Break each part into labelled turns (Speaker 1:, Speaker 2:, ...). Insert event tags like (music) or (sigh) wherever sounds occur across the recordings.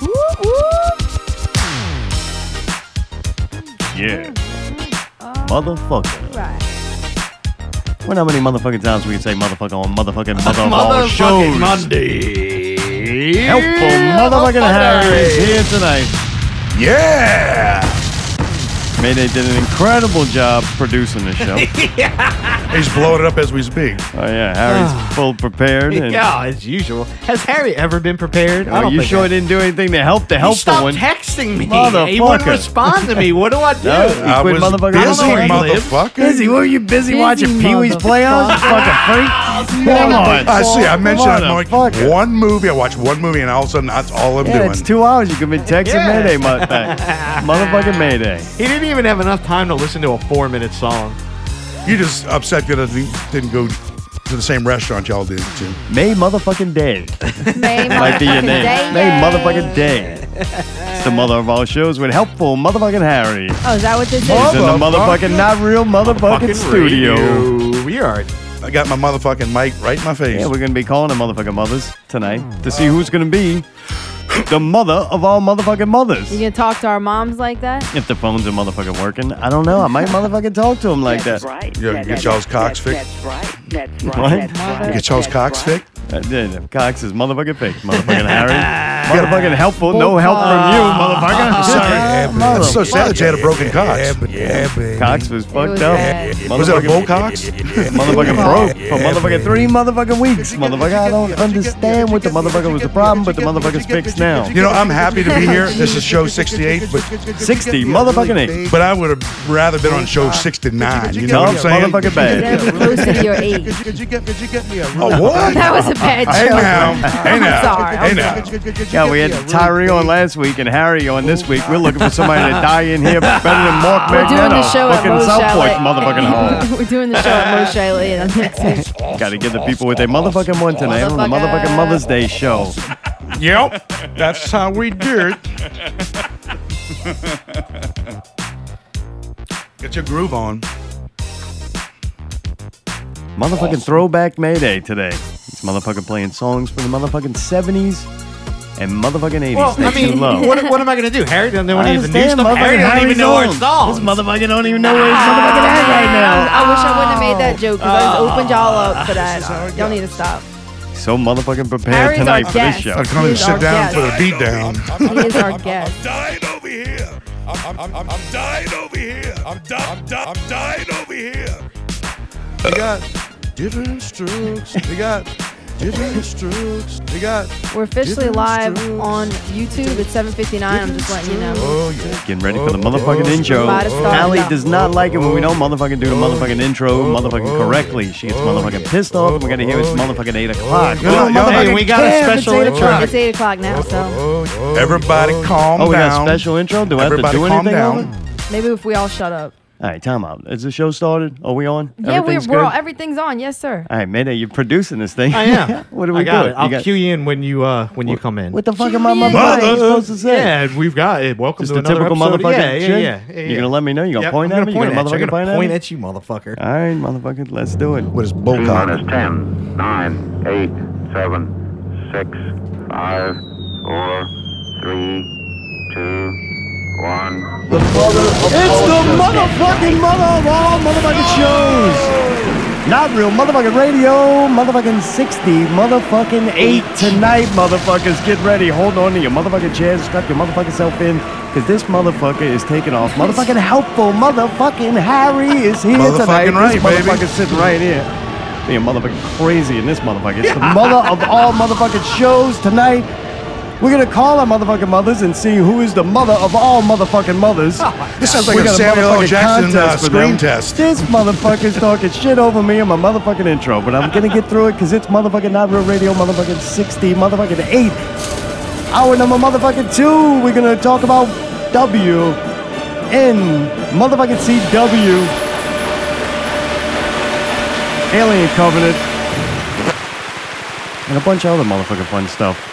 Speaker 1: Whoop, whoop.
Speaker 2: Yeah. Motherfucker.
Speaker 1: Right.
Speaker 2: Wonder how many motherfucking times we can say motherfucker on
Speaker 3: (laughs)
Speaker 2: motherfucking mother of all
Speaker 3: Motherfucking
Speaker 2: shows.
Speaker 3: Monday.
Speaker 2: Helpful motherfucking Harry is here tonight.
Speaker 3: Yeah.
Speaker 2: Mayday did an incredible job producing the show.
Speaker 3: (laughs) He's blowing it up as we speak.
Speaker 2: oh
Speaker 3: (sighs)
Speaker 2: yeah, Harry's full prepared. And,
Speaker 4: Yeah, as usual. Has Harry ever been prepared?
Speaker 2: Oh, you sure didn't do anything to help the
Speaker 4: He
Speaker 2: helpful
Speaker 4: stopped
Speaker 2: one.
Speaker 4: texting me. He
Speaker 2: Motherfucker.
Speaker 4: wouldn't respond to me. What do I do?
Speaker 2: No, he
Speaker 3: I
Speaker 2: quit
Speaker 3: was
Speaker 2: motherfucker. I don't
Speaker 3: busy,
Speaker 2: know where he lives.
Speaker 3: motherfucker.
Speaker 2: Busy, were you busy,
Speaker 1: Busy
Speaker 2: watching Pee Wee's playoffs? Fucking freak. Come on.
Speaker 3: I see. I mentioned I'm like
Speaker 2: Motherfucker.
Speaker 3: one movie. I watch one movie, and all of a sudden, that's all I'm
Speaker 2: Yeah,
Speaker 3: doing.
Speaker 2: it's two hours. You could be texting
Speaker 4: Yeah.
Speaker 2: Mayday,
Speaker 4: (laughs)
Speaker 2: mo- back. motherfucking Mayday.
Speaker 4: He didn't even have enough time to listen to a four minute song.
Speaker 3: you just upset that I didn't, didn't go to the same restaurant y'all did to.
Speaker 2: May motherfucking day
Speaker 1: May
Speaker 2: might be your name.
Speaker 1: Day
Speaker 2: May
Speaker 1: Day.
Speaker 2: motherfucking day. It's the mother of all shows with helpful motherfucking Harry. He's
Speaker 1: Oh, is that what this is?
Speaker 2: in the motherfucking not real motherfucking studio.
Speaker 4: radio. We are.
Speaker 3: I got my motherfucking mic right in my face.
Speaker 2: Yeah, we're gonna be calling the motherfucking mothers tonight to see who's gonna be the mother of all motherfucking
Speaker 5: (laughs)
Speaker 2: mothers.
Speaker 1: You gonna talk to our moms like that?
Speaker 2: If the phones are motherfucking working, I don't know. I might motherfucking talk to him like that.
Speaker 5: that's Right.
Speaker 3: Yeah,
Speaker 5: That-
Speaker 3: get
Speaker 5: that-
Speaker 3: y'all's
Speaker 5: that-
Speaker 3: cocks fixed.
Speaker 5: That's right. That's right.
Speaker 2: What?
Speaker 5: That's right.
Speaker 3: Get y'all's
Speaker 5: that's
Speaker 3: cocks
Speaker 5: right.
Speaker 3: fixed.
Speaker 2: I did. Uh, Cox is motherfucking fake. Motherfucking Harry. Motherfucking helpful. No
Speaker 1: Bull
Speaker 2: help from you, motherfucker.
Speaker 1: (laughs)
Speaker 3: Sorry. That's so
Speaker 2: Mother-
Speaker 3: sad that you had a broken cock.
Speaker 2: Cox was fucked
Speaker 1: was
Speaker 2: up.
Speaker 1: bad.
Speaker 3: Was it a
Speaker 2: Motherfucking-
Speaker 3: bull cocks?
Speaker 2: (laughs) Motherfucking broke for motherfucking three motherfucking weeks. Motherfucker, I don't understand what the motherfucker was the problem, but the motherfucker's fixed now.
Speaker 3: You know, I'm happy to be here. This is show (laughs) 68, but
Speaker 2: 60 motherfucking eight.
Speaker 3: but I would have rather been on show 69. You know what I'm saying?
Speaker 2: motherfucking
Speaker 1: That
Speaker 2: bad.
Speaker 1: was close to your age.
Speaker 3: Oh, what?
Speaker 1: (laughs) That was a
Speaker 2: Uh,
Speaker 1: bad
Speaker 3: Hey
Speaker 1: joke.
Speaker 3: now. Hey
Speaker 1: (laughs) I'm
Speaker 3: now.
Speaker 1: sorry,
Speaker 3: Hey
Speaker 1: I'm
Speaker 3: now.
Speaker 2: Yeah, we had Tyree on last week and Harry on this week. We're looking for somebody to die in here better than Mark
Speaker 1: We're doing the
Speaker 2: Magneto.
Speaker 1: show at
Speaker 2: Fucking
Speaker 1: Mo
Speaker 2: Southport
Speaker 1: Chalet. (laughs)
Speaker 2: motherfucking home.
Speaker 1: We're doing the show at Mo Chalet
Speaker 3: (laughs)
Speaker 1: in the next week.
Speaker 2: Gotta give the people what they motherfucking want tonight on the
Speaker 1: Motherfucker.
Speaker 2: motherfucking Mother's Day show.
Speaker 3: Yep. That's how we do it. Get your groove on.
Speaker 2: Motherfucking throwback Mayday today. It's motherfucking playing songs from the motherfucking 70s and motherfucking 80s.
Speaker 4: Well,
Speaker 2: They
Speaker 4: I mean,
Speaker 2: too low.
Speaker 4: what, what am I going to do? Harry doesn't know
Speaker 2: I
Speaker 4: any of the new
Speaker 2: understand,
Speaker 4: stuff.
Speaker 2: motherfucking
Speaker 4: Harry doesn't
Speaker 2: Harry's
Speaker 4: even know our
Speaker 2: own.
Speaker 4: songs.
Speaker 2: This motherfucker don't even know where his motherfucking at right now.
Speaker 1: I wish I wouldn't have made that joke because I just opened y'all up for that. Y'all need to stop.
Speaker 2: So motherfucking prepared
Speaker 1: Harry's our
Speaker 2: tonight for this
Speaker 1: guest.
Speaker 2: show.
Speaker 3: I'd come and
Speaker 1: He's our
Speaker 3: sit down
Speaker 1: guest.
Speaker 3: for the beat down.
Speaker 1: He is our guest.
Speaker 3: dying over here. I'm, I'm, I'm, I'm dying over here. I'm, di- I'm, di- I'm dying over here. They got different strokes. They got
Speaker 1: (laughs)
Speaker 3: different strokes. They got.
Speaker 1: We're officially
Speaker 3: Different
Speaker 1: live
Speaker 3: strokes.
Speaker 1: on YouTube at 7:59. I'm just letting you know.
Speaker 3: Oh, yeah.
Speaker 2: Getting ready for the motherfucking intro.
Speaker 1: About to start
Speaker 2: Allie
Speaker 1: it up.
Speaker 2: does not like it when we don't motherfucking do the motherfucking intro motherfucking correctly. She gets motherfucking pissed off and we're gonna hear it's motherfucking 8 o'clock. We don't
Speaker 3: Y'all-
Speaker 4: Hey,
Speaker 2: motherfucking
Speaker 4: we got a
Speaker 2: care if
Speaker 4: special
Speaker 2: it's 8
Speaker 4: intro.
Speaker 2: o'clock.
Speaker 1: It's eight o'clock
Speaker 3: Oh,
Speaker 1: now, so
Speaker 3: Everybody calm
Speaker 2: Oh, we got a
Speaker 3: down.
Speaker 2: special intro? Do I have to
Speaker 3: Everybody
Speaker 2: do
Speaker 3: calm
Speaker 2: anything
Speaker 3: down.
Speaker 2: on it?
Speaker 1: maybe if we all shut up.
Speaker 2: All right, time out. Is the show started? Are we on?
Speaker 1: Yeah, we're,
Speaker 2: Everything's
Speaker 1: we're
Speaker 2: good?
Speaker 1: all, everything's on. Yes, sir.
Speaker 2: all right, Mayday, you're producing this thing.
Speaker 4: I am.
Speaker 2: (laughs) what do we
Speaker 4: I got
Speaker 2: do?
Speaker 4: It. I'll cue you in when you uh, when you come in.
Speaker 2: What the fuck am I
Speaker 1: Cue me in.
Speaker 2: motherfucking supposed to say?
Speaker 4: Yeah, and we've got it. Welcome
Speaker 2: Just
Speaker 4: to
Speaker 2: a
Speaker 4: another
Speaker 2: typical
Speaker 4: episode.
Speaker 2: motherfucking
Speaker 4: yeah, yeah, yeah,
Speaker 2: shit?
Speaker 4: yeah, yeah.
Speaker 2: You're gonna let me know? You're gonna
Speaker 4: Yep,
Speaker 2: point
Speaker 4: I'm
Speaker 2: at me?
Speaker 4: gonna
Speaker 2: You're gonna
Speaker 4: Point at you. I'm
Speaker 2: motherfucking point
Speaker 4: gonna
Speaker 2: at
Speaker 4: point
Speaker 2: me?
Speaker 4: at you, motherfucker.
Speaker 2: All right, motherfucking, let's do it.
Speaker 3: What is
Speaker 6: Two
Speaker 3: bull cock?
Speaker 6: minus ten, nine, eight, seven, six, five, four, three, two, one.
Speaker 2: It's the motherfucking mother of all motherfucking shows. Not real motherfucking radio, motherfucking 60, motherfucking 8 tonight, motherfuckers. Get ready, hold on to your motherfucking chairs, strap your motherfucking self in, because this motherfucker is taking off. Motherfucking (laughs) helpful, motherfucking Harry is here tonight.
Speaker 3: Motherfucking right,
Speaker 2: this
Speaker 3: baby.
Speaker 2: motherfucker's sitting right here. Being motherfucking crazy in this
Speaker 3: (laughs)
Speaker 2: motherfucker. It's the (laughs) mother of all motherfucking shows tonight. We're gonna call our motherfucking mothers and see who is the mother of all
Speaker 3: (laughs)
Speaker 2: motherfucking mothers.
Speaker 3: This sounds like
Speaker 2: We
Speaker 3: a
Speaker 2: got
Speaker 3: Samuel L.
Speaker 2: motherfucking
Speaker 3: Jackson uh,
Speaker 2: contest for
Speaker 3: screen
Speaker 2: them.
Speaker 3: test.
Speaker 2: This motherfucker's talking shit over me and my motherfucking intro, but I'm gonna get through it because it's motherfucking not real radio, motherfucking 60, motherfucking 8. Hour number motherfucking 2, we're gonna talk about W in motherfucking CW. Alien Covenant. And a bunch of other motherfucking fun stuff.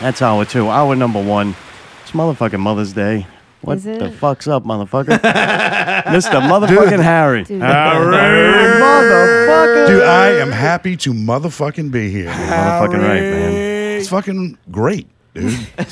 Speaker 2: That's hour two. Hour number one. It's motherfucking Mother's Day. What
Speaker 1: Is
Speaker 2: the
Speaker 1: it?
Speaker 2: fuck's up, motherfucker? (laughs) Mr. Motherfucking Harry.
Speaker 1: Dude.
Speaker 2: Harry. Motherfucker.
Speaker 3: Dude, I am happy to motherfucking be here.
Speaker 2: Motherfucking right, man.
Speaker 3: It's fucking great.
Speaker 2: (laughs)
Speaker 3: dude.
Speaker 1: Jesus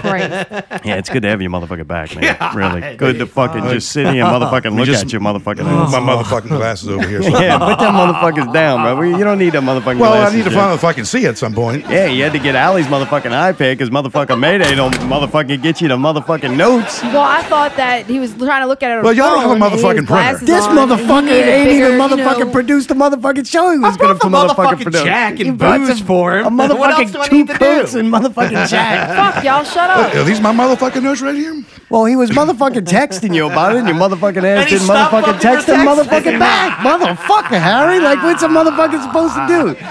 Speaker 1: Christ.
Speaker 2: Yeah, it's good to have you motherfucker
Speaker 3: (laughs)
Speaker 2: back, man. really.
Speaker 4: God.
Speaker 2: Good to fucking just sit here and motherfucking look
Speaker 3: just-
Speaker 2: at you motherfucking
Speaker 3: Move
Speaker 2: ass.
Speaker 3: my motherfucking glasses over
Speaker 2: (laughs)
Speaker 3: here. So
Speaker 2: Yeah, put them motherfuckers down, bro. We- You don't need them motherfucking
Speaker 3: well, I
Speaker 2: glasses,
Speaker 3: need to
Speaker 2: dude.
Speaker 3: find out if I can see at some point.
Speaker 2: Yeah, you had to get Allie's motherfucking iPad because motherfucking Mayday don't motherfucking get you the motherfucking notes.
Speaker 1: Well, I thought that he was trying to look at it. on
Speaker 3: Well,
Speaker 1: his
Speaker 3: y'all don't have a
Speaker 1: phone
Speaker 3: motherfucking
Speaker 1: and he had his glasses
Speaker 3: printer.
Speaker 2: This
Speaker 1: on and he
Speaker 2: motherfucker
Speaker 1: needed
Speaker 2: ain't
Speaker 1: bigger,
Speaker 2: even
Speaker 1: you
Speaker 2: motherfucking
Speaker 1: know-
Speaker 2: produced the motherfucking show he was going to
Speaker 4: the
Speaker 2: motherfucking
Speaker 4: motherfucking
Speaker 2: produce.
Speaker 4: Jack and
Speaker 2: You brought
Speaker 4: booze
Speaker 2: some-
Speaker 4: for him.
Speaker 2: A
Speaker 4: What else
Speaker 2: motherfucking
Speaker 4: do I
Speaker 2: two
Speaker 4: need to do?
Speaker 2: coats and motherfucking Jack.
Speaker 1: (laughs) Fuck y'all, shut
Speaker 3: Are
Speaker 1: up.
Speaker 3: these my motherfucking notes right here?
Speaker 2: well, he was motherfucking texting you about it, and your motherfucking ass
Speaker 4: And he
Speaker 2: didn't
Speaker 4: stopped
Speaker 2: motherfucking
Speaker 4: fucking
Speaker 2: text him
Speaker 4: texting.
Speaker 2: motherfucking back.
Speaker 1: (laughs)
Speaker 2: Motherfucker, Harry. Like, what's a motherfucker supposed to do?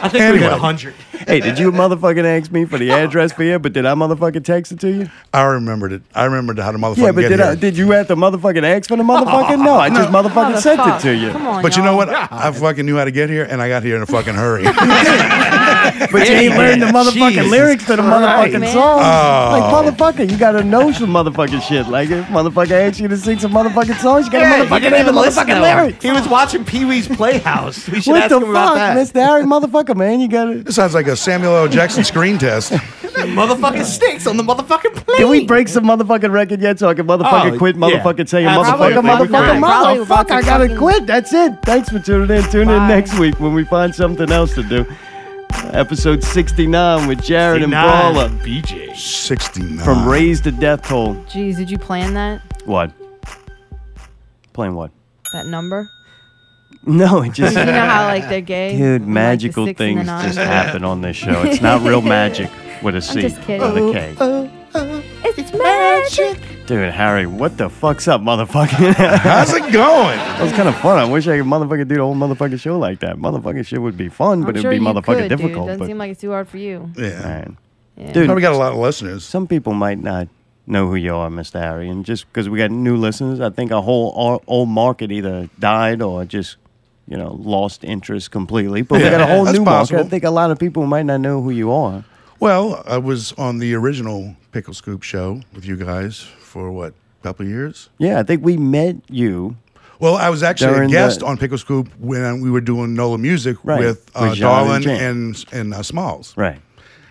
Speaker 4: I think we
Speaker 3: Anyway.
Speaker 4: got a hundred.
Speaker 2: Hey, did you motherfucking ask me
Speaker 3: (laughs)
Speaker 2: for the address for you? But did I motherfucking text it to you?
Speaker 3: I remembered it. I remembered how to motherfucking
Speaker 2: Yeah, but
Speaker 3: get
Speaker 2: did
Speaker 3: here.
Speaker 2: I, did you have to motherfucking ask for the motherfucking? No, I just motherfucking sent it
Speaker 1: Motherfuck.
Speaker 2: to you.
Speaker 1: Come on,
Speaker 3: but you know
Speaker 1: y'all.
Speaker 3: what? I fucking knew how to get here, and I got here in a fucking hurry.
Speaker 2: (laughs) But you ain't
Speaker 4: Yeah.
Speaker 2: learned
Speaker 3: (laughs)
Speaker 2: the motherfucking
Speaker 4: Jesus
Speaker 2: lyrics to the
Speaker 1: Christ,
Speaker 2: motherfucking
Speaker 1: man.
Speaker 2: song.
Speaker 3: Oh.
Speaker 2: Like motherfucker, you gotta know some motherfucking shit. Like if motherfucker asks you to sing some motherfucking songs, you gotta
Speaker 4: Yeah, you
Speaker 2: motherfucking
Speaker 4: didn't
Speaker 2: know the
Speaker 4: even listen
Speaker 2: motherfucking
Speaker 4: to him.
Speaker 2: lyrics.
Speaker 4: He was watching Pee Wee's Playhouse. We should
Speaker 2: What
Speaker 4: ask
Speaker 2: the
Speaker 4: him about
Speaker 2: fuck,
Speaker 4: that.
Speaker 2: Mr. Harry, motherfucker, man? You gotta.
Speaker 3: this sounds like a Samuel L. Jackson screen test.
Speaker 4: That motherfucking stinks on the motherfucking plane.
Speaker 2: Can we break some motherfucking record yet so I can motherfucking
Speaker 4: Oh,
Speaker 2: quit
Speaker 4: yeah.
Speaker 2: motherfucking saying
Speaker 4: Absolutely.
Speaker 2: motherfucker,
Speaker 4: Probably
Speaker 2: motherfucker,
Speaker 4: fine.
Speaker 1: Probably about
Speaker 2: motherfucker?
Speaker 1: to
Speaker 2: I gotta
Speaker 1: fucking-
Speaker 2: quit. That's it. Thanks for tuning in. Tune in
Speaker 1: Bye.
Speaker 2: next week when we find something else to do. Episode 69 with Jared and
Speaker 4: Nine.
Speaker 2: Brawler.
Speaker 4: BJ.
Speaker 3: 69.
Speaker 2: From Raised to Death Toll.
Speaker 1: Jeez, did you plan that?
Speaker 2: What? Playing what? (laughs)
Speaker 1: That number?
Speaker 2: No, it just
Speaker 1: You know how like they're gay?
Speaker 2: dude,
Speaker 1: Like, the
Speaker 2: magical
Speaker 1: six and the
Speaker 2: things
Speaker 1: nine?
Speaker 2: just happen on this show. It's not real magic with a C
Speaker 1: just kidding.
Speaker 2: with a K.
Speaker 7: Oh,
Speaker 1: It's magic.
Speaker 2: Dude, Harry, what the fuck's up, (laughs) motherfucker? that
Speaker 3: How's it going?
Speaker 2: was kind of fun. I wish I could motherfucking do the whole motherfucking show like that. Motherfucking shit would be fun, but
Speaker 1: I'm
Speaker 2: it'd
Speaker 1: sure
Speaker 2: be
Speaker 1: you
Speaker 2: motherfucking
Speaker 1: could, Dude. It
Speaker 2: difficult.
Speaker 1: doesn't
Speaker 2: but,
Speaker 1: seem like it's too hard for you.
Speaker 3: Yeah.
Speaker 2: man.
Speaker 1: Yeah.
Speaker 2: Dude,
Speaker 3: Probably got a lot of listeners.
Speaker 2: some people might not know who you are, Mr. Harry, and just because we got new listeners, I think our whole our old market either died or just you know lost interest completely. But we
Speaker 3: Yeah,
Speaker 2: got a whole
Speaker 3: that's
Speaker 2: new market. I
Speaker 3: possible.
Speaker 2: think a lot of people might not know who you are.
Speaker 3: Well, I was on the original Pickle Scoop show with you guys for what, a couple of years?
Speaker 2: Yeah, I think we met you.
Speaker 3: Well, I was actually
Speaker 2: During
Speaker 3: a guest
Speaker 2: the-
Speaker 3: on Pickle Scoop when we were doing NOLA Music
Speaker 2: Right,
Speaker 3: with, uh,
Speaker 2: with John
Speaker 3: Darlin
Speaker 2: and Jan.
Speaker 3: and, and uh, Smalls.
Speaker 2: Right.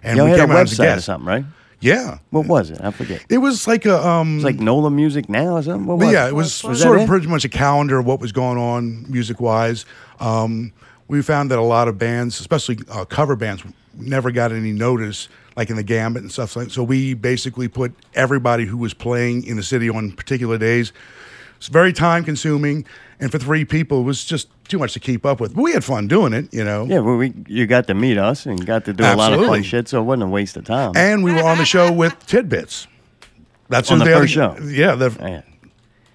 Speaker 3: And
Speaker 2: Y'all
Speaker 3: we
Speaker 2: had
Speaker 3: came
Speaker 2: a
Speaker 3: out as a
Speaker 2: website or
Speaker 3: guest.
Speaker 2: something, right?
Speaker 3: Yeah.
Speaker 2: What was it? I forget.
Speaker 3: It was like a. Um,
Speaker 2: It's like NOLA Music Now or something? What
Speaker 3: But
Speaker 2: was
Speaker 3: yeah, it was,
Speaker 2: Was that
Speaker 3: sort of
Speaker 2: it?
Speaker 3: pretty much a calendar of what was going on music wise. Um, we found that a lot of bands, especially uh, cover bands, never got any notice, like in the Gambit and stuff. Like, so we basically put everybody who was playing in the city on particular days. It's very time consuming, and for three people, it was just too much to keep up with. But we had fun doing it, you know.
Speaker 2: Yeah, well, we, you got to meet us and got to do a lot of fun
Speaker 3: Absolutely.
Speaker 2: shit, so it wasn't a waste of time.
Speaker 3: And we were on the show with Tidbits. That's
Speaker 2: On
Speaker 3: who
Speaker 2: the
Speaker 3: other-
Speaker 2: first show.
Speaker 3: Yeah, the,
Speaker 2: Man.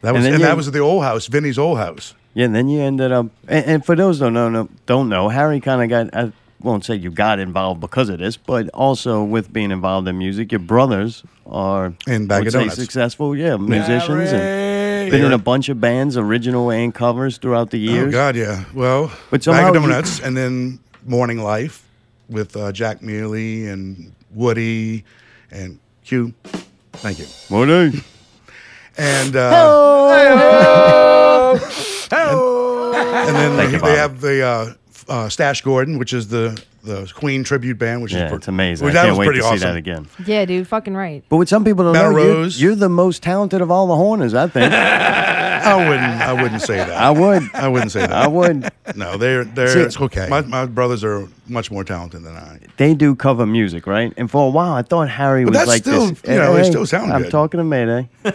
Speaker 3: that was
Speaker 2: then
Speaker 3: and,
Speaker 2: you-
Speaker 3: that was at the old house, Vinny's old house.
Speaker 2: Yeah, and then you ended up. And, and for those don't know, no, don't know, Harry kind of got. I won't say you got involved because of this, but also with being involved in music, your brothers are
Speaker 3: And Bag
Speaker 2: I would
Speaker 3: of
Speaker 2: say
Speaker 3: Donuts.
Speaker 2: successful, yeah, musicians and been in a bunch of bands, original and covers throughout the years.
Speaker 3: Oh God, yeah. Well, bag
Speaker 2: But
Speaker 3: of
Speaker 2: somehow you-
Speaker 3: donuts, and then Morning Life with uh, Jack Mealy and Woody and Q. Thank you.
Speaker 2: What are you-
Speaker 3: And uh, and, and (laughs) then
Speaker 2: Thank
Speaker 3: they,
Speaker 2: you,
Speaker 3: they
Speaker 2: Bobby.
Speaker 3: have the uh, f- uh, Stash Gordon, which is the the Queen tribute band, which is
Speaker 2: Yeah,
Speaker 3: pr-
Speaker 2: it's amazing.
Speaker 3: Well,
Speaker 2: I
Speaker 3: that
Speaker 2: can't
Speaker 3: was
Speaker 2: wait
Speaker 3: pretty
Speaker 2: to
Speaker 3: awesome.
Speaker 2: see that again.
Speaker 1: Yeah, dude, fucking right. (laughs)
Speaker 2: But what some people don't
Speaker 3: Mel
Speaker 2: know, you're,
Speaker 3: Rose.
Speaker 2: you're the most talented of all the horners, I think.
Speaker 3: (laughs) I wouldn't. I wouldn't say that.
Speaker 2: I would.
Speaker 3: I wouldn't say that.
Speaker 2: I would.
Speaker 3: No, they're they're.
Speaker 2: See, it's okay.
Speaker 3: My, my brothers are much more talented than I.
Speaker 2: They do cover music, right? And for a while, I thought Harry was
Speaker 3: that's
Speaker 2: like
Speaker 3: still,
Speaker 2: this.
Speaker 3: you know, they
Speaker 2: Hey,
Speaker 3: still sound
Speaker 2: I'm
Speaker 3: good.
Speaker 2: talking to
Speaker 3: (laughs)
Speaker 2: Mayday. you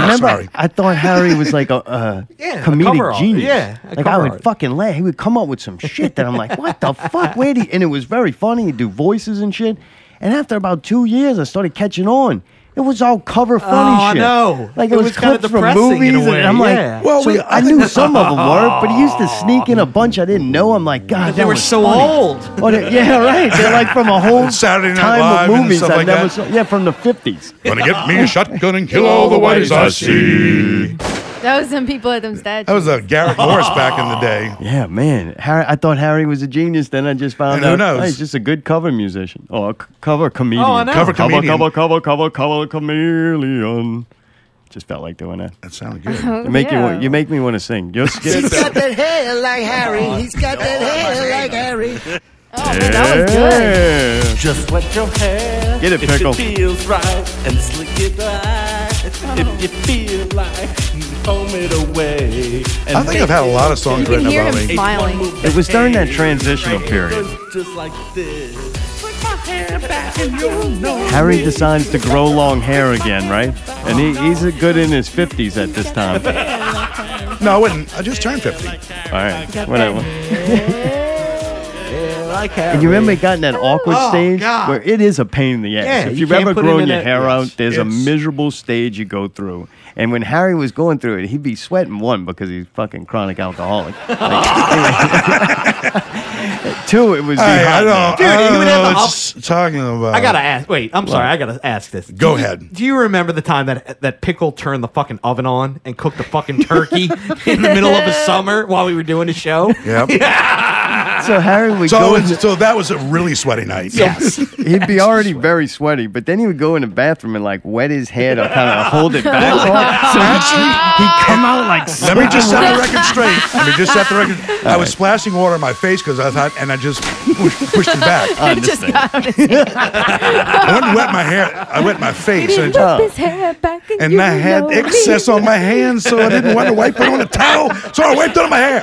Speaker 2: remember?
Speaker 3: sorry.
Speaker 2: I thought Harry was like a, a
Speaker 4: (laughs) Yeah, a cover
Speaker 2: comedic
Speaker 4: art.
Speaker 2: genius.
Speaker 4: Yeah, a
Speaker 2: like I
Speaker 4: cover
Speaker 2: would
Speaker 4: art.
Speaker 2: fucking laugh. He would come up with some shit that I'm like,
Speaker 4: (laughs)
Speaker 2: what the fuck? Where did? he-" And it was very funny. He'd do voices and shit. And after about two years, I started catching on. It was all cover funny
Speaker 4: Oh, I
Speaker 2: shit.
Speaker 4: know.
Speaker 2: Like it,
Speaker 4: It
Speaker 2: was,
Speaker 4: was kinda
Speaker 2: clips from
Speaker 4: depressing in a
Speaker 2: movies,
Speaker 4: way,
Speaker 2: and I'm like,
Speaker 4: yeah.
Speaker 3: Well,
Speaker 2: so
Speaker 3: we- I
Speaker 2: I
Speaker 3: think
Speaker 2: knew some of them
Speaker 4: (laughs)
Speaker 2: were, but he used to sneak in a bunch I didn't know. I'm like, God,
Speaker 4: They
Speaker 2: that
Speaker 4: were
Speaker 2: was
Speaker 4: so
Speaker 2: funny."
Speaker 4: old.
Speaker 2: Oh, they- yeah, right. They're like from a
Speaker 3: (laughs)
Speaker 2: whole
Speaker 3: Saturday Night
Speaker 2: time
Speaker 3: Live
Speaker 2: of
Speaker 3: and
Speaker 2: movies
Speaker 3: stuff
Speaker 2: I
Speaker 3: like
Speaker 2: never
Speaker 3: that.
Speaker 2: saw. Yeah, from the fifties.
Speaker 3: Gonna get me a shotgun and kill all the ways I see.
Speaker 1: That was some people at them statues.
Speaker 3: That was a Garrett Morris back in the day.
Speaker 2: Yeah, man. Harry, I thought Harry was a genius. Then I just found
Speaker 3: And who
Speaker 2: out
Speaker 3: knows?
Speaker 2: oh, he's just a good cover musician Oh, or a c- cover comedian.
Speaker 4: Oh, I know.
Speaker 3: Cover
Speaker 2: cover,
Speaker 3: comedian.
Speaker 2: cover, cover, cover, cover, chameleon. Just felt like doing that.
Speaker 3: That sounded good.
Speaker 1: (laughs)
Speaker 2: You make you
Speaker 1: yeah.
Speaker 2: wa- you make me want to sing.
Speaker 1: (laughs)
Speaker 2: Your skin.
Speaker 5: got that hair like Harry. He's got that hair like Harry.
Speaker 1: Oh, man, "Oh, that was good.
Speaker 2: Yeah.
Speaker 4: Just wet your hair.
Speaker 2: Get it,
Speaker 4: if
Speaker 2: Pickle.
Speaker 4: It feels right and slick it right. If you feel like
Speaker 7: mm,
Speaker 4: home it away. And
Speaker 3: I think I've had a lot of songs
Speaker 1: You can
Speaker 3: written
Speaker 1: hear
Speaker 3: about
Speaker 1: him
Speaker 3: me.
Speaker 1: smiling.
Speaker 2: It was during that transitional period.
Speaker 4: Just like this. Slick my hair back and you'll know.
Speaker 2: Harry decides to grow long hair again, right? And he, he's a good in his 50s at this time. All
Speaker 3: (laughs) No, I wouldn't. I just turned 50.
Speaker 2: right, whatever.
Speaker 4: Like
Speaker 2: And you remember it got in that awkward
Speaker 4: Oh,
Speaker 2: stage
Speaker 4: God.
Speaker 2: where it is a pain in the ass.
Speaker 4: Yeah,
Speaker 2: if
Speaker 4: you
Speaker 2: you've
Speaker 4: can't
Speaker 2: ever
Speaker 4: put it
Speaker 2: grown
Speaker 4: in
Speaker 2: your
Speaker 4: a-
Speaker 2: hair out, there's a
Speaker 3: It's-
Speaker 2: miserable stage you go through. And when Harry was going through it, he'd be sweating one because he's fucking
Speaker 3: (laughs)
Speaker 2: chronic alcoholic. Like, (laughs) Two, it was the
Speaker 3: I, I don't,
Speaker 2: hot
Speaker 4: Dude,
Speaker 3: I
Speaker 4: he
Speaker 3: don't
Speaker 4: would
Speaker 3: know
Speaker 4: have the
Speaker 2: Oh,
Speaker 3: what
Speaker 4: op-
Speaker 3: it's talking about.
Speaker 4: I gotta ask. Wait, I'm sorry. I gotta ask this. Do
Speaker 3: Go
Speaker 4: you-
Speaker 3: ahead.
Speaker 4: Do you remember the time that that pickle turned the fucking oven on and cooked a fucking
Speaker 2: (laughs)
Speaker 4: turkey in the middle of the summer while we were doing a show?
Speaker 3: Yep.
Speaker 2: man. So Harry would
Speaker 3: So,
Speaker 2: go.
Speaker 3: it's-
Speaker 2: in-
Speaker 3: so that was a really sweaty night.
Speaker 4: Yes.
Speaker 2: (laughs) He'd be already very sweaty, but then he would go in the bathroom and like wet his head or kind of hold it
Speaker 1: (laughs)
Speaker 4: (laughs)
Speaker 1: Oh,
Speaker 2: back. so he'd, he'd come out like
Speaker 3: (laughs) Let me just
Speaker 2: (laughs)
Speaker 3: set the record straight. Let me just set the record. I was splashing water on my face because I thought, and I just pushed, pushed it back.
Speaker 2: (laughs) on this
Speaker 1: Just
Speaker 2: thing.
Speaker 1: got on his
Speaker 2: (laughs)
Speaker 3: I wouldn't wet my hair. I wet my face, and, I-
Speaker 2: Oh.
Speaker 3: and I had excess on my hands, so I didn't want to wipe it on a towel, so I wiped it on my
Speaker 2: (laughs)
Speaker 3: hair.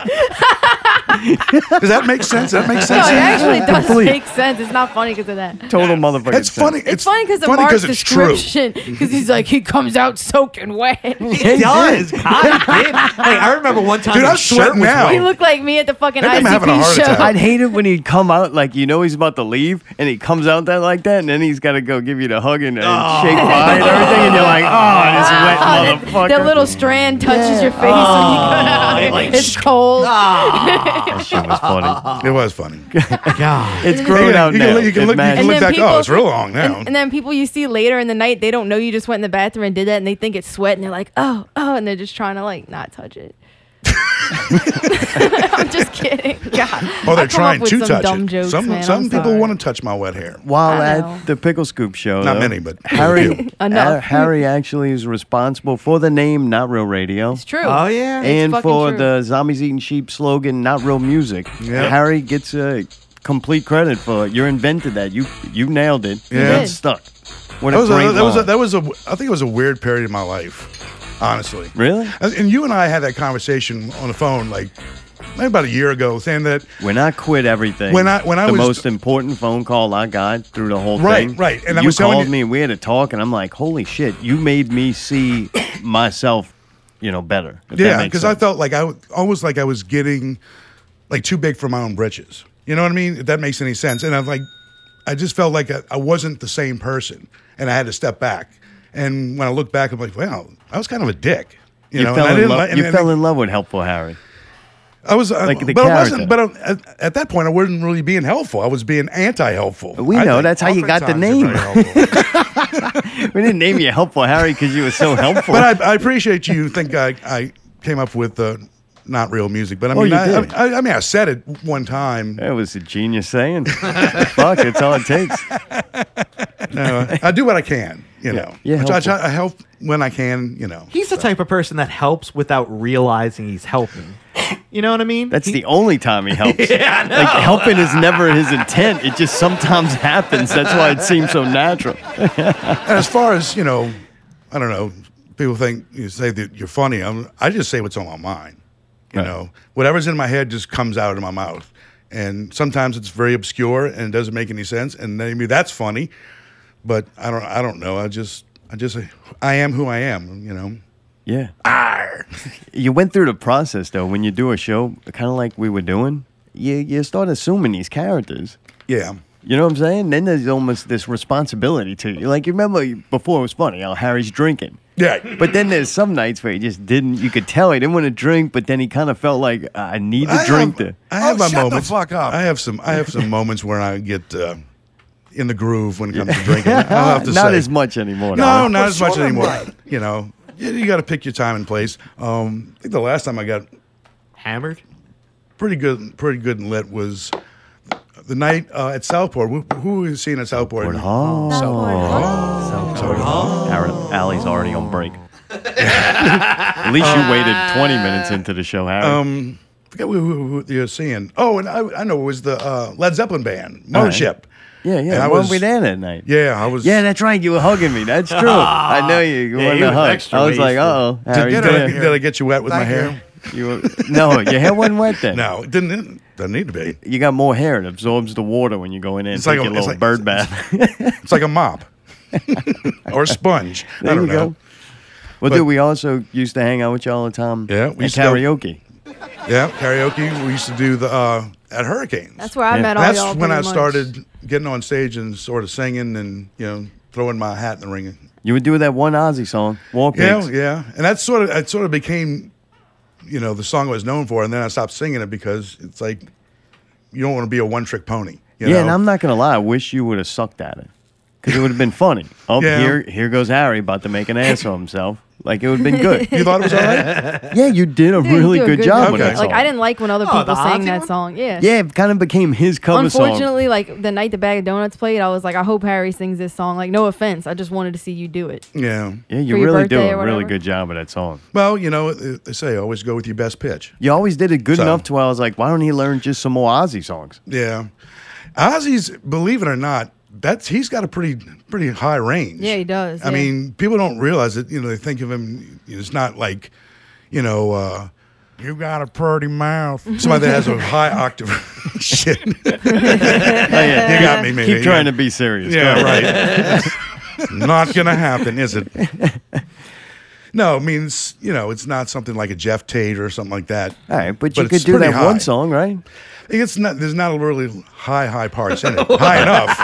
Speaker 3: Does that make sense? That makes
Speaker 1: (laughs) No,
Speaker 3: sense.
Speaker 1: it actually does
Speaker 2: Complete.
Speaker 1: make sense. It's not funny because of that.
Speaker 2: (laughs)
Speaker 1: It's,
Speaker 2: Total motherfucker.
Speaker 3: it's funny. It's,
Speaker 1: funny because of
Speaker 3: funny
Speaker 1: Mark's
Speaker 3: it's true.
Speaker 1: description. (laughs) Because he's like, he comes out soaking wet.
Speaker 4: It
Speaker 3: (laughs)
Speaker 4: does. God, it did. Like, I remember one time
Speaker 3: Dude, I'm
Speaker 4: his shirt
Speaker 3: sweating
Speaker 4: was
Speaker 3: now.
Speaker 1: he
Speaker 4: wet.
Speaker 1: looked like me at the fucking
Speaker 3: Maybe I'm having a
Speaker 1: ICP
Speaker 3: heart
Speaker 1: show.
Speaker 3: attack.
Speaker 2: I'd hate it when he'd come out like you know he's about to leave and he comes out that like that and then he's got to go give you the hug and, and (laughs)
Speaker 1: Oh.
Speaker 2: shake
Speaker 1: (laughs)
Speaker 2: by and everything and you're like
Speaker 1: Ah,
Speaker 2: oh this wet
Speaker 1: that,
Speaker 2: motherfucker
Speaker 1: (laughs) that little strand touches your face when you come out.
Speaker 4: it like
Speaker 1: it's cold.
Speaker 2: that shit
Speaker 3: (laughs)
Speaker 2: was funny
Speaker 3: It was
Speaker 2: (laughs)
Speaker 3: funny.
Speaker 4: God.
Speaker 2: it's grown
Speaker 3: You
Speaker 2: out
Speaker 3: can
Speaker 2: now
Speaker 3: look- you can
Speaker 2: It
Speaker 3: look- you
Speaker 2: matches.
Speaker 3: can look- back, oh, it's real long now.
Speaker 1: And, and then people you see later in the night, they don't know you just went in the bathroom and did that, and they think it's sweat, and they're like, oh, oh, and they're just trying to like not
Speaker 3: (laughs)
Speaker 1: touch it. (laughs) I'm just kidding. God,
Speaker 3: Oh, they're
Speaker 1: I come up
Speaker 3: trying
Speaker 1: with
Speaker 3: to
Speaker 1: some
Speaker 3: touch
Speaker 1: dumb
Speaker 3: it.
Speaker 1: Jokes,
Speaker 3: some
Speaker 1: man.
Speaker 3: some
Speaker 1: I'm
Speaker 3: people
Speaker 1: sorry.
Speaker 3: want to touch my wet hair.
Speaker 2: while
Speaker 1: I know.
Speaker 2: at the pickle scoop show
Speaker 3: Not
Speaker 2: though,
Speaker 3: many, but
Speaker 2: Harry
Speaker 1: (laughs) Enough.
Speaker 2: Harry actually is responsible for the name Not Real Radio
Speaker 1: It's true.
Speaker 4: Oh, yeah.
Speaker 1: It's
Speaker 2: and
Speaker 1: fucking
Speaker 2: for
Speaker 1: true.
Speaker 2: the Zombies Eating Sheep slogan, not
Speaker 3: (laughs)
Speaker 2: real music.
Speaker 3: Yeah.
Speaker 2: Harry gets a complete credit for it. You invented that. You you nailed it.
Speaker 3: Yeah.
Speaker 2: Yeah,
Speaker 1: did.
Speaker 2: stuck. What
Speaker 3: That
Speaker 2: a
Speaker 3: was a,
Speaker 2: great
Speaker 3: that was a,
Speaker 2: line.
Speaker 3: that was a I think it was a weird period in my life, honestly.
Speaker 2: Really?
Speaker 3: And and you and I had that conversation on the phone like maybe about a year ago, saying that
Speaker 2: When I quit everything,
Speaker 3: When I- when I
Speaker 2: the
Speaker 3: was-
Speaker 2: most important phone call I got through the whole
Speaker 3: Right,
Speaker 2: thing.
Speaker 3: right. And I
Speaker 2: you
Speaker 3: was telling
Speaker 2: called
Speaker 3: you-
Speaker 2: me and we had a talk, and I'm like, "Holy shit, you made me see (coughs) myself, you know, better." if that
Speaker 3: yeah,
Speaker 2: makes
Speaker 3: because I
Speaker 2: sense.
Speaker 3: felt like I w- almost like I was getting like too big for my own britches. You know what I mean? If that makes any sense. And I'm like, I just felt like I, I wasn't the same person, and I had to step back. And when I look back, I'm like, wow, I was kind of a dick. You,
Speaker 2: you
Speaker 3: know, and I
Speaker 2: fell in
Speaker 3: didn't
Speaker 2: love.
Speaker 3: like- and-
Speaker 2: you
Speaker 3: and I-
Speaker 2: fell in love with helpful Harry.
Speaker 3: I was, uh,
Speaker 2: Like the
Speaker 3: but I wasn't. But
Speaker 2: character.
Speaker 3: I, at, at that point, I wasn't really being helpful. I was being anti-helpful.
Speaker 2: We
Speaker 3: I
Speaker 2: know,
Speaker 3: think
Speaker 2: that's how you got the
Speaker 3: oftentimes you're very helpful.
Speaker 2: (laughs) We didn't name you helpful Harry because you
Speaker 3: (laughs)
Speaker 2: were so helpful.
Speaker 3: but I, I appreciate you think I, I came up with uh, not real music. But I
Speaker 2: Oh,
Speaker 3: mean,
Speaker 2: you
Speaker 3: I,
Speaker 2: did.
Speaker 3: I, I, I mean, I said it one time.
Speaker 2: That was a genius saying. (laughs) Fuck, that's all it takes.
Speaker 3: Uh, I do what I can. You know,
Speaker 2: Yeah,
Speaker 3: I, try,
Speaker 2: helpful.
Speaker 3: I help when I can. You know,
Speaker 4: (laughs) He's the type of person that helps without realizing he's helping. You know what I mean?
Speaker 2: That's
Speaker 4: He-
Speaker 2: the only time
Speaker 3: (laughs)
Speaker 2: he helps. yeah, Like helping is never his intent. It just sometimes (laughs) happens. That's why it seems so natural.
Speaker 3: and as far as you know, I don't know. People think you say that you're funny. I'm, I just say what's on my mind. You
Speaker 2: Right.
Speaker 3: know, whatever's in my head just comes out of my mouth, and sometimes it's very obscure and it doesn't make any sense. And maybe that's funny, but I don't. I don't know. I just. I just. I am who I am. You know.
Speaker 2: Yeah. You went through the process though when you do a show, kind of like we were doing. You you start assuming these characters.
Speaker 3: Yeah.
Speaker 2: You know what I'm saying? Then there's almost this responsibility to you. Like you remember before it was funny. Oh, Harry's drinking.
Speaker 3: Yeah.
Speaker 2: But then there's some nights where he just didn't. You could tell he didn't want to drink, but then he kind of felt like I need to drink.
Speaker 3: Have,
Speaker 2: to.
Speaker 3: I have
Speaker 5: Oh,
Speaker 3: my
Speaker 5: shut the
Speaker 3: moments.
Speaker 5: fuck up.
Speaker 3: I have some. I have some moments where I get uh, in the groove when it comes to drinking. I'll have to
Speaker 2: Not
Speaker 3: say.
Speaker 2: as much anymore.
Speaker 3: No,
Speaker 2: though.
Speaker 3: not as much
Speaker 5: sure I'm
Speaker 3: anymore.
Speaker 5: right.
Speaker 3: You know, you, got to pick your time and place. Um, I think the last time I got
Speaker 4: hammered.
Speaker 3: pretty good, pretty good and lit was the night uh, at Southport. Who, who was seeing at Southport?
Speaker 2: Oh. Har- Allie's already on
Speaker 3: (laughs)
Speaker 2: break. At least you waited 20 minutes into the show, Harry.
Speaker 3: um, I forget who, who, who you're seeing. Oh, and I, I know it was the uh, Led Zeppelin band, Mothership.
Speaker 2: Yeah, yeah.
Speaker 3: And I
Speaker 2: Weren't
Speaker 3: was-
Speaker 2: we there that night?
Speaker 3: Yeah, I was.
Speaker 2: Yeah, that's right. You were hugging me. (laughs) That's true. I know you. You
Speaker 5: Yeah,
Speaker 2: wanted
Speaker 5: he
Speaker 2: a
Speaker 5: was
Speaker 2: hug.
Speaker 5: extra
Speaker 2: I was like,
Speaker 5: wasted.
Speaker 2: uh oh.
Speaker 3: Did, did, I,
Speaker 5: did.
Speaker 3: did I get you wet with my
Speaker 5: Thank
Speaker 3: hair?
Speaker 2: You were, no, your hair wasn't wet then.
Speaker 3: No, it didn't. It doesn't need to be.
Speaker 2: You got more hair. It absorbs the water when you go in there and
Speaker 3: It's
Speaker 2: take
Speaker 3: like a-
Speaker 2: your
Speaker 3: it's
Speaker 2: little
Speaker 3: like-
Speaker 2: bird bath.
Speaker 3: It's like a
Speaker 2: (laughs)
Speaker 3: mop or a sponge. I
Speaker 2: there
Speaker 3: don't
Speaker 2: you
Speaker 3: know.
Speaker 2: go. Well, dude, we also used to hang out with you all the time.
Speaker 3: Yeah, we
Speaker 2: we
Speaker 3: used to go-
Speaker 2: karaoke.
Speaker 3: Yeah, karaoke. We used to do the uh, at Hurricanes.
Speaker 1: That's where I
Speaker 2: Yeah.
Speaker 1: met all
Speaker 3: That's
Speaker 1: y'all.
Speaker 3: when
Speaker 1: pretty
Speaker 3: I
Speaker 1: much.
Speaker 3: started getting on stage and sort of singing and you know throwing my hat in the ring.
Speaker 2: You would do that one Ozzy song, War
Speaker 3: Yeah,
Speaker 2: Pigs.
Speaker 3: yeah, and that sort of that sort of became, you know, the song I was known for. And then I stopped singing it because it's like you don't want to be a one trick pony. You
Speaker 2: Yeah,
Speaker 3: know?
Speaker 2: and I'm not gonna lie. I wish you would have sucked at it, because it would have
Speaker 3: (laughs)
Speaker 2: been funny. Oh,
Speaker 3: Yeah.
Speaker 2: here, here goes Harry about to make an ass of himself. Like it would have been good.
Speaker 3: You thought it was all right?
Speaker 2: (laughs) yeah, you did a
Speaker 1: Dude, you
Speaker 2: really
Speaker 1: do a
Speaker 2: good, job.
Speaker 3: job.
Speaker 2: With
Speaker 3: Okay.
Speaker 2: that
Speaker 1: Like
Speaker 2: song.
Speaker 1: I didn't like when other
Speaker 4: Oh,
Speaker 1: people
Speaker 4: the
Speaker 1: sang
Speaker 4: Ozzy
Speaker 1: that
Speaker 4: one?
Speaker 1: song. Yeah.
Speaker 2: Yeah, it kind of became his cover
Speaker 1: Unfortunately, like the night the bag of donuts played, I was like, I hope Harry sings this song. Like, no offense, I just wanted to see you do it.
Speaker 3: Yeah.
Speaker 2: song. Yeah, you
Speaker 1: for your
Speaker 2: really do
Speaker 1: birthday
Speaker 2: a
Speaker 1: or
Speaker 2: really
Speaker 1: whatever.
Speaker 2: good job with that song.
Speaker 3: Well, you know, they say always go with your best pitch.
Speaker 2: You always did it good
Speaker 3: So-
Speaker 2: enough to where I was like, why don't he learn just some more Ozzy songs?
Speaker 3: Yeah, Ozzy's believe it or not, that's he's got a pretty pretty high range.
Speaker 1: Yeah, he does,
Speaker 3: I
Speaker 1: yeah.
Speaker 3: mean, people don't realize it. You know, they think of him. It's not like, you know, uh, you got a pretty mouth.
Speaker 1: Mm-hmm.
Speaker 3: Somebody that has
Speaker 2: (laughs)
Speaker 3: a
Speaker 1: (laughs)
Speaker 3: high octave. (laughs) Shit, you (laughs) got me.
Speaker 2: Keep trying to be serious. Go
Speaker 3: Yeah,
Speaker 2: ahead.
Speaker 3: right.
Speaker 2: (laughs)
Speaker 3: not gonna happen, is it? No, it means you know it's not something like a Jeff Tate or something like that.
Speaker 2: All right, but, you could
Speaker 3: it's
Speaker 2: do
Speaker 3: pretty
Speaker 2: that one
Speaker 3: high.
Speaker 2: song, right?
Speaker 3: It's not. There's not a really high high parts in it. high enough.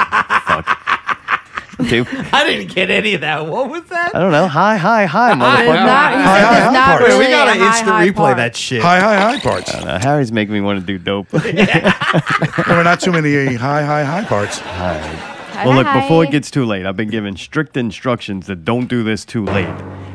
Speaker 2: Dude,
Speaker 4: I didn't get any of that. What was that?
Speaker 2: I don't know. Hi, hi, hi,
Speaker 1: It's
Speaker 2: motherfucker.
Speaker 1: not, he
Speaker 3: High,
Speaker 1: said
Speaker 3: high,
Speaker 1: it's
Speaker 3: high
Speaker 1: not
Speaker 3: part.
Speaker 1: really
Speaker 4: we gotta
Speaker 1: a high,
Speaker 4: instant
Speaker 1: high
Speaker 4: replay
Speaker 1: part.
Speaker 4: that shit.
Speaker 3: High high high parts.
Speaker 2: Uh, Harry's making me want to do
Speaker 1: (laughs)
Speaker 2: dope.
Speaker 3: (laughs) There were not too many high high high parts.
Speaker 1: Hi,
Speaker 2: well, look,
Speaker 1: hi.
Speaker 2: before it gets too late, I've been given strict instructions that don't do this too late.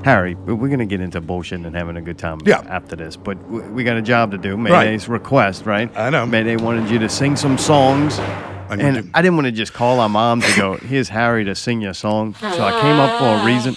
Speaker 2: Harry, we- we're going to get into bullshit and having a good time
Speaker 3: Yeah.
Speaker 2: after this, but w- we got a job to do. Mayday's request, right?
Speaker 3: I know.
Speaker 2: Mayday wanted you to sing some songs.
Speaker 3: I'm
Speaker 2: and
Speaker 3: gonna do-
Speaker 2: I didn't want to just call our mom to go, here's Harry to sing your song. So I came up for a
Speaker 1: (laughs)
Speaker 2: reason.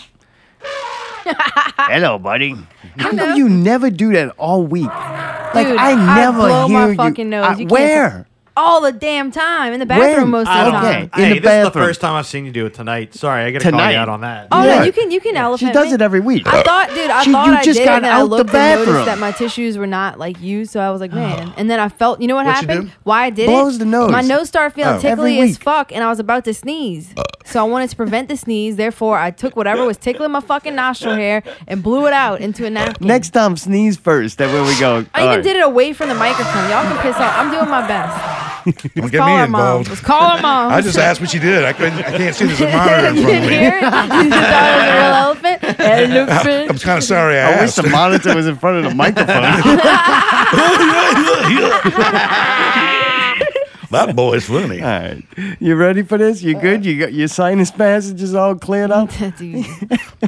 Speaker 2: Hello, buddy. How come you never do that all week? Like,
Speaker 1: Dude,
Speaker 2: I
Speaker 1: I
Speaker 2: never
Speaker 1: blow
Speaker 2: hear
Speaker 1: my
Speaker 2: you.
Speaker 1: fucking nose.
Speaker 2: I-
Speaker 1: You can't-
Speaker 2: where?
Speaker 1: all the damn time in the bathroom
Speaker 2: When?
Speaker 1: most
Speaker 2: I
Speaker 1: of the
Speaker 2: don't
Speaker 1: time.
Speaker 2: get it.
Speaker 4: hey,
Speaker 2: In the
Speaker 4: this is the
Speaker 2: bathroom.
Speaker 4: first time I've seen you do it tonight. Sorry, I got to call
Speaker 2: Tonight.
Speaker 4: you out on that.
Speaker 1: Oh
Speaker 2: Yeah.
Speaker 1: no, you can you can elephant.
Speaker 2: She does
Speaker 1: me.
Speaker 2: it every week.
Speaker 1: I thought, dude, I
Speaker 2: She-
Speaker 1: thought
Speaker 2: you
Speaker 1: I
Speaker 2: just
Speaker 1: did,
Speaker 2: got
Speaker 1: and then I
Speaker 2: out the
Speaker 1: looked and
Speaker 2: bathroom.
Speaker 1: noticed that my tissues were not like used, so I was like, man. And then I felt, you know what
Speaker 3: What Oh. you
Speaker 1: happened?
Speaker 3: do?
Speaker 1: Why I did
Speaker 2: Blows
Speaker 1: it?
Speaker 2: the nose.
Speaker 1: My nose started feeling
Speaker 3: Oh. Uh.
Speaker 1: tickly
Speaker 2: Every
Speaker 1: as
Speaker 2: week.
Speaker 1: fuck, and I was about to sneeze. So I wanted to prevent the sneeze. Therefore, I took whatever was tickling my fucking nostril hair and blew it out into a napkin.
Speaker 2: Next time, sneeze first. That way we go.
Speaker 1: I
Speaker 2: all
Speaker 1: even
Speaker 2: right.
Speaker 1: did it away from the microphone. Y'all can piss off. I'm doing my best.
Speaker 3: Don't
Speaker 1: Call
Speaker 3: get me
Speaker 1: our mom.
Speaker 3: involved.
Speaker 1: Let's call our mom.
Speaker 3: I just
Speaker 1: (laughs)
Speaker 3: asked what you did. I couldn't. I can't see. There's a monitor in
Speaker 1: you
Speaker 3: front of
Speaker 1: didn't
Speaker 3: me.
Speaker 1: hear it? You thought it was a real
Speaker 3: (laughs)
Speaker 1: elephant? Elephant.
Speaker 3: I'm kind of sorry. I
Speaker 2: I wish
Speaker 3: asked.
Speaker 2: the monitor was in front of the microphone.
Speaker 3: (laughs) That boy's funny.
Speaker 2: all right. (laughs) You ready for this? You good? You got your sinus passages all cleared up?
Speaker 1: Uh, (laughs) Dude.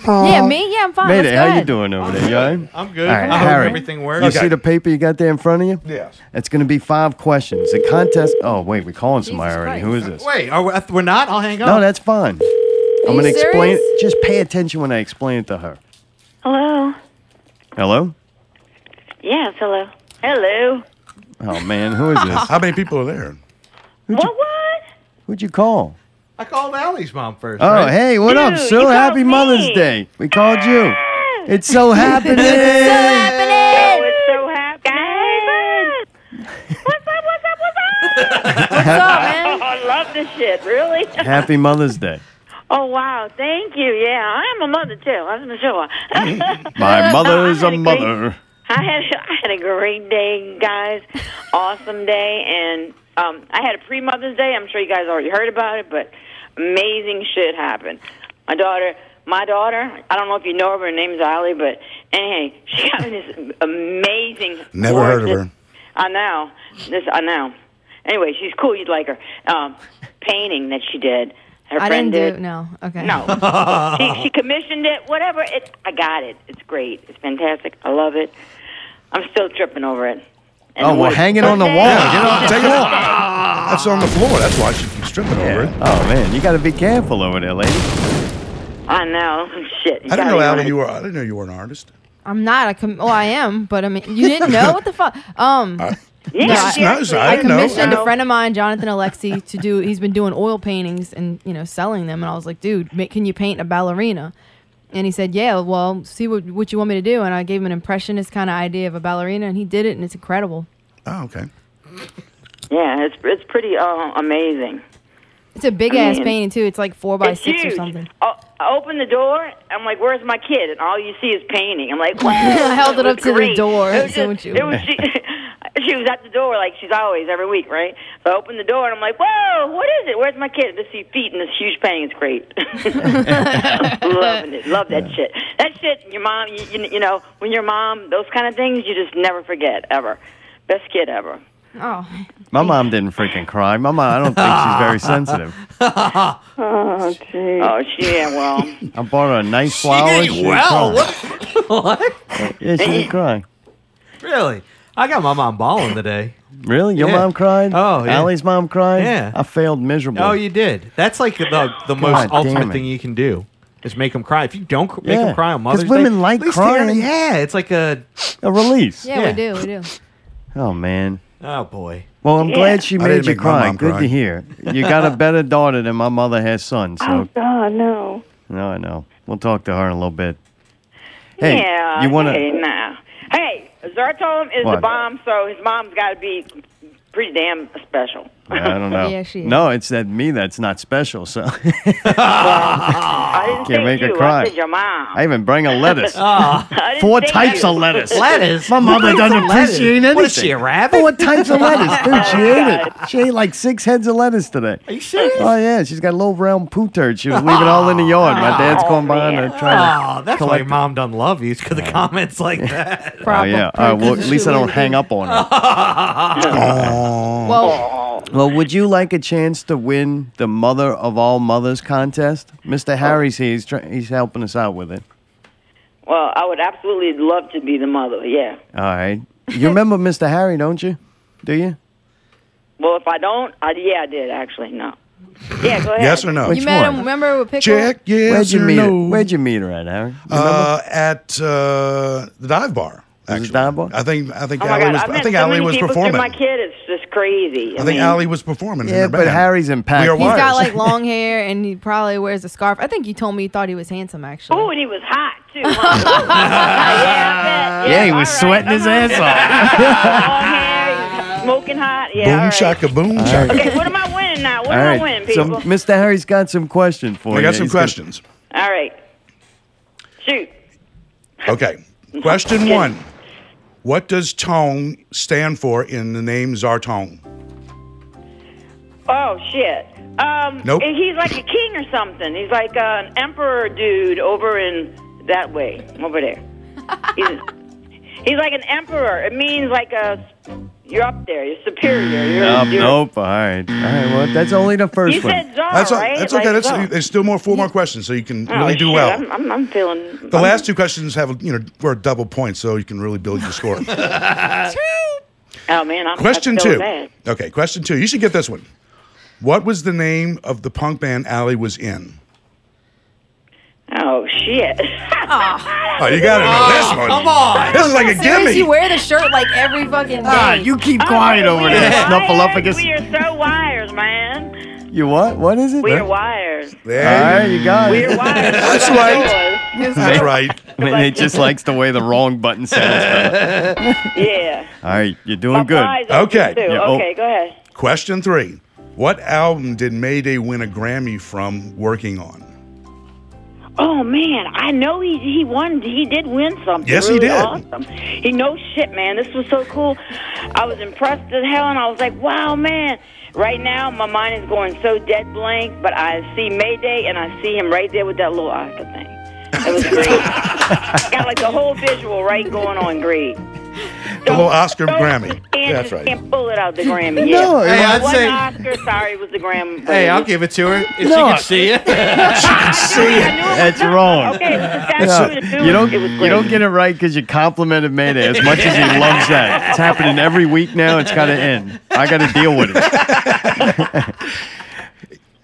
Speaker 1: yeah, me? Yeah, I'm fine. Let's
Speaker 2: Mayday,
Speaker 1: go
Speaker 2: how you
Speaker 1: ahead.
Speaker 2: doing over there? You all right?
Speaker 4: I'm good.
Speaker 2: All right,
Speaker 4: I hope
Speaker 2: Harry.
Speaker 4: everything works.
Speaker 2: You
Speaker 3: Okay.
Speaker 2: see the paper you got there in front of you?
Speaker 3: Yes.
Speaker 2: It's going to be five questions. The contest. Oh, wait, we're calling somebody
Speaker 1: Jesus
Speaker 2: already.
Speaker 1: Christ.
Speaker 2: Who is this?
Speaker 4: Wait, are we, if we're not? I'll hang up.
Speaker 2: No, that's fine. I'm
Speaker 1: you
Speaker 2: going to explain
Speaker 1: serious?
Speaker 2: it. Just pay attention when I explain it to her.
Speaker 8: Hello.
Speaker 2: Hello?
Speaker 8: Yes, hello. Hello.
Speaker 2: Oh, man, who is this?
Speaker 3: How many people are there?
Speaker 8: What? What?
Speaker 2: Who'd you call?
Speaker 4: I called Allie's mom first.
Speaker 2: Oh,
Speaker 4: right?
Speaker 2: hey, what up?
Speaker 8: Dude, you
Speaker 2: So
Speaker 8: called
Speaker 2: happy Mother's
Speaker 8: me.
Speaker 2: Day. We called you. It's so happening.
Speaker 8: Oh, it's so happy. Guys. What's up? What's up? What's up? (laughs)
Speaker 1: What's up, man?
Speaker 8: Oh, I love this shit. Really?
Speaker 2: happy Mother's Day.
Speaker 8: (laughs) Oh wow. Thank you. Yeah, I am a mother too. I'm sure.
Speaker 2: My mother's
Speaker 8: I
Speaker 2: a
Speaker 8: had a
Speaker 2: mother.
Speaker 8: I had (laughs) I had a great day, guys. Awesome day, and um, I had a pre Mother's Day. I'm sure you guys already heard about it, but amazing shit happened. My daughter, my daughter. I don't know if you know her, but her name's Ollie. But anyway, she got me this amazing.
Speaker 3: Never heard of
Speaker 8: gorgeous-
Speaker 3: her.
Speaker 8: I know. This I know. Anyway, she's cool. You'd like her. Um, painting that she did. Her
Speaker 1: I
Speaker 8: friend
Speaker 1: didn't
Speaker 8: did.
Speaker 1: do no. Okay.
Speaker 3: (laughs)
Speaker 1: (laughs)
Speaker 8: No. she, she commissioned it, whatever. It, I got it. It's great. It's fantastic. I love it. I'm still tripping over it. And
Speaker 2: Oh,
Speaker 8: the
Speaker 2: well,
Speaker 8: way-
Speaker 2: hang it on the wall. You know, (laughs)
Speaker 3: Take it off. That's on the floor. That's why she keeps tripping over it.
Speaker 2: Oh, man, you got to be careful over there, lady.
Speaker 8: I know. (laughs) Shit.
Speaker 3: I didn't know Allie. You were. I didn't know you were an artist.
Speaker 1: I'm not a com- well, I am, but I mean, you didn't know what the fuck. Um,
Speaker 8: Yeah,
Speaker 1: No,
Speaker 3: Mrs. Knows, I
Speaker 1: I
Speaker 3: didn't know.
Speaker 1: commissioned
Speaker 8: No.
Speaker 1: a friend of mine, Jonathan Alexi, to do. He's been doing oil paintings and you know selling them. And I was like, dude, ma- can you paint a ballerina? And he said, yeah. Well, see what what you want me to do. And I gave him an impressionist kind of idea of a ballerina, and he did it, and it's incredible.
Speaker 3: Oh, okay.
Speaker 8: Yeah, it's it's pretty uh, amazing.
Speaker 1: It's a big ass painting too. It's like four by
Speaker 8: it's
Speaker 1: six
Speaker 8: huge.
Speaker 1: or something.
Speaker 8: O- I open the door. I'm like, "Where's my kid?" And all you see is painting. I'm
Speaker 1: (laughs)
Speaker 8: like, "Wow!"
Speaker 1: I held it up
Speaker 8: was
Speaker 1: to the
Speaker 8: great.
Speaker 1: door,
Speaker 8: It was,
Speaker 1: so
Speaker 8: just-
Speaker 1: you-
Speaker 8: it
Speaker 2: Eh.
Speaker 8: was- (laughs) she, she was at the door like she's always every week, right? So I open the door and I'm like, "Whoa! What is it? Where's my kid?" To see feet in this huge painting is great. (laughs) Loving it. Love that shit. That shit. Your mom. You, you, you know, when your mom, those kind of things, you just never forget ever. Best kid ever.
Speaker 2: (laughs)
Speaker 1: Oh,
Speaker 2: My mom didn't freaking cry. My mom, I don't think she's very sensitive.
Speaker 8: Oh, she, yeah. Well.
Speaker 5: (laughs)
Speaker 2: I bought her a nice flower.
Speaker 4: did well. what?
Speaker 2: What? Yeah, she didn't cry.
Speaker 4: Really? I got my mom balling today.
Speaker 2: Really? Your
Speaker 4: Yeah.
Speaker 2: mom cried?
Speaker 4: Oh, yeah.
Speaker 2: Allie's mom cried?
Speaker 4: Yeah.
Speaker 2: I failed miserably.
Speaker 4: Oh, you did. That's like the the
Speaker 2: God
Speaker 4: most
Speaker 2: damn
Speaker 4: ultimate
Speaker 2: it.
Speaker 4: thing you can do is make them cry. If you don't cr- make
Speaker 2: Yeah,
Speaker 4: them cry on
Speaker 2: 'cause
Speaker 4: Mother's Day,
Speaker 2: women like
Speaker 4: at least they're-
Speaker 2: crying.
Speaker 4: Yeah, it's like a
Speaker 2: A release.
Speaker 1: yeah,
Speaker 4: Yeah.
Speaker 1: we do, we do.
Speaker 2: Oh, man.
Speaker 4: oh boy.
Speaker 2: Well, I'm glad she
Speaker 3: I didn't
Speaker 2: made you
Speaker 3: make my
Speaker 2: cry.
Speaker 3: mom
Speaker 2: Good
Speaker 3: cry.
Speaker 2: to hear. You got a better daughter than my mother has sons.
Speaker 1: Oh,
Speaker 2: So,
Speaker 5: Oh, God, no.
Speaker 2: no, I know. We'll talk to her in a little bit. Hey,
Speaker 8: yeah,
Speaker 2: you want to.
Speaker 8: Hey,
Speaker 2: (laughs)
Speaker 8: nah. hey, Zertom is
Speaker 2: What?
Speaker 8: the bomb, so his mom's got to be pretty damn special.
Speaker 2: I don't know.
Speaker 1: (laughs) Yeah, she is.
Speaker 2: No, it's that me that's not special. So (laughs)
Speaker 8: I didn't
Speaker 2: can't
Speaker 8: say
Speaker 2: make her
Speaker 8: you.
Speaker 2: cry.
Speaker 8: I said your mom.
Speaker 2: I even bring a lettuce.
Speaker 8: Oh. (laughs) I didn't
Speaker 2: Four
Speaker 8: say
Speaker 2: types
Speaker 8: you.
Speaker 2: of lettuce.
Speaker 4: Ah. Lettuce.
Speaker 2: My mother
Speaker 4: What
Speaker 2: doesn't
Speaker 4: is a lettuce? (laughs)
Speaker 2: appreciate anything.
Speaker 4: What is she a rabbit?
Speaker 2: Four types of lettuce.
Speaker 8: (laughs) Oh,
Speaker 2: Dude, she ate it. She ate like six heads of lettuce today.
Speaker 4: Are you serious?
Speaker 2: Oh yeah, she's got a little round poo turd. She was leaving all in the yard. My dad's
Speaker 8: Oh.
Speaker 2: going behind her trying. To...
Speaker 4: Oh, that's why your mom doesn't love you because of comments
Speaker 2: (laughs)
Speaker 4: like that.
Speaker 2: Oh
Speaker 1: Probably.
Speaker 2: yeah. All right, well, at least I don't hang up on her.
Speaker 1: Well,
Speaker 4: (laughs)
Speaker 2: Well, would you like a chance to win the Mother of All Mothers contest?
Speaker 8: Oh.
Speaker 2: Mr. Harry's here. He's, tr- he's helping us out with it.
Speaker 8: Well, I would absolutely love to be the mother. Yeah.
Speaker 2: All right. You remember Mr. Harry, don't you? Do you?
Speaker 8: Well, if I don't, I, yeah, I did actually. No. Yeah, go ahead.
Speaker 3: Yes or no?
Speaker 2: Which
Speaker 1: you met him.
Speaker 2: one?
Speaker 1: Remember with pickle?
Speaker 3: Check
Speaker 2: Where'd
Speaker 3: yes
Speaker 2: you
Speaker 3: or
Speaker 2: meet?
Speaker 3: no.
Speaker 2: Her? Where'd you meet her at, Harry?
Speaker 3: Uh, at uh, the dive bar.
Speaker 2: Was it
Speaker 3: Actually.
Speaker 2: dive bar?
Speaker 3: I think I think
Speaker 8: Oh my
Speaker 3: Allie
Speaker 8: God,
Speaker 3: was
Speaker 8: I've
Speaker 3: I
Speaker 8: met
Speaker 3: think
Speaker 8: so
Speaker 3: Allie
Speaker 8: many
Speaker 3: was
Speaker 8: people
Speaker 3: performing.
Speaker 8: through my kid. It's just crazy.
Speaker 3: I think
Speaker 8: mean,
Speaker 3: Allie was performing. in
Speaker 2: Yeah,
Speaker 3: her
Speaker 2: but
Speaker 3: band.
Speaker 2: Harry's in pack.
Speaker 3: We are
Speaker 2: He's
Speaker 1: He's
Speaker 3: wires.
Speaker 1: got like long hair and he probably wears a scarf. I think you told me you thought he was handsome, actually.
Speaker 8: Oh, and he was hot too.
Speaker 3: (laughs)
Speaker 8: Huh? yeah, I bet.
Speaker 2: Yeah, he
Speaker 8: Uh, all
Speaker 2: was
Speaker 8: right.
Speaker 2: sweating his
Speaker 8: Uh-huh.
Speaker 2: ass
Speaker 8: Long
Speaker 2: off.
Speaker 8: hair, smoking hot. (laughs) Yeah. all
Speaker 3: boom
Speaker 8: right.
Speaker 3: shaka boom shaka.
Speaker 8: Okay, what am I winning now? What
Speaker 2: All
Speaker 8: am I
Speaker 2: right.
Speaker 8: winning,
Speaker 2: So,
Speaker 8: people?
Speaker 2: Mr. Harry's got some questions for you.
Speaker 3: I got some
Speaker 2: He's gonna-
Speaker 3: questions.
Speaker 8: All right. Shoot.
Speaker 3: Okay. Question one. What does tone stand for in the name Zartone?
Speaker 8: Oh shit. Um
Speaker 3: Nope.
Speaker 8: and he's like a king or something. He's like an emperor dude over in that way, over there. He's, he's like an emperor. It means like a you're up there, you're superior. You're,
Speaker 2: Um,
Speaker 8: you're,
Speaker 2: nope. All right. All right. Well, that's only the first
Speaker 8: You
Speaker 2: one.
Speaker 8: said czar,
Speaker 3: That's, all-
Speaker 8: right?
Speaker 3: that's
Speaker 8: Like
Speaker 3: okay. That's,
Speaker 8: czar.
Speaker 3: there's still more four more questions, so you can
Speaker 8: Oh,
Speaker 3: really do
Speaker 8: shit,
Speaker 3: well.
Speaker 8: I'm, I'm, I'm feeling
Speaker 3: the
Speaker 8: I'm-
Speaker 3: last two questions have you know were double points, so you can really build
Speaker 8: (laughs)
Speaker 3: your (laughs) score.
Speaker 8: Oh man, I'm
Speaker 3: question
Speaker 8: I feel
Speaker 3: two.
Speaker 8: Bad.
Speaker 3: Okay, question two. You should get this one. What was the name of the punk band Allie was in?
Speaker 8: Oh shit. (laughs)
Speaker 3: Oh, you got to know this one.
Speaker 4: Come on.
Speaker 3: This is like a
Speaker 1: Serious,
Speaker 3: gimme.
Speaker 1: you wear the shirt like every fucking day.
Speaker 2: God, Ah, you keep
Speaker 8: Oh,
Speaker 2: quiet
Speaker 8: we
Speaker 2: over
Speaker 8: are
Speaker 2: there,
Speaker 8: wired.
Speaker 2: Snuffleupagus.
Speaker 8: We are so wires, man.
Speaker 2: You what? What is it?
Speaker 8: We are
Speaker 2: All
Speaker 8: wires.
Speaker 2: right,
Speaker 3: There you
Speaker 2: you got it.
Speaker 8: We're wires.
Speaker 3: That's right. go. That's
Speaker 2: (laughs)
Speaker 3: right.
Speaker 2: Man, it just likes the way the wrong button sounds.
Speaker 8: (laughs) Yeah.
Speaker 2: All right, you're doing good.
Speaker 8: Eyes open,
Speaker 3: Okay.
Speaker 8: too.
Speaker 2: Yeah, oh.
Speaker 8: okay, go ahead.
Speaker 3: Question three. What album did Mayday win a Grammy from working on?
Speaker 8: Oh man, I know he he won. He did win something.
Speaker 3: Yes, he
Speaker 8: really
Speaker 3: did.
Speaker 8: Awesome. He knows shit, man. This was so cool. I was impressed as hell, and I was like, wow, man. Right now, my mind is going so dead blank, but I see Mayday, and I see him right there with that little Oscar thing. It was
Speaker 3: (laughs)
Speaker 8: great. Got like the whole visual right going on. Great.
Speaker 3: The little Oscar
Speaker 8: Don't-
Speaker 3: Grammy.
Speaker 8: And
Speaker 3: That's
Speaker 8: just
Speaker 3: right.
Speaker 8: Can't pull it out the Grammy. Yeah.
Speaker 2: No,
Speaker 4: Hey, I'd
Speaker 8: One
Speaker 4: say-
Speaker 8: Oscar. Sorry, it was the Grammy.
Speaker 4: Hey, I'll give it to her if she
Speaker 2: No, I-
Speaker 4: can see
Speaker 2: (laughs)
Speaker 4: it.
Speaker 8: See, I knew it was
Speaker 2: That's
Speaker 8: not-
Speaker 2: wrong.
Speaker 8: Okay, it was the statue of the
Speaker 2: Yeah.
Speaker 8: dude.
Speaker 2: You don't
Speaker 8: It was
Speaker 2: you don't
Speaker 8: great.
Speaker 2: get it right because you complimented Mayday as much as he loves that. It's happening every week now. It's got to end. I got to deal with
Speaker 3: (laughs)
Speaker 2: it.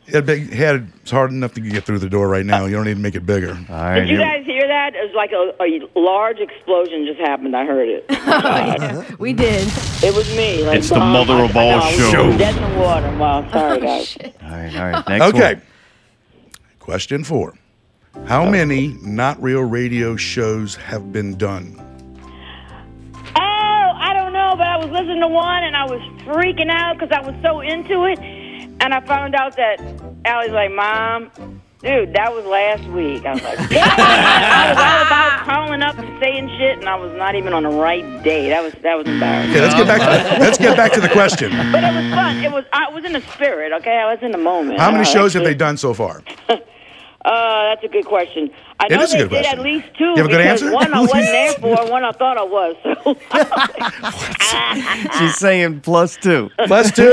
Speaker 3: That big head is hard enough to get through the door right now. You don't need to make it bigger.
Speaker 2: All right.
Speaker 8: Did you
Speaker 2: here-
Speaker 8: guys hear
Speaker 4: (laughs)
Speaker 8: that? It was like a, a large explosion just happened. I heard it.
Speaker 1: we did.
Speaker 8: It was me. Like,
Speaker 5: It's the
Speaker 8: oh,
Speaker 5: mother
Speaker 8: I-
Speaker 5: of
Speaker 8: I
Speaker 5: all
Speaker 8: know, I was
Speaker 5: shows.
Speaker 8: Dead in the water. Wow, sorry
Speaker 4: Oh,
Speaker 8: guys.
Speaker 2: All right, all right. Next
Speaker 3: okay.
Speaker 2: one. Uh,
Speaker 3: Question four. How many not real radio shows have been done?
Speaker 8: Oh, I don't know, but I was listening to one and I was freaking out because I was so into it, and I found out that Allie's like, "Mom, dude, that was last week." I was like, "Yeah." I was all about calling up and saying shit, and I was not even on the right day. That was that was embarrassing.
Speaker 3: Okay, let's
Speaker 2: Uh,
Speaker 3: get back to let's get back to the question.
Speaker 8: But it was fun. It was I was in the spirit. Okay, I was in the moment.
Speaker 3: How many
Speaker 8: Uh,
Speaker 3: shows have
Speaker 8: actually-
Speaker 3: they done so far?
Speaker 8: Uh, that's a good question. I
Speaker 3: It
Speaker 8: know
Speaker 3: is a
Speaker 8: they
Speaker 3: good
Speaker 8: did
Speaker 3: question.
Speaker 8: at least two.
Speaker 3: You have a good
Speaker 8: because
Speaker 3: answer? (laughs)
Speaker 8: One I wasn't there for, one I thought I was. So (laughs)
Speaker 2: She's saying plus
Speaker 3: (laughs)
Speaker 2: two. All
Speaker 3: Plus
Speaker 9: (laughs)
Speaker 3: two.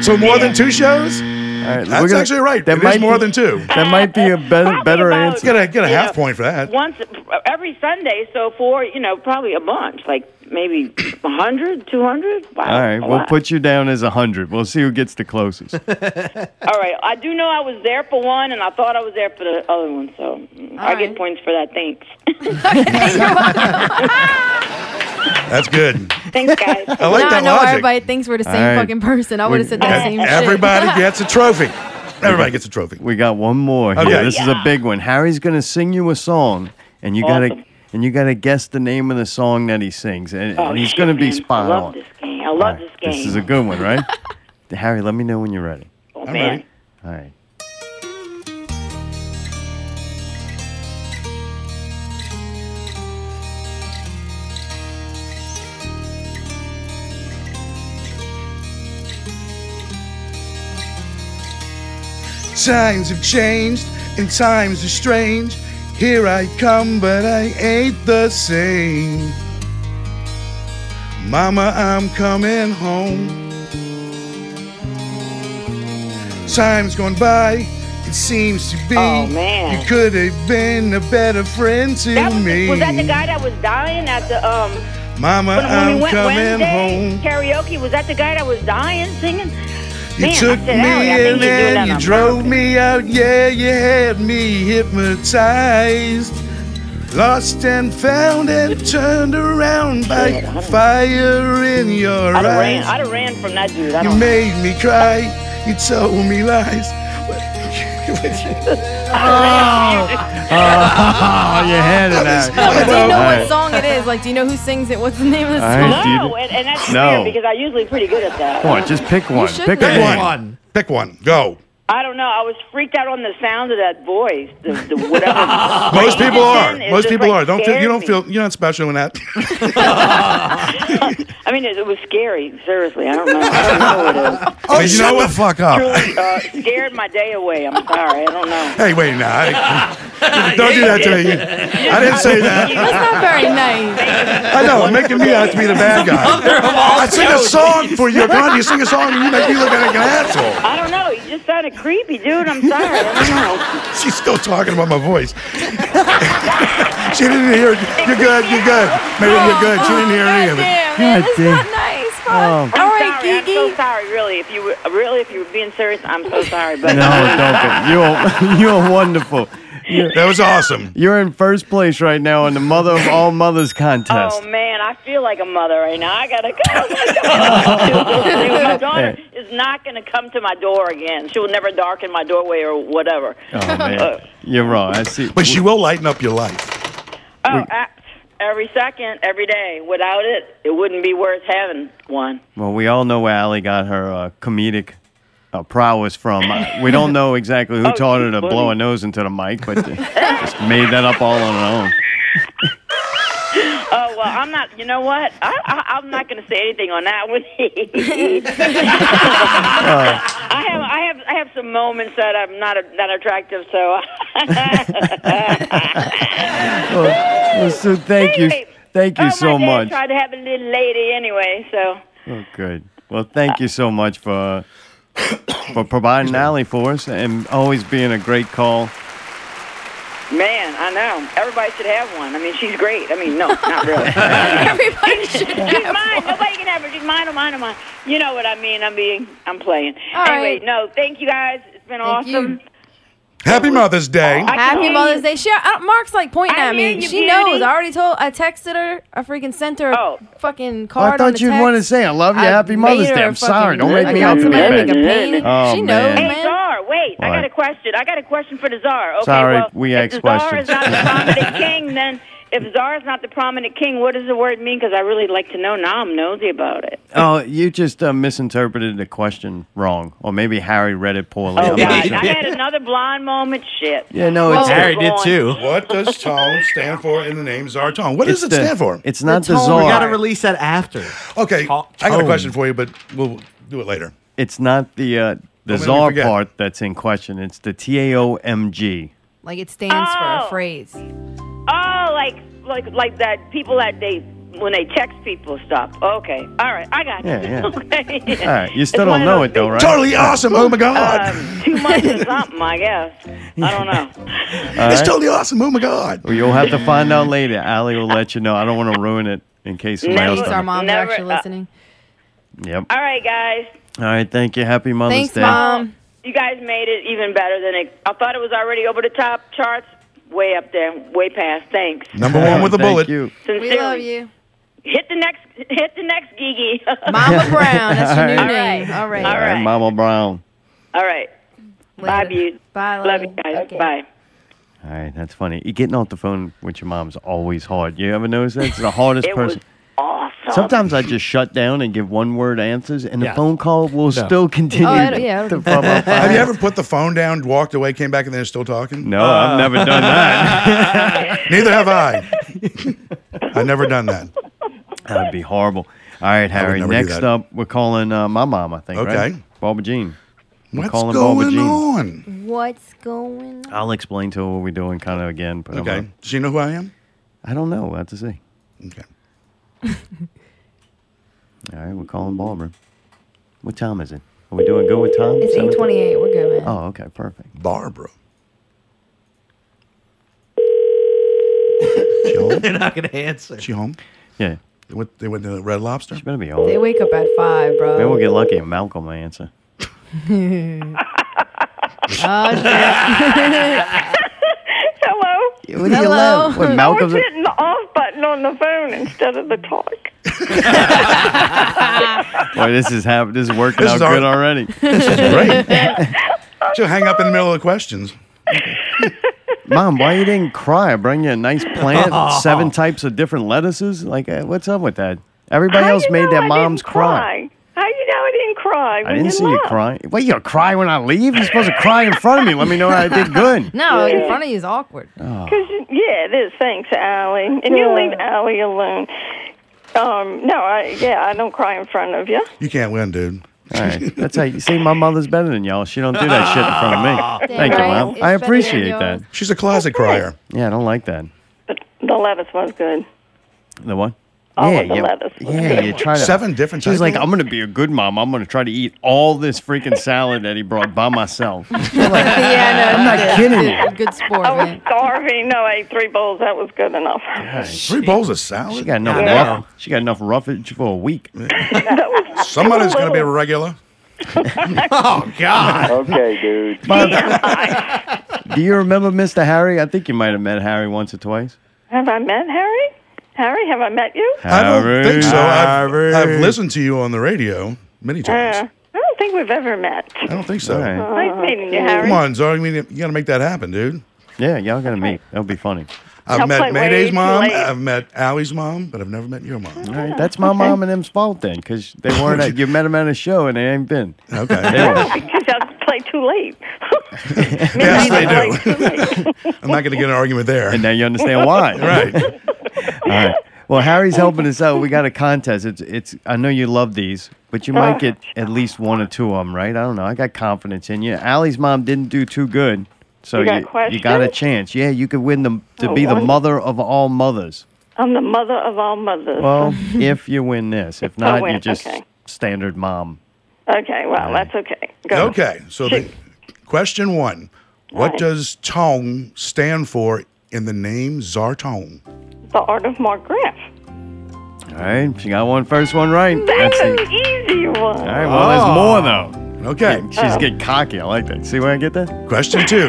Speaker 3: So more than two shows?
Speaker 2: right,
Speaker 3: That's
Speaker 2: we're gonna-
Speaker 3: actually right. It
Speaker 2: That
Speaker 3: is
Speaker 2: might
Speaker 3: more
Speaker 2: be,
Speaker 3: than two.
Speaker 2: That might be a better,
Speaker 8: Probably
Speaker 2: better
Speaker 8: about-
Speaker 2: answer.
Speaker 3: Get a get a
Speaker 8: Yeah.
Speaker 3: half point for that.
Speaker 8: once every Sunday, so for you know probably a bunch, like maybe 100, 200. Wow.
Speaker 2: All right,
Speaker 8: a
Speaker 2: we'll
Speaker 8: lot.
Speaker 2: put you down as a 100. We'll see who gets the closest.
Speaker 8: All right, I do know I was there for one, and I thought I was there for the other one, so mm, I
Speaker 1: All
Speaker 8: get
Speaker 1: right.
Speaker 8: points for that. Thanks,
Speaker 3: That's good.
Speaker 8: thanks guys.
Speaker 3: I like
Speaker 1: now I
Speaker 3: that
Speaker 1: know why
Speaker 3: logic.
Speaker 1: everybody thinks we're the same
Speaker 2: right.
Speaker 1: fucking person. I would have said the same
Speaker 3: (laughs)
Speaker 1: shit. (laughs)
Speaker 3: Everybody gets a trophy. Everybody gets a trophy.
Speaker 2: We got one more. Here.
Speaker 3: Okay.
Speaker 2: This is a big one. Harry's gonna sing you a song, and you gotta
Speaker 8: Awesome.
Speaker 2: and you gotta guess the name of the song that he sings, and,
Speaker 8: Oh,
Speaker 2: and he's
Speaker 8: shit,
Speaker 2: gonna be
Speaker 8: man.
Speaker 2: spot
Speaker 8: I love
Speaker 2: on.
Speaker 8: this game. I love this game.
Speaker 2: This is a good one, (laughs) right? Harry, let me know when you're ready.
Speaker 8: oh,
Speaker 3: I'm
Speaker 8: man.
Speaker 3: ready.
Speaker 2: All right.
Speaker 3: Times have changed and times are strange. Here I come, but I ain't the same. Mama, I'm coming home. Time's gone by, it seems to be.
Speaker 8: Oh, man.
Speaker 3: You could have been a better friend to
Speaker 8: That was,
Speaker 3: me.
Speaker 8: was that the guy that was dying at the um when,
Speaker 3: Mama,
Speaker 8: when
Speaker 3: I'm
Speaker 8: we went
Speaker 3: coming
Speaker 8: Wednesday
Speaker 3: home.
Speaker 8: karaoke? Was that the guy that was dying singing?
Speaker 3: You
Speaker 8: Man, I
Speaker 3: took
Speaker 8: said,
Speaker 3: me
Speaker 8: Allie, I think
Speaker 3: in
Speaker 8: you're doing that
Speaker 3: and you
Speaker 8: on
Speaker 3: drove
Speaker 8: purpose.
Speaker 3: me out. Yeah, you had me hypnotized. Lost and found and turned around by
Speaker 8: Shit, I don't-
Speaker 3: fire in your
Speaker 8: I'd have ran.
Speaker 3: eyes.
Speaker 8: I'd have ran from that dude. I
Speaker 3: You
Speaker 8: don't.
Speaker 3: made me cry. You told me
Speaker 1: (laughs)
Speaker 3: lies.
Speaker 2: Oh, you had it, Harry.
Speaker 1: But
Speaker 3: Oh.
Speaker 1: do you know
Speaker 2: All
Speaker 1: what
Speaker 2: right.
Speaker 1: song it is? Like, do you know who sings it? What's the name of the
Speaker 2: All
Speaker 1: song?
Speaker 2: right.
Speaker 8: no, and, and that's
Speaker 2: No.
Speaker 8: weird because I'm usually pretty good at that.
Speaker 2: Come on, just pick one.
Speaker 1: should
Speaker 2: Pick
Speaker 1: know.
Speaker 2: a
Speaker 1: Pick
Speaker 2: name.
Speaker 4: One.
Speaker 3: Pick one.
Speaker 2: (laughs)
Speaker 3: Go.
Speaker 8: I don't know. I was freaked out on the sound of that voice. The, the whatever.
Speaker 3: Most
Speaker 8: Like,
Speaker 3: people
Speaker 8: it
Speaker 3: are.
Speaker 8: just- it
Speaker 3: Most
Speaker 8: just,
Speaker 3: people
Speaker 8: like,
Speaker 3: are. Don't feel, you
Speaker 8: scared
Speaker 3: don't
Speaker 8: me.
Speaker 3: feel you're not special in that.
Speaker 8: I mean, it, it was scary. Seriously, I don't know. I don't know what it is.
Speaker 3: (laughs) oh, you shut know the fuck
Speaker 8: Truly uh, scared my day away. I'm sorry. I don't know.
Speaker 3: Hey, wait now. I- don't do that to me. I didn't
Speaker 9: (laughs)
Speaker 3: say that.
Speaker 1: That's not very nice.
Speaker 3: I know, making me out to be the bad guy. I sing a song for you, God. You sing a song and you make me look like an asshole.
Speaker 8: I don't know. You just sounded creepy, dude. I'm sorry. I don't know.
Speaker 3: She's still talking about my voice. (laughs) she didn't hear it. You're good, you're good. Maybe you're good. She didn't hear any of it. Um,
Speaker 2: God
Speaker 1: Damn, man, that's
Speaker 2: damn.
Speaker 1: not nice.
Speaker 2: Oh.
Speaker 1: Fuck.
Speaker 8: I'm
Speaker 1: All right,
Speaker 8: sorry. I'm so
Speaker 1: Kiki.
Speaker 8: sorry. Really, if you were, really, if you were being serious, I'm so sorry. But
Speaker 2: No, don't. Get, you're (laughs) you're wonderful. You're,
Speaker 3: That was awesome.
Speaker 2: you're in first place right now in the mother of all mothers contest.
Speaker 8: Oh man, I feel like a mother right now. I (laughs) gotta go. my daughter is not gonna come to my door again. She will never darken my doorway or whatever. Uh,
Speaker 2: Oh, man, you're wrong. I see.
Speaker 3: But she will lighten up your life.
Speaker 8: Oh, a- every second, every day. Without it, it wouldn't be worth having one. (gasps)
Speaker 2: Well, we all know where Allie got her uh, comedic uh, prowess from. Uh, we don't know exactly (laughs) who taught her to
Speaker 8: she's
Speaker 2: blow
Speaker 8: funny.
Speaker 2: a nose into the mic, (laughs) but uh, just made that up all on her own.
Speaker 8: Oh well, I'm not. You know what? I, I, I'm not gonna say anything on that one. (laughs) I have, I have, I have some moments that I'm not that attractive. So (laughs)
Speaker 2: Well, Sue, thank you.
Speaker 8: Hey.
Speaker 2: Thank you
Speaker 8: oh,
Speaker 2: so
Speaker 8: my dad
Speaker 2: much.
Speaker 8: Tried to have a little lady anyway. So.
Speaker 2: Oh, good. Well, thank you so much (coughs) for for providing Allie for us and always being a great call.
Speaker 8: Man, I know. Everybody should have one. I mean, she's great. I mean, no, not really.
Speaker 1: Everybody should
Speaker 8: she's
Speaker 1: have
Speaker 8: mine. Nobody can have her. She's mine. Oh, mine. Oh, mine. You know what I mean? I'm being. I'm playing.
Speaker 1: All
Speaker 8: anyway,
Speaker 1: right.
Speaker 8: no. Thank you guys. It's been
Speaker 1: Thank
Speaker 8: awesome.
Speaker 1: you.
Speaker 3: Happy Mother's Day.
Speaker 8: I can
Speaker 1: Happy
Speaker 8: hear
Speaker 1: Mother's
Speaker 8: you.
Speaker 1: Day. She, I don't, Mark's like pointing
Speaker 8: I
Speaker 1: at
Speaker 8: hear
Speaker 1: me.
Speaker 8: you,
Speaker 1: she
Speaker 8: beauty.
Speaker 1: knows. I already told. I texted her. I freaking sent her a
Speaker 8: Oh.
Speaker 1: fucking card.
Speaker 2: I
Speaker 1: on
Speaker 2: thought
Speaker 1: the
Speaker 2: you'd
Speaker 1: text.
Speaker 2: want to say, I love you.
Speaker 1: I
Speaker 2: Happy
Speaker 1: made
Speaker 2: Mother's
Speaker 1: her
Speaker 2: Day.
Speaker 1: a
Speaker 2: I'm sorry.
Speaker 1: fucking-
Speaker 2: Don't make
Speaker 1: I
Speaker 2: me out
Speaker 1: got
Speaker 2: to be
Speaker 1: some
Speaker 2: bad.
Speaker 1: makeup painting.
Speaker 2: Oh,
Speaker 1: she
Speaker 2: man.
Speaker 1: knows,
Speaker 8: Hey,
Speaker 1: man.
Speaker 8: Czar, wait. I
Speaker 2: What?
Speaker 8: got a question. I got a question for the Czar. Okay,
Speaker 2: Sorry,
Speaker 8: well,
Speaker 2: we
Speaker 8: if
Speaker 2: ask
Speaker 8: the Czar is
Speaker 2: questions.
Speaker 8: not
Speaker 2: (laughs)
Speaker 8: the prominent king, then if Czar is not the prominent king, what does the word mean? Because I really like to know. Now I'm nosy about it.
Speaker 2: Oh, you just uh, misinterpreted the question wrong, or maybe Harry read it poorly.
Speaker 8: Oh,
Speaker 2: I'm not
Speaker 8: God.
Speaker 2: sure.
Speaker 8: I
Speaker 2: (laughs)
Speaker 8: had another blonde moment. Shit.
Speaker 2: Yeah, no,
Speaker 1: Well,
Speaker 2: it's
Speaker 4: Harry did
Speaker 8: Go on.
Speaker 4: too.
Speaker 3: What does tone stand for in the name Zartone? What does
Speaker 2: it's
Speaker 3: it
Speaker 2: the-
Speaker 3: stand for?
Speaker 2: It's not the,
Speaker 1: tone.
Speaker 2: czar.
Speaker 4: We gotta release that after.
Speaker 3: Okay,
Speaker 4: Ta-
Speaker 3: I got a
Speaker 4: tone.
Speaker 3: question for you, but we'll do it later.
Speaker 2: it's not the uh, the
Speaker 3: Don't make me
Speaker 2: czar
Speaker 3: forget.
Speaker 2: part that's in question. It's the T A O M G.
Speaker 1: Like it stands for
Speaker 8: Oh.
Speaker 1: a phrase.
Speaker 8: Oh, like like like that. People that they when they text people stuff. Okay. All right. I got
Speaker 2: Yeah,
Speaker 8: you. (laughs)
Speaker 2: yeah.
Speaker 8: okay.
Speaker 2: All right, you
Speaker 8: It's
Speaker 2: still
Speaker 8: one
Speaker 2: don't
Speaker 8: of
Speaker 2: know
Speaker 8: those
Speaker 2: it though,
Speaker 8: big-
Speaker 2: right?
Speaker 3: Totally awesome. Oh my God.
Speaker 8: Um, two months
Speaker 2: (laughs)
Speaker 8: or something, I guess. I don't know.
Speaker 3: it's
Speaker 2: right.
Speaker 3: totally awesome. Oh my God.
Speaker 2: Well, you'll have to find out later. Allie will let you know. I don't want to ruin it in case somebody
Speaker 8: Never.
Speaker 2: else.
Speaker 1: Thanks,
Speaker 2: does.
Speaker 1: our moms
Speaker 8: Never-
Speaker 1: are actually
Speaker 8: uh,
Speaker 1: listening.
Speaker 2: Yep.
Speaker 8: All right, guys. Um,
Speaker 2: All right. Thank you. Happy Mother's
Speaker 1: Thanks,
Speaker 2: Day.
Speaker 1: mom.
Speaker 8: You guys made it even better than it. I thought it was already over the top charts, way up there, way past. Thanks.
Speaker 3: Number one with a
Speaker 2: Thank
Speaker 3: bullet.
Speaker 2: you.
Speaker 8: (laughs) Sincerely.
Speaker 1: We love you,
Speaker 8: Hit the next. Hit the next, Gigi. (laughs)
Speaker 1: Mama
Speaker 2: (laughs)
Speaker 1: Brown. That's your new
Speaker 8: All right.
Speaker 1: name. All right.
Speaker 8: All
Speaker 2: All right,
Speaker 8: right.
Speaker 2: Mama Brown.
Speaker 8: All right. Bye,
Speaker 1: Later.
Speaker 8: you.
Speaker 1: Bye,
Speaker 8: Love
Speaker 1: love
Speaker 8: you guys. Bye.
Speaker 2: All right, that's funny. You Getting off the phone with your mom's always hard. You ever notice that? It's the hardest
Speaker 8: It was
Speaker 2: person.
Speaker 8: awesome.
Speaker 2: Sometimes I just shut down and give one word answers, and the
Speaker 3: (laughs)
Speaker 4: Yeah.
Speaker 2: phone call will still continue.
Speaker 1: Oh, that'll-
Speaker 2: to-
Speaker 1: yeah, that'll
Speaker 2: to
Speaker 1: be
Speaker 2: blah, blah, blah.
Speaker 3: Have you ever put the phone down, walked away, came back, and they're still talking?
Speaker 2: No,
Speaker 4: Uh.
Speaker 2: I've never done that.
Speaker 3: (laughs)
Speaker 2: (laughs)
Speaker 3: Neither have I. I've never done that.
Speaker 2: That'd be horrible. All right, Harry.
Speaker 3: never do
Speaker 2: Next
Speaker 3: that.
Speaker 2: up, we're calling uh, my mom. I think. right?
Speaker 3: Okay.
Speaker 2: Barbara Jean. We're
Speaker 3: What's
Speaker 2: calling Barbara
Speaker 3: going
Speaker 2: Jean.
Speaker 3: on?
Speaker 1: What's going on?
Speaker 2: I'll explain to her what we're doing, kind of again. But I'm
Speaker 3: Okay.
Speaker 2: not-
Speaker 3: Does she know who I am?
Speaker 2: I don't know. We'll have to see. (laughs)
Speaker 3: Okay.
Speaker 2: All right, we're calling Barbara. What time is it? Are we doing good with time?
Speaker 1: It's
Speaker 2: Seven-
Speaker 1: eight twenty-eight. We're good, man.
Speaker 2: Oh, okay, perfect. (laughs)
Speaker 3: Barbara. she home?
Speaker 4: They're not gonna answer.
Speaker 3: She home?
Speaker 2: Yeah,
Speaker 3: They went, they went to the Red Lobster?
Speaker 2: she better be
Speaker 1: They
Speaker 2: home.
Speaker 1: wake up at five, bro.
Speaker 2: Maybe
Speaker 1: (laughs)
Speaker 2: we'll get lucky and Malcolm will answer.
Speaker 1: Oh, shit.
Speaker 2: (laughs)
Speaker 5: Hello?
Speaker 2: What
Speaker 1: you laugh? (laughs) Hello?
Speaker 2: When Malcolm's
Speaker 5: We're hitting the off button on the phone instead of the talk.
Speaker 2: boy, this is hap- This is working
Speaker 3: This
Speaker 2: out
Speaker 3: is our- (laughs)
Speaker 2: good already.
Speaker 3: Great. She'll hang up in the middle of the questions.
Speaker 2: Mom, why you didn't cry? I bring you a nice
Speaker 3: (laughs)
Speaker 2: plant,
Speaker 3: Oh.
Speaker 2: seven types of different lettuces. Like, uh, what's up with that? Everybody
Speaker 5: How
Speaker 2: else
Speaker 5: you
Speaker 2: made
Speaker 5: know
Speaker 2: their
Speaker 5: I
Speaker 2: moms
Speaker 5: didn't
Speaker 2: cry.
Speaker 5: How you know I didn't cry?
Speaker 2: I didn't see you cry. What you gonna cry when I leave? You're supposed to cry in front of me. Let me know I did good. Oh.
Speaker 1: (laughs) no, in front of you is awkward.
Speaker 5: Because, yeah, it is. Thanks, Allie. And you leave Allie alone. Um, no, I, yeah, I don't cry in front of you.
Speaker 3: You can't win, dude.
Speaker 2: All right. That's how you see my mother's better than y'all. She don't do that shit in front of me.
Speaker 1: (laughs) Damn
Speaker 2: Thank you,
Speaker 1: right.
Speaker 2: Mom.
Speaker 1: It's
Speaker 2: I
Speaker 1: better than
Speaker 2: appreciate
Speaker 1: yours.
Speaker 2: that.
Speaker 3: She's a closet crier.
Speaker 2: Yeah, I don't like that.
Speaker 5: But the lettuce was good.
Speaker 2: The what?
Speaker 5: All
Speaker 2: yeah,
Speaker 5: of the
Speaker 2: yeah,
Speaker 5: lettuce.
Speaker 2: yeah, you try to
Speaker 3: Seven different
Speaker 2: She's
Speaker 3: types
Speaker 2: like,
Speaker 3: of-
Speaker 2: I'm gonna be a good mom. I'm gonna try to eat all this freaking salad that he brought by
Speaker 3: (laughs)
Speaker 2: myself.
Speaker 1: yeah, no, I'm not
Speaker 2: kidding
Speaker 1: Good, good sport,
Speaker 5: I was
Speaker 1: man.
Speaker 5: starving. No, I ate three bowls. That was good enough.
Speaker 3: Three bowls of salad?
Speaker 2: She got enough.
Speaker 4: I know.
Speaker 2: Rough, she got enough roughage for a week.
Speaker 3: (laughs) Somebody's going to be a regular.
Speaker 4: (laughs) Oh God.
Speaker 9: Okay, dude.
Speaker 2: Mom, do you remember Mr. Harry? I think you might have met Harry once or twice.
Speaker 5: Have I met Harry? Harry, have I met you?
Speaker 3: I don't think so. I've,
Speaker 4: Harry.
Speaker 3: I've listened to you on the radio many times.
Speaker 5: Uh, I don't think we've ever met.
Speaker 3: I don't think so.
Speaker 2: All right.
Speaker 5: Nice meeting you, Harry.
Speaker 3: Come on, Zara. I mean, you got to make that happen, dude.
Speaker 2: Yeah, y'all gotta meet. That'll be funny.
Speaker 3: I've
Speaker 5: I'll play
Speaker 3: met
Speaker 5: way
Speaker 3: Mayday's
Speaker 5: too
Speaker 3: mom.
Speaker 5: late.
Speaker 3: I've met Allie's mom, but I've never met your mom.
Speaker 2: All right, that's my mom and them's fault then, (laughs) because they weren't. At, you met them at a show and they ain't been.
Speaker 3: Okay.
Speaker 5: Oh, Because I'll play too late.
Speaker 3: yes, they do. (laughs) I'm not going to get an argument there.
Speaker 2: And now you understand why.
Speaker 3: (laughs) Right.
Speaker 2: All right. Well, Harry's helping us out. We got a contest. It's it's. I know you love these, but you
Speaker 5: Oh.
Speaker 2: might get at least one or two of them, right? I don't know. I got confidence in you. Allie's mom didn't do too good, so
Speaker 5: You got
Speaker 2: you, you got a
Speaker 5: questions?
Speaker 2: chance. Yeah, you could win the to
Speaker 5: Oh,
Speaker 2: be the
Speaker 5: wonderful.
Speaker 2: mother of all mothers.
Speaker 5: I'm the mother of all mothers.
Speaker 2: Well, (laughs) if you win this, if not,
Speaker 5: win,
Speaker 2: you're just
Speaker 5: okay.
Speaker 2: standard mom.
Speaker 5: okay, well, that's okay. Go.
Speaker 3: Okay. So, the, question one What does Tong stand for in the name Zartong?
Speaker 5: The Art of Margaret.
Speaker 2: All right, she got one first one right.
Speaker 5: That's an
Speaker 2: the,
Speaker 5: easy one.
Speaker 2: all right.
Speaker 3: Oh.
Speaker 2: Well, there's more though.
Speaker 3: Okay.
Speaker 2: She's getting cocky. I like that. See where I get that?
Speaker 3: Question two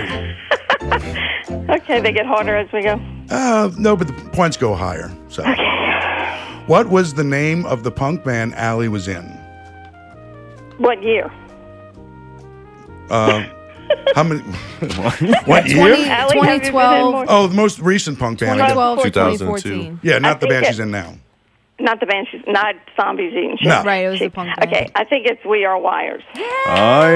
Speaker 9: Okay, they get harder as we go.
Speaker 3: Uh, no, but the points go higher. So, what was the name of the punk band Allie was in?
Speaker 9: What year?
Speaker 3: Uh, how
Speaker 2: (laughs)
Speaker 3: many? what year?
Speaker 9: Allie, have you been in
Speaker 7: 2012.
Speaker 9: more?
Speaker 3: Oh, the most recent punk band. I guess.
Speaker 7: 2012 or
Speaker 10: 2002.
Speaker 7: 2014.
Speaker 3: Yeah, not the
Speaker 9: think
Speaker 3: band
Speaker 9: it-
Speaker 3: she's in now.
Speaker 9: Not the banshees, not zombies eating shit.
Speaker 3: No.
Speaker 7: Right, it was the punk band.
Speaker 9: Okay, I think it's We Are Wires.
Speaker 2: Oh,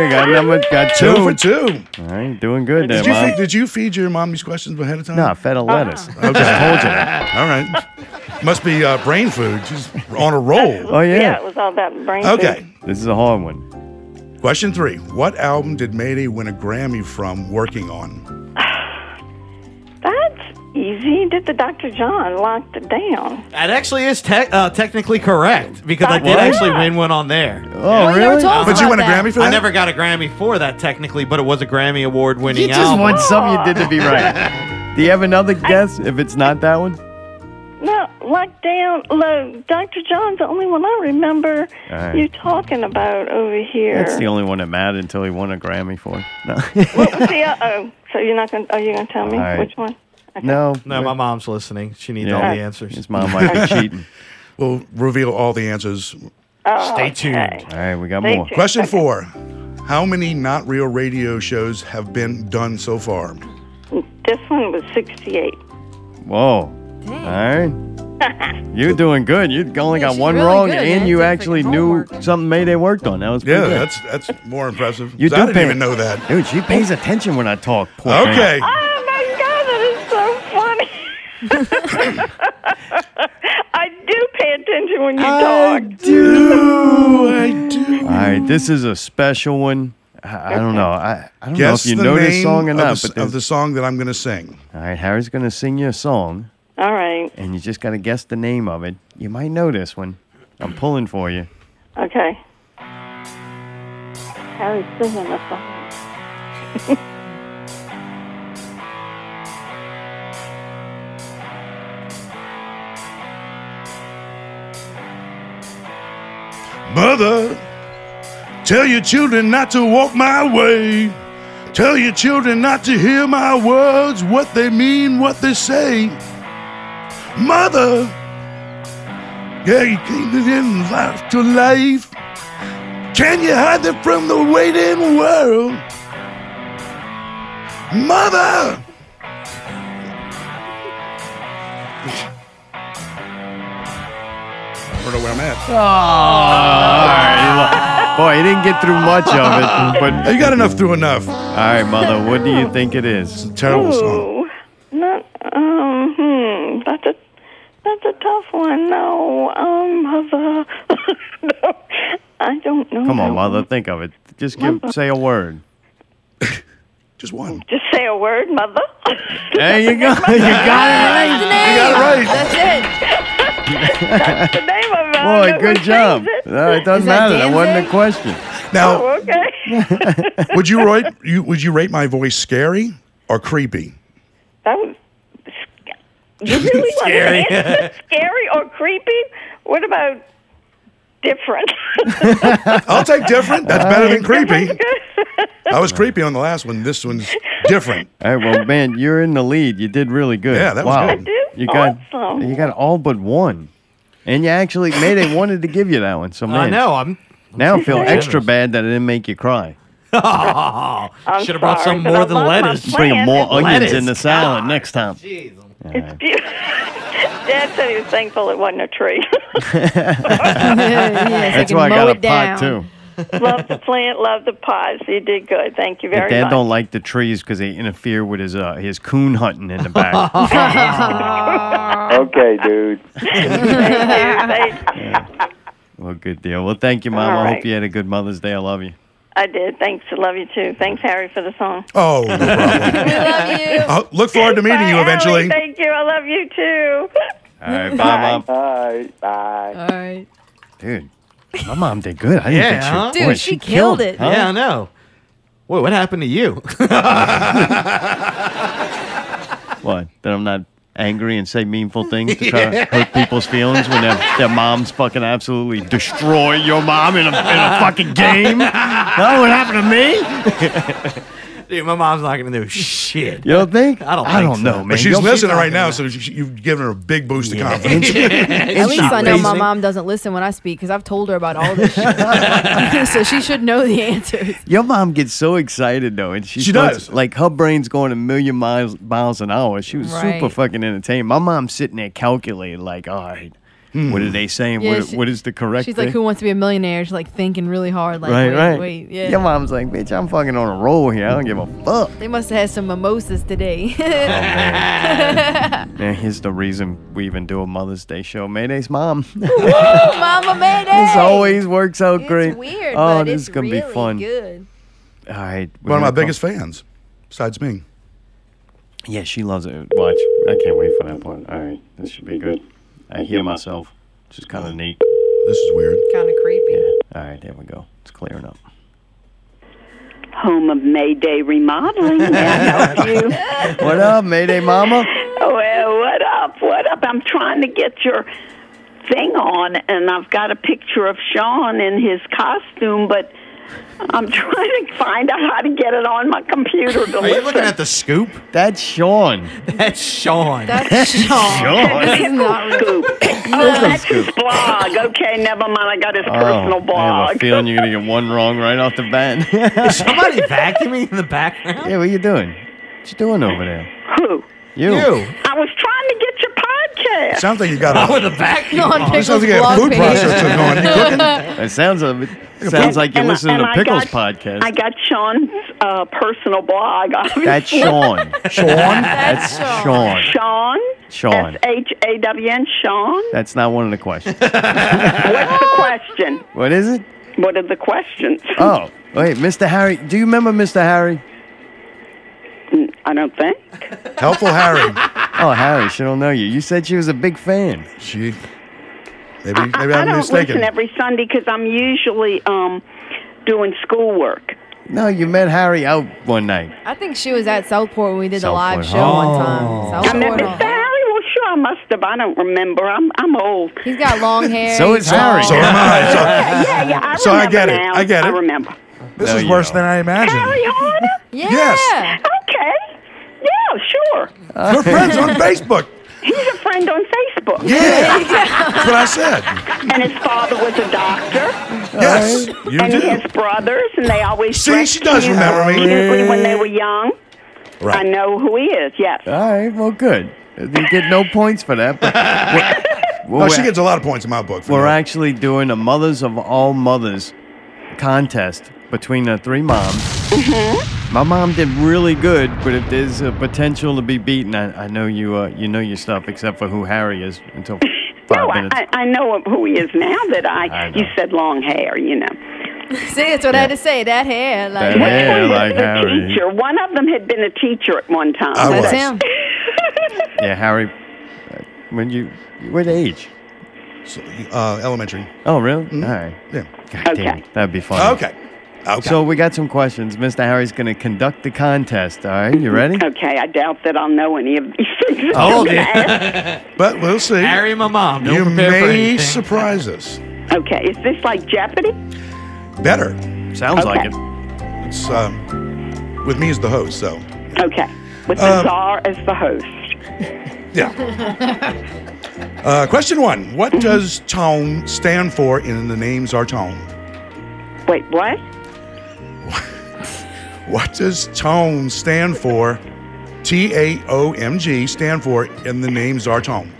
Speaker 2: you got number, got two.
Speaker 3: Two for two.
Speaker 2: All right, doing good there,
Speaker 3: Did you, feed,
Speaker 2: mom.
Speaker 3: did you feed your mom these questions ahead of time?
Speaker 2: Nah, fed a
Speaker 9: Uh-huh.
Speaker 2: lettuce. I
Speaker 3: Okay.
Speaker 2: just told you that.
Speaker 3: All right. Must be uh, brain food. She's on a roll.
Speaker 9: (laughs)
Speaker 2: Oh yeah,
Speaker 9: it was all that brain.
Speaker 3: Okay.
Speaker 9: food.
Speaker 2: this is a hard one.
Speaker 3: Question three What album did Mayday win a Grammy from working on?
Speaker 9: That's easy. Did the Dr. John locked it down?
Speaker 4: That actually is te- uh, technically correct because I did
Speaker 2: What?
Speaker 4: actually win one on there.
Speaker 2: Oh
Speaker 7: Well, you never
Speaker 2: really?
Speaker 7: told us
Speaker 3: But you
Speaker 7: about
Speaker 3: win a
Speaker 7: that.
Speaker 3: Grammy for that?
Speaker 4: I never got a Grammy for that technically, but it was a Grammy award winning
Speaker 2: You just
Speaker 4: album.
Speaker 2: want something you did to be right. Do you have another guess? If it's not that one,
Speaker 9: No, locked down. Look, Dr. John's the only one I remember
Speaker 2: All right.
Speaker 9: you talking about over here.
Speaker 2: that's the only one that mattered until he won a Grammy for it. No,
Speaker 9: See, uh-oh. oh, So you're not going to, are you going to tell me
Speaker 2: All right.
Speaker 9: which one?
Speaker 7: (laughs)
Speaker 2: no,
Speaker 4: no, my mom's listening. She needs
Speaker 2: Yeah.
Speaker 4: all the answers.
Speaker 2: His mom might
Speaker 4: (laughs)
Speaker 2: be cheating.
Speaker 3: We'll reveal all the answers.
Speaker 4: Stay tuned.
Speaker 2: All right, we got
Speaker 9: They
Speaker 2: more.
Speaker 9: do.
Speaker 3: Question four How many not real radio shows have been done so far?
Speaker 9: This one was 68.
Speaker 2: Whoa. All right.
Speaker 7: (laughs)
Speaker 2: You're doing good. You only
Speaker 7: Yeah,
Speaker 2: got
Speaker 7: she's
Speaker 2: one
Speaker 7: really
Speaker 2: wrong,
Speaker 7: good,
Speaker 2: and
Speaker 7: man.
Speaker 2: you
Speaker 7: Did freaking
Speaker 2: actually knew
Speaker 7: homework.
Speaker 2: something Mayday worked on. That was pretty
Speaker 3: Yeah,
Speaker 2: good.
Speaker 3: that's that's more impressive.
Speaker 2: You
Speaker 3: 'Cause I
Speaker 2: do
Speaker 3: didn't
Speaker 2: pay-
Speaker 3: even know that.
Speaker 2: Dude, she pays attention when I talk. poor thing.
Speaker 3: Okay.
Speaker 9: Oh my God, that is so funny. (laughs) I do pay attention when you talk.
Speaker 3: do. I do.
Speaker 2: All right, this is a special one. I, I don't know. I, I don't
Speaker 3: Guess
Speaker 2: know if
Speaker 3: the
Speaker 2: you know
Speaker 3: name
Speaker 2: this song or
Speaker 3: of
Speaker 2: not,
Speaker 3: the-
Speaker 2: but
Speaker 3: of
Speaker 2: this,
Speaker 3: the song that I'm going to sing.
Speaker 2: all right, Harry's gonna sing you a song,
Speaker 9: All right.
Speaker 2: and you just gotta guess the name of it. You might know this one. I'm pulling for you.
Speaker 9: Okay. Harry's singing a song. (laughs)
Speaker 3: Mother, tell your children not to walk my way. Tell your children not to hear my words, what they mean, what they say. Mother, yeah, you keep it in life to life. Can you hide them from the waiting world? Mother! I don't know where I'm at.
Speaker 2: Boy, you didn't get through much of it, but
Speaker 3: You got enough through enough.
Speaker 2: all right, mother, what do you think it is?
Speaker 3: Terrible song.
Speaker 9: Ooh, not um. Hmm, that's a that's a tough one. No, um, mother. (laughs) no, I don't know.
Speaker 2: Come
Speaker 9: that
Speaker 2: on, mother,
Speaker 9: one.
Speaker 2: think of it. Just give, say a word.
Speaker 3: (laughs) Just one.
Speaker 9: Just say a word,
Speaker 3: (laughs)
Speaker 9: mother.
Speaker 2: There you go. (laughs) You got it right.
Speaker 3: You got it right.
Speaker 7: That's it.
Speaker 9: the name of it.
Speaker 2: Boy,
Speaker 9: I don't know
Speaker 2: good
Speaker 9: who
Speaker 2: job.
Speaker 9: sings it.
Speaker 2: No, it doesn't
Speaker 7: Is that
Speaker 2: matter. That wasn't a
Speaker 7: dancing?
Speaker 2: question.
Speaker 3: Now,
Speaker 9: Oh, okay.
Speaker 3: would you rate you would you rate my voice scary or creepy?
Speaker 9: that was. sc- You
Speaker 3: (laughs)
Speaker 9: really scary. (laughs) scary or creepy? What about different?
Speaker 3: I'll take different. That's better than creepy. I was creepy on the last one. This one's
Speaker 2: (laughs)
Speaker 3: different.
Speaker 2: All right, well, man, you're in the lead. You did really good.
Speaker 3: Yeah, that was
Speaker 2: wow.
Speaker 3: good. I
Speaker 9: did
Speaker 2: You got
Speaker 9: awesome.
Speaker 2: you got all but one, and you actually Mayday wanted to give you that one. So man,
Speaker 4: I know. I'm.
Speaker 2: now I feel extra
Speaker 4: generous.
Speaker 2: bad that I didn't make
Speaker 4: (laughs)
Speaker 2: you cry.
Speaker 9: I'm
Speaker 4: Should have brought
Speaker 9: sorry,
Speaker 4: some
Speaker 9: but
Speaker 4: more
Speaker 9: I
Speaker 4: than
Speaker 9: love my
Speaker 4: lettuce.
Speaker 9: plan.
Speaker 2: Bring more
Speaker 9: It's-
Speaker 2: onions
Speaker 4: lettuce.
Speaker 2: in the salad next time.
Speaker 9: it's beautiful. (laughs) Dad said he was thankful it wasn't
Speaker 2: (laughs)
Speaker 9: a tree.
Speaker 7: yes,
Speaker 2: That's
Speaker 7: I can
Speaker 2: why I
Speaker 7: mow
Speaker 2: got a
Speaker 7: it down.
Speaker 2: pot too.
Speaker 9: love the plant, love the pods. You did good. Thank you
Speaker 2: Your
Speaker 9: very
Speaker 2: dad
Speaker 9: much.
Speaker 2: don't like the trees because they interfere with his uh, his coon hunting in the back.
Speaker 4: (laughs)
Speaker 10: Okay, dude.
Speaker 9: (laughs) Thank you. Thank-
Speaker 2: well, good deal. Well, thank you, mom.
Speaker 9: All
Speaker 2: I hope
Speaker 9: right.
Speaker 2: you had a good Mother's Day. I love you.
Speaker 9: I did. Thanks. I love you too. Thanks, Harry, for the song.
Speaker 3: Oh, no problem.
Speaker 7: We love you.
Speaker 3: I'll look forward to meeting you
Speaker 9: Bye,
Speaker 3: eventually.
Speaker 9: Harry. Thank you. I love you too.
Speaker 2: All right, bye, mom.
Speaker 10: All right, bye.
Speaker 7: All right.
Speaker 2: Dude, my mom did good. I didn't
Speaker 4: Yeah,
Speaker 2: think she.
Speaker 4: huh?
Speaker 7: Dude,
Speaker 2: boy,
Speaker 7: she killed it.
Speaker 2: huh?
Speaker 4: Yeah, I know. Wait, what happened to
Speaker 2: (laughs)
Speaker 4: you?
Speaker 2: What? That I'm not angry and say meanful things to try
Speaker 4: (laughs)
Speaker 2: to hurt people's feelings when their, their moms fucking absolutely destroy your mom in a, in a fucking game? no, what happened to me?
Speaker 4: (laughs) Dude, my mom's not gonna do shit.
Speaker 2: You don't think?
Speaker 4: I don't
Speaker 2: I
Speaker 4: think
Speaker 2: don't
Speaker 4: so.
Speaker 2: know,
Speaker 4: But
Speaker 2: man.
Speaker 3: But she's
Speaker 2: You'll be
Speaker 3: listening right
Speaker 2: talking
Speaker 3: now,
Speaker 2: about-
Speaker 3: so she- you've given her a big boost of
Speaker 2: Yeah,
Speaker 3: confidence.
Speaker 2: and-
Speaker 1: At least I know my
Speaker 4: basic.
Speaker 1: mom doesn't listen when I speak because I've told her about all this shit. (laughs) so she should know the answers.
Speaker 2: Your mom gets so excited though, and she,
Speaker 3: She
Speaker 2: starts-
Speaker 3: does.
Speaker 2: Like her brain's going a million miles miles an hour. She was super
Speaker 1: Right.
Speaker 2: fucking entertained. My mom's sitting there calculating, like, all right, what
Speaker 3: Hmm.
Speaker 2: are they saying?
Speaker 1: Yeah,
Speaker 2: what,
Speaker 1: she-
Speaker 2: what is the correct?
Speaker 1: She's
Speaker 2: thing?
Speaker 1: like, who wants to be a millionaire? She's like thinking really hard. Like,
Speaker 2: right,
Speaker 1: wait,
Speaker 2: right.
Speaker 1: wait, yeah.
Speaker 2: Your mom's like, bitch, I'm fucking on a roll here. I don't
Speaker 1: (laughs)
Speaker 2: give a fuck. Oh,
Speaker 1: They must have had some mimosas today. (laughs)
Speaker 2: Man, here's the reason we even do a Mother's Day show. Mayday's mom. (laughs)
Speaker 1: Mama made it.
Speaker 2: this always works out great.
Speaker 1: It's weird,
Speaker 2: oh,
Speaker 1: but
Speaker 2: this
Speaker 1: it's
Speaker 2: is gonna
Speaker 1: really
Speaker 2: be fun.
Speaker 1: good.
Speaker 2: All right, we're
Speaker 3: One of my
Speaker 2: gonna
Speaker 3: biggest fans, besides me.
Speaker 2: call- Yeah, she loves it. Watch, I can't wait for that part. All right, this should be good. I hear myself, which is kind of neat.
Speaker 3: This is weird.
Speaker 1: Kind of creepy.
Speaker 2: All right, there we go. It's clearing up.
Speaker 5: Home of Mayday
Speaker 1: (laughs)
Speaker 5: Remodeling. May I help you?
Speaker 2: (laughs) What up, Mayday Mama?
Speaker 5: Well, what up? What up? I'm trying to get your thing on, and I've got a picture of Sean in his costume, but I'm (laughs) trying to find out how to get it on my computer. To
Speaker 4: Are you looking
Speaker 5: listen.
Speaker 4: at the scoop?
Speaker 2: That's Sean.
Speaker 4: That's Sean.
Speaker 1: That's Sean.
Speaker 2: Sean.
Speaker 1: This is not real.
Speaker 5: Scoop. Oh, that's his blog. Okay, never mind. I got his personal
Speaker 2: Oh, I have a
Speaker 5: blog.
Speaker 2: feeling you're gonna get one wrong right off the bat.
Speaker 4: Is somebody vacuuming in the background?
Speaker 2: yeah, what you doing? What you doing over there?
Speaker 5: Who?
Speaker 2: You.
Speaker 4: You.
Speaker 5: I was trying to get your podcast.
Speaker 3: Sounds like you got
Speaker 4: Oh, with
Speaker 3: a,
Speaker 4: a vacuum.
Speaker 1: Sean
Speaker 4: on.
Speaker 1: Pickles
Speaker 3: sounds like you got a
Speaker 1: blog
Speaker 3: food
Speaker 1: page.
Speaker 3: processor going. You
Speaker 5: (laughs)
Speaker 3: cooking?
Speaker 2: It sounds a it sounds like you're
Speaker 5: And I-
Speaker 2: listening
Speaker 5: and
Speaker 2: to
Speaker 5: I
Speaker 2: Pickles
Speaker 5: got- I
Speaker 2: podcast.
Speaker 5: got Sean's uh, personal blog. obviously. (laughs)
Speaker 2: That's Sean.
Speaker 3: Sean?
Speaker 2: That's Sean.
Speaker 5: Sean.
Speaker 2: Sean.
Speaker 5: S H A W N. Sean.
Speaker 3: (laughs)
Speaker 2: That's not one of the questions.
Speaker 5: What's the question?
Speaker 2: What is it?
Speaker 5: What are the questions? (laughs)
Speaker 2: Oh, wait, Mr. Harry. Do you remember Mr. Harry?
Speaker 5: I don't think. (laughs)
Speaker 3: Helpful Harry.
Speaker 2: Oh, Harry, she don't know you. You said she was a big fan.
Speaker 3: She. Maybe, maybe
Speaker 5: I,
Speaker 3: I'm
Speaker 5: I don't
Speaker 3: mistaken.
Speaker 5: listen every Sunday because I'm usually um, doing schoolwork.
Speaker 2: No, you met Harry out one night.
Speaker 1: I think she was at Southport when we did the
Speaker 2: Southport.
Speaker 1: live show one
Speaker 4: Oh.
Speaker 5: I met
Speaker 1: time. Southport.
Speaker 5: Mr. Harry. Well, sure, I must have. I don't remember. I'm I'm old.
Speaker 1: He's got
Speaker 5: (laughs)
Speaker 1: long hair.
Speaker 2: So
Speaker 1: he's
Speaker 2: is Harry.
Speaker 1: tall.
Speaker 3: so am I.
Speaker 5: Yeah, yeah, yeah. I
Speaker 3: So I
Speaker 5: remember
Speaker 3: get it.
Speaker 5: now.
Speaker 3: I get
Speaker 5: I
Speaker 3: it.
Speaker 5: remember.
Speaker 3: So this
Speaker 2: There
Speaker 3: is
Speaker 2: you
Speaker 3: worse
Speaker 2: go.
Speaker 3: than I imagined.
Speaker 5: Harry Harder?
Speaker 1: Yeah.
Speaker 3: Yes.
Speaker 5: Okay. Yeah, sure.
Speaker 3: We're friends
Speaker 5: (laughs)
Speaker 3: on Facebook.
Speaker 5: He's a friend on Facebook.
Speaker 3: Yeah. That's what I said.
Speaker 5: And his father was a doctor.
Speaker 3: Yes. You
Speaker 5: and
Speaker 3: do.
Speaker 5: his brothers, and they always
Speaker 3: See,
Speaker 5: dressed
Speaker 3: she does
Speaker 5: cute-
Speaker 3: remember me.
Speaker 5: cutely when they were young. I
Speaker 3: Right.
Speaker 5: know who he is. Yes.
Speaker 2: All right, well, good. You get no points for that. But
Speaker 3: (laughs)
Speaker 2: we're,
Speaker 3: No,
Speaker 2: we're-
Speaker 3: she gets a lot of points in my book. for
Speaker 2: we're
Speaker 3: that.
Speaker 2: actually doing a Mothers of All Mothers contest between the three moms.
Speaker 9: (laughs)
Speaker 2: My mom did really good, but if there's a potential to be beaten, I, I know you uh, you know your stuff, except for who Harry is until five
Speaker 5: (laughs) No, Oh, I,
Speaker 2: minutes.
Speaker 5: I, I know who he is now that I,
Speaker 2: I know.
Speaker 5: you said long hair, you know.
Speaker 1: See, that's what I had to say. That hair. Like,
Speaker 2: That hair. Yeah,
Speaker 5: One was
Speaker 2: like
Speaker 5: a
Speaker 2: Harry.
Speaker 5: teacher. One of them had been a teacher at one time.
Speaker 3: I was.
Speaker 1: That's him.
Speaker 2: yeah, Harry. uh, When you what age?
Speaker 3: So, uh, elementary. Mm-hmm.
Speaker 2: Oh, really? All right.
Speaker 3: Yeah.
Speaker 2: God damn,
Speaker 5: Okay.
Speaker 2: that'd be fun.
Speaker 3: Okay. Okay.
Speaker 2: So we got some questions. Mr. Harry's going to conduct the contest. All right, you ready?
Speaker 5: okay, I doubt that I'll know any of these things. that (laughs)
Speaker 4: Oh,
Speaker 5: you're gonna
Speaker 3: but we'll see.
Speaker 4: Harry and my mom. (laughs) Don't
Speaker 3: you
Speaker 4: prepare for
Speaker 3: may
Speaker 4: anything.
Speaker 9: (laughs)
Speaker 3: surprise us.
Speaker 5: ask. Okay, is this like Jeopardy?
Speaker 3: Better.
Speaker 2: Sounds like
Speaker 5: Okay.
Speaker 2: it.
Speaker 3: It's um, with me as the host, so
Speaker 5: Okay, with the
Speaker 3: Um,
Speaker 5: czar as the host.
Speaker 3: (laughs) yeah. uh, question one:
Speaker 5: Mm-hmm.
Speaker 3: What does tone stand for in the names are tone?
Speaker 5: Wait, what?
Speaker 3: (laughs) What does tone stand for? T A O M G stand for in the names are tone.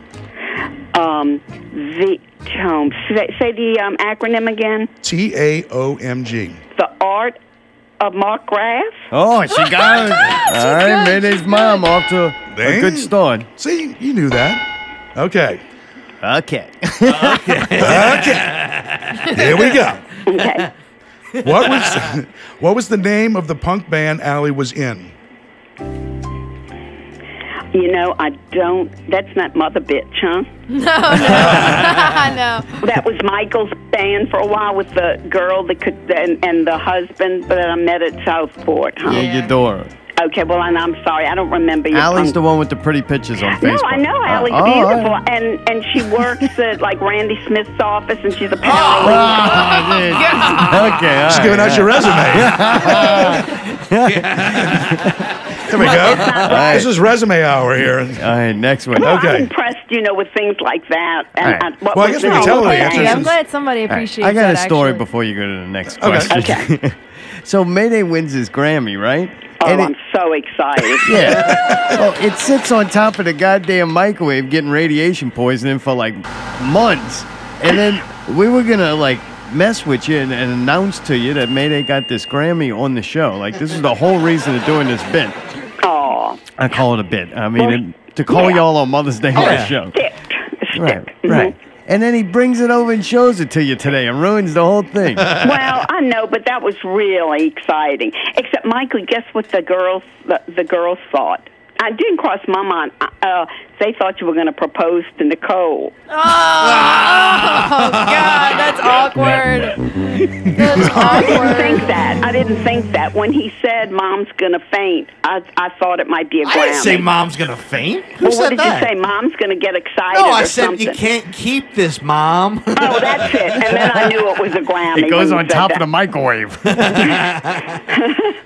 Speaker 5: Um, the tome. Say, say the um, acronym again.
Speaker 3: T A O M G.
Speaker 5: The Art of Mark Graff.
Speaker 1: (laughs)
Speaker 2: Oh, she got it. All right,
Speaker 1: good,
Speaker 2: Mayday's
Speaker 1: she's
Speaker 2: mom off to a- a
Speaker 3: Dang.
Speaker 2: good start.
Speaker 3: See, you knew that. Okay.
Speaker 2: Okay.
Speaker 3: Here we
Speaker 2: (laughs)
Speaker 3: go.
Speaker 5: Okay.
Speaker 3: What was what was the name of the punk band Allie was
Speaker 2: (laughs)
Speaker 3: in?
Speaker 5: you know, I don't. That's not Mother Bitch, huh?
Speaker 1: I know.
Speaker 5: That was Michael's band for a while with the girl that could and, and the husband that I met at Southport, huh?
Speaker 2: Eudora.
Speaker 5: Uh, Okay, well, and I'm sorry, I don't remember your.
Speaker 2: Allie's
Speaker 5: um,
Speaker 2: the one with the pretty pictures on Facebook.
Speaker 5: No, I know Allie's
Speaker 2: Oh, all right.
Speaker 5: beautiful, and and she
Speaker 2: (laughs)
Speaker 5: works at like Randy Smith's office, and she's a
Speaker 2: Oh,
Speaker 5: paralegal.
Speaker 2: dude. okay, all
Speaker 3: She's
Speaker 2: right,
Speaker 3: giving out
Speaker 2: yeah.
Speaker 3: your resume.
Speaker 2: (laughs)
Speaker 3: there we go.
Speaker 2: right.
Speaker 3: This is resume hour here.
Speaker 2: All right, next one.
Speaker 5: Well, (laughs)
Speaker 3: Okay.
Speaker 5: I'm impressed, you know, with things like that.
Speaker 2: All
Speaker 5: And
Speaker 2: right.
Speaker 5: I, what
Speaker 3: Well, I
Speaker 5: was
Speaker 3: guess we
Speaker 5: the-
Speaker 3: can tell
Speaker 5: Oh,
Speaker 3: the
Speaker 5: okay.
Speaker 3: answer.
Speaker 1: I'm glad somebody
Speaker 2: All right,
Speaker 1: appreciates.
Speaker 2: I got a
Speaker 1: that,
Speaker 2: story
Speaker 1: actually.
Speaker 2: before you go to the next
Speaker 3: Okay.
Speaker 2: question. (laughs) so Mayday wins his Grammy, right?
Speaker 5: Oh,
Speaker 2: And it-
Speaker 5: I'm so excited.
Speaker 2: (laughs) yeah. well, it sits on top of the goddamn microwave getting radiation poisoning for like months. And then we were going to like mess with you and, and announce to you that Mayday got this Grammy on the show. Like, this is the whole reason of doing this bit.
Speaker 5: Oh,
Speaker 2: I call it a bit. I mean,
Speaker 5: Well,
Speaker 2: it- to call
Speaker 5: yeah.
Speaker 2: y'all on Mother's
Speaker 3: Oh,
Speaker 2: Day on the
Speaker 4: yeah.
Speaker 2: show.
Speaker 5: stick, stick.
Speaker 2: Right,
Speaker 5: Mhm.
Speaker 2: right. And then he brings it over and shows it to you today and ruins the whole thing.
Speaker 5: (laughs) Well, I know, but that was really exciting. Except, Michael, guess what the girls the, the girls thought? I didn't cross my mind. Uh, they thought you were going to propose to Nicole.
Speaker 1: (laughs) Oh
Speaker 5: Uh,
Speaker 1: God,
Speaker 2: (laughs)
Speaker 1: that's awkward. That's
Speaker 5: I
Speaker 1: awkward.
Speaker 5: think that. I didn't think that. When he said Mom's going to faint, I, I thought it might be a
Speaker 4: I didn't
Speaker 5: Grammy.
Speaker 4: say mom's gonna faint. Who
Speaker 5: well,
Speaker 4: said
Speaker 5: what did
Speaker 4: that?
Speaker 5: you say? Mom's going to get excited
Speaker 4: no, I
Speaker 5: or
Speaker 4: said
Speaker 5: something.
Speaker 4: you can't keep this, mom. (laughs)
Speaker 5: Oh, that's it. And then I knew it was a Grammy.
Speaker 2: It
Speaker 5: when
Speaker 2: goes
Speaker 5: you
Speaker 2: on
Speaker 5: said
Speaker 2: top
Speaker 5: that.
Speaker 2: of
Speaker 4: (laughs)
Speaker 2: the microwave. All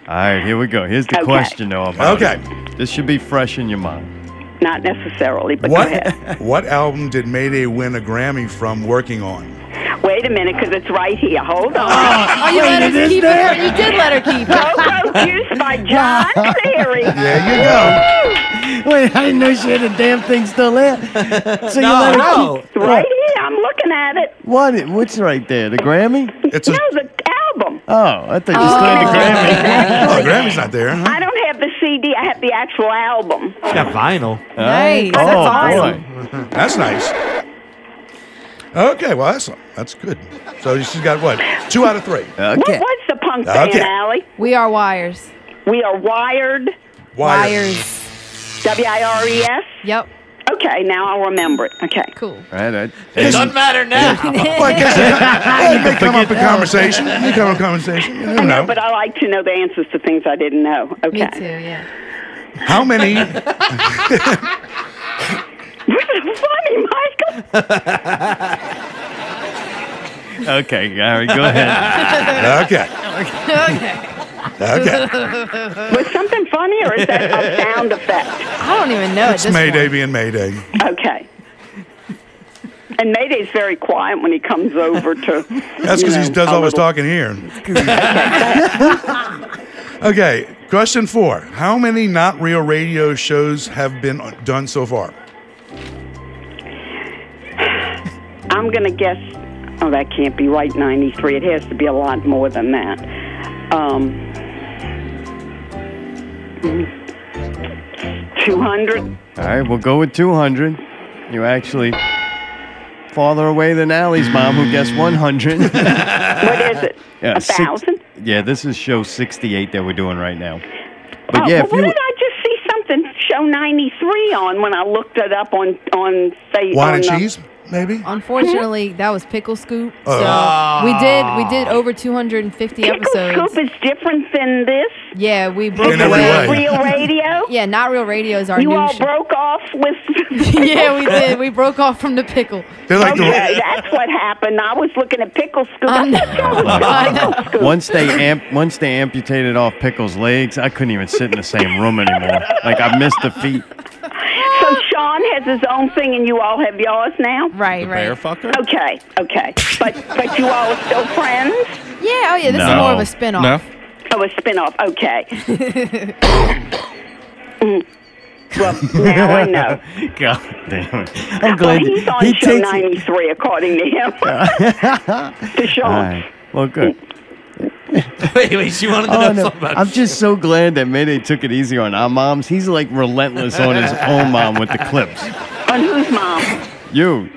Speaker 2: right, here we go. Here's the
Speaker 5: Okay.
Speaker 2: question, though. About
Speaker 3: Okay.
Speaker 2: it. This should be fresh in your mind.
Speaker 5: Not necessarily, but go ahead.
Speaker 3: What what album did Mayday win a Grammy from working on?
Speaker 5: Wait a minute, because it's right here. Hold on.
Speaker 1: Oh, you let her keep it. You did let her keep it.
Speaker 5: Cocoa Juice by John
Speaker 2: (laughs)
Speaker 5: Theory.
Speaker 3: There you go.
Speaker 2: Wait, I didn't know she had a damn thing
Speaker 3: (laughs)
Speaker 2: still there. So you
Speaker 4: no,
Speaker 2: let her
Speaker 4: no.
Speaker 5: It's right here. I'm looking at it.
Speaker 2: keep- What? What's right there? The Grammy?
Speaker 3: It's a
Speaker 5: no, the album.
Speaker 2: Oh, I thought you still had the Grammy.
Speaker 5: (laughs)
Speaker 3: oh, Grammy's not there. Huh?
Speaker 5: I don't have the CD. I have the actual album.
Speaker 4: It's got vinyl.
Speaker 1: Nice.
Speaker 2: Oh,
Speaker 1: That's awesome.
Speaker 2: boy.
Speaker 3: That's nice. Okay, well that's that's good. So she's got what? Two out of three.
Speaker 2: Okay.
Speaker 5: What was the punk band,
Speaker 3: Okay.
Speaker 5: Allie?
Speaker 1: We are wires.
Speaker 5: We are Wired.
Speaker 1: Wires.
Speaker 5: W I R E S.
Speaker 1: Yep.
Speaker 5: Okay, now I'll remember it. Okay.
Speaker 1: Cool.
Speaker 2: All right, I-
Speaker 4: It doesn't matter now.
Speaker 3: (laughs) Well, I guess yeah, you may come up in conversation. You come up in conversation. You never know.
Speaker 5: But I like to know the answers to things I didn't know. Okay.
Speaker 1: Me too. Yeah.
Speaker 3: How many?
Speaker 5: (laughs) Funny, Michael.
Speaker 2: (laughs) okay, all right, go
Speaker 3: (laughs)
Speaker 2: ahead.
Speaker 3: Okay. (laughs)
Speaker 1: okay. (laughs)
Speaker 3: Okay.
Speaker 5: Was something funny or is that a sound effect?
Speaker 1: I don't even know.
Speaker 3: It's
Speaker 1: at this
Speaker 3: Mayday
Speaker 1: Point.
Speaker 3: being Mayday.
Speaker 5: Okay. And Mayday's very quiet when he comes over to.
Speaker 3: That's
Speaker 5: you
Speaker 3: because he
Speaker 5: know,
Speaker 3: does
Speaker 5: a
Speaker 3: all his
Speaker 5: little-
Speaker 3: talking here.
Speaker 5: (laughs)
Speaker 3: okay, question four. How many not real radio shows have been done so far?
Speaker 5: I'm going to guess. Oh, that can't be right, 93. It has to be a lot more than that. Um, 200?
Speaker 2: All right, we'll go with 200. You're actually farther away than Allie's mom, who guessed 100.
Speaker 5: (laughs) What is it?
Speaker 2: Yeah,
Speaker 5: a
Speaker 2: six-
Speaker 5: thousand?
Speaker 2: yeah, this is show 68 that we're doing right now. But
Speaker 5: oh,
Speaker 2: yeah,
Speaker 5: well,
Speaker 2: if you.
Speaker 5: what did I just see something show 93 on when I looked it up on on say
Speaker 3: Wine
Speaker 5: on
Speaker 3: and
Speaker 5: the-
Speaker 3: cheese, maybe?
Speaker 1: Unfortunately, that was pickle scoop. So
Speaker 3: Oh.
Speaker 1: we did we did over 250
Speaker 5: Pickle
Speaker 1: episodes.
Speaker 5: Scoop is different than this.
Speaker 1: Yeah, we broke
Speaker 3: In every
Speaker 1: away.
Speaker 3: way.
Speaker 5: Real radio.
Speaker 1: Yeah, not real radio is our
Speaker 5: You
Speaker 1: new
Speaker 5: all
Speaker 1: show.
Speaker 5: broke off with.
Speaker 1: (laughs)
Speaker 5: (laughs)
Speaker 1: yeah, we did. We broke off from the pickle.
Speaker 3: They're like
Speaker 5: Okay,
Speaker 3: the,
Speaker 5: that's what happened. I was looking at pickle scoop.
Speaker 1: I
Speaker 5: I
Speaker 1: know. (laughs)
Speaker 5: thought y'all was
Speaker 1: I know.
Speaker 5: pickle scoop.
Speaker 2: Once they amp, once they amputated off Pickle's legs, I couldn't even sit in the same room anymore. Like I missed the feet.
Speaker 5: Oh. So Sean has his own thing, and you all have yours now.
Speaker 1: Right, right.
Speaker 9: fucker?
Speaker 5: Okay, okay, but but you all are still friends.
Speaker 1: Yeah, oh yeah, this is
Speaker 2: No.
Speaker 1: more of a spin-off.
Speaker 9: No.
Speaker 5: Oh, a spin-off.
Speaker 1: (laughs)
Speaker 5: Okay. Mm. well, now I know. Uh,
Speaker 2: God damn it! I'm
Speaker 5: Well,
Speaker 2: glad you-
Speaker 5: he's on
Speaker 2: he
Speaker 5: show
Speaker 2: takes. All
Speaker 5: 93, according to
Speaker 2: (laughs)
Speaker 5: him. (laughs) to Sean.
Speaker 2: right. Well, good.
Speaker 4: (laughs) wait, wait. She wanted to
Speaker 2: Oh,
Speaker 4: know
Speaker 2: no.
Speaker 4: something about
Speaker 2: I'm just so glad that Mayday took it easy on our moms. He's like relentless on
Speaker 4: (laughs)
Speaker 2: his own mom with the clips.
Speaker 5: On whose mom?
Speaker 2: You,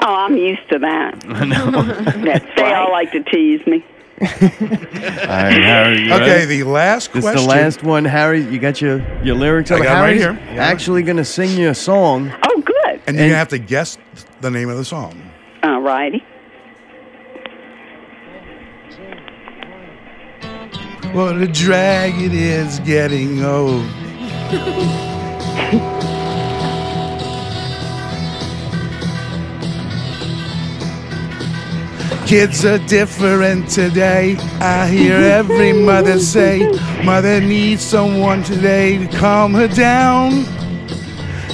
Speaker 5: Oh, I'm used to that. they all like to tease me.
Speaker 2: all right, Harry? you ready?
Speaker 3: okay, the last
Speaker 2: This is
Speaker 3: question.
Speaker 2: the last one, Harry. You got your your lyrics.
Speaker 3: I
Speaker 2: up?
Speaker 3: got 'em right
Speaker 2: Harry's
Speaker 3: here. I got 'em.
Speaker 2: Actually, gonna sing you a song.
Speaker 5: Oh, good.
Speaker 3: and you're going
Speaker 2: and-
Speaker 3: to have to guess the name of the song.
Speaker 5: All righty.
Speaker 3: What a drag it is getting old. Kids are different today. I hear every mother say, Mother needs someone today to calm her down.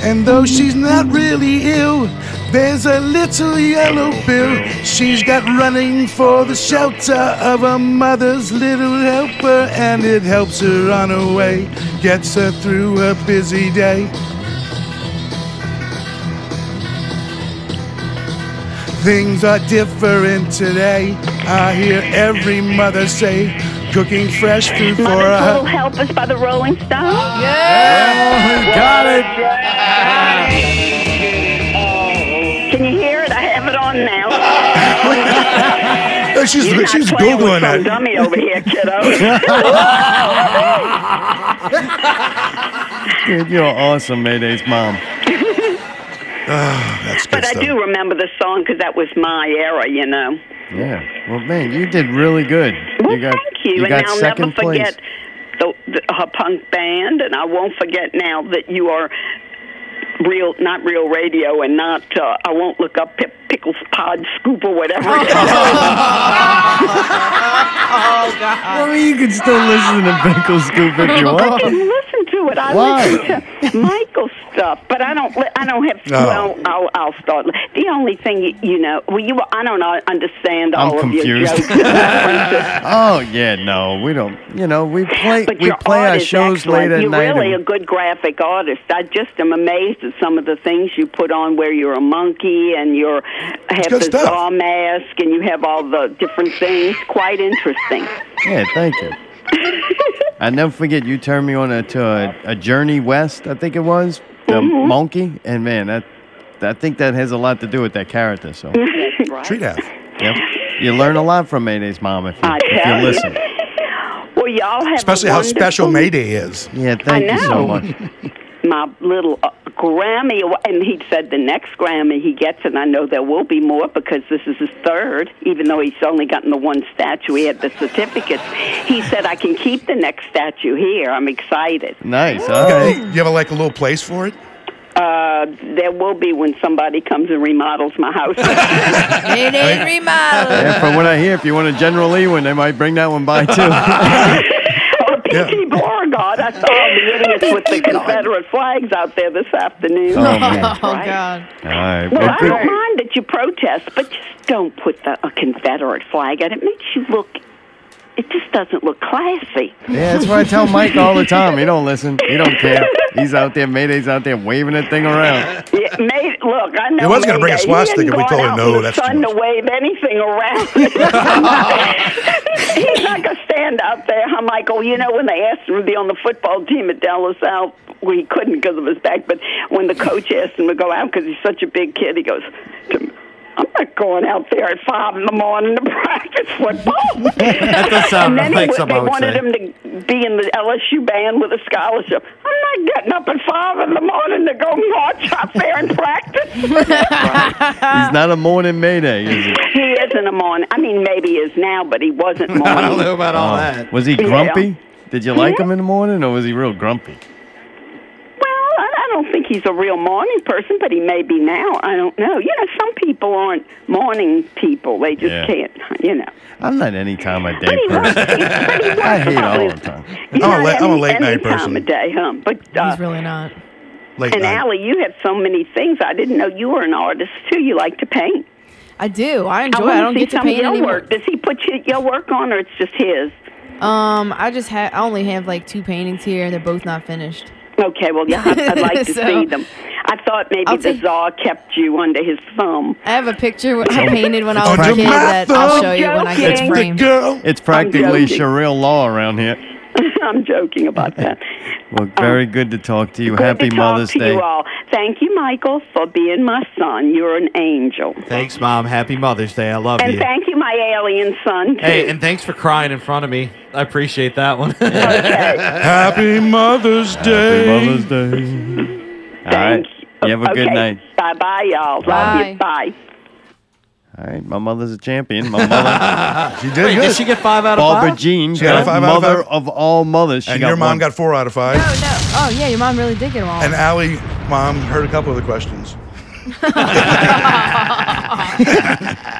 Speaker 3: And though she's not really ill, there's a little yellow pill she's got running for the shelter of a mother's little helper, and it helps her on her way, gets her through a busy day. Things are different today. I hear every mother say, cooking fresh food for uh,
Speaker 5: Mother's
Speaker 3: her.
Speaker 5: Little Help is by the Rolling Stones.
Speaker 2: Got it.
Speaker 5: Can you hear it? I have it on
Speaker 2: (laughs)
Speaker 5: now.
Speaker 3: Uh, She's,
Speaker 5: You're not
Speaker 3: she's
Speaker 5: playing with
Speaker 3: Googling
Speaker 5: some
Speaker 3: it.
Speaker 5: dummy over here,
Speaker 2: (laughs)
Speaker 5: kiddo.
Speaker 2: Dude, you're awesome, Mayday's mom.
Speaker 3: Ah, That's good
Speaker 5: (laughs) but I
Speaker 3: stuff.
Speaker 5: do remember the song because that was my era, you know.
Speaker 2: Yeah. Well, man, you did really good.
Speaker 5: Well,
Speaker 2: you got,
Speaker 5: thank you.
Speaker 2: got
Speaker 5: and I'll never
Speaker 2: second place.
Speaker 5: forget the, the, her punk band, and I won't forget now that you are real, not real radio, and not. Uh, I won't look up Pip, Pickles Pod Scoop or whatever. it is.
Speaker 2: (laughs)
Speaker 5: (laughs)
Speaker 2: Well, you can still listen to Pickle Scoop if
Speaker 5: (laughs)
Speaker 2: you
Speaker 5: I
Speaker 2: want.
Speaker 5: can listen to it. I
Speaker 2: Why?
Speaker 5: listen to Michael's stuff, but I don't. li- I don't have.
Speaker 3: No.
Speaker 5: Well, I'll, I'll start. The only thing you know. Well, you. I don't understand
Speaker 2: I'm
Speaker 5: all
Speaker 2: confused.
Speaker 5: of your jokes. and references.
Speaker 2: (laughs) Oh yeah, no, we don't. You know, we play
Speaker 5: But
Speaker 2: we
Speaker 5: your
Speaker 2: play
Speaker 5: art
Speaker 2: our
Speaker 5: is
Speaker 2: shows
Speaker 5: excellent.
Speaker 2: late at
Speaker 5: you're
Speaker 2: night.
Speaker 5: really
Speaker 2: and-
Speaker 5: a good graphic artist. I just am amazed at some of the things you put on, where you're a monkey and you're have
Speaker 3: good
Speaker 5: the
Speaker 3: stuff.
Speaker 5: saw mask and you have all the different things. Quite interesting.
Speaker 2: yeah, thank you. I never forget you turned me on a, to a, a Journey West, I think it was the
Speaker 5: Mm-hmm.
Speaker 2: monkey, and man, that I think that has a lot to do with that character. So,
Speaker 3: Tree Death.
Speaker 2: yep, you learn a lot from Mayday's mom if you,
Speaker 5: I
Speaker 2: if
Speaker 5: tell
Speaker 2: you
Speaker 5: you.
Speaker 2: listen.
Speaker 5: Well, y'all have a
Speaker 3: Especially how special
Speaker 5: wonderful-
Speaker 3: May Day is.
Speaker 2: Yeah, thank you
Speaker 5: know.
Speaker 2: so much.
Speaker 5: (laughs) my little uh, Grammy, awa- and he said the next Grammy he gets, and I know there will be more because this is his third, even though he's only gotten the one statue. He had the certificates. He said, I can keep the next statue here. I'm excited.
Speaker 2: Nice. All right.
Speaker 3: You have a, like a little place for it?
Speaker 5: Uh, there will be when somebody comes and remodels my house.
Speaker 2: (laughs)
Speaker 1: It ain't remodeled.
Speaker 2: Yeah, from what I hear, if you want a General Lee one, they might bring that
Speaker 5: (laughs)
Speaker 2: one by too.
Speaker 5: or P.T. Beauregard. I saw the idiots with the Confederate flags out there this afternoon.
Speaker 2: Oh, man.
Speaker 1: Oh,
Speaker 5: Right.
Speaker 1: God.
Speaker 2: All right.
Speaker 5: Well,
Speaker 2: Well,
Speaker 5: I
Speaker 2: good-
Speaker 5: don't mind that you protest, but just don't put the, a Confederate flag on it. It makes you look. It just doesn't look classy.
Speaker 2: Yeah, that's what I tell Mike all the time. He don't listen. He don't care. He's out there. Mayday's out there waving that thing around.
Speaker 5: It made, look, I know.
Speaker 3: He was gonna bring a
Speaker 5: Mayday, he
Speaker 3: swastika,
Speaker 5: hadn't
Speaker 3: we
Speaker 5: gone
Speaker 3: told him,
Speaker 5: out
Speaker 3: no,
Speaker 5: in the
Speaker 3: Oh, that's too
Speaker 5: sun
Speaker 3: much.
Speaker 5: to wave anything
Speaker 4: (laughs)
Speaker 5: around. (laughs) He's not going to stand out there. Huh, Michael? You know, when they asked him to be on the football team at Dallas South, well, he couldn't because of his back, but when the coach asked him to go out because he's such a big kid, he goes, I'm not going out there at 5 in the morning to (laughs) practice football.
Speaker 4: (laughs) That does
Speaker 5: And
Speaker 4: sound
Speaker 5: then
Speaker 4: like
Speaker 5: he,
Speaker 4: something
Speaker 5: they
Speaker 4: I would
Speaker 5: wanted
Speaker 4: say.
Speaker 5: him to be in the LSU band with a scholarship. I'm not getting up at five in the morning to go march out there and practice.
Speaker 4: (laughs)
Speaker 5: (laughs)
Speaker 2: He's not a morning Mayday,
Speaker 3: (laughs)
Speaker 2: is he?
Speaker 5: he isn't a morning. I mean, maybe he is now, but he wasn't morning.
Speaker 4: I don't know about all that.
Speaker 2: Oh. Was he grumpy? Did you like him in the morning, or was he real grumpy?
Speaker 5: Well, I, I don't think he's a real morning person, but he may be now. I don't know. You know, some people aren't morning people. They just
Speaker 2: Yeah.
Speaker 5: can't. You know.
Speaker 2: I'm not any time of
Speaker 5: But
Speaker 2: day
Speaker 5: he works.
Speaker 2: person.
Speaker 5: he- but he works
Speaker 2: (laughs) I hate all
Speaker 5: probably-
Speaker 2: the time.
Speaker 5: You
Speaker 3: I'm a
Speaker 5: know,
Speaker 3: la- I'm a
Speaker 5: any-
Speaker 3: late
Speaker 5: any
Speaker 3: night person.
Speaker 5: Time
Speaker 3: (laughs)
Speaker 5: of day, huh? But uh,
Speaker 1: He's really not.
Speaker 3: Late
Speaker 5: and
Speaker 3: night.
Speaker 5: Allie, you have so many things. I didn't know you were an artist too. You like to paint.
Speaker 1: I do. I enjoy. it.
Speaker 5: wanna
Speaker 1: I don't
Speaker 5: see
Speaker 1: get to
Speaker 5: some of
Speaker 1: paint
Speaker 5: your
Speaker 1: anymore.
Speaker 5: work. Does he put your, your work on, or it's just his?
Speaker 1: Um, I just have. I only have like two paintings here. They're both not finished.
Speaker 5: Okay, well, yeah, I'd, I'd
Speaker 1: (laughs)
Speaker 5: like to
Speaker 1: So-
Speaker 5: see them. I thought maybe
Speaker 1: I'll
Speaker 5: the
Speaker 1: take-
Speaker 5: czar kept you under his thumb.
Speaker 1: I have a picture wh- I painted when I was
Speaker 3: Under
Speaker 1: a kid
Speaker 3: my
Speaker 1: that I'll
Speaker 3: thumb.
Speaker 1: show you when I
Speaker 5: It's
Speaker 1: get
Speaker 5: the
Speaker 3: The
Speaker 1: framed.
Speaker 3: girl.
Speaker 2: It's practically
Speaker 5: joking.
Speaker 2: Sherrill law around here.
Speaker 5: (laughs) I'm joking about that. Um,
Speaker 2: Well, very good to talk to you.
Speaker 5: Good
Speaker 2: Happy
Speaker 5: to talk
Speaker 2: Mother's
Speaker 5: to
Speaker 2: Day.
Speaker 5: you all. Thank you, Michael, for being my son. You're an angel.
Speaker 4: Thanks, Mom. Happy Mother's Day. I love
Speaker 5: And
Speaker 4: you.
Speaker 5: thank you, my alien son. Too.
Speaker 4: Hey, and thanks for crying in front of me. I appreciate that one. (laughs)
Speaker 3: Happy Mother's
Speaker 2: Happy
Speaker 3: Day.
Speaker 2: Mother's Day. All right.
Speaker 5: Thank you.
Speaker 2: You have a good
Speaker 5: Okay.
Speaker 2: night.
Speaker 5: Bye bye, y'all. Love you.
Speaker 1: Bye.
Speaker 5: Bye.
Speaker 2: All right, my mother's a champion. My mother,
Speaker 3: (laughs) She did
Speaker 4: Wait,
Speaker 3: good.
Speaker 4: did she get five out of
Speaker 2: Barbara
Speaker 4: five?
Speaker 2: Jean,
Speaker 3: She got a
Speaker 2: got
Speaker 3: five out of
Speaker 2: mother
Speaker 3: five?
Speaker 2: of all mothers. She
Speaker 3: and
Speaker 2: got
Speaker 3: your mom
Speaker 2: one.
Speaker 3: got four out of five.
Speaker 1: No, no. Oh yeah, your mom really did get them all.
Speaker 3: And Allie, mom heard a couple of the questions.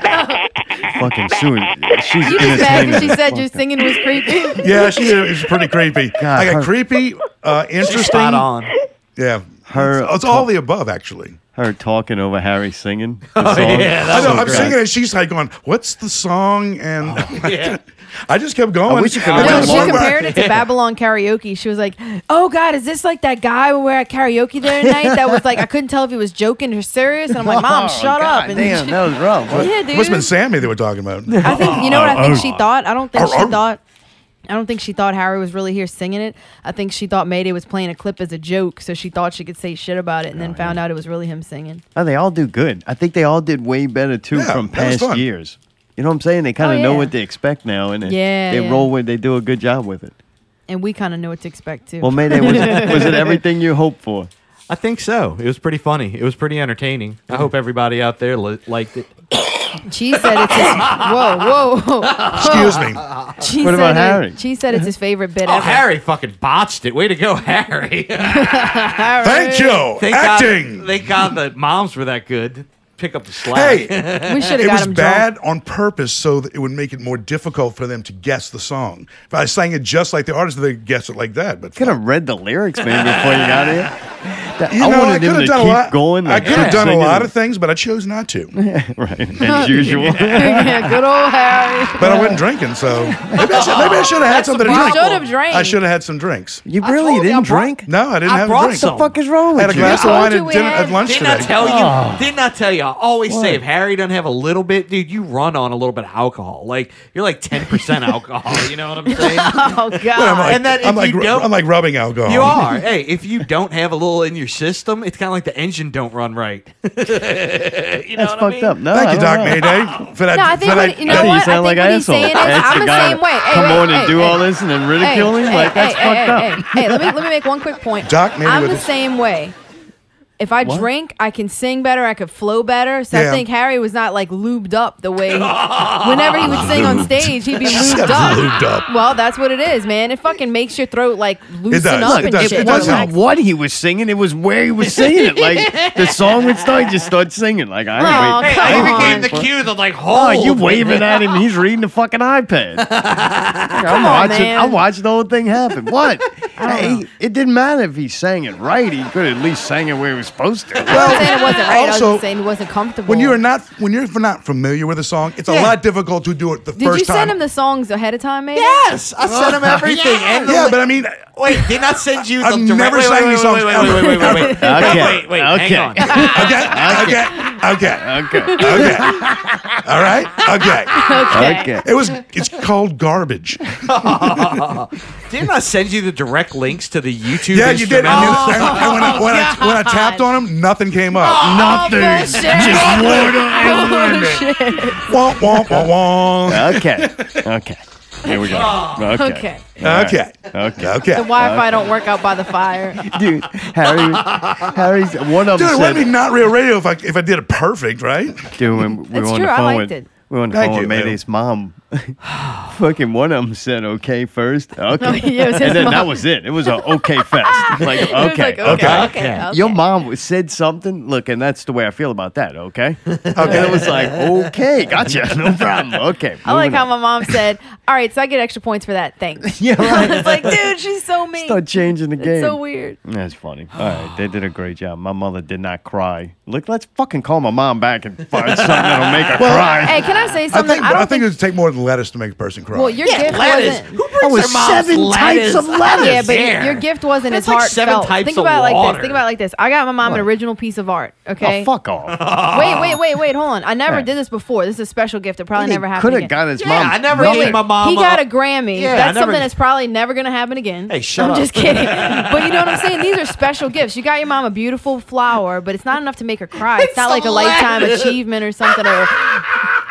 Speaker 2: fucking sued. She's
Speaker 1: you just mad because she
Speaker 2: entertaining.
Speaker 1: said your singing was creepy.
Speaker 3: (laughs) Yeah, she is pretty creepy.
Speaker 2: God,
Speaker 3: I got
Speaker 2: her-
Speaker 3: creepy, uh, interesting.
Speaker 4: Spot on.
Speaker 3: Yeah.
Speaker 2: Her-
Speaker 3: it's, it's all the above, actually.
Speaker 2: her talking over Harry singing. The
Speaker 3: Oh,
Speaker 2: song.
Speaker 4: yeah,
Speaker 3: I
Speaker 4: that
Speaker 3: know,
Speaker 4: was
Speaker 3: I'm
Speaker 4: great. Oh,
Speaker 3: singing and she's like going, "What's the song?" And (laughs)
Speaker 4: Yeah.
Speaker 3: I just kept going.
Speaker 2: I wish you could
Speaker 3: And
Speaker 2: have
Speaker 1: No,
Speaker 2: Yeah,
Speaker 3: then
Speaker 1: (laughs) she
Speaker 2: long
Speaker 3: one- (laughs)
Speaker 1: compared it to Babylon karaoke. She was like, "Oh God, is this like that guy we were at karaoke the other night that was like I couldn't tell if he was joking or serious?" And I'm
Speaker 3: (laughs)
Speaker 1: like,
Speaker 3: Oh,
Speaker 1: "Mom, shut up!" And
Speaker 2: Oh, Damn,
Speaker 1: she-
Speaker 2: that was rough.
Speaker 1: (laughs) yeah, dude.
Speaker 3: It must have been Sammy they were talking about.
Speaker 1: (laughs) I think you know what I think
Speaker 2: (laughs)
Speaker 1: she thought. I don't think
Speaker 3: Arr, arr.
Speaker 1: she thought. I don't think she thought Harry was really here singing it. I think she thought Mayday was playing a clip as a joke, so she thought she could say shit about it, and then found out it was really him singing.
Speaker 2: Oh, they all do good. I think they all did way better too
Speaker 3: Yeah,
Speaker 2: from
Speaker 3: that was
Speaker 2: past
Speaker 3: fun.
Speaker 2: years. You know what I'm saying? They kind of
Speaker 1: Oh,
Speaker 2: know
Speaker 1: yeah.
Speaker 2: what they expect now, and they,
Speaker 1: Yeah,
Speaker 2: they
Speaker 1: yeah.
Speaker 2: roll with. They do a good job with it.
Speaker 1: And we kind of knew what to expect too. (laughs)
Speaker 2: Well, Mayday was it, was it everything you hoped for?
Speaker 4: I think so. It was pretty funny. It was pretty entertaining. I hope everybody out there li- liked it.
Speaker 1: she said it's his, whoa, whoa,
Speaker 3: (coughs)
Speaker 1: whoa.
Speaker 3: Excuse me.
Speaker 1: She
Speaker 2: What
Speaker 1: said
Speaker 2: about
Speaker 1: it-
Speaker 2: Harry?
Speaker 1: she said it's his favorite bit
Speaker 4: Oh,
Speaker 1: ever. (laughs)
Speaker 4: Harry fucking botched it. Way to go, (laughs) Harry.
Speaker 3: Thank you.
Speaker 4: Thank God,
Speaker 3: Acting.
Speaker 4: thank God the moms were that good. Pick up the
Speaker 1: (laughs)
Speaker 4: slack.
Speaker 3: Oh, hey,
Speaker 4: (laughs)
Speaker 1: We should have
Speaker 3: it
Speaker 1: got
Speaker 3: was
Speaker 1: him
Speaker 3: bad
Speaker 1: drunk.
Speaker 3: on purpose so that it would make it more difficult for them to guess the song. If I sang it just like the artist, they'd guess it like that. But
Speaker 2: Could have read the lyrics man before you got here. That-
Speaker 3: (laughs) You
Speaker 2: I
Speaker 3: know,
Speaker 2: wanted him
Speaker 3: could've
Speaker 2: to
Speaker 3: done a
Speaker 2: keep
Speaker 3: lot-
Speaker 2: going.
Speaker 3: I
Speaker 2: like,
Speaker 3: could have
Speaker 2: keep
Speaker 3: done a
Speaker 2: singing
Speaker 3: lot
Speaker 2: it.
Speaker 5: (laughs)
Speaker 3: of things, but I chose not to.
Speaker 2: (laughs) right as usual.
Speaker 1: (laughs) yeah, good
Speaker 2: (laughs)
Speaker 1: old Harry.
Speaker 3: But I wasn't drinking, so maybe I should, maybe I should have had something to
Speaker 1: You
Speaker 3: drink.
Speaker 1: should have drank.
Speaker 3: I should have had some drinks.
Speaker 2: You
Speaker 4: I
Speaker 2: really
Speaker 4: told you, I
Speaker 2: didn't
Speaker 4: brought-
Speaker 2: drink?
Speaker 3: No, I didn't
Speaker 4: I
Speaker 3: have
Speaker 4: brought
Speaker 3: a drink.
Speaker 4: some.
Speaker 2: What the fuck is wrong
Speaker 3: I had
Speaker 2: with
Speaker 3: a
Speaker 2: you?
Speaker 3: glass of
Speaker 1: told
Speaker 3: wine
Speaker 1: you
Speaker 3: at,
Speaker 1: we
Speaker 3: dinner,
Speaker 1: had-
Speaker 3: at lunch
Speaker 4: Didn't
Speaker 3: today.
Speaker 4: I tell you?
Speaker 3: Oh.
Speaker 4: Didn't I tell you? I always say if Harry doesn't have a little bit, dude, you run on a little bit of alcohol. Like you're like ten percent alcohol. You know what I'm saying?
Speaker 1: (laughs) Oh God.
Speaker 3: I'm like,
Speaker 4: And that if
Speaker 3: I'm like,
Speaker 4: you
Speaker 3: ru-
Speaker 4: don't-
Speaker 3: I'm like rubbing alcohol.
Speaker 4: you are. Hey, if you don't have a little in your system, it's kind of like the engine don't run right. (laughs) you know
Speaker 2: That's
Speaker 4: what I
Speaker 2: fucked
Speaker 4: mean?
Speaker 2: up. No,
Speaker 3: Thank
Speaker 2: I
Speaker 3: you,
Speaker 2: don't
Speaker 3: Doc
Speaker 2: know.
Speaker 3: Mayday, for that.
Speaker 1: No, I think
Speaker 3: for
Speaker 1: when-
Speaker 3: that-
Speaker 1: you know
Speaker 2: I think
Speaker 1: what?
Speaker 2: you
Speaker 1: I
Speaker 2: sound
Speaker 1: think
Speaker 2: like
Speaker 1: what
Speaker 2: an
Speaker 1: he's
Speaker 2: asshole.
Speaker 1: saying is,
Speaker 2: I asked
Speaker 1: I'm the
Speaker 2: guy,
Speaker 1: same way. Hey,
Speaker 2: Come
Speaker 1: wait,
Speaker 2: on and
Speaker 1: hey,
Speaker 2: do
Speaker 1: hey,
Speaker 2: all this and then
Speaker 1: Hey,
Speaker 2: ridicule him?
Speaker 1: hey,
Speaker 2: Like, that's
Speaker 1: hey,
Speaker 2: fucked
Speaker 1: hey,
Speaker 2: up.
Speaker 1: Hey, hey, let me let me make one quick
Speaker 3: (laughs)
Speaker 1: point.
Speaker 3: Doc Manny
Speaker 1: I'm
Speaker 3: with
Speaker 1: the
Speaker 3: his-
Speaker 1: same way. If I
Speaker 2: What?
Speaker 1: drink, I can sing better. I could flow better. So
Speaker 3: Yeah.
Speaker 1: I think Harry was not like lubed up the way. whenever he would sing
Speaker 3: (laughs)
Speaker 1: on stage, he'd be lubed up.
Speaker 3: lubed up.
Speaker 1: Well, that's what it is, man. It fucking makes your throat like loosen
Speaker 3: does.
Speaker 1: up
Speaker 3: Look,
Speaker 1: and
Speaker 3: it does-
Speaker 1: shit.
Speaker 3: it does
Speaker 2: wasn't
Speaker 3: help.
Speaker 2: what he was singing, it was where he was singing it.
Speaker 3: (laughs)
Speaker 2: Like the song would start, he just start singing. Like I
Speaker 1: Aw,
Speaker 2: wait.
Speaker 4: Hey, I
Speaker 1: Oh, Come
Speaker 4: even
Speaker 1: on.
Speaker 4: gave the cue that like,
Speaker 2: Oh,
Speaker 4: hold.
Speaker 2: you waving at him? He's reading the fucking iPad. I'm
Speaker 1: on,
Speaker 2: watching.
Speaker 1: man.
Speaker 2: I watched the whole thing
Speaker 3: (laughs)
Speaker 2: happen. What? Hey, it didn't matter if he sang it right. He could at least sang it where he was supposed to.
Speaker 1: I wasn't saying it wasn't right. I was
Speaker 3: Also,
Speaker 1: just saying he wasn't comfortable.
Speaker 3: When you're not when you're not familiar with a song, it's a
Speaker 4: Yeah.
Speaker 3: lot difficult to do it the
Speaker 1: Did
Speaker 3: first
Speaker 1: you
Speaker 3: time.
Speaker 1: send him the songs ahead of time, maybe?
Speaker 4: Yes, I sent him
Speaker 1: (laughs)
Speaker 4: everything. And the
Speaker 3: yeah, but I mean,
Speaker 4: Wait, did not send you the
Speaker 3: I've
Speaker 4: direct-
Speaker 3: never
Speaker 4: wait,
Speaker 3: sang
Speaker 4: wait,
Speaker 3: these
Speaker 4: wait,
Speaker 3: songs
Speaker 4: Wait, wait, wait, wait, wait, wait.
Speaker 2: Okay.
Speaker 4: Wait, wait,
Speaker 2: Okay.
Speaker 4: hang on.
Speaker 3: okay, okay, okay,
Speaker 2: Okay. (laughs)
Speaker 3: okay, all right, okay.
Speaker 2: Okay.
Speaker 3: It was it's called
Speaker 4: (laughs)
Speaker 3: garbage.
Speaker 4: Didn't I send you the direct links to the YouTube?
Speaker 3: Yeah, you did. Oh. And, you,
Speaker 4: instrumental? (laughs)
Speaker 3: and, and when, I, when, I, when I tapped on him, nothing came
Speaker 4: Oh,
Speaker 3: up.
Speaker 2: Nothing.
Speaker 1: bullshit.
Speaker 2: Just water
Speaker 5: Oh,
Speaker 2: and lemon.
Speaker 3: Wah, wah, wah, wah.
Speaker 2: Okay. Okay. Here we go. Okay.
Speaker 1: Okay.
Speaker 2: All right.
Speaker 3: Okay,
Speaker 2: Okay.
Speaker 1: The
Speaker 3: okay.
Speaker 1: Wi-Fi don't work out by
Speaker 2: (laughs)
Speaker 1: the fire. (laughs)
Speaker 2: Dude, Harry, Harry's one of them
Speaker 3: Dude, it
Speaker 2: said,
Speaker 3: wouldn't be not real radio if I if I did it perfect, right?
Speaker 2: Dude, when we
Speaker 1: It's
Speaker 2: were on
Speaker 1: true,
Speaker 2: the
Speaker 1: I
Speaker 2: phone
Speaker 1: liked
Speaker 2: with,
Speaker 1: it.
Speaker 2: we were on the
Speaker 3: Thank
Speaker 2: phone
Speaker 3: you,
Speaker 2: with
Speaker 3: Lou.
Speaker 2: Mayday's mom. (laughs) Fucking one of them said okay
Speaker 1: (laughs)
Speaker 2: first. Okay.
Speaker 1: Oh, yeah, it was his
Speaker 2: and then that
Speaker 1: mom.
Speaker 2: was it. It was a
Speaker 1: (laughs)
Speaker 2: okay fest. Like, okay,
Speaker 1: It was like, okay, okay,
Speaker 2: okay.
Speaker 1: okay.
Speaker 2: Your mom was- said something. Look, and that's the way I feel about
Speaker 4: (laughs)
Speaker 2: that. Okay. Okay. it was like, okay, gotcha. No problem. Okay.
Speaker 1: I like
Speaker 2: moving
Speaker 1: how
Speaker 2: on.
Speaker 1: my mom said, "All right, so I get extra points for that. Thanks."
Speaker 2: (laughs) Yeah, right.
Speaker 1: it's like, dude, she's so mean.
Speaker 2: Start changing the game.
Speaker 1: It's so weird.
Speaker 2: That's funny. All right, they did a great job. My mother did not cry. Look, let's fucking call my mom back and
Speaker 4: (laughs)
Speaker 2: find something that'll make her cry.
Speaker 1: Hey, can I say
Speaker 3: I
Speaker 1: something?
Speaker 3: think I,
Speaker 1: don't
Speaker 3: think, it would take more than lettuce to make a person cry. Oh,
Speaker 1: well, your
Speaker 4: Yeah,
Speaker 1: gift
Speaker 4: lettuce.
Speaker 1: wasn't.
Speaker 4: Who brings
Speaker 2: was
Speaker 4: their mom's
Speaker 2: seven
Speaker 4: lettuce?
Speaker 2: types of lettuce.
Speaker 1: Yeah, but
Speaker 4: There.
Speaker 1: your gift wasn't
Speaker 4: That's
Speaker 1: as
Speaker 4: like
Speaker 1: heartfelt.
Speaker 4: seven types
Speaker 1: Think
Speaker 4: of
Speaker 1: about it like
Speaker 4: water.
Speaker 1: this. Think about it like this. I got my mom
Speaker 2: What?
Speaker 1: an original piece of art. Okay.
Speaker 2: Oh, fuck off.
Speaker 1: Wait, wait, wait, wait. Hold on. I never
Speaker 2: Right.
Speaker 1: did this before. This is a special gift that probably never
Speaker 2: Could
Speaker 1: happened.
Speaker 2: have
Speaker 1: again.
Speaker 2: got his
Speaker 4: Yeah,
Speaker 2: mom.
Speaker 4: I never
Speaker 2: nothing.
Speaker 4: gave my mom.
Speaker 1: He got a
Speaker 4: a-
Speaker 1: Grammy.
Speaker 4: Yeah, I
Speaker 1: that's
Speaker 4: never-
Speaker 1: something that's probably never going to happen again.
Speaker 4: Hey, shut
Speaker 1: I'm
Speaker 4: up. (laughs)
Speaker 1: just kidding. but you know what I'm saying? These are special gifts. You got your mom a beautiful flower, but it's not enough to make her cry. It's,
Speaker 4: It's
Speaker 1: not like a
Speaker 4: the
Speaker 1: lifetime
Speaker 4: lettuce.
Speaker 1: achievement or something. Or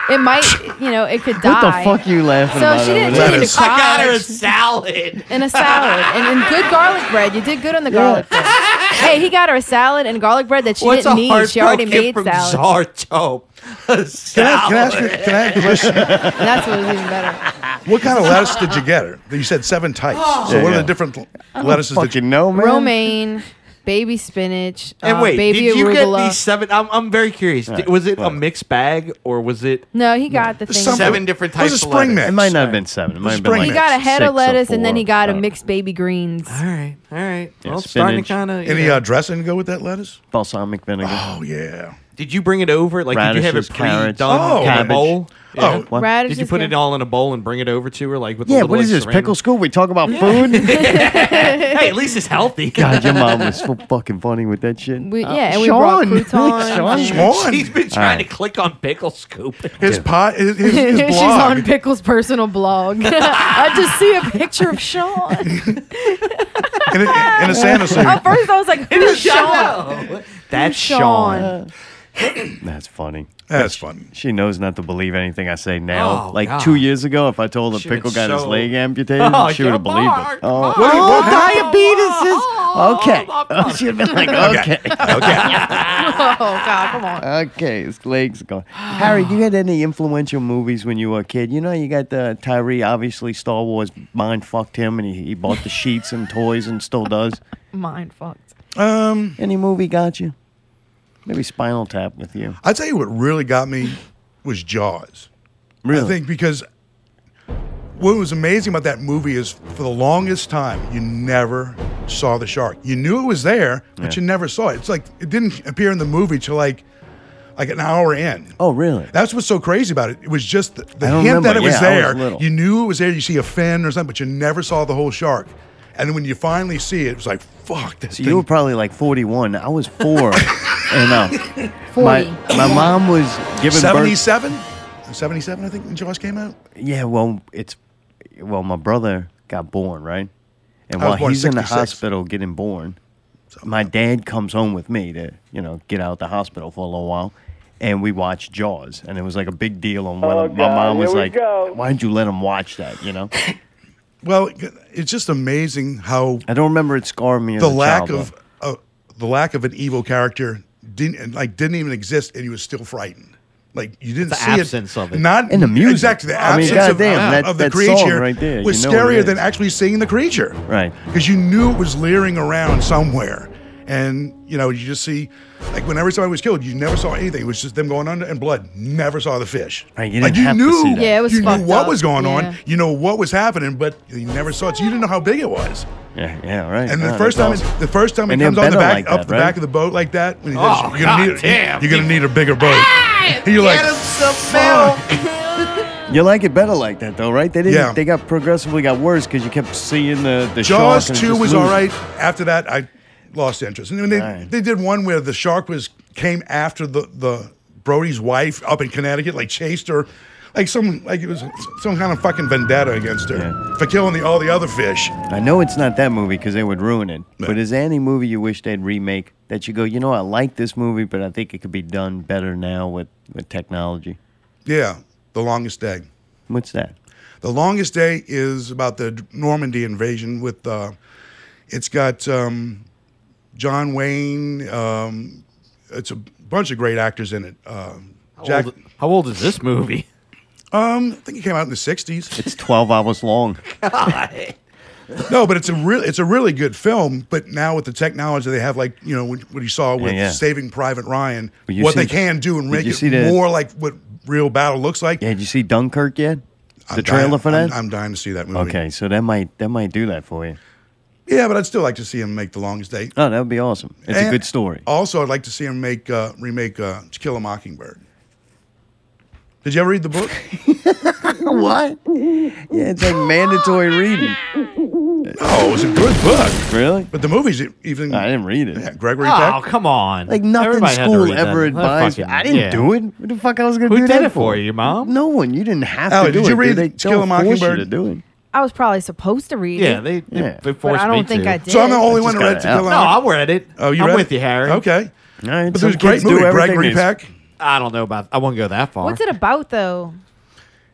Speaker 1: it might, you know, it could
Speaker 2: What the
Speaker 1: die.
Speaker 2: fuck you laughing
Speaker 1: So
Speaker 2: about
Speaker 1: she
Speaker 2: over
Speaker 1: didn't
Speaker 2: there?
Speaker 1: need to
Speaker 3: Lettuce.
Speaker 1: cry.
Speaker 4: I got her a salad.
Speaker 1: and a salad and, and good garlic bread. You did good on the garlic bread. hey, he got her a salad and garlic bread that she
Speaker 4: What's
Speaker 1: didn't
Speaker 4: a
Speaker 1: need. She already
Speaker 4: heartbroken
Speaker 1: made
Speaker 4: from (laughs)
Speaker 1: salad.
Speaker 4: Zarto? A
Speaker 3: Can I, can I ask you,
Speaker 4: salad.
Speaker 3: can I ask you a question?
Speaker 1: That's what was even better.
Speaker 3: What kind of lettuce did you get her? You said seven types.
Speaker 4: Oh.
Speaker 3: So
Speaker 2: Yeah,
Speaker 3: what are
Speaker 2: yeah.
Speaker 3: the different lettuces that you
Speaker 2: Fucking no, man.
Speaker 1: Romaine, baby spinach,
Speaker 4: (laughs) And
Speaker 1: uh,
Speaker 4: wait,
Speaker 1: baby
Speaker 4: did you
Speaker 1: arugula.
Speaker 4: get these seven? I'm, I'm very curious. Did- was it a
Speaker 2: right.
Speaker 4: mixed bag or was it
Speaker 1: no, he got the thing.
Speaker 3: Some-
Speaker 4: seven different
Speaker 3: It was
Speaker 4: types
Speaker 3: a
Speaker 4: of
Speaker 3: spring
Speaker 4: lettuce?
Speaker 3: mix.
Speaker 2: It might not have been seven. It might have been
Speaker 3: Spring
Speaker 2: like
Speaker 1: he got a head
Speaker 2: six
Speaker 1: of
Speaker 2: or
Speaker 1: lettuce and then
Speaker 2: four.
Speaker 1: he got a
Speaker 2: Uh,
Speaker 1: mixed baby greens.
Speaker 4: All right, all right.
Speaker 2: Yeah,
Speaker 4: well, it's starting to
Speaker 2: spinach.
Speaker 4: kind of.
Speaker 3: Any uh, dressing to go with that lettuce?
Speaker 2: balsamic vinegar.
Speaker 3: Oh yeah.
Speaker 4: did you bring it over? Like, did you have it
Speaker 2: radishes,
Speaker 4: pre-done
Speaker 2: carrots,
Speaker 3: Oh.
Speaker 4: in a
Speaker 3: cabbage.
Speaker 4: bowl? Yeah.
Speaker 3: Oh,
Speaker 2: What?
Speaker 1: Radish
Speaker 4: Did you
Speaker 1: is
Speaker 4: put
Speaker 1: good.
Speaker 4: it all in a bowl and bring it over to her, like with? a
Speaker 2: Yeah,
Speaker 4: little
Speaker 2: what is this?
Speaker 4: extra
Speaker 2: Pickle school? We talk
Speaker 1: (laughs)
Speaker 2: about food?
Speaker 4: random- (laughs) Hey, at least it's healthy.
Speaker 2: (laughs) God, your mom
Speaker 4: (laughs)
Speaker 2: was so fucking funny with that shit. Uh,
Speaker 1: We- yeah, and we brought croutons.
Speaker 2: (laughs) Sean.
Speaker 3: Sean,
Speaker 4: She's
Speaker 3: his
Speaker 4: been trying to click on pickle scoop.
Speaker 3: pot, his,
Speaker 1: (laughs)
Speaker 3: his, his blog.
Speaker 1: She's on Pickle's personal blog. (laughs) I just see a picture of Sean. (laughs)
Speaker 3: in, a, in a Santa suit.
Speaker 1: At first, I was like, "Who's Sean?"
Speaker 4: That's
Speaker 1: Sean.
Speaker 4: Sean.
Speaker 2: That's funny.
Speaker 3: That's fun.
Speaker 2: She knows not to believe anything I say now.
Speaker 4: Oh,
Speaker 2: like
Speaker 4: God.
Speaker 2: two years ago, if I told her
Speaker 4: Should've
Speaker 2: pickle got his
Speaker 4: so-
Speaker 2: leg amputated,
Speaker 4: Oh,
Speaker 2: she would have
Speaker 4: come
Speaker 2: believed
Speaker 4: on,
Speaker 2: it. Oh,
Speaker 4: come
Speaker 2: Oh,
Speaker 3: on.
Speaker 2: diabetes is okay.
Speaker 4: oh,
Speaker 2: (laughs) she'd have been like, okay,
Speaker 1: Oh God, come on.
Speaker 2: okay, his leg's gone. Harry, you had any influential movies when you were a kid? You know, you got the Tyree. Obviously, Star Wars mind fucked him, and he, he bought the sheets and toys, and still does.
Speaker 1: Mind fucked.
Speaker 3: Um,
Speaker 2: Any movie got you? Maybe Spinal Tap with you.
Speaker 3: I tell you what really got me was Jaws.
Speaker 2: Really?
Speaker 3: I think because what was amazing about that movie is for the longest time you never saw the shark. You knew it was there, but
Speaker 2: Yeah.
Speaker 3: you never saw it. It's like it didn't appear in the movie till like like an hour in.
Speaker 2: oh, really?
Speaker 3: That's what's so crazy about it. It was just the, the
Speaker 2: I
Speaker 3: hint
Speaker 2: don't
Speaker 3: that
Speaker 2: remember.
Speaker 3: it was
Speaker 2: Yeah, I was
Speaker 3: there.
Speaker 2: little.
Speaker 3: you knew it was there. You see a fin or something, but you never saw the whole shark. And then when you finally see it, it was like, fuck this
Speaker 2: So
Speaker 3: thing.
Speaker 2: (laughs) you were probably like 41. I was four. (laughs) and uh, my,
Speaker 1: 40.
Speaker 2: my mom was giving birth.
Speaker 3: 77? 77, I think, when Jaws came out?
Speaker 2: Yeah, well, it's well, my brother got born, right? And
Speaker 3: I was
Speaker 2: while
Speaker 3: born
Speaker 2: he's in the
Speaker 3: 66.
Speaker 2: hospital getting born, my dad comes home with me to, you know, get out the hospital for a little while. And we watched Jaws, and it was like a big deal. And one
Speaker 6: Oh,
Speaker 2: of- my
Speaker 6: God,
Speaker 2: mom
Speaker 6: here
Speaker 2: was
Speaker 6: we
Speaker 2: like,
Speaker 6: go.
Speaker 2: "Why did you let him watch that?"
Speaker 6: (laughs)
Speaker 2: You know,
Speaker 3: Well, it's just amazing how
Speaker 2: I don't remember it scarred me. As
Speaker 3: the
Speaker 2: a
Speaker 3: lack
Speaker 2: child,
Speaker 3: of
Speaker 2: though.
Speaker 3: uh, the lack of an evil character didn't and, like didn't even exist, and you were still frightened. Like you didn't
Speaker 4: The
Speaker 3: see
Speaker 4: absence
Speaker 3: it,
Speaker 4: of it.
Speaker 3: not
Speaker 2: And the music.
Speaker 3: Exactly, the
Speaker 2: I mean,
Speaker 3: absence of,
Speaker 2: goddamn, that-
Speaker 3: of the
Speaker 2: that
Speaker 3: creature
Speaker 2: song right there, you
Speaker 3: was
Speaker 2: know what it
Speaker 3: scarier
Speaker 2: is.
Speaker 3: than actually seeing the creature,
Speaker 2: Right.
Speaker 3: Because you knew it was leering around somewhere, and you know you just see like whenever somebody was killed, you never saw anything. It was just them going under and blood. Never saw the fish.
Speaker 2: Right, you
Speaker 3: like
Speaker 2: didn't
Speaker 3: you
Speaker 2: have to
Speaker 3: knew,
Speaker 2: see that.
Speaker 1: Yeah, it was
Speaker 3: you knew
Speaker 1: fucked
Speaker 3: what
Speaker 1: up,
Speaker 3: was going
Speaker 1: yeah.
Speaker 3: on. You know what was happening, but you never saw it. So you didn't know how big it was.
Speaker 2: yeah, yeah, right.
Speaker 3: And the
Speaker 2: Oh,
Speaker 3: first
Speaker 2: that's
Speaker 3: time,
Speaker 2: awesome.
Speaker 3: it, the first time it
Speaker 2: And they're
Speaker 3: comes on the
Speaker 2: better
Speaker 3: back,
Speaker 2: like
Speaker 3: up
Speaker 2: that,
Speaker 3: the
Speaker 2: right?
Speaker 3: back of the boat like that, when he does-
Speaker 4: Oh,
Speaker 3: you're gonna need,
Speaker 4: goddamn.
Speaker 3: you're gonna need a bigger boat. You're like,
Speaker 2: (laughs) You like it better like that though, right? They didn't.
Speaker 3: Yeah.
Speaker 2: They got progressively got worse because you kept seeing the the
Speaker 3: Jaws
Speaker 2: shark and
Speaker 3: two
Speaker 2: just
Speaker 3: was
Speaker 2: losing.
Speaker 3: all right. After that, I lost interest. And then they
Speaker 2: Alright.
Speaker 3: they did one where the shark was came after the the Brody's wife up in Connecticut, like chased her, like some like it was some kind of fucking vendetta against her
Speaker 2: Yeah.
Speaker 3: for killing the all the other fish.
Speaker 2: I know it's not that movie because they would ruin it. But is there any movie you wish they'd remake that you go, you know, I like this movie, but I think it could be done better now with with technology?
Speaker 3: Yeah, the longest day.
Speaker 2: What's that?
Speaker 3: The longest day is about the Normandy invasion with uh, it's got um, John Wayne. Um, it's a bunch of great actors in it. Um, Jack,
Speaker 4: How old, how old is this movie?
Speaker 3: um, I think it came out in the '60s.
Speaker 2: It's twelve hours long.
Speaker 3: (laughs) no, but it's a real, it's a really good film. But now with the technology they have, like you know what what you saw with
Speaker 2: yeah.
Speaker 3: Saving Private Ryan,
Speaker 2: Well, you
Speaker 3: what
Speaker 2: see-
Speaker 3: they can do and
Speaker 2: did
Speaker 3: make
Speaker 2: you
Speaker 3: it
Speaker 2: see the-
Speaker 3: more like what real battle looks like.
Speaker 2: Yeah, did you see Dunkirk yet?
Speaker 3: I'm
Speaker 2: The trailer
Speaker 3: dying-
Speaker 2: for
Speaker 3: I'm-
Speaker 2: that.
Speaker 3: I'm, dying to see that movie.
Speaker 2: okay, so that might
Speaker 3: (laughs)
Speaker 2: that might do that for you.
Speaker 3: Yeah, but I'd still like to see him make the longest day.
Speaker 2: Oh, that would be awesome. It's a
Speaker 3: And
Speaker 2: good story.
Speaker 3: Also, I'd like to see him make uh, remake uh, To Kill a Mockingbird. Did you ever read the
Speaker 4: (laughs)
Speaker 3: book?
Speaker 2: what? Yeah, it's like mandatory reading.
Speaker 3: no, it was a good book,
Speaker 2: Really?
Speaker 3: but the movie's e- even.
Speaker 2: I didn't read it.
Speaker 3: Yeah, Gregory
Speaker 4: Oh,
Speaker 3: Peck.
Speaker 4: come on!
Speaker 2: Like nothing
Speaker 4: Everybody had to
Speaker 2: school
Speaker 4: read that.
Speaker 2: ever
Speaker 4: That
Speaker 2: advised. me.
Speaker 4: fucking-
Speaker 2: I didn't
Speaker 4: yeah.
Speaker 2: do it. What the fuck I was gonna
Speaker 4: Who
Speaker 2: do
Speaker 4: did
Speaker 2: that
Speaker 4: it for you, Mom?
Speaker 2: No one. You didn't have
Speaker 3: Allie,
Speaker 2: to do
Speaker 3: Oh, did you
Speaker 2: it.
Speaker 3: read
Speaker 2: dude. they
Speaker 3: To Kill a
Speaker 2: don't force you
Speaker 3: Mockingbird?
Speaker 2: to do it.
Speaker 1: I was probably supposed to read
Speaker 4: Yeah,
Speaker 1: it,
Speaker 4: they, they,
Speaker 2: Yeah.
Speaker 4: they
Speaker 1: but
Speaker 4: forced
Speaker 1: I
Speaker 4: me
Speaker 1: don't think
Speaker 4: to.
Speaker 1: I did.
Speaker 3: So I'm the only
Speaker 2: just
Speaker 3: one who
Speaker 2: got
Speaker 3: read
Speaker 2: it
Speaker 3: To Kill a
Speaker 2: out.
Speaker 4: No, I
Speaker 3: Mockingbird.
Speaker 4: read it.
Speaker 3: Oh, you
Speaker 4: I'm
Speaker 3: read
Speaker 4: with you, Harry.
Speaker 3: Okay.
Speaker 2: All right,
Speaker 3: But
Speaker 2: some
Speaker 3: there's a great
Speaker 2: kids do
Speaker 3: movie,
Speaker 2: everything
Speaker 3: Gregory
Speaker 2: is-
Speaker 3: Peck.
Speaker 4: I don't know about. I won't go that far.
Speaker 1: What's it about though?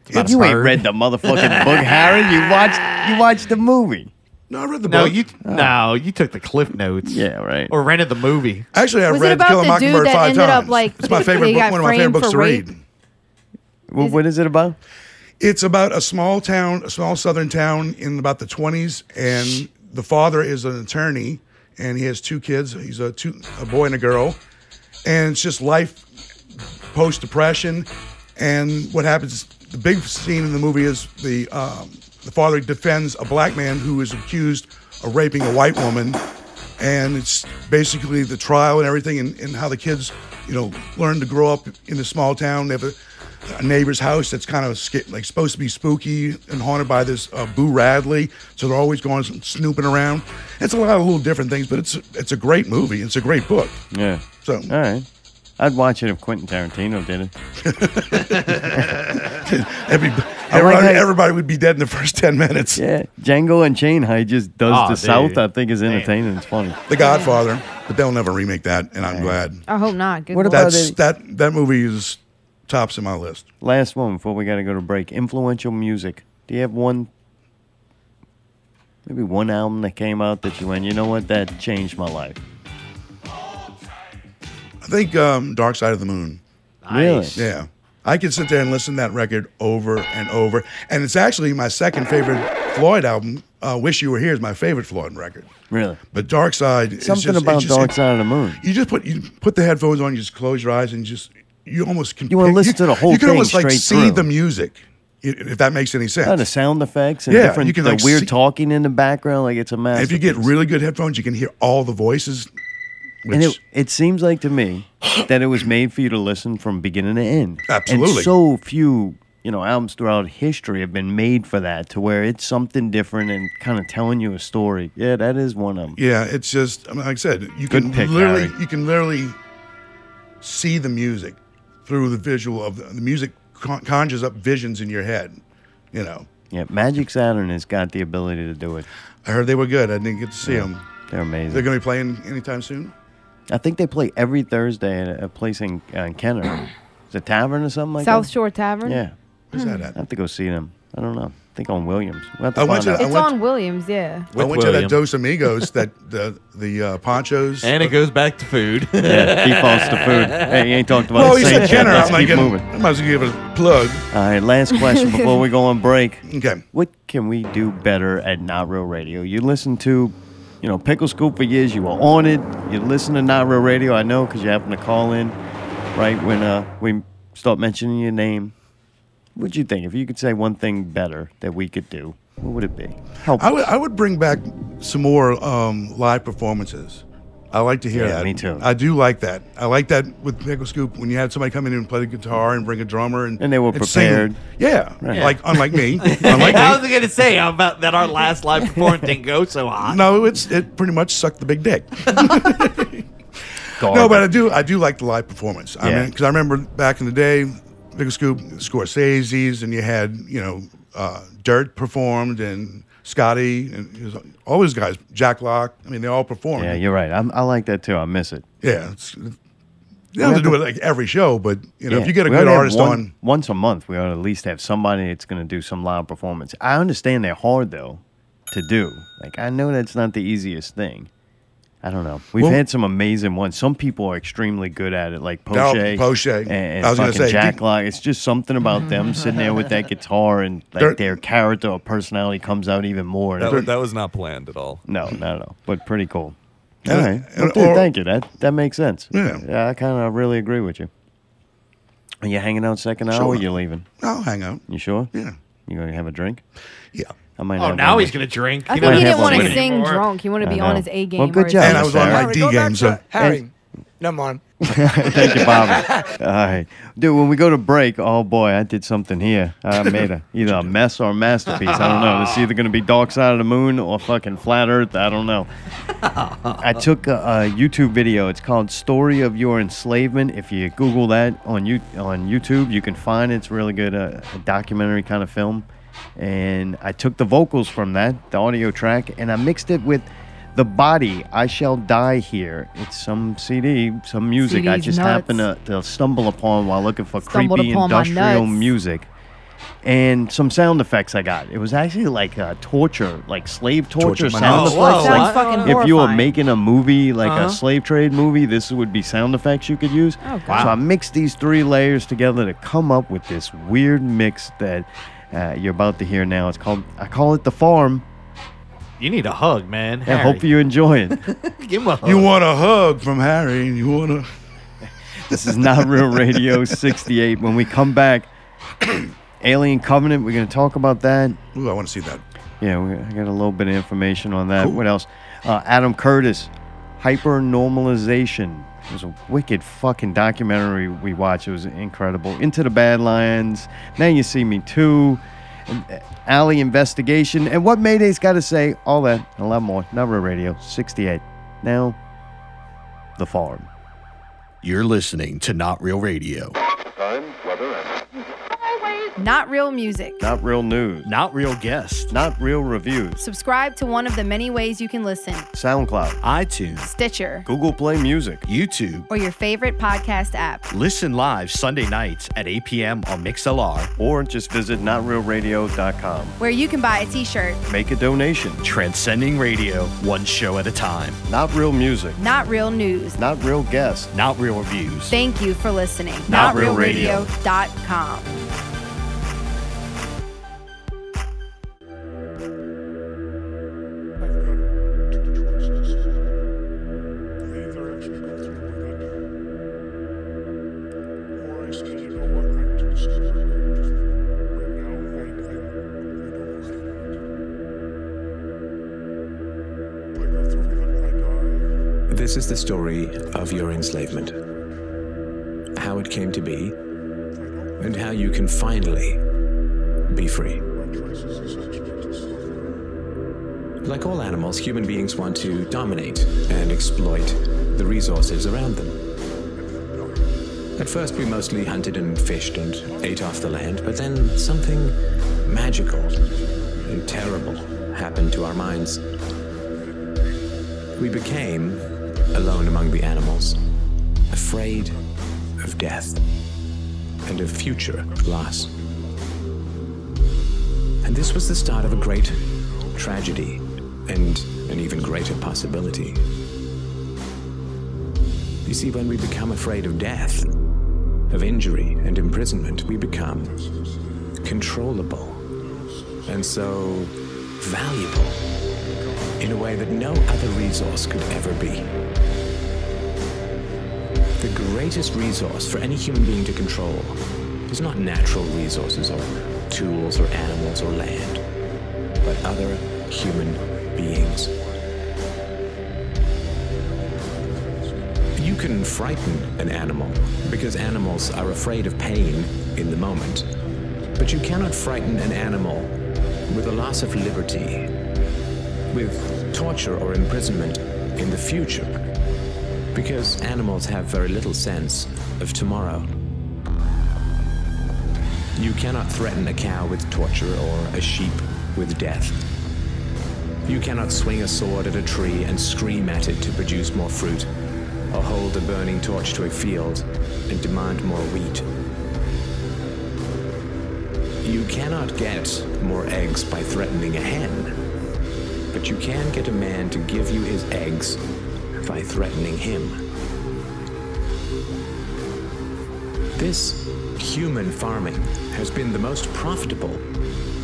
Speaker 4: about a
Speaker 2: You ain't
Speaker 4: bird?
Speaker 2: read the motherfucking book, Harry. You watched. You watched the movie.
Speaker 3: No, I read the
Speaker 4: No,
Speaker 3: book.
Speaker 4: you no, you took the cliff notes.
Speaker 2: Uh, Yeah, right.
Speaker 4: Or rented the movie.
Speaker 3: Actually, I
Speaker 1: Was it
Speaker 3: read
Speaker 1: about
Speaker 3: Kill a
Speaker 1: the
Speaker 3: Mockingbird
Speaker 1: dude (laughs) that
Speaker 3: five
Speaker 1: ended up,
Speaker 3: times.
Speaker 1: like,
Speaker 3: it's my
Speaker 1: they
Speaker 3: favorite book.
Speaker 1: got
Speaker 3: One of my favorite
Speaker 1: framed
Speaker 3: books
Speaker 1: for
Speaker 3: to
Speaker 1: rape?
Speaker 3: read.
Speaker 2: Well, what is it about?
Speaker 3: It's about a small town, a small southern town in about the 20s, and the father is an attorney, and he has two kids. He's a two, a boy and a girl, and it's just life post depression, and what happens. The big scene in the movie is the um, the father defends a black man who is accused of raping a white woman, and it's basically the trial and everything, and, and how the kids, you know, learn to grow up in a small town. They have a, a neighbor's house that's kind of sca- like supposed to be spooky and haunted by this uh, Boo Radley, so they're always going snooping around. It's a lot of little different things, but it's it's a great movie. It's a great book.
Speaker 2: Yeah.
Speaker 3: So
Speaker 2: All right. I'd watch it if Quentin Tarantino did it.
Speaker 3: (laughs) every,
Speaker 2: (laughs) I like
Speaker 3: everybody,
Speaker 2: how-
Speaker 3: everybody would be dead in the (laughs) first ten minutes.
Speaker 2: Yeah. Django and Chain High just does
Speaker 4: Aw,
Speaker 2: the
Speaker 4: dude.
Speaker 2: South. I think is entertaining. It's funny.
Speaker 3: The Godfather, but they'll never remake that, and I'm glad.
Speaker 1: I hope not. Good
Speaker 2: What
Speaker 1: lord.
Speaker 2: about-
Speaker 3: That's
Speaker 2: they-
Speaker 3: that that movie is tops in my list.
Speaker 2: Last one before we got to go to break. Influential music. Do you have one? Maybe one album that came out that you went, you know what, that changed my life.
Speaker 3: I think um, Dark Side of the Moon.
Speaker 2: Nice.
Speaker 4: Really?
Speaker 3: Yeah. I could sit there and listen to that record over and over. And it's actually my second favorite Floyd album. Uh, Wish You Were Here is my favorite Floyd record.
Speaker 2: Really?
Speaker 3: But Dark Side is
Speaker 2: Something
Speaker 3: just- it's
Speaker 2: about
Speaker 3: just-
Speaker 2: Dark Side of the Moon.
Speaker 3: You just put you put the headphones on, you just close your eyes and just you almost can
Speaker 2: You wanna
Speaker 3: pick-
Speaker 2: listen to the whole
Speaker 3: You can
Speaker 2: thing
Speaker 3: almost like
Speaker 2: straight
Speaker 3: see
Speaker 2: through.
Speaker 3: the music. i- If that makes any sense.
Speaker 2: Oh, the sound effects and
Speaker 3: Yeah,
Speaker 2: different
Speaker 3: you can,
Speaker 2: the
Speaker 3: like,
Speaker 2: weird
Speaker 3: see-
Speaker 2: talking in the background, like it's a
Speaker 3: And
Speaker 2: mess.
Speaker 3: if you get really good headphones, you can hear all the voices. Which,
Speaker 2: and it, it seems like to me that it was made for you to listen from beginning to end.
Speaker 3: Absolutely.
Speaker 2: And so few, you know, albums throughout history have been made for that, to where it's something different and kind of telling you a story. Yeah, that is one of them.
Speaker 3: yeah, it's just I mean, like I said, you
Speaker 2: Good
Speaker 3: can
Speaker 2: pick,
Speaker 3: literally
Speaker 2: Harry.
Speaker 3: you can literally see the music through the visual of the, the music con- conjures up visions in your head. You know,
Speaker 2: Yeah, Magic Saturn has got the ability to do it.
Speaker 3: I heard they were good. I didn't get to see them.
Speaker 2: They're amazing.
Speaker 3: They're going to be playing anytime soon.
Speaker 2: I think they play every Thursday at a place in uh, Kenner. It's a tavern or something like
Speaker 1: South
Speaker 2: that.
Speaker 1: Shore Tavern?
Speaker 2: Yeah,
Speaker 3: Where's that
Speaker 2: I
Speaker 3: at?
Speaker 2: have to go see them. I don't know. I think on Williams. We'll have to
Speaker 3: I went
Speaker 2: find
Speaker 3: to
Speaker 2: out.
Speaker 3: the-
Speaker 1: It's
Speaker 3: went-
Speaker 1: on Williams, yeah.
Speaker 3: I went to that
Speaker 4: William.
Speaker 3: Dos
Speaker 2: (laughs)
Speaker 3: Amigos, that the the uh, ponchos.
Speaker 4: And it goes back to food. (laughs)
Speaker 2: yeah, defaults to food. Hey, you ain't talked about
Speaker 3: well,
Speaker 2: the
Speaker 3: you
Speaker 2: same
Speaker 3: said
Speaker 2: shit.
Speaker 3: Kenner.
Speaker 2: Let's
Speaker 3: I'm like,
Speaker 2: keep
Speaker 3: getting-
Speaker 2: moving.
Speaker 3: I might as well give it a plug.
Speaker 2: All right, last question before we go on break.
Speaker 3: Okay.
Speaker 2: What can we do better at Not Real Radio? You listen to, you know, Pickle Scoop for years. You were on it. You listen to Not Real Radio. I know because you happen to call in, right when uh we start mentioning your name. What'd you think if you could say one thing better that we could do? What would it be? Help.
Speaker 3: I would I would bring back some more um, live performances. I like to hear
Speaker 2: Yeah,
Speaker 3: that.
Speaker 2: me too.
Speaker 3: I do like that. I like that with Pickle Scoop when you had somebody come in and play the guitar and bring a drummer and
Speaker 2: And they were
Speaker 3: sing.
Speaker 2: prepared.
Speaker 3: Yeah,
Speaker 2: Right.
Speaker 3: like unlike me,
Speaker 2: (laughs)
Speaker 4: I
Speaker 3: unlike
Speaker 4: was
Speaker 3: me.
Speaker 4: gonna say about that our last live performance didn't go
Speaker 3: (laughs)
Speaker 4: so hot.
Speaker 3: No, it's it pretty much sucked the big
Speaker 4: (laughs)
Speaker 3: dick.
Speaker 2: Garb.
Speaker 3: No, but I do I do like the live performance. I
Speaker 2: Yeah.
Speaker 3: mean, because I remember back in the day, Pickle Scoop, Scorsese's, and you had you know uh, Dirt performed and Scotty and it was all those guys, Jack Locke. I mean, they all performed.
Speaker 2: yeah, you're right. I'm, I like that too. I miss it.
Speaker 3: Yeah, it's, you don't have to do it like every show, but you know,
Speaker 2: Yeah,
Speaker 3: if you get a
Speaker 2: we
Speaker 3: good
Speaker 2: oughta have
Speaker 3: artist
Speaker 2: one-
Speaker 3: on,
Speaker 2: once a month, we ought to at least have somebody that's going to do some live performance. I understand they're hard though to do. Like I know that's not the easiest thing. I don't know. We've
Speaker 3: Well-
Speaker 2: had some amazing ones. Some people are extremely good at it, like
Speaker 3: Daryl
Speaker 2: Poche,
Speaker 3: Poche.
Speaker 2: and, and
Speaker 3: I was gonna
Speaker 2: fucking
Speaker 3: say,
Speaker 2: Jack
Speaker 3: did-
Speaker 2: Lock. It's just something about them sitting there
Speaker 3: (laughs)
Speaker 2: with that guitar and like
Speaker 3: They're-
Speaker 2: their character or personality comes out even more.
Speaker 9: That, was- that was not planned at all.
Speaker 2: no, not at all. But pretty cool. All
Speaker 3: And-
Speaker 2: right. Well,
Speaker 3: and-
Speaker 2: dude,
Speaker 3: or-
Speaker 2: thank you. That that makes sense.
Speaker 3: Yeah.
Speaker 2: I kind of really agree with you. Are you hanging out second hour or
Speaker 3: Sure.
Speaker 2: you leaving?
Speaker 3: I'll hang out.
Speaker 2: You sure?
Speaker 3: Yeah,
Speaker 2: You going to have a drink?
Speaker 3: yeah.
Speaker 2: I might
Speaker 4: Oh,
Speaker 2: have
Speaker 4: now
Speaker 2: one.
Speaker 4: he's gonna drink.
Speaker 1: I
Speaker 4: He
Speaker 1: think
Speaker 2: might
Speaker 1: he
Speaker 4: doesn't
Speaker 2: have
Speaker 1: didn't want
Speaker 2: one
Speaker 1: to
Speaker 4: sleep
Speaker 1: sing
Speaker 4: anymore.
Speaker 1: drunk. He wanted to
Speaker 2: I
Speaker 1: be on
Speaker 2: know.
Speaker 1: his A game.
Speaker 2: Well,
Speaker 1: or
Speaker 2: good
Speaker 1: his
Speaker 2: job.
Speaker 1: A
Speaker 3: And I was on
Speaker 2: Sarah.
Speaker 3: my D uh, game, so
Speaker 11: Harry, never mind.
Speaker 2: (laughs) Thank you, Bobby. All right. Dude, when we go to break, oh boy, I did something here. I made a, either a mess or a masterpiece. I don't know. It's either going to be Dark Side of the Moon or fucking Flat Earth. I don't know. I took a, a YouTube video. It's called "Story of Your Enslavement." If you Google that on you on YouTube, you can find it. it's really good, uh, a documentary kind of film. And I took the vocals from that, the audio track, and I mixed it with the body. I shall die here. It's some CD, some music. I
Speaker 1: CD's
Speaker 2: just happened to,
Speaker 1: nuts.
Speaker 2: to stumble upon while looking for
Speaker 1: Stumbled
Speaker 2: creepy
Speaker 1: upon my
Speaker 2: industrial
Speaker 1: nuts.
Speaker 2: music. and some sound effects I got. It was actually like uh, torture, like slave torture,
Speaker 9: Torture my
Speaker 2: sound
Speaker 4: house.
Speaker 2: effects.
Speaker 4: Oh, whoa,
Speaker 2: like,
Speaker 1: Sounds fucking
Speaker 2: if you were
Speaker 1: horrifying.
Speaker 2: making a movie, like
Speaker 4: Uh-huh.
Speaker 2: a slave trade movie, this would be sound effects you could use.
Speaker 1: Oh, God.
Speaker 2: So I mixed these three layers together to come up with this weird mix that uh, you're about to hear now. It's called I call it the farm.
Speaker 4: You need a hug, man.
Speaker 2: I hope you enjoy it.
Speaker 4: give him a hug.
Speaker 3: You want a hug from Harry? You want to?
Speaker 2: This is Not Real Radio 68. When we come back, Alien Covenant, we're going to talk about that.
Speaker 3: Ooh, I want to see that.
Speaker 2: Yeah, we, I got a little bit of information on that. What else? Uh, Adam Curtis, Hyper Normalization. It was a wicked fucking documentary we watched. It was incredible. Into the Badlands. Now You See Me Too. and, uh, Alley Investigation. And what Mayday's got to say. All that and a lot more. Not Real Radio 68. Now, The Farm.
Speaker 9: You're listening to Not Real Radio.
Speaker 6: Time, weather, and
Speaker 1: Not real music.
Speaker 2: Not Real News.
Speaker 9: Not Real Guest.
Speaker 2: Not Real Reviews.
Speaker 1: Subscribe to one of the many ways you can listen
Speaker 2: SoundCloud.
Speaker 9: iTunes,
Speaker 1: Stitcher,
Speaker 2: Google Play Music.
Speaker 9: YouTube.
Speaker 1: or your favorite podcast app.
Speaker 9: Listen live Sunday nights at 8 p.m. on MixLR.
Speaker 2: Or just visit notrealradio.com.
Speaker 1: where you can buy a t-shirt.
Speaker 2: Make a donation.
Speaker 9: Transcending radio, one show at a time.
Speaker 2: Not real music.
Speaker 1: Not real news.
Speaker 2: Not real guests.
Speaker 9: Not Real Reviews.
Speaker 1: Thank you for listening.
Speaker 9: Not Real Radio.
Speaker 1: NotRealRadio.com.
Speaker 11: This is the story of your enslavement, how it came to be, and how you can finally be free. Like all animals, human beings want to dominate and exploit the resources around them. At first, we mostly hunted and fished and ate off the land, but then something magical and terrible happened to our minds. We became alone among the animals, afraid of death and of future loss. And this was the start of a great tragedy and an even greater possibility. You see, when we become afraid of death, of injury and imprisonment, we become controllable and so valuable in a way that no other resource could ever be. The greatest resource for any human being to control is not natural resources or tools or animals or land, but other human beings. You can frighten an animal because animals are afraid of pain in the moment, but you cannot frighten an animal with a loss of liberty with torture or imprisonment in the future because animals have very little sense of tomorrow. You cannot threaten a cow with torture or a sheep with death. You cannot swing a sword at a tree and scream at it to produce more fruit, or hold a burning torch to a field and demand more wheat. You cannot get more eggs by threatening a hen but you can get a man to give you his eggs by threatening him. This human farming has been the most profitable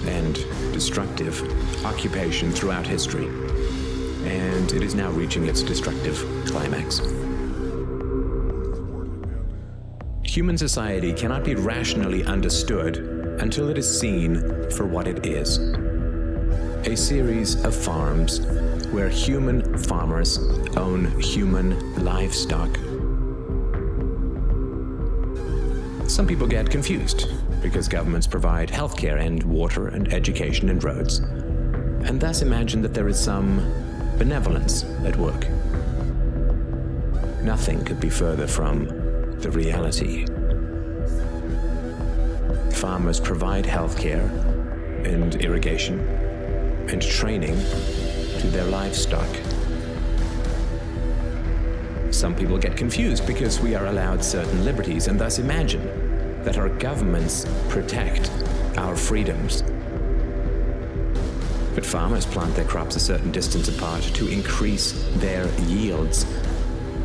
Speaker 11: and destructive occupation throughout history, and it is now reaching its destructive climax. Human society cannot be rationally understood until it is seen for what it is a series of farms where human farmers own human livestock. Some people get confused because governments provide healthcare and water and education and roads, and thus imagine that there is some benevolence at work. Nothing could be further from the reality. Farmers provide healthcare and irrigation and training to their livestock. Some people get confused because we are allowed certain liberties and thus imagine that our governments protect our freedoms. But farmers plant their crops a certain distance apart to increase their yields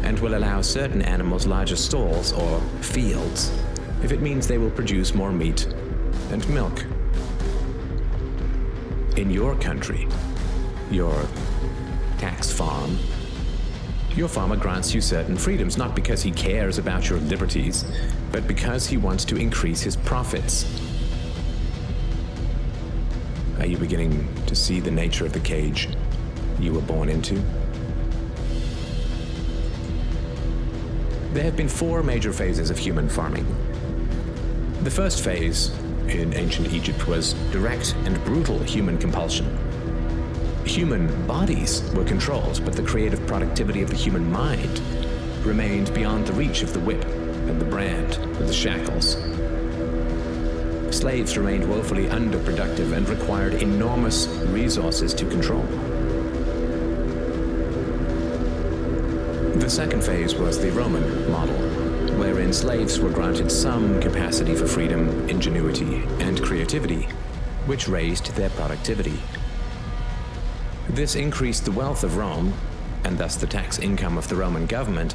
Speaker 11: and will allow certain animals larger stalls or fields if it means they will produce more meat and milk. In your country, your tax farm, your farmer grants you certain freedoms, not because he cares about your liberties, but because he wants to increase his profits. Are you beginning to see the nature of the cage you were born into? There have been four major phases of human farming. The first phase in ancient Egypt was direct and brutal human compulsion. Human bodies were controlled, but the creative productivity of the human mind remained beyond the reach of the whip and the brand and the shackles. Slaves remained woefully underproductive and required enormous resources to control. The second phase was the Roman model, wherein slaves were granted some capacity for freedom, ingenuity, and creativity, which raised their productivity. This increased the wealth of Rome, and thus the tax income of the Roman government,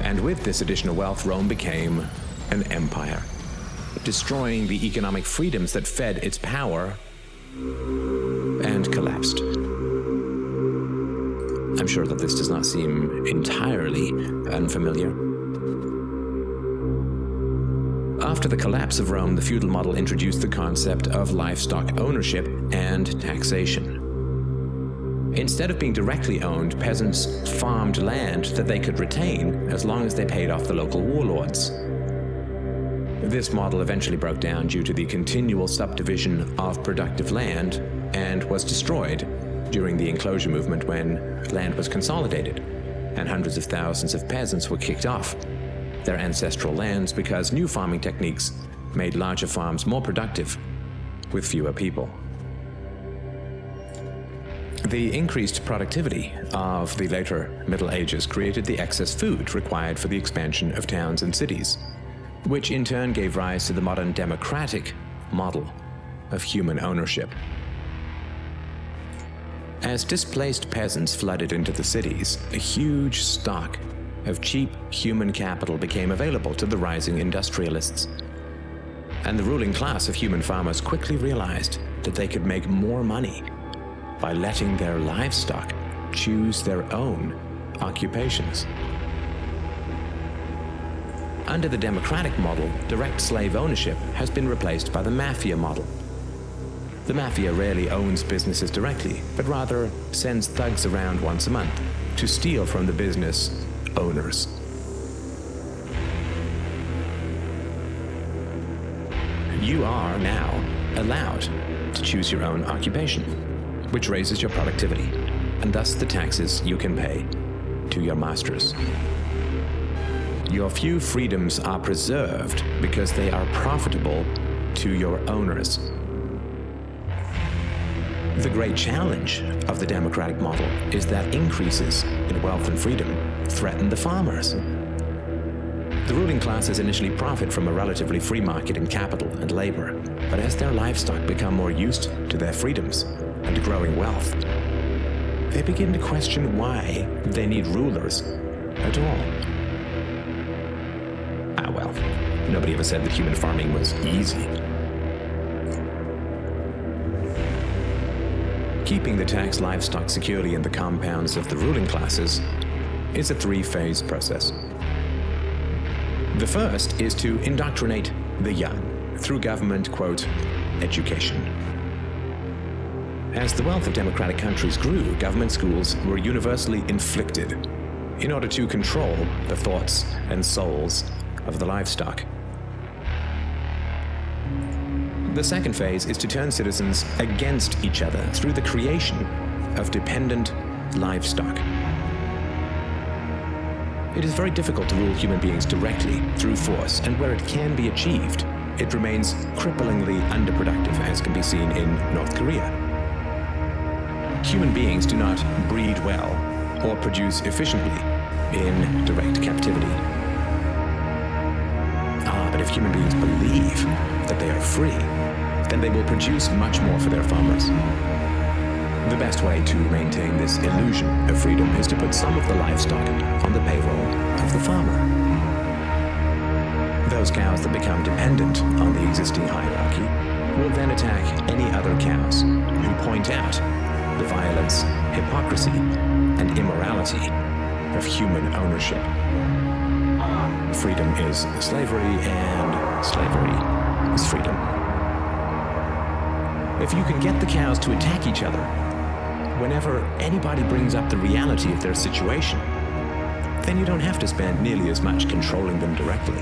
Speaker 11: and with this additional wealth, Rome became an empire, destroying the economic freedoms that fed its power and collapsed. I'm sure that this does not seem entirely unfamiliar. After the collapse of Rome, the feudal model introduced the concept of livestock ownership and taxation. Instead of being directly owned, peasants farmed land that they could retain as long as they paid off the local warlords. This model eventually broke down due to the continual subdivision of productive land and was destroyed during the enclosure movement when land was consolidated and hundreds of thousands of peasants were kicked off their ancestral lands because new farming techniques made larger farms more productive with fewer people. The increased productivity of the later Middle Ages created the excess food required for the expansion of towns and cities, which in turn gave rise to the modern democratic model of human ownership. As displaced peasants flooded into the cities, a huge stock of cheap human capital became available to the rising industrialists. And the ruling class of human farmers quickly realized that they could make more money by letting their livestock choose their own occupations. Under the democratic model, direct slave ownership has been replaced by the mafia model. The mafia rarely owns businesses directly, but rather sends thugs around once a month to steal from the business owners. You are now allowed to choose your own occupation, which raises your productivity and thus the taxes you can pay to your masters. Your few freedoms are preserved because they are profitable to your owners. The great challenge of the democratic model is that increases in wealth and freedom threaten the farmers. The ruling classes initially profit from a relatively free market in capital and labor, but as their livestock become more used to their freedoms and growing wealth, they begin to question why they need rulers at all. Ah, well, nobody ever said that human farming was easy. Keeping the tax livestock securely in the compounds of the ruling classes is a three phase process. The first is to indoctrinate the young through government, quote, education. As the wealth of democratic countries grew, government schools were universally inflicted in order to control the thoughts and souls of the livestock. The second phase is to turn citizens against each other through the creation of dependent livestock. It is very difficult to rule human beings directly through force, and where it can be achieved, it remains cripplingly underproductive, as can be seen in North Korea. Human beings do not breed well or produce efficiently in direct captivity. Ah, but if if human beings believe that they are free, then they will produce much more for their farmers. The best way to maintain this illusion of freedom is to put some of the livestock on the payroll of the farmer. Those cows that become dependent on the existing hierarchy will then attack any other cows who point out the violence, hypocrisy, and immorality of human ownership. Freedom is slavery, and slavery is freedom. If you can get the cows to attack each other whenever anybody brings up the reality of their situation, then you don't have to spend nearly as much controlling them directly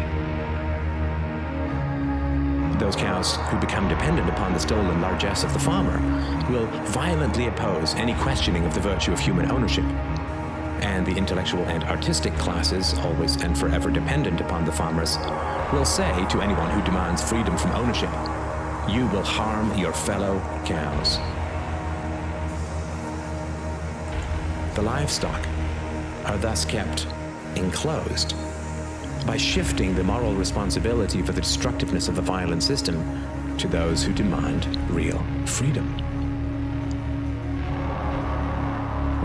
Speaker 11: those cows who become dependent upon the stolen largesse of the farmer will violently oppose any questioning of the virtue of human ownership. And the intellectual and artistic classes, always and forever dependent upon the farmers, will say to anyone who demands freedom from ownership, You will harm your fellow cows. The livestock are thus kept enclosed by shifting the moral responsibility for the destructiveness of the violent system to those who demand real freedom.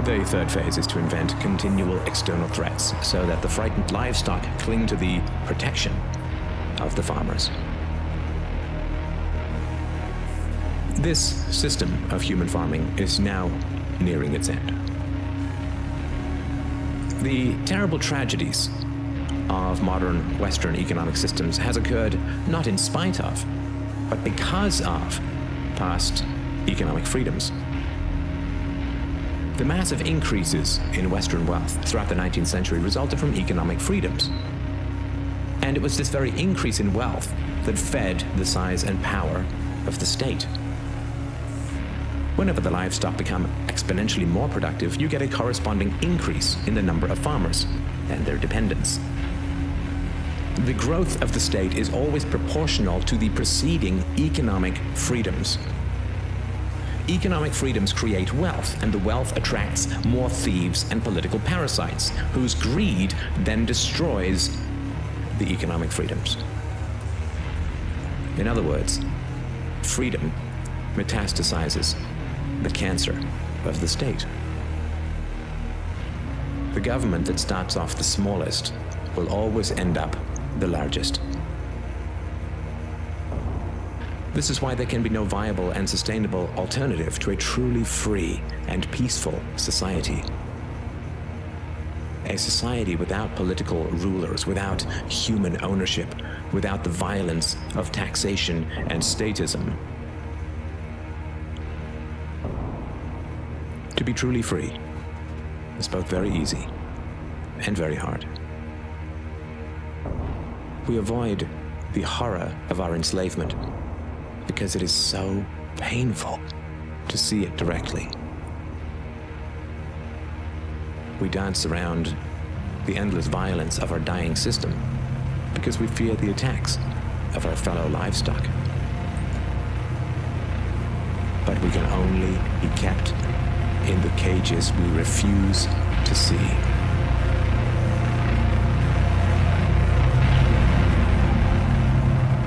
Speaker 11: The third phase is to invent continual external threats so that the frightened livestock cling to the protection of the farmers. This system of human farming is now nearing its end. The terrible tragedies of modern Western economic systems has occurred not in spite of, but because of past economic freedoms. The massive increases in Western wealth throughout the 19th century resulted from economic freedoms. And it was this very increase in wealth that fed the size and power of the state. Whenever the livestock become exponentially more productive, you get a corresponding increase in the number of farmers and their dependents. The growth of the state is always proportional to the preceding economic freedoms. Economic freedoms create wealth, and the wealth attracts more thieves and political parasites, whose greed then destroys the economic freedoms. In other words, freedom metastasizes the cancer of the state. The government that starts off the smallest will always end up the largest. This is why there can be no viable and sustainable alternative to a truly free and peaceful society. A society without political rulers, without human ownership, without the violence of taxation and statism. To be truly free is both very easy and very hard we avoid the horror of our enslavement because it is so painful to see it directly. We dance around the endless violence of our dying system because we fear the attacks of our fellow livestock. But we can only be kept in the cages we refuse to see.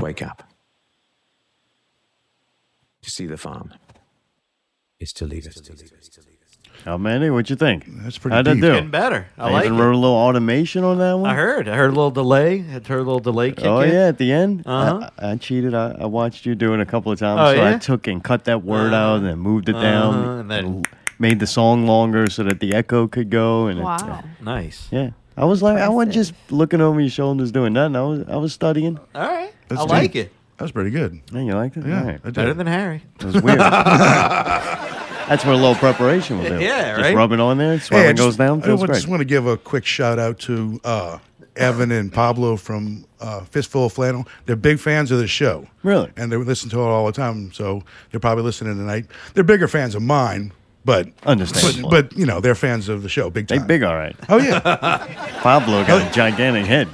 Speaker 11: wake up. To see the farm is to leave it.
Speaker 2: Now, Mandy, what'd you think?
Speaker 3: That's pretty
Speaker 2: How'd that
Speaker 3: deep.
Speaker 2: do?
Speaker 4: Getting better. I,
Speaker 2: I,
Speaker 4: like
Speaker 2: even
Speaker 4: it.
Speaker 2: wrote a little automation on that one.
Speaker 4: I heard. I heard a little delay. I heard a little delay kick
Speaker 2: Oh
Speaker 4: in.
Speaker 2: yeah, at the end,
Speaker 4: Uh-huh.
Speaker 2: I, I cheated. I, I watched you do it a couple of times,
Speaker 4: Oh,
Speaker 2: so I
Speaker 4: yeah?
Speaker 2: took and cut that word out and then moved it
Speaker 4: Uh-huh,
Speaker 2: down,
Speaker 4: and then-
Speaker 2: l- made the song longer so that the echo could go. And it-
Speaker 1: Wow.
Speaker 4: Nice.
Speaker 2: yeah, I was like, I wasn't just
Speaker 1: Impressive.
Speaker 2: looking over your shoulders doing nothing. I was, I was studying.
Speaker 4: All right.
Speaker 3: That's
Speaker 4: I
Speaker 3: deep.
Speaker 4: like it.
Speaker 3: That was pretty good.
Speaker 2: And you liked it?
Speaker 3: Yeah,
Speaker 2: All right.
Speaker 3: I did.
Speaker 4: Better than Harry.
Speaker 2: it was
Speaker 4: (laughs)
Speaker 2: weird. (laughs) That's where a little preparation will do. it.
Speaker 4: Yeah,
Speaker 2: just
Speaker 4: right?
Speaker 2: rub it on there. Swell
Speaker 3: Hey, I
Speaker 2: it goes
Speaker 3: just-
Speaker 2: down.
Speaker 3: I
Speaker 2: Feels
Speaker 3: wa-
Speaker 2: great.
Speaker 3: just want to give a quick shout out to uh, Evan and Pablo from uh, Fistful of Flannel. They're big fans of the show.
Speaker 2: Really?
Speaker 3: And they listen to it all the time. So they're probably listening tonight. They're bigger fans of mine, but
Speaker 2: Understandable.
Speaker 3: But, but you know, they're fans of the show. Big
Speaker 2: They
Speaker 3: time.
Speaker 2: big, all right.
Speaker 3: Oh yeah,
Speaker 2: (laughs)
Speaker 3: Oh.
Speaker 2: Pablo got a gigantic head.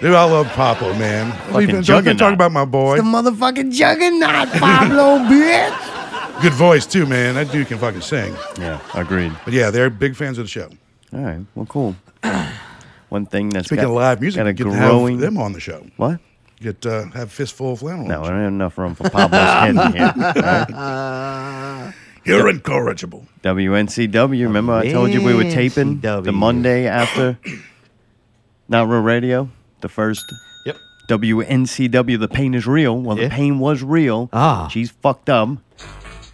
Speaker 3: dude, I love Pablo, man. We've been talking,
Speaker 2: juggernaut.
Speaker 3: talking about my boy.
Speaker 2: motherfucking juggernaut, (laughs) Pablo, bitch.
Speaker 3: Good voice too, man. That dude can fucking sing.
Speaker 2: Yeah, agreed.
Speaker 3: But yeah, they're big fans of the show.
Speaker 2: All right.
Speaker 4: (clears throat)
Speaker 2: Well, cool. One thing that's
Speaker 3: Speaking
Speaker 2: got,
Speaker 3: of live music,
Speaker 2: got a
Speaker 3: get to have
Speaker 2: growing
Speaker 3: them on the show.
Speaker 2: what?
Speaker 3: Get uh, have a fistful of flannel.
Speaker 2: No, I don't have enough room for Pablo's head in
Speaker 3: (laughs)
Speaker 2: here. all right?
Speaker 3: You're incorrigible.
Speaker 2: WNCW. Remember I told you we were taping the
Speaker 4: WNCW.
Speaker 2: Monday after Not Real Radio, the first
Speaker 4: Yep.
Speaker 2: WNCW. The pain is real. Well,
Speaker 4: Yeah.
Speaker 2: the pain was real.
Speaker 4: Ah. Uh-huh.
Speaker 2: she's fucked up.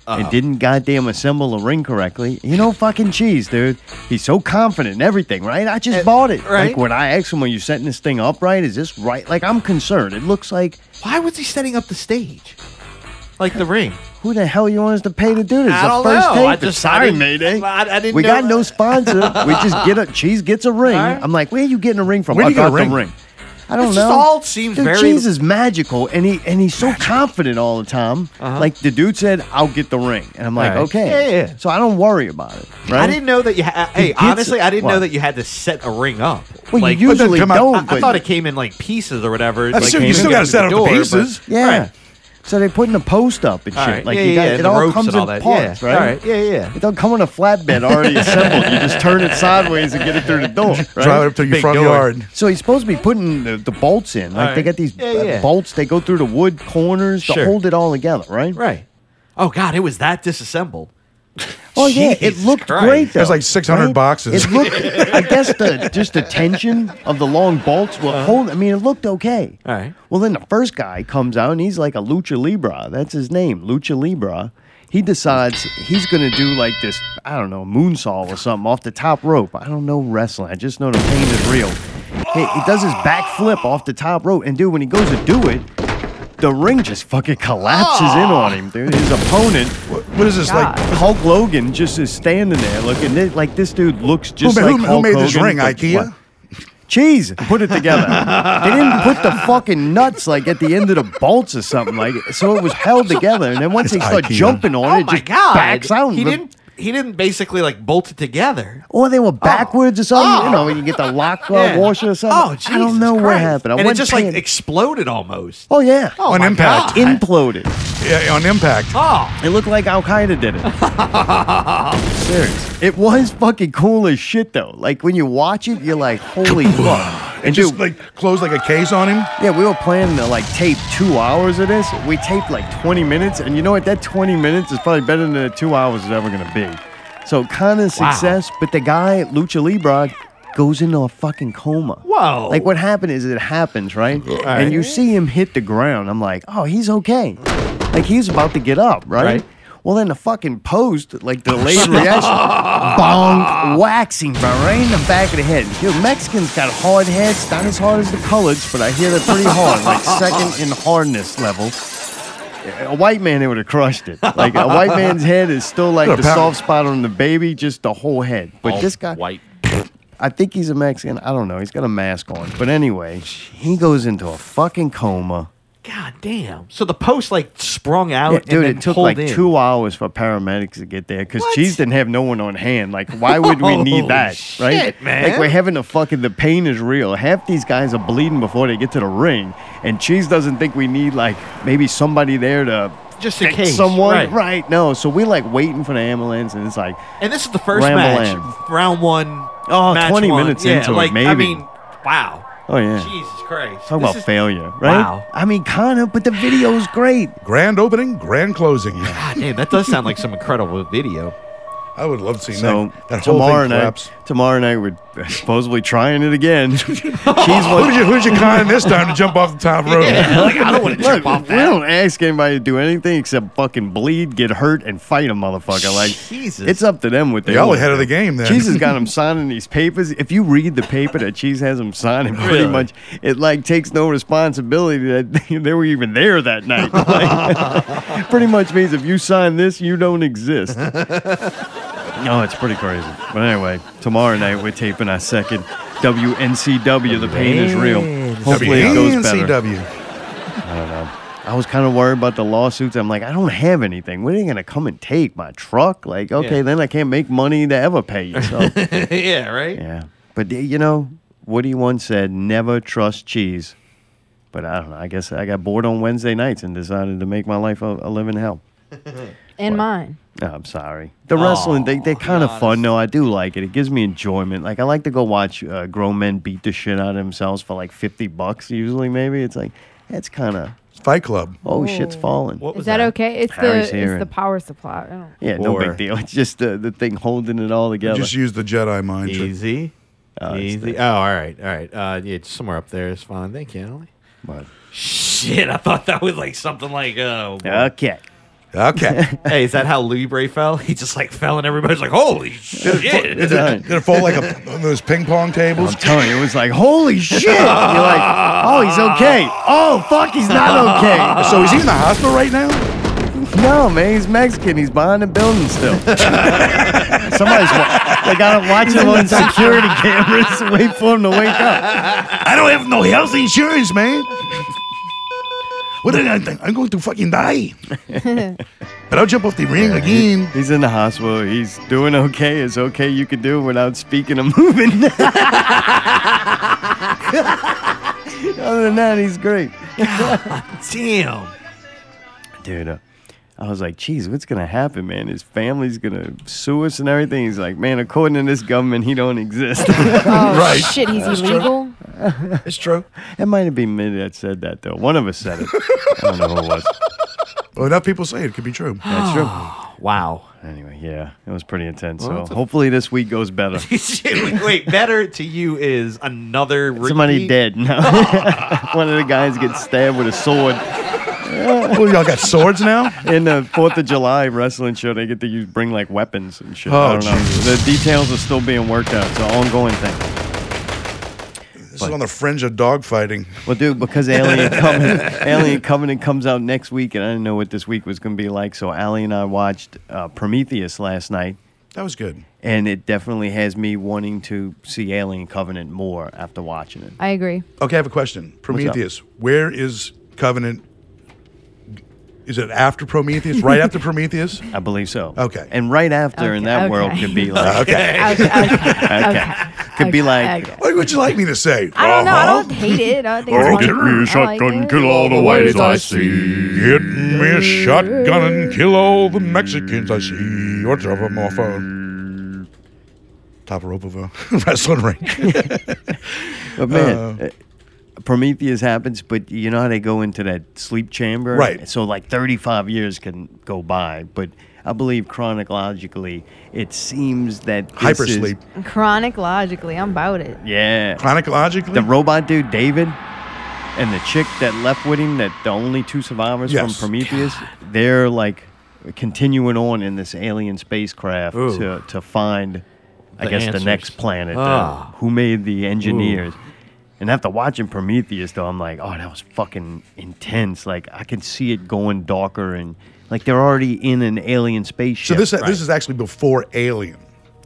Speaker 2: And didn't goddamn assemble the ring correctly. You know, fucking cheese, dude. He's so confident in everything, right? I just bought it.
Speaker 4: Eh, right.
Speaker 2: Like when I asked him, "Are you setting this thing up right? Is this right?" Like I'm concerned. It looks like
Speaker 4: Why was he setting up the stage? Like the ring.
Speaker 2: who the hell you want us to pay to do this?
Speaker 4: I
Speaker 2: the
Speaker 4: don't
Speaker 2: first
Speaker 4: know.
Speaker 2: tape.
Speaker 4: I just- I
Speaker 2: sorry,
Speaker 4: didn't-
Speaker 2: Mayday.
Speaker 4: I- I didn't
Speaker 2: We
Speaker 4: know-
Speaker 2: got no sponsor. we
Speaker 4: (laughs)
Speaker 2: just get a cheese gets a ring.
Speaker 4: All right.
Speaker 2: I'm like, where you getting a ring from?
Speaker 3: Where'd
Speaker 2: I
Speaker 3: you get a
Speaker 2: got the
Speaker 3: ring?
Speaker 2: I don't
Speaker 4: It's
Speaker 2: know.
Speaker 4: just all seems
Speaker 2: Dude,
Speaker 4: very-
Speaker 2: Cheese is magical, and he and he's so confident all the time. Like the dude said, "I'll get the ring," and I'm like,
Speaker 4: Right.
Speaker 2: okay.
Speaker 4: Uh-huh. Yeah, yeah.
Speaker 2: So I don't worry about it. Right?
Speaker 4: I didn't know that you. Ha-
Speaker 2: He
Speaker 4: hey,
Speaker 2: gets
Speaker 4: honestly,
Speaker 2: it.
Speaker 4: I didn't
Speaker 2: What?
Speaker 4: know that you had to set a ring up.
Speaker 2: Well,
Speaker 4: like,
Speaker 2: you
Speaker 3: but then
Speaker 2: usually
Speaker 3: come out-
Speaker 2: don't.
Speaker 4: I, I
Speaker 2: but-
Speaker 4: thought it came in like pieces or whatever.
Speaker 3: That's
Speaker 4: like,
Speaker 3: true, you
Speaker 4: came
Speaker 3: still
Speaker 4: in
Speaker 3: gotta
Speaker 4: through
Speaker 3: set up the
Speaker 4: door, but-
Speaker 3: pieces.
Speaker 2: Yeah.
Speaker 4: Right.
Speaker 2: So they're putting a post up and shit.
Speaker 4: All right.
Speaker 2: Like
Speaker 4: yeah,
Speaker 2: you
Speaker 4: yeah,
Speaker 2: got
Speaker 4: yeah,
Speaker 2: it
Speaker 4: the
Speaker 2: all
Speaker 4: ropes
Speaker 2: comes
Speaker 4: and all
Speaker 2: in
Speaker 4: that.
Speaker 2: parts,
Speaker 4: yeah.
Speaker 2: right?
Speaker 4: All right. Yeah, yeah.
Speaker 2: It don't come in a
Speaker 4: (laughs)
Speaker 2: flatbed already assembled. You just turn it sideways and get it through the door. Right?
Speaker 3: Drive it up to your
Speaker 4: Big
Speaker 3: front
Speaker 4: door.
Speaker 3: yard.
Speaker 2: So he's supposed to be putting the, the bolts in. Like they
Speaker 4: Alright.
Speaker 2: got these
Speaker 4: Yeah,
Speaker 2: uh,
Speaker 4: yeah.
Speaker 2: bolts. They go through the wood corners to
Speaker 4: Sure.
Speaker 2: hold it all together, right?
Speaker 4: Right. Oh God, it was that disassembled.
Speaker 2: Oh yeah, it
Speaker 4: Jesus
Speaker 2: looked
Speaker 4: Christ.
Speaker 2: great. Though,
Speaker 3: That's like 600 boxes.
Speaker 2: It looked.
Speaker 4: (laughs)
Speaker 2: I guess the just the tension of the long bolts will hold. I mean, it looked okay.
Speaker 4: Uh-huh. All right.
Speaker 2: Well, then the first guy comes out and he's like a lucha libra. That's his name, lucha libra. He decides he's gonna do like this. I don't know, moonsault or something off the top rope. I don't know wrestling. I just know the pain is real. He, he does his backflip off the top rope, and dude, when he goes to do it. The ring just fucking collapses in on him, dude. His opponent
Speaker 3: What- what is this like?
Speaker 1: God.
Speaker 2: Hulk Logan just is standing there looking at- like this dude looks just
Speaker 3: Who ma-
Speaker 2: like
Speaker 3: who ma- who
Speaker 2: Hulk
Speaker 3: made this
Speaker 2: Hogan,
Speaker 3: ring,
Speaker 2: but
Speaker 3: Ikea?
Speaker 2: what? Cheese, put it together. they didn't put the fucking nuts like at the end of the bolts or something like it. So it was held together, and then once they start
Speaker 3: Ikea.
Speaker 2: jumping on
Speaker 4: Oh
Speaker 2: it, it
Speaker 4: my
Speaker 2: just
Speaker 4: God!
Speaker 2: backs out.
Speaker 4: He
Speaker 2: The-
Speaker 4: didn't. He didn't basically like bolt it together.
Speaker 2: or they were backwards or something. You
Speaker 4: Oh.
Speaker 2: know, when you get the lock uh,
Speaker 4: Yeah.
Speaker 2: washer or something.
Speaker 4: Oh, Jesus
Speaker 2: I don't know what
Speaker 4: Christ.
Speaker 2: happened. I
Speaker 4: and it
Speaker 2: wasn't
Speaker 4: just like
Speaker 2: paying-
Speaker 4: exploded almost.
Speaker 2: oh yeah,
Speaker 4: Oh,
Speaker 3: On
Speaker 4: my
Speaker 3: impact.
Speaker 4: God.
Speaker 2: imploded.
Speaker 3: Yeah, on impact.
Speaker 4: oh, (laughs)
Speaker 2: It looked like Al Qaeda did it. Serious. It was fucking cool as shit though. Like when you watch it, you're like, holy fuck.
Speaker 3: And just like close like a case on him.
Speaker 2: yeah, we were planning to like tape two hours of this. We taped like 20 minutes, and you know what? That 20 minutes is probably better than the two hours is ever gonna be. So kind of success, but the guy Lucha Libre goes into a fucking coma.
Speaker 4: Whoa.
Speaker 2: Like what happened is it happens, right? And you see him hit the ground. I'm like, oh, he's okay. Like he's about to get up, right?
Speaker 4: Right.
Speaker 2: Well, then the fucking post, like
Speaker 4: (laughs)
Speaker 2: delayed reaction, bonk, waxing, bro, right in the back of the head. Yo, Mexicans got hard heads, not as hard as the coloreds, but I hear they're pretty
Speaker 4: (laughs)
Speaker 2: hard, like second in hardness level. A white man, they would have crushed it. Like a white
Speaker 4: (laughs)
Speaker 2: man's head is still like
Speaker 3: Yeah,
Speaker 2: the
Speaker 3: pound-
Speaker 2: soft spot on the baby, just the whole head. But this guy,
Speaker 9: White.
Speaker 2: I think he's a Mexican. I don't know. He's got a mask on. But anyway, he goes into a fucking coma.
Speaker 4: God damn! So the post like sprung out,
Speaker 2: Yeah,
Speaker 4: and
Speaker 2: dude,
Speaker 4: then
Speaker 2: it took
Speaker 4: pulled
Speaker 2: like
Speaker 4: in.
Speaker 2: two hours for paramedics to get there because
Speaker 4: What?
Speaker 2: Cheese didn't have no one on hand. Like, why would we need
Speaker 4: Holy
Speaker 2: that? Right?
Speaker 4: shit, man.
Speaker 2: Like, we're having a fucking, the pain is real. Half these guys are bleeding before they get to the ring, and Cheese doesn't think we need, like, maybe somebody there to.
Speaker 4: Just in
Speaker 2: fix
Speaker 4: case,
Speaker 2: Someone,
Speaker 4: right.
Speaker 2: No. So we like waiting for the ambulance, and it's like,
Speaker 4: And this is the first
Speaker 2: Ramble
Speaker 4: match,
Speaker 2: in.
Speaker 4: round one.
Speaker 2: Oh,
Speaker 4: match
Speaker 2: 20
Speaker 4: one.
Speaker 2: minutes
Speaker 4: yeah,
Speaker 2: into it,
Speaker 4: like, I
Speaker 2: maybe.
Speaker 4: mean, wow.
Speaker 2: oh, yeah.
Speaker 4: Jesus Christ!
Speaker 2: Talk
Speaker 4: This
Speaker 2: about
Speaker 4: is-
Speaker 2: failure, right?
Speaker 4: Wow.
Speaker 2: I mean, kind of, but the video's great.
Speaker 3: Grand opening, grand closing. (laughs)
Speaker 4: God damn, that does sound like some incredible video.
Speaker 3: I would love to see
Speaker 2: So
Speaker 3: that. That whole
Speaker 2: tomorrow
Speaker 3: thing
Speaker 4: (laughs)
Speaker 2: night,
Speaker 3: collapse.
Speaker 2: tomorrow night we're supposedly trying it (laughs) again. Cheese
Speaker 3: Who
Speaker 2: wants-
Speaker 3: did you who did you con this (laughs) time to jump off the
Speaker 2: (laughs)
Speaker 3: top rope?
Speaker 4: Yeah, like I
Speaker 3: (laughs)
Speaker 4: don't want to
Speaker 2: Look,
Speaker 4: jump off
Speaker 2: we
Speaker 4: that.
Speaker 2: don't ask anybody to do anything except fucking bleed, get hurt, and fight a motherfucker. Like
Speaker 4: (laughs) Jesus.
Speaker 2: it's up to them with
Speaker 3: Y'all ahead of the game then.
Speaker 2: Cheese has got him signing these papers. If you read the paper that Cheese has him signing, pretty
Speaker 4: Really?
Speaker 2: much it like takes no responsibility that (laughs) they, they were even there that night. Like, (laughs) pretty much means if you sign this, you
Speaker 4: (laughs)
Speaker 2: don't exist. No, Oh, it's pretty crazy. But anyway, tomorrow night we're taping our second WNCW. The pain is real. Hopefully it goes better.
Speaker 3: WNCW.
Speaker 2: I was kind of worried about the lawsuits. I'm like, I don't have anything. When are they going to come and take my truck? Like, okay,
Speaker 4: Yeah.
Speaker 2: then I can't make money to ever pay you. So,
Speaker 4: yeah, right.
Speaker 2: yeah. But, uh, you know, Woody once said, never trust cheese. But I don't know. I guess I got bored on Wednesday nights and decided to make my life a, a living hell.
Speaker 1: and mine.
Speaker 2: No, Oh, I'm sorry. The wrestling, they, they're kind of fun, though. I do like it. It gives me enjoyment. Like, I like to go watch uh, grown men beat the shit out of themselves for like 50 bucks, usually, maybe. It's like, That's kind of
Speaker 3: Fight Club.
Speaker 2: oh shit's falling.
Speaker 4: What
Speaker 1: Is
Speaker 4: was
Speaker 1: that, okay? It's
Speaker 2: Harry's
Speaker 1: the
Speaker 2: hearing.
Speaker 1: it's the power supply. I don't.
Speaker 2: Yeah, no
Speaker 4: Or-
Speaker 2: big deal. (laughs) It's just uh, the, the thing holding it all together.
Speaker 3: Just use the Jedi mind trick.
Speaker 4: Easy.
Speaker 2: Oh, it's
Speaker 4: Easy. Oh, all right, all right. Uh, yeah, it's somewhere up there is fine. Thank you, Emily.
Speaker 2: But-
Speaker 4: Shit, I thought that was like something like, uh,
Speaker 2: okay. (laughs)
Speaker 3: Okay.
Speaker 4: hey, is that how Libre fell? He just like fell, and everybody's like, holy shit!
Speaker 3: Did it, did it fall like
Speaker 2: (laughs)
Speaker 3: a, one of those ping pong tables?
Speaker 2: I'm telling you, it was like, holy shit. You're like, oh, he's okay. Oh, fuck, he's not okay.
Speaker 3: (laughs) So is he in the hospital right now?
Speaker 2: No, man, he's Mexican. He's behind the
Speaker 3: (laughs)
Speaker 2: building still. Somebody's wa- they got him watching
Speaker 3: (laughs)
Speaker 2: him on security cameras. (laughs) Wait for him to wake up.
Speaker 3: I don't have no health insurance, man. What did I think? I'm going to fucking
Speaker 2: (laughs)
Speaker 3: die. but I'll jump off the ring again.
Speaker 2: He's in the hospital. He's doing okay. It's okay you could do without speaking or moving. (laughs) Other than that, he's great.
Speaker 4: Damn.
Speaker 2: dude. Uh, I was like, geez, what's gonna happen, man? His family's gonna sue us and everything. He's like, man, according to this government, he don't exist. (laughs)
Speaker 1: (laughs) Oh
Speaker 3: Right.
Speaker 1: shit, he's illegal.
Speaker 3: It's true.
Speaker 2: it might have been me that said that though. One of us said it. I don't know who it
Speaker 1: (laughs)
Speaker 2: was.
Speaker 3: Well, enough people say it, it could be true. (gasps)
Speaker 2: That's true.
Speaker 4: Wow.
Speaker 2: Anyway, yeah, it was pretty intense.
Speaker 4: that's
Speaker 2: so
Speaker 4: a-
Speaker 2: hopefully this week
Speaker 3: (laughs)
Speaker 2: goes better. (laughs)
Speaker 4: wait, wait, better to you is another repeat?
Speaker 2: Somebody
Speaker 4: (laughs)
Speaker 2: dead now. (laughs) One of the guys gets stabbed with
Speaker 3: (laughs)
Speaker 2: a sword
Speaker 3: Oh, y'all got swords
Speaker 2: (laughs)
Speaker 3: now?
Speaker 2: in the Fourth of July wrestling show. They get to use, bring like weapons and shit.
Speaker 3: Oh,
Speaker 2: I don't know. The details are still being worked out. It's an ongoing thing.
Speaker 3: This is on the fringe of dogfighting.
Speaker 2: Well, dude,
Speaker 3: (laughs)
Speaker 2: because Alien Covenant, Alien Covenant comes out next week, and I didn't know what this week was going to be like, so Ali and I watched uh, Prometheus last night,
Speaker 3: That was good.
Speaker 2: and it definitely has me wanting to see Alien Covenant more after watching it.
Speaker 3: (laughs)
Speaker 1: I agree.
Speaker 3: Okay, I have a question. Prometheus, (laughs) where is Covenant? Is it after Prometheus? right
Speaker 2: (laughs)
Speaker 3: after Prometheus?
Speaker 2: I believe so.
Speaker 3: Okay.
Speaker 2: And right after in
Speaker 1: Okay,
Speaker 2: that
Speaker 1: okay.
Speaker 2: world could be like,
Speaker 3: Okay.
Speaker 1: Okay,
Speaker 2: (laughs)
Speaker 1: okay,
Speaker 2: okay, could be like,
Speaker 1: okay.
Speaker 3: What would you like me to say?
Speaker 1: I don't know. I
Speaker 3: Uh-huh.
Speaker 1: don't hate it.
Speaker 3: (laughs)
Speaker 1: I think it's
Speaker 3: Get me
Speaker 1: fun.
Speaker 3: a
Speaker 1: I like it.
Speaker 3: whites I see. Get me a shotgun and kill all the Mexicans I see. Or drop them off a top rope of a wrestling ring.
Speaker 2: (laughs) but man. uh, Prometheus happens, but you know how they go into that sleep chamber?
Speaker 3: Right.
Speaker 2: So, like 35 years can go by, but I believe chronologically, it seems that. this is-
Speaker 3: Hypersleep.
Speaker 1: Chronic logically, I'm about it.
Speaker 2: Yeah.
Speaker 3: Chronologically,
Speaker 2: The robot dude, David, and the chick that left with him, that the only two survivors
Speaker 3: Yes.
Speaker 2: from Prometheus, they're like continuing on in this alien spacecraft
Speaker 4: Ooh.
Speaker 2: to, to find, I
Speaker 4: The
Speaker 2: guess,
Speaker 4: answers.
Speaker 2: the next planet. uh,
Speaker 4: Ah.
Speaker 2: who made the engineers? And after watching Prometheus, though, I'm like, oh, that was fucking intense. Like, I can see it going darker and. Like they're already in an alien
Speaker 3: so
Speaker 2: spaceship.
Speaker 3: this this is actually before Alien.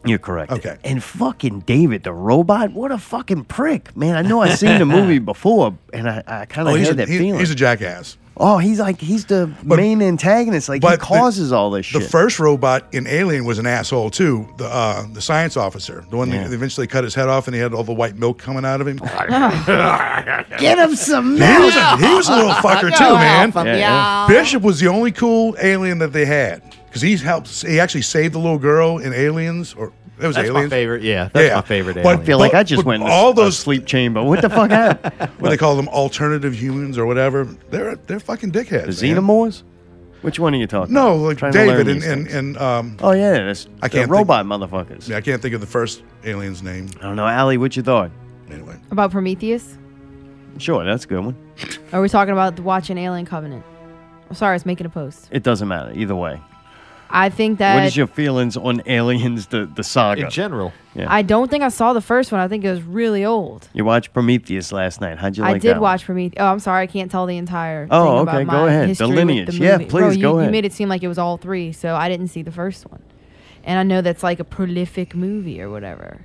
Speaker 2: You're correct.
Speaker 3: Okay.
Speaker 2: And fucking David, the robot, what a fucking prick, man. I know I've seen
Speaker 3: (laughs)
Speaker 2: the movie before, and I, I kind of
Speaker 3: Oh, he's
Speaker 2: had
Speaker 3: a,
Speaker 2: that
Speaker 3: he-
Speaker 2: feeling.
Speaker 3: he's a jackass.
Speaker 2: oh, he's like he's the main antagonist. Like he
Speaker 3: but the-
Speaker 2: causes all this shit.
Speaker 3: The first robot in Alien was an asshole too. The uh, the science officer, the one that eventually cut his head off, and he had all the white milk coming out
Speaker 4: (laughs)
Speaker 3: of him.
Speaker 2: Get him some
Speaker 3: He
Speaker 2: milk.
Speaker 3: was a, he was a little fucker too, man.
Speaker 2: Yeah, yeah.
Speaker 3: Bishop was the only cool alien that they had because he helped. He actually saved the little girl in Aliens, or that was
Speaker 4: That's my
Speaker 3: Aliens.
Speaker 4: favorite. Yeah, that's
Speaker 3: Yeah.
Speaker 4: my favorite.
Speaker 3: But-
Speaker 2: I
Speaker 4: alien.
Speaker 2: feel like I just
Speaker 3: But-
Speaker 2: went in
Speaker 3: but
Speaker 2: all
Speaker 3: all
Speaker 2: those
Speaker 3: those-
Speaker 2: sleep chamber. What the fuck happened?
Speaker 3: (laughs) What they call them, alternative humans or whatever. They're they're fucking dickheads.
Speaker 2: The
Speaker 3: man.
Speaker 2: xenomorphs? Which one are you talking?
Speaker 3: No,
Speaker 2: about?
Speaker 3: like
Speaker 2: Trying to learn
Speaker 3: David and
Speaker 2: these
Speaker 3: and,
Speaker 2: things.
Speaker 3: and um.
Speaker 2: oh yeah, that's
Speaker 3: I
Speaker 2: the
Speaker 3: can't think-
Speaker 2: robot motherfuckers.
Speaker 3: yeah, I can't think of the first alien's name.
Speaker 2: I don't know, Allie. What you thought?
Speaker 3: Anyway,
Speaker 1: About Prometheus?
Speaker 2: Sure, that's a good one.
Speaker 1: Are we talking about watching Alien Covenant? I'm sorry, it's making a post.
Speaker 2: It doesn't matter either way.
Speaker 1: I think that
Speaker 2: what is your feelings on Aliens the the saga?
Speaker 4: in general.
Speaker 1: I don't think I saw the first one. I think it was really old.
Speaker 2: You watched Prometheus last night. How'd you like
Speaker 1: I
Speaker 2: that?
Speaker 1: did
Speaker 2: one?
Speaker 1: watch Prometheus. Oh, I'm sorry, I can't tell the entire.
Speaker 2: Oh,
Speaker 1: thing
Speaker 2: okay,
Speaker 1: About
Speaker 2: go
Speaker 1: my
Speaker 2: ahead. The
Speaker 1: history with
Speaker 2: lineage.
Speaker 1: movie.
Speaker 2: Yeah,
Speaker 1: Bro,
Speaker 2: please,
Speaker 1: you,
Speaker 2: go
Speaker 1: You
Speaker 2: ahead.
Speaker 1: made it seem like it was all three, so I didn't see the first one, and I know that's like a prolific movie or whatever.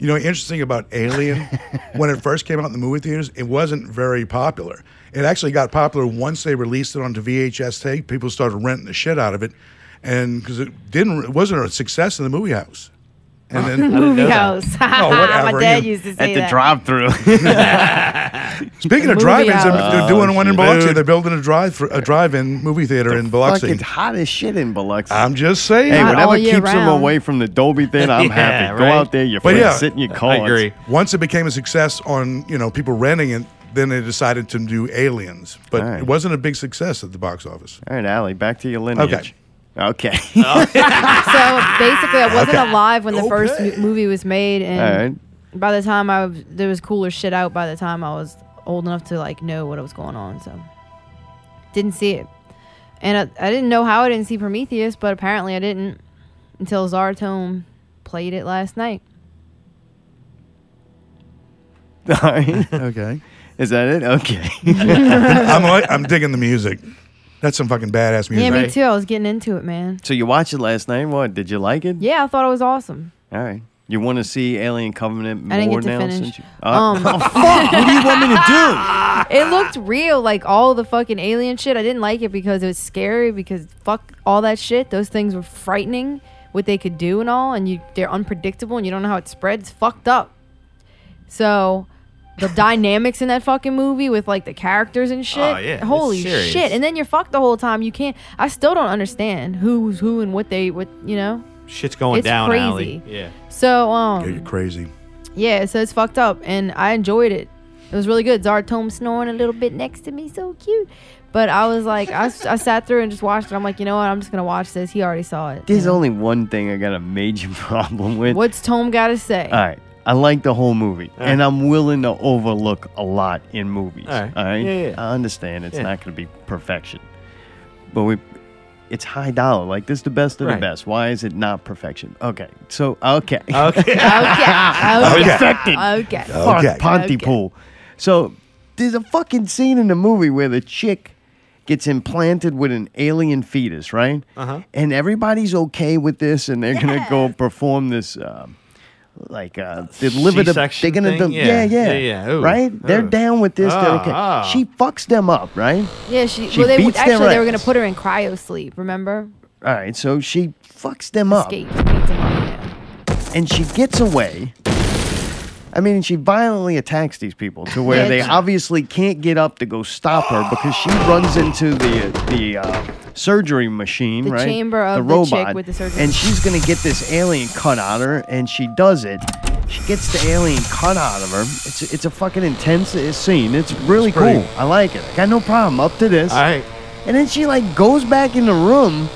Speaker 3: you know, interesting about Alien
Speaker 2: (laughs)
Speaker 3: when it first came out in the movie theaters, it wasn't very popular. It actually got popular once they released it onto VHS tape. People started renting the shit out of it, and because it didn't, it wasn't a success in the movie house. And
Speaker 2: (laughs)
Speaker 3: then
Speaker 1: (laughs) Movie
Speaker 4: know that.
Speaker 3: (laughs)
Speaker 1: house. my
Speaker 3: Oh,
Speaker 1: (laughs)
Speaker 3: whatever,
Speaker 1: dad
Speaker 3: you-
Speaker 1: used to say
Speaker 2: At the
Speaker 1: that.
Speaker 2: drive-through,
Speaker 3: (laughs) Speaking of
Speaker 1: Movie
Speaker 3: drive-ins, they're,
Speaker 1: hours.
Speaker 3: they're doing one in
Speaker 2: shit.
Speaker 3: Biloxi.
Speaker 2: Dude.
Speaker 3: They're building a drive a drive-in movie theater in Biloxi.
Speaker 2: fucking hot as shit in Biloxi.
Speaker 3: I'm (laughs) just saying.
Speaker 2: hey,
Speaker 1: Not
Speaker 2: whatever
Speaker 1: all year
Speaker 2: keeps them
Speaker 1: round.
Speaker 2: away from the Dolby thing,
Speaker 3: (laughs)
Speaker 7: (laughs)
Speaker 2: I'm
Speaker 4: Yeah,
Speaker 2: happy. Go
Speaker 4: right?
Speaker 2: out there, you're
Speaker 3: But
Speaker 2: free,
Speaker 3: yeah,
Speaker 2: sit in your car.
Speaker 4: I agree.
Speaker 3: Once it became a success on you know people renting it, Then they decided to do Aliens, but
Speaker 2: All right.
Speaker 3: it wasn't a big success at the box office.
Speaker 2: All right, Allie, (laughs) back to your lineage.
Speaker 3: (laughs) Oh,
Speaker 2: Okay.
Speaker 1: (laughs) So basically, I wasn't
Speaker 2: Okay.
Speaker 1: alive when the first
Speaker 3: Okay.
Speaker 1: mo- movie was made, and
Speaker 2: All right.
Speaker 1: by the time I was, there was cooler shit out. By the time I was old enough to like know what was going on, so didn't see it, and I, I didn't know how I didn't see Prometheus, but apparently I didn't until Zartome played it last night.
Speaker 2: All right.
Speaker 7: Okay.
Speaker 2: Is that it? Okay.
Speaker 3: (laughs) I'm like, I'm digging the music. That's some fucking badass
Speaker 1: Yeah,
Speaker 3: music.
Speaker 1: me too. I was getting into it, man.
Speaker 2: so you watched it last night. What? Did you like it?
Speaker 1: Yeah, I thought it was awesome.
Speaker 2: All right. You want to see Alien Covenant more
Speaker 1: I didn't get to
Speaker 2: now?
Speaker 1: finish.
Speaker 2: Since you, Uh,
Speaker 1: Um,
Speaker 2: fuck! (laughs) What do you want
Speaker 1: (laughs)
Speaker 2: me to do?
Speaker 1: It looked real, like all the fucking alien shit. I didn't like it because it was scary. Because fuck all that shit. Those things were frightening. What they could do and all, and you they're unpredictable, and you don't know how it spreads. Fucked up. So,
Speaker 2: (laughs)
Speaker 1: the dynamics in that fucking movie with like the characters and shit.
Speaker 7: Oh, yeah, it's
Speaker 1: Holy
Speaker 7: serious.
Speaker 1: shit! And then you're fucked the whole time. You can't. I still don't understand who's who and what they what you know.
Speaker 7: Shit's going
Speaker 1: It's
Speaker 7: down,
Speaker 1: crazy.
Speaker 7: Allie. Yeah.
Speaker 1: So
Speaker 3: Yeah, you're
Speaker 1: um
Speaker 3: crazy.
Speaker 1: yeah, so it's fucked up, and I enjoyed it. It was really good. Zartome snoring a little bit next to me, so cute. But I was like, I, s- I sat through and just watched it. I'm like, you know what? I'm just gonna watch this. He already saw it.
Speaker 2: There's
Speaker 1: you know?
Speaker 2: only one thing I got a major (laughs) problem with.
Speaker 1: What's Tome gotta say? (laughs)
Speaker 2: All right. I like the whole movie, and I'm willing to overlook a lot in movies.
Speaker 4: All right.
Speaker 2: All right?
Speaker 4: Yeah, yeah.
Speaker 2: I understand it's
Speaker 4: Yeah.
Speaker 2: not going to be perfection, but we, it's high dollar. Like this, is the best of the
Speaker 4: Right.
Speaker 2: best. Why is it not perfection? Okay, so okay, (laughs)
Speaker 4: Okay.
Speaker 1: Okay. Okay.
Speaker 2: Affected.
Speaker 1: Okay.
Speaker 2: Fuck,
Speaker 3: Okay.
Speaker 2: Pontypool. So there's a fucking scene in the movie where the chick gets implanted with an alien fetus, right? Uh-huh. And everybody's okay with this, and they're gonna go perform this. Um, like uh, deliver the
Speaker 7: C-section
Speaker 2: they're gonna
Speaker 7: thing?
Speaker 2: de-
Speaker 7: Yeah.
Speaker 2: yeah yeah,
Speaker 7: Yeah, yeah. Ooh.
Speaker 2: right they're
Speaker 7: Ooh.
Speaker 2: down with this they're
Speaker 7: Ah,
Speaker 2: okay
Speaker 7: ah.
Speaker 2: she fucks them up right
Speaker 1: Yeah, she.
Speaker 2: She
Speaker 1: well, they
Speaker 2: beats
Speaker 1: actually
Speaker 2: their
Speaker 1: they were gonna
Speaker 2: ass.
Speaker 1: put her in cryo sleep. Remember?
Speaker 2: all right so she fucks them up
Speaker 1: Escape. Beats him up, yeah.
Speaker 2: and she gets away. I mean, she violently attacks these people to where
Speaker 1: Yeah,
Speaker 2: they
Speaker 1: she-
Speaker 2: obviously can't get up to go stop her because she runs into the the uh, surgery machine,
Speaker 1: The
Speaker 2: right?
Speaker 1: chamber of the chick with the surgery-
Speaker 2: and she's gonna get this alien cut out of her, and she does it. She gets the alien cut out of her. It's it's a fucking intense uh, scene. It's really
Speaker 3: pretty.
Speaker 2: cool. I like it. I got no problem up to this.
Speaker 4: All right.
Speaker 2: And then she like goes back in the room,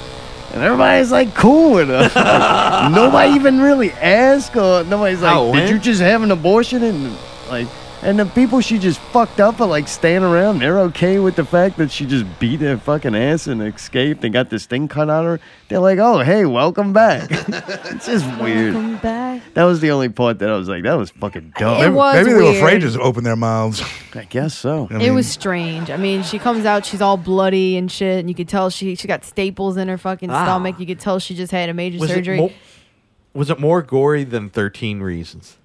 Speaker 2: and everybody's like cool with (laughs) her. Nobody even really asked, or nobody's like,
Speaker 4: Oh,
Speaker 2: "Did
Speaker 4: eh?
Speaker 2: you just have an abortion?" And like, and the people she just fucked up are like staying around. They're okay with the fact that she just beat their fucking ass and escaped and got this thing cut out of her. They're like, "Oh, hey, welcome back." (laughs) it's just weird.
Speaker 7: (laughs)
Speaker 1: Welcome back.
Speaker 2: That was the only part that I was like, "That was fucking dumb."
Speaker 1: It
Speaker 3: Maybe,
Speaker 1: was
Speaker 3: maybe they were
Speaker 1: weird.
Speaker 3: afraid to open their mouths.
Speaker 2: I guess so.
Speaker 3: I
Speaker 1: it
Speaker 3: mean,
Speaker 1: was strange. I mean, she comes out, she's all bloody and shit, and you could tell she she got staples in her fucking
Speaker 4: Ah.
Speaker 1: stomach. You could tell she just had a major
Speaker 4: Was it,
Speaker 1: surgery.
Speaker 4: mo- was it more gory than 13 Reasons?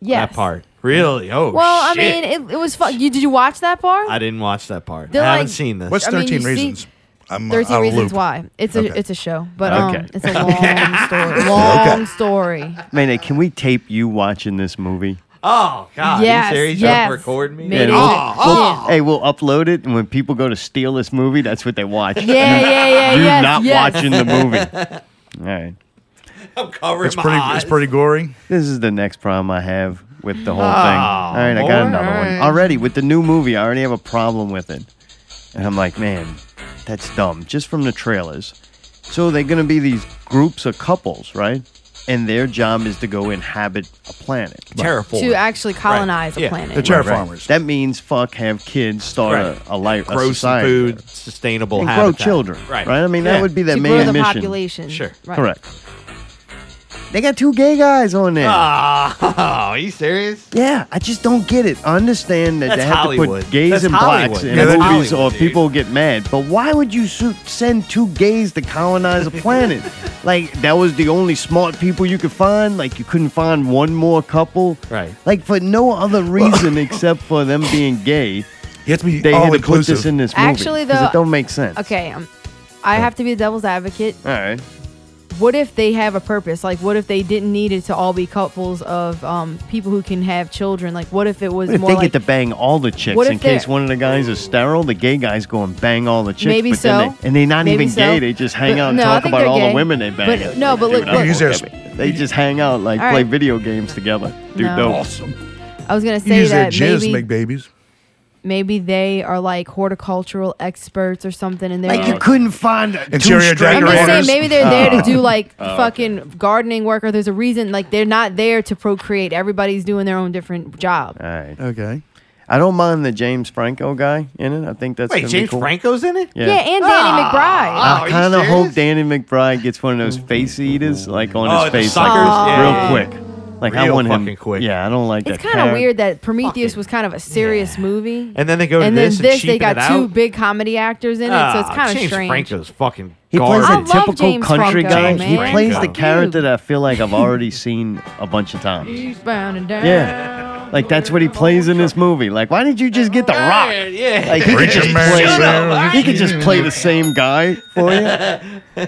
Speaker 1: yes.
Speaker 4: That part. Really? Oh,
Speaker 1: Well,
Speaker 4: shit.
Speaker 1: I mean, it, it was fun. You did you watch that part?
Speaker 4: I didn't watch that part.
Speaker 1: They're
Speaker 4: I haven't
Speaker 1: like-
Speaker 4: seen this.
Speaker 3: what's
Speaker 1: I mean,
Speaker 3: thirteen
Speaker 1: you see-
Speaker 3: reasons? I'm uh,
Speaker 1: Thirteen
Speaker 3: out of
Speaker 1: Reasons
Speaker 3: loop.
Speaker 1: Why. It's a
Speaker 3: Okay.
Speaker 1: it's a show, but um,
Speaker 2: Okay. (laughs)
Speaker 1: it's a long story. Long story.
Speaker 2: Man, can we tape you watching this movie?
Speaker 4: Oh, God.
Speaker 1: Yes,
Speaker 4: Are you serious?
Speaker 1: yes.
Speaker 4: Don't record me?
Speaker 1: Maybe.
Speaker 4: Oh,
Speaker 1: Oh,
Speaker 2: Hey, we'll upload it, and when people go to steal this movie, that's what they watch.
Speaker 1: Yeah, yeah, yeah,
Speaker 2: You're
Speaker 1: yes,
Speaker 2: not
Speaker 1: yes.
Speaker 2: watching the movie. All
Speaker 4: (laughs)
Speaker 2: right.
Speaker 4: I'm covering
Speaker 3: It's
Speaker 4: my
Speaker 3: pretty.
Speaker 4: eyes.
Speaker 3: It's pretty gory.
Speaker 2: This is the next problem I have with the whole thing.
Speaker 4: Ah,
Speaker 2: All right, I got another one.
Speaker 1: alright.
Speaker 2: Already, with the new movie, I already have a problem with it. And I'm like, man, that's dumb, just from the trailers. So they're going to be these groups of couples, right? And their job is to go inhabit a planet.
Speaker 4: Terraform.
Speaker 1: To actually colonize a
Speaker 4: Yeah.
Speaker 3: The
Speaker 1: planet.
Speaker 3: terraformers.
Speaker 2: That means fuck, have kids, start
Speaker 4: Right.
Speaker 2: a, a life,
Speaker 4: grow
Speaker 2: a
Speaker 4: some
Speaker 2: society,
Speaker 4: food, sustainable
Speaker 2: and grow
Speaker 4: habitat.
Speaker 2: children,
Speaker 4: Right.
Speaker 2: I mean,
Speaker 4: Yeah.
Speaker 2: that would be their
Speaker 1: to
Speaker 2: main
Speaker 1: grow the
Speaker 2: mission.
Speaker 1: population.
Speaker 4: Sure.
Speaker 1: Right.
Speaker 2: Correct. They got two gay guys on there.
Speaker 4: Ah, (laughs) are you serious?
Speaker 2: Yeah, I just don't get it. I understand that
Speaker 4: That's
Speaker 2: they have to
Speaker 4: Hollywood.
Speaker 2: put gays
Speaker 4: That's
Speaker 2: and blacks
Speaker 4: Hollywood.
Speaker 2: in
Speaker 4: Yeah, that's
Speaker 2: movies,
Speaker 4: Hollywood,
Speaker 2: or
Speaker 4: dude.
Speaker 2: people get mad. But why would you su- send two gays to colonize
Speaker 4: (laughs)
Speaker 2: a planet? like that was the only smart people you could find. Like you couldn't find one more couple.
Speaker 4: Right.
Speaker 2: Like for no other reason except for them being gay,
Speaker 3: You have to be
Speaker 2: they
Speaker 3: all
Speaker 2: had to put
Speaker 3: inclusive.
Speaker 2: this in this movie.
Speaker 1: Actually,
Speaker 2: 'cause
Speaker 1: though-
Speaker 2: it don't make sense.
Speaker 1: Okay. Um, I have to be the devil's advocate.
Speaker 2: All right.
Speaker 1: what if they have a purpose? Like, what if they didn't need it to all be couples of um, people who can have children? Like, what if it was
Speaker 2: What if
Speaker 1: more
Speaker 2: they
Speaker 1: like
Speaker 2: get to bang all the chicks
Speaker 1: What if
Speaker 2: in case
Speaker 1: they're-
Speaker 2: one of the guys is sterile? The gay guys go and bang all the chicks.
Speaker 1: Maybe
Speaker 2: but then
Speaker 1: so.
Speaker 2: They, and they're not
Speaker 1: Maybe
Speaker 2: even
Speaker 1: so.
Speaker 2: gay. They just hang
Speaker 1: But-
Speaker 2: out and
Speaker 1: no, I
Speaker 2: talk
Speaker 1: think
Speaker 2: about
Speaker 1: they're
Speaker 2: all
Speaker 1: gay.
Speaker 2: the women they bang.
Speaker 1: But- no, but
Speaker 2: Dude,
Speaker 1: look-
Speaker 2: I'm
Speaker 1: look-
Speaker 2: okay
Speaker 3: Use their-
Speaker 2: with it. They just hang out, like
Speaker 1: All
Speaker 2: play
Speaker 1: right.
Speaker 2: video games together. Dude,
Speaker 1: No.
Speaker 2: dope.
Speaker 3: Awesome.
Speaker 1: I was gonna
Speaker 3: You
Speaker 1: say
Speaker 3: use their
Speaker 1: that
Speaker 3: jizz to
Speaker 1: maybe
Speaker 3: make babies.
Speaker 1: maybe they are like horticultural experts or something, and they're
Speaker 2: Like you couldn't find a
Speaker 3: Interior decorator.
Speaker 1: I'm just saying
Speaker 3: Decorators.
Speaker 1: maybe they're
Speaker 2: (laughs)
Speaker 1: there to
Speaker 4: Oh.
Speaker 1: do like
Speaker 2: Oh,
Speaker 7: Oh,
Speaker 2: okay.
Speaker 1: fucking gardening work, or there's a reason like they're not there to procreate. Everybody's doing their own different job.
Speaker 2: All right.
Speaker 3: Okay.
Speaker 2: I don't mind the James Franco guy in it. I think that's
Speaker 4: Wait,
Speaker 2: gonna
Speaker 4: James
Speaker 2: be cool.
Speaker 4: Franco's in it? Oh,
Speaker 1: Yeah, and Danny
Speaker 4: Ah.
Speaker 1: McBride.
Speaker 2: I kind of hope Danny McBride gets one of those face eaters, like on
Speaker 4: Oh,
Speaker 2: his
Speaker 4: the
Speaker 2: face,
Speaker 4: suckers?
Speaker 2: like,
Speaker 4: Yeah,
Speaker 2: real
Speaker 4: yeah, yeah.
Speaker 2: quick. Like I
Speaker 4: Real
Speaker 2: want him.
Speaker 4: fucking quick.
Speaker 2: Yeah, I don't like that.
Speaker 1: It's kind of
Speaker 2: char-
Speaker 1: weird that Prometheus was kind of a serious movie,
Speaker 4: And then they go to
Speaker 1: and
Speaker 4: this
Speaker 1: then
Speaker 4: and
Speaker 1: this they
Speaker 4: cheapen
Speaker 1: got
Speaker 4: it
Speaker 1: two
Speaker 4: out?
Speaker 1: big comedy actors in it, so it's
Speaker 4: Ah,
Speaker 1: kind of
Speaker 4: James
Speaker 1: strange.
Speaker 4: Franco's fucking
Speaker 2: He plays
Speaker 4: garbage.
Speaker 1: I
Speaker 2: a
Speaker 1: love
Speaker 2: typical
Speaker 1: James
Speaker 2: country
Speaker 1: Franco,
Speaker 2: guy. He
Speaker 1: man.
Speaker 2: plays the
Speaker 1: Fuck you.
Speaker 2: character that I feel like I've
Speaker 1: (laughs)
Speaker 2: already seen a bunch of times.
Speaker 1: He's bound and down.
Speaker 2: Yeah, like that's what he plays in this movie. Like, why did you just get the rock?
Speaker 4: Yeah.
Speaker 2: Like he could
Speaker 3: Preacher
Speaker 2: just
Speaker 3: man,
Speaker 2: play.
Speaker 3: shut up.
Speaker 2: He could just play the same guy for
Speaker 1: (laughs)
Speaker 2: you.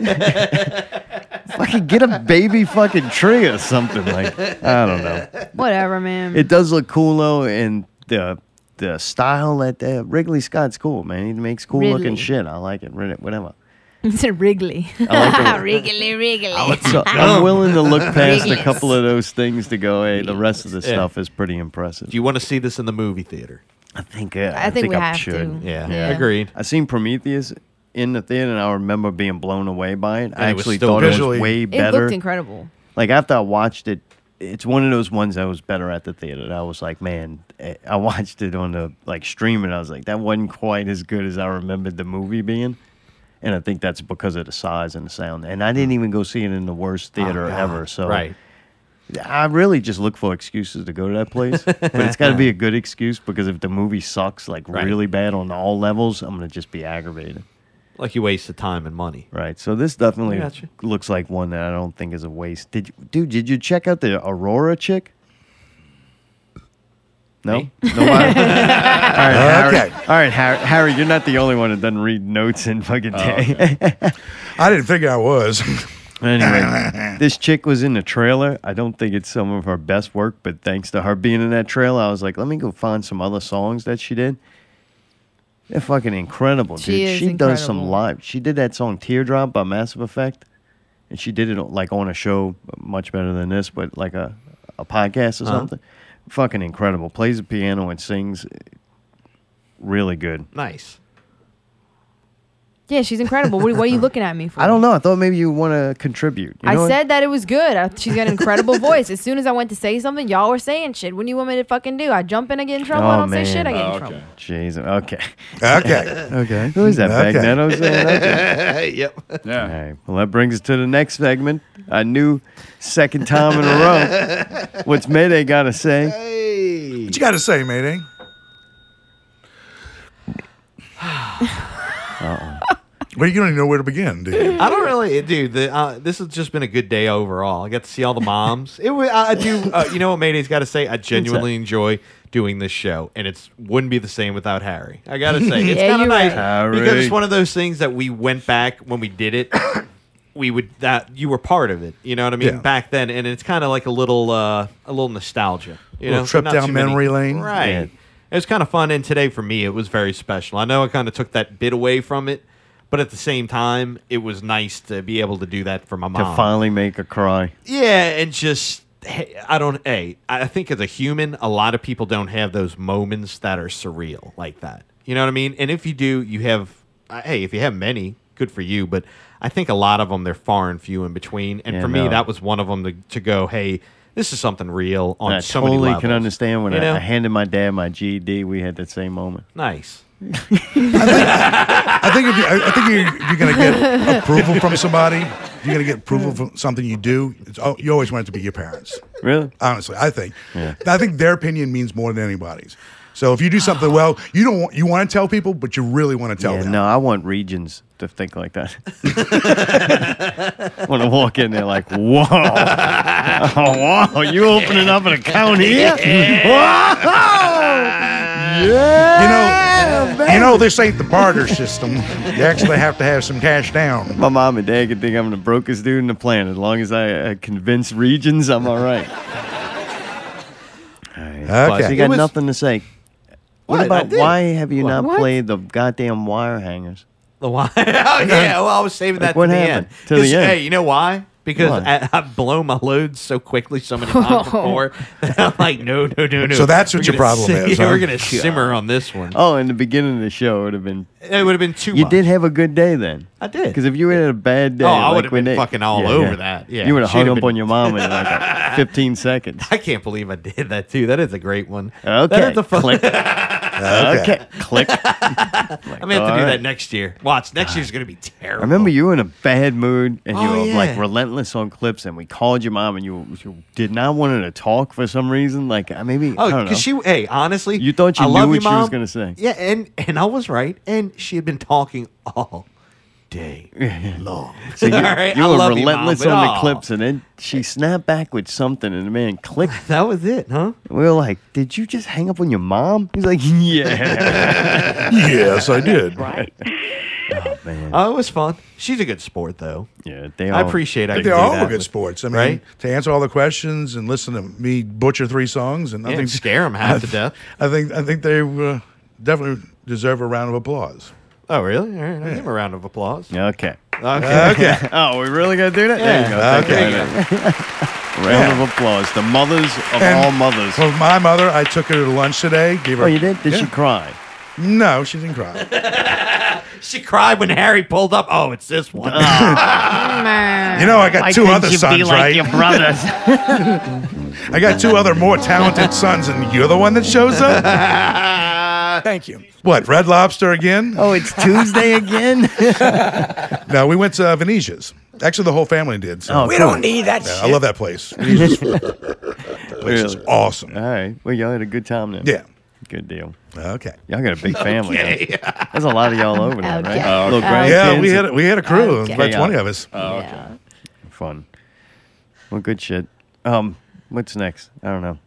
Speaker 2: fucking get a baby fucking tree or something. Like I don't know.
Speaker 1: (laughs) Whatever, man.
Speaker 2: It does look cool though, and the the style that uh, Wrigley Scott's cool, man. He makes cool looking
Speaker 1: Ridley.
Speaker 2: shit. I like it. Rid- Whatever.
Speaker 1: (laughs) it's a Wrigley.
Speaker 2: I like the-
Speaker 1: (laughs) Wrigley,
Speaker 4: (laughs)
Speaker 1: Wrigley.
Speaker 2: So
Speaker 1: (laughs)
Speaker 2: I'm willing to look past a couple of those things to go. Hey, the rest of the
Speaker 4: Yeah.
Speaker 2: stuff is pretty impressive.
Speaker 4: Do you want to see this in the movie theater?
Speaker 2: I think. Uh,
Speaker 1: I think we
Speaker 2: I
Speaker 1: have
Speaker 2: should.
Speaker 1: to.
Speaker 4: Yeah.
Speaker 1: Yeah.
Speaker 4: Agreed.
Speaker 2: I seen Prometheus in the theater, and I remember being blown away by it. I
Speaker 4: it was
Speaker 2: actually
Speaker 4: still
Speaker 2: thought it
Speaker 3: visually-
Speaker 2: was way
Speaker 1: It
Speaker 2: better.
Speaker 1: looked incredible.
Speaker 2: like after I watched it, it's one of those ones that was better at the theater. that I was like, man, eh, I (laughs) watched it on the like stream, and I was like, that wasn't quite as good as I remembered the movie being. And I think that's because of the size and the sound. And I didn't even go see it in the worst theater ever. So
Speaker 4: Mm. Oh, Right.
Speaker 2: I really just look for excuses to go to that place, but it's got to be a good excuse because if the movie sucks like
Speaker 4: Right.
Speaker 2: really bad on all levels, I'm gonna just be aggravated.
Speaker 4: Like you wasted time and money.
Speaker 2: Right. So this definitely
Speaker 4: I gotcha.
Speaker 2: looks like one that I don't think is a waste. Did you, dude? Did you check out the Aurora chick? No.
Speaker 4: Me?
Speaker 2: No. (laughs)
Speaker 4: (laughs)
Speaker 2: all right, Harry.
Speaker 3: Okay.
Speaker 2: All right, Harry, Harry. You're not the only one that doesn't read notes in
Speaker 4: Oh,
Speaker 2: fucking day. (laughs)
Speaker 3: I didn't figure I was. (laughs)
Speaker 2: anyway, this chick was in the trailer. I don't think it's some of her best work, but thanks to her being in that trailer, I was like, let me go find some other songs that she did. They're fucking incredible, dude.
Speaker 1: She is
Speaker 2: she does some
Speaker 1: incredible.
Speaker 2: live. She did that song "Teardrop" by Massive Effect, and she did it like on a show much better than this, but like a a podcast or something. Fucking incredible. Plays the piano and sings. eh, Really good.
Speaker 4: Nice.
Speaker 1: Yeah, she's incredible. What, what are you looking at me for?
Speaker 2: I don't know. I thought maybe you want to contribute. You know
Speaker 1: I
Speaker 2: what?
Speaker 1: said that it was good. I, she's got an incredible (laughs) voice. As soon as I went to say something, y'all were saying shit. What do you want me to fucking do? I jump in, I get in trouble. I
Speaker 2: Oh,
Speaker 1: don't
Speaker 2: man.
Speaker 1: say shit, I get
Speaker 3: Oh,
Speaker 1: in trouble.
Speaker 2: Jesus. Okay.
Speaker 3: Okay.
Speaker 1: (laughs)
Speaker 3: (laughs) okay.
Speaker 2: Who is that?
Speaker 3: Okay.
Speaker 2: Magneto saying
Speaker 3: (laughs)
Speaker 2: that?
Speaker 4: Hey, yep.
Speaker 2: All right. Well, that brings us to the next segment. A new second time in a
Speaker 3: (laughs)
Speaker 2: row. What's Mayday got to say?
Speaker 3: What you got to say, Mayday? Uh-uh. Well, you don't even know where to begin, do you?
Speaker 4: I don't really, dude. The, uh, this has just been a good day overall. I got to see all the moms. It was, I I do. (laughs) Uh, you know what Mayday's got to say? I genuinely enjoy doing this show, and it's wouldn't be the same without Harry. I gotta (laughs) say, it's
Speaker 1: Yeah,
Speaker 4: kind of
Speaker 1: you're
Speaker 4: nice
Speaker 2: right.
Speaker 4: because
Speaker 2: Harry.
Speaker 4: it's one of those things that we went back when we did (coughs) it. we would that you were part of it. You know what I mean?
Speaker 3: Yeah.
Speaker 4: Back then, and it's kind of like a little, uh, a little nostalgia. You
Speaker 3: Little
Speaker 4: know,
Speaker 3: trip
Speaker 4: Not
Speaker 3: down
Speaker 4: too many-
Speaker 3: memory lane.
Speaker 4: right?
Speaker 2: Yeah.
Speaker 4: It was kind of fun, and today for me, it was very special. I know I kind of took that bit away from it, but at the same time, it was nice to be able to do that for my
Speaker 2: To
Speaker 4: mom.
Speaker 2: finally make her cry.
Speaker 4: Yeah, and just hey, I don't. Hey, I I think as a human, a lot of people don't have those moments that are surreal like that. You know what I mean? And if you do, you have. uh, Hey, if you have many, good for you. But I think a lot of them they're far and few in between. And
Speaker 2: Yeah,
Speaker 4: for me,
Speaker 2: no.
Speaker 4: that was one of them to, to go. Hey, this is something real on
Speaker 2: And I
Speaker 4: so many
Speaker 2: totally
Speaker 4: levels.
Speaker 2: can understand when
Speaker 4: You
Speaker 2: I,
Speaker 4: know?
Speaker 2: I handed my dad my GED. We had that same moment.
Speaker 4: Nice.
Speaker 3: I think if you, I I think you, you're going to get approval from somebody. You're going to get approval from something you do. It's, oh, you always want it to be your parents.
Speaker 2: Really?
Speaker 3: Honestly, I think. I think their opinion means more than anybody's. So if you do something well, you don't want, you want to tell people, but you really want to tell
Speaker 2: Yeah,
Speaker 3: them.
Speaker 2: no, I want regions to think like that. (laughs) when I walk in, they're like, "Whoa, (laughs) oh, wow, you opening up an account here?
Speaker 4: Oh.
Speaker 2: Whoa,
Speaker 3: You
Speaker 2: yeah."
Speaker 3: know, you know, this ain't the barter system. You actually have to have some cash down.
Speaker 2: My mom and dad can think I'm the brokest dude on the planet. As long as I uh, convince regions, I'm all right. All right. So you
Speaker 3: Okay.
Speaker 2: got
Speaker 4: was-
Speaker 2: nothing to say. What,
Speaker 4: What? I
Speaker 2: about
Speaker 4: did.
Speaker 2: why have you not
Speaker 1: What?
Speaker 2: played the goddamn wire hangers?
Speaker 4: The why? (laughs) oh yeah. Well, I was saving that
Speaker 2: what
Speaker 4: to the end.
Speaker 2: happened? To the
Speaker 4: 'Cause,
Speaker 2: end.
Speaker 4: Hey, you know why? because
Speaker 2: What?
Speaker 4: I, I've blown my load so quickly so many
Speaker 2: (laughs)
Speaker 4: times before. that I'm like, no, no, no, no.
Speaker 3: So that's what
Speaker 4: We're
Speaker 3: your
Speaker 4: gonna
Speaker 3: problem
Speaker 4: si-
Speaker 3: is,
Speaker 4: yeah,
Speaker 3: huh?
Speaker 4: We're gonna simmer on this one.
Speaker 2: Oh, in the beginning of the show, it would have been.
Speaker 4: It would have been too.
Speaker 2: You
Speaker 4: much.
Speaker 2: did have a good day then.
Speaker 4: I did.
Speaker 2: Because if you had a bad day,
Speaker 4: Oh, I
Speaker 2: like
Speaker 4: would've
Speaker 2: when
Speaker 4: been
Speaker 2: they-
Speaker 4: fucking all over that. Yeah,
Speaker 2: you would have
Speaker 4: she'd
Speaker 2: hung
Speaker 4: have
Speaker 2: up
Speaker 4: been-
Speaker 2: on your mom
Speaker 4: (laughs)
Speaker 2: in like a 15 seconds.
Speaker 4: I can't believe I did that too. That is a great one.
Speaker 2: Okay,
Speaker 4: that is a fun. (laughs)
Speaker 2: click. Okay, click. Oh
Speaker 4: I'm gonna have to
Speaker 2: All
Speaker 4: do
Speaker 2: right.
Speaker 4: that next year. Watch, next year's gonna be terrible.
Speaker 2: (laughs) I remember you were in a bad mood and you
Speaker 4: Oh,
Speaker 2: were like
Speaker 4: yeah.
Speaker 2: relentless on clips, and we called your mom and you, you did not want her to talk for some reason. Like I- maybe I
Speaker 4: Oh,
Speaker 2: don't know.
Speaker 4: because she. Hey, honestly,
Speaker 2: You thought you
Speaker 4: I
Speaker 2: knew
Speaker 4: love
Speaker 2: what
Speaker 4: you,
Speaker 2: she was
Speaker 4: Mom.
Speaker 2: gonna say.
Speaker 4: Yeah, and and I was right, and she had been talking all day (laughs) long.
Speaker 2: So you,
Speaker 4: all right,
Speaker 2: you
Speaker 4: I
Speaker 2: were
Speaker 4: love you, Mom,
Speaker 2: relentless
Speaker 4: but,
Speaker 2: on the
Speaker 4: aw,
Speaker 2: clips, and then she snapped back with something, and the man clicked.
Speaker 4: (laughs) That was it, huh?
Speaker 2: We were like, "Did you just hang up on your mom?" He's like, (laughs)
Speaker 4: (laughs)
Speaker 2: "Yeah,
Speaker 3: yes, I did.
Speaker 8: Right.
Speaker 2: man,
Speaker 4: Oh, it was fun. She's a good sport, though.
Speaker 2: yeah." They all,
Speaker 4: I appreciate. I could
Speaker 3: They're
Speaker 4: do
Speaker 3: all
Speaker 4: that
Speaker 3: good
Speaker 4: with-
Speaker 3: sports. I mean,
Speaker 4: right?
Speaker 3: to answer all the questions and listen to me butcher three songs, and I (laughs)
Speaker 4: Yeah,
Speaker 3: think
Speaker 4: scare 'em half to death.
Speaker 3: I think I think they uh, definitely deserve a round of applause.
Speaker 4: Oh, really? All right, I'll give him a round of applause.
Speaker 2: Okay.
Speaker 4: Okay.
Speaker 3: Okay,
Speaker 2: (laughs) Oh, we really gonna do that? There you go.
Speaker 4: Yeah.
Speaker 2: Thank you.
Speaker 3: (laughs)
Speaker 4: Okay.
Speaker 2: Round of applause. The mothers of
Speaker 3: And-
Speaker 2: all mothers.
Speaker 3: well, my mother, I took her to lunch today. Gave her.
Speaker 2: Oh, you did? Did she
Speaker 3: Yeah.
Speaker 2: cry?
Speaker 3: No, she didn't cry.
Speaker 4: She cried when Harry pulled up. (laughs) Oh, it's this one.
Speaker 3: you know, I got two other sons, right?
Speaker 7: (laughs)
Speaker 2: brothers.
Speaker 3: (laughs) I got two other more talented sons, and you're the one that shows
Speaker 4: (laughs)
Speaker 3: up. Thank you. (laughs) What? Red Lobster again?
Speaker 2: oh, it's Tuesday again.
Speaker 3: (laughs) No, we went to uh, Venetia's. Actually, the whole family did. So.
Speaker 1: Oh,
Speaker 2: we don't need.
Speaker 3: Oh, Yeah, I love that place.
Speaker 2: (laughs)
Speaker 3: Venetia's
Speaker 1: (laughs)
Speaker 3: that place is
Speaker 2: Really?
Speaker 3: awesome.
Speaker 2: All right. Well, y'all had a good time then.
Speaker 3: Yeah.
Speaker 2: Good deal.
Speaker 3: Okay.
Speaker 2: Y'all got a big
Speaker 3: (laughs)
Speaker 2: family. then. There's a lot of y'all over there, right?
Speaker 1: Okay. Oh,
Speaker 2: Little
Speaker 1: okay.
Speaker 3: Yeah,
Speaker 2: grandkids
Speaker 3: we
Speaker 2: and-
Speaker 3: had a- we had a crew,
Speaker 1: Okay.
Speaker 3: about
Speaker 2: Yeah.
Speaker 3: twenty of us.
Speaker 1: Yeah.
Speaker 2: fun. Well, good shit. Um, what's next? I don't know.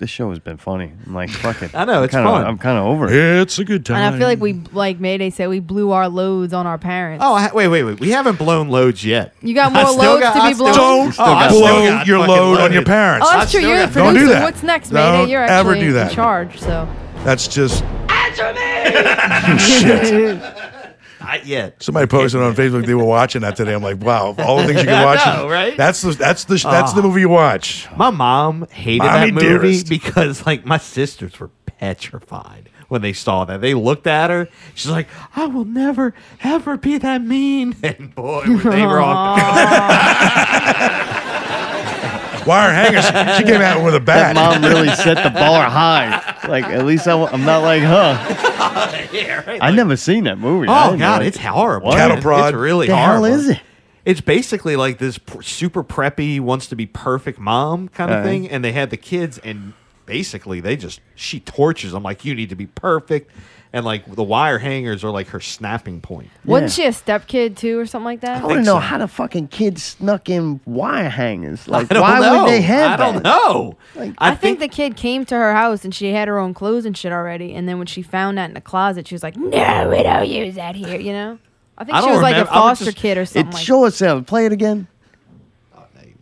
Speaker 2: This show has been funny. I'm like, fuck it.
Speaker 4: I know,
Speaker 2: I'm
Speaker 4: it's
Speaker 2: kinda,
Speaker 4: fun.
Speaker 2: I'm kind of over it.
Speaker 3: It's a good time.
Speaker 1: And I feel like we like Mayday said we blew our loads on our parents.
Speaker 4: Oh, I, wait, wait, wait. We haven't blown loads yet.
Speaker 1: You got
Speaker 4: I
Speaker 1: more
Speaker 4: still
Speaker 1: loads
Speaker 4: got-
Speaker 1: to
Speaker 4: I
Speaker 1: be
Speaker 4: still-
Speaker 1: blown?
Speaker 3: Don't
Speaker 4: (laughs) Oh, I still
Speaker 3: blow
Speaker 4: got
Speaker 3: your
Speaker 4: fucking
Speaker 3: load on
Speaker 4: loaded.
Speaker 3: your parents.
Speaker 1: Oh, that's
Speaker 4: I
Speaker 1: true.
Speaker 4: still
Speaker 1: You're the
Speaker 4: got- Don't
Speaker 1: producer.
Speaker 3: do that.
Speaker 1: What's next,
Speaker 3: Don't
Speaker 1: Mayday? You're
Speaker 3: ever
Speaker 1: actually
Speaker 3: do that.
Speaker 1: in charge. So
Speaker 3: That's just
Speaker 4: Not yet.
Speaker 3: somebody posted on Facebook they were watching that today. I'm like, wow, of all the things you can watch.
Speaker 4: know, right?
Speaker 3: That's the that's the that's
Speaker 1: Ah.
Speaker 3: the movie you watch.
Speaker 4: My mom hated
Speaker 3: Mommy
Speaker 4: that movie
Speaker 3: dearest.
Speaker 4: because, like, my sisters were petrified when they saw that. They looked at her. She's like, "I will never ever be that mean." And boy, were they wrong.
Speaker 3: (laughs) Wire hanger. She, she came out with a bat.
Speaker 2: That mom
Speaker 3: (laughs)
Speaker 2: really set the bar high. Like, at least I, am not like, huh?
Speaker 4: Yeah, right?
Speaker 2: I
Speaker 4: Like,
Speaker 2: never seen that movie. I
Speaker 4: Oh
Speaker 2: didn't know
Speaker 4: God,
Speaker 2: it.
Speaker 4: it's horrible.
Speaker 2: What? Cattle
Speaker 4: It's-
Speaker 3: prod.
Speaker 4: It's really
Speaker 2: the hell
Speaker 4: horrible.
Speaker 2: is it?
Speaker 4: It's basically like this pr- super preppy, wants to be perfect mom kind of
Speaker 2: Uh-huh.
Speaker 4: thing. And they had the kids, and basically they just she tortures them like you need to be perfect, and like the wire hangers are like her snapping point.
Speaker 1: (laughs) wasn't she a stepkid too, or something like
Speaker 2: I want
Speaker 1: that?
Speaker 2: to
Speaker 4: think
Speaker 2: know
Speaker 4: so.
Speaker 2: how the fucking kids snuck in wire hangers. Like,
Speaker 4: I don't
Speaker 2: why
Speaker 4: know.
Speaker 2: would they have
Speaker 4: I
Speaker 2: that?
Speaker 4: don't know.
Speaker 1: I, think, the kid came to her house and she had her own clothes and shit already. And then when she found that in the closet, she was like, "No, we don't use that here." You know, I think
Speaker 4: I
Speaker 1: she
Speaker 4: don't
Speaker 1: was like a
Speaker 4: remember. I would
Speaker 1: foster
Speaker 4: just-
Speaker 1: kid or
Speaker 2: It
Speaker 1: something. like
Speaker 2: sure sounds. Play it again.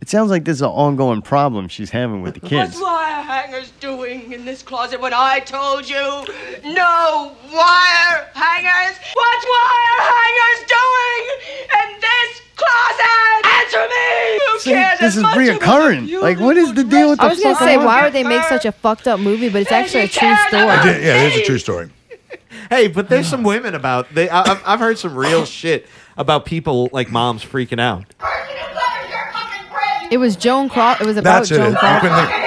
Speaker 2: It sounds like this is an ongoing problem she's having with the kids.
Speaker 7: wire hangers doing in this closet when I told you no wire hangers? What's wire hangers doing in this closet? Answer me! Who
Speaker 2: See, this is reoccurring. Like, what is the deal with the
Speaker 1: I was gonna
Speaker 2: fucking
Speaker 1: say,
Speaker 2: wire-
Speaker 1: why would they make such a fucked up movie? But it's actually a true
Speaker 3: Yeah,
Speaker 1: story.
Speaker 3: yeah, it is a true story.
Speaker 4: (laughs) Hey, but there's some women about. They, I, I've, I've heard some real shit about people like moms freaking out.
Speaker 1: It was Joan Crawford. It was about
Speaker 3: That's it.
Speaker 1: Joan
Speaker 3: You
Speaker 1: Crawford,
Speaker 3: couldn't think-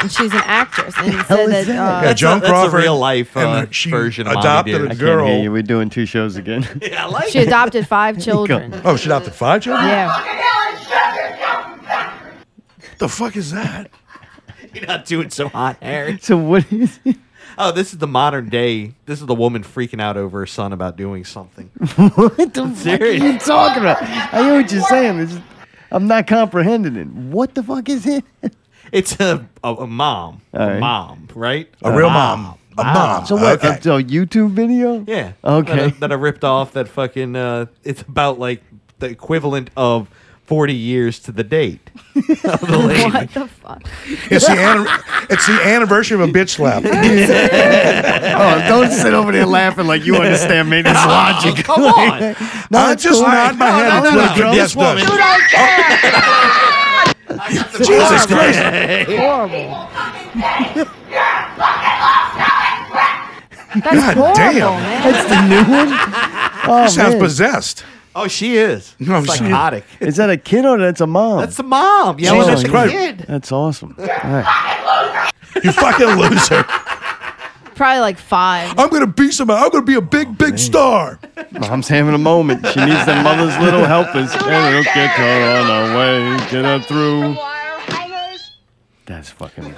Speaker 1: and she's an actress. And he
Speaker 2: hell
Speaker 1: said
Speaker 2: is
Speaker 1: that.
Speaker 2: that?
Speaker 1: Uh,
Speaker 3: Yeah,
Speaker 4: That's
Speaker 3: Joan
Speaker 4: a- that's a
Speaker 3: Crawford
Speaker 4: real-life,
Speaker 3: and
Speaker 4: uh,
Speaker 3: the- she
Speaker 4: version of Mommy
Speaker 3: adopted a
Speaker 4: Dearest. I
Speaker 2: I can't hear you.
Speaker 3: girl.
Speaker 2: We're doing two shows again. (laughs)
Speaker 4: Yeah, I like (laughs)
Speaker 1: she adopted five children.
Speaker 3: Oh, she adopted five children.
Speaker 1: Yeah,
Speaker 3: What the fuck is that?
Speaker 4: (laughs) You're not doing so hot, Harry.
Speaker 2: (laughs) so what is it?
Speaker 4: Oh, this is the modern day. This is the woman freaking out over her son about doing something.
Speaker 2: What the fuck are
Speaker 4: serious.
Speaker 2: (laughs) you talking about? I hear what you're saying. It's, I'm not comprehending it. What the fuck is it?
Speaker 4: (laughs) It's a a, a mom,
Speaker 2: All right.
Speaker 4: a mom, right?
Speaker 3: A real mom. A mom.
Speaker 2: So what?
Speaker 3: Okay.
Speaker 2: It's a YouTube video?
Speaker 4: Yeah.
Speaker 2: Okay.
Speaker 4: That I, that I ripped off. That fucking. Uh, it's about like the equivalent of 40 years to the date.
Speaker 1: what the fuck?
Speaker 3: It's the, anni- it's the anniversary of a bitch slap.
Speaker 2: Oh, don't sit over there laughing like you understand Manny's
Speaker 7: Oh,
Speaker 2: logic.
Speaker 4: Come on.
Speaker 2: No,
Speaker 3: I
Speaker 2: it's
Speaker 3: just
Speaker 2: cool.
Speaker 3: nod my
Speaker 2: No,
Speaker 3: head.
Speaker 2: no,
Speaker 3: That's
Speaker 2: no,
Speaker 3: what a
Speaker 2: no.
Speaker 3: drunk
Speaker 4: This
Speaker 3: does.
Speaker 4: woman-
Speaker 3: Oh. Jesus Christ.
Speaker 1: Horrible. That's
Speaker 3: God
Speaker 1: horrible,
Speaker 3: damn.
Speaker 1: man.
Speaker 2: That's the new one? Oh,
Speaker 3: Sounds
Speaker 2: man.
Speaker 3: possessed.
Speaker 4: Oh, she is.
Speaker 3: No, she-
Speaker 4: Psychotic.
Speaker 2: Is that a kid or that's a mom?
Speaker 4: That's the mom yelling
Speaker 3: Jesus
Speaker 4: at the
Speaker 3: Christ.
Speaker 4: kid.
Speaker 2: That's awesome. All right.
Speaker 3: (laughs) You fucking loser.
Speaker 1: Probably like five.
Speaker 3: I'm going to be somebody. I'm going to be a big, big star.
Speaker 2: Mom's having a moment. She needs the mother's little helpers. It'll get her on her way. Get her through.
Speaker 7: Wire hangers.
Speaker 2: That's fucking.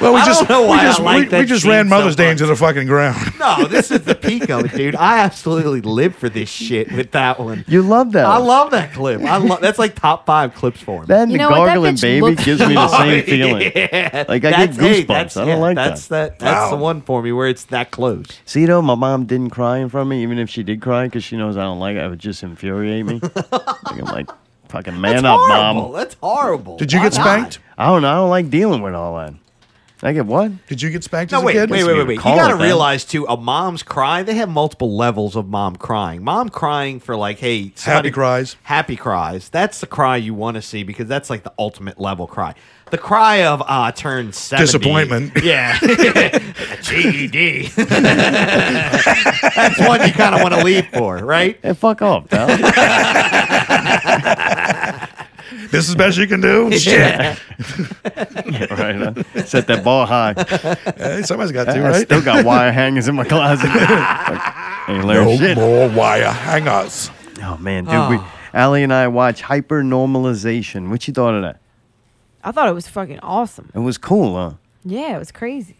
Speaker 3: Well, we
Speaker 4: I
Speaker 3: just,
Speaker 4: don't know why
Speaker 3: we
Speaker 4: I
Speaker 3: just,
Speaker 4: like
Speaker 3: we,
Speaker 4: that
Speaker 3: we just
Speaker 4: scene
Speaker 3: ran
Speaker 4: so
Speaker 3: Mother's Day
Speaker 4: much.
Speaker 3: into the fucking
Speaker 2: (laughs)
Speaker 3: ground.
Speaker 4: No, this is the peak of it, dude. I absolutely live for this shit with that one.
Speaker 2: You love that.
Speaker 4: I
Speaker 2: one.
Speaker 4: love that clip. I love that's like top five clips for him.
Speaker 2: That and
Speaker 1: You
Speaker 2: the
Speaker 1: know what? That
Speaker 2: gargling
Speaker 1: bitch
Speaker 2: baby
Speaker 1: looks-
Speaker 2: gives me the
Speaker 4: (laughs)
Speaker 2: same feeling.
Speaker 4: yeah,
Speaker 2: Like, I
Speaker 4: That's-
Speaker 2: get
Speaker 4: hey,
Speaker 2: goosebumps.
Speaker 4: that's-
Speaker 2: I don't
Speaker 4: yeah,
Speaker 2: like that.
Speaker 4: that's that. That's the
Speaker 3: Wow.
Speaker 4: one for me where it's that close.
Speaker 2: See, though, my mom didn't cry in front of me, even if she did cry, because she knows I don't like it. It would just infuriate me. like, I'm like, fucking man
Speaker 4: That's
Speaker 2: up,
Speaker 4: horrible.
Speaker 2: mom.
Speaker 4: That's horrible.
Speaker 3: Did you
Speaker 4: Why
Speaker 3: get
Speaker 4: not?
Speaker 3: spanked?
Speaker 2: I don't know. I don't like dealing with all that. I get what?
Speaker 3: Did you get spanked
Speaker 4: No,
Speaker 3: as a
Speaker 4: wait,
Speaker 3: kid?
Speaker 4: wait, wait, wait, wait. You
Speaker 2: Call
Speaker 4: got to
Speaker 2: it that.
Speaker 4: realize too, a mom's cry. They have multiple levels of mom crying. Mom crying for like, hey, somebody-
Speaker 3: Happy cries.
Speaker 4: happy cries. That's the cry you want to see because that's like the ultimate level cry. The cry of ah, turn seventy.
Speaker 3: Disappointment.
Speaker 4: (laughs) Yeah.
Speaker 3: E
Speaker 4: GED. that's one you kind of want to leave for,
Speaker 2: (laughs)
Speaker 4: right?
Speaker 2: Hey, fuck off, pal.
Speaker 3: This is best you can do?
Speaker 2: (laughs)
Speaker 3: Shit.
Speaker 2: right, huh? set that ball
Speaker 3: (laughs)
Speaker 2: high.
Speaker 3: Hey, (laughs) somebody's got to,
Speaker 2: I
Speaker 3: right?
Speaker 2: still got wire hangers in
Speaker 3: (laughs)
Speaker 2: my closet. Like, ain't learned
Speaker 3: No
Speaker 2: shit.
Speaker 3: more wire hangers.
Speaker 2: Oh man, dude, we Allie and I watch Hyper Normalization. What you thought of that?
Speaker 1: I thought it was fucking awesome.
Speaker 2: It was cool, huh?
Speaker 1: Yeah, it was crazy.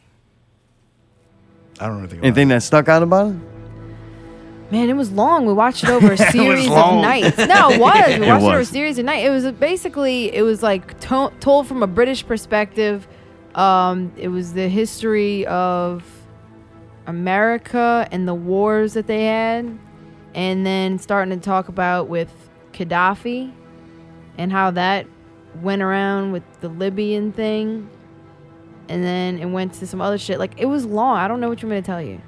Speaker 3: I don't know anything about it.
Speaker 2: Anything that stuck out about it?
Speaker 1: Man, it was long. We watched it over a (laughs) series of
Speaker 2: long.
Speaker 1: nights. (laughs) No, it was. We
Speaker 2: It
Speaker 1: watched it over a
Speaker 2: was.
Speaker 1: series of nights. It was a- basically it was like to- told from a British perspective. Um, it was the history of America and the wars that they had, and then starting to talk about with Gaddafi and how that went around with the Libyan thing, and then it went to some other shit. Like it was long. I don't know what you're gonna tell you.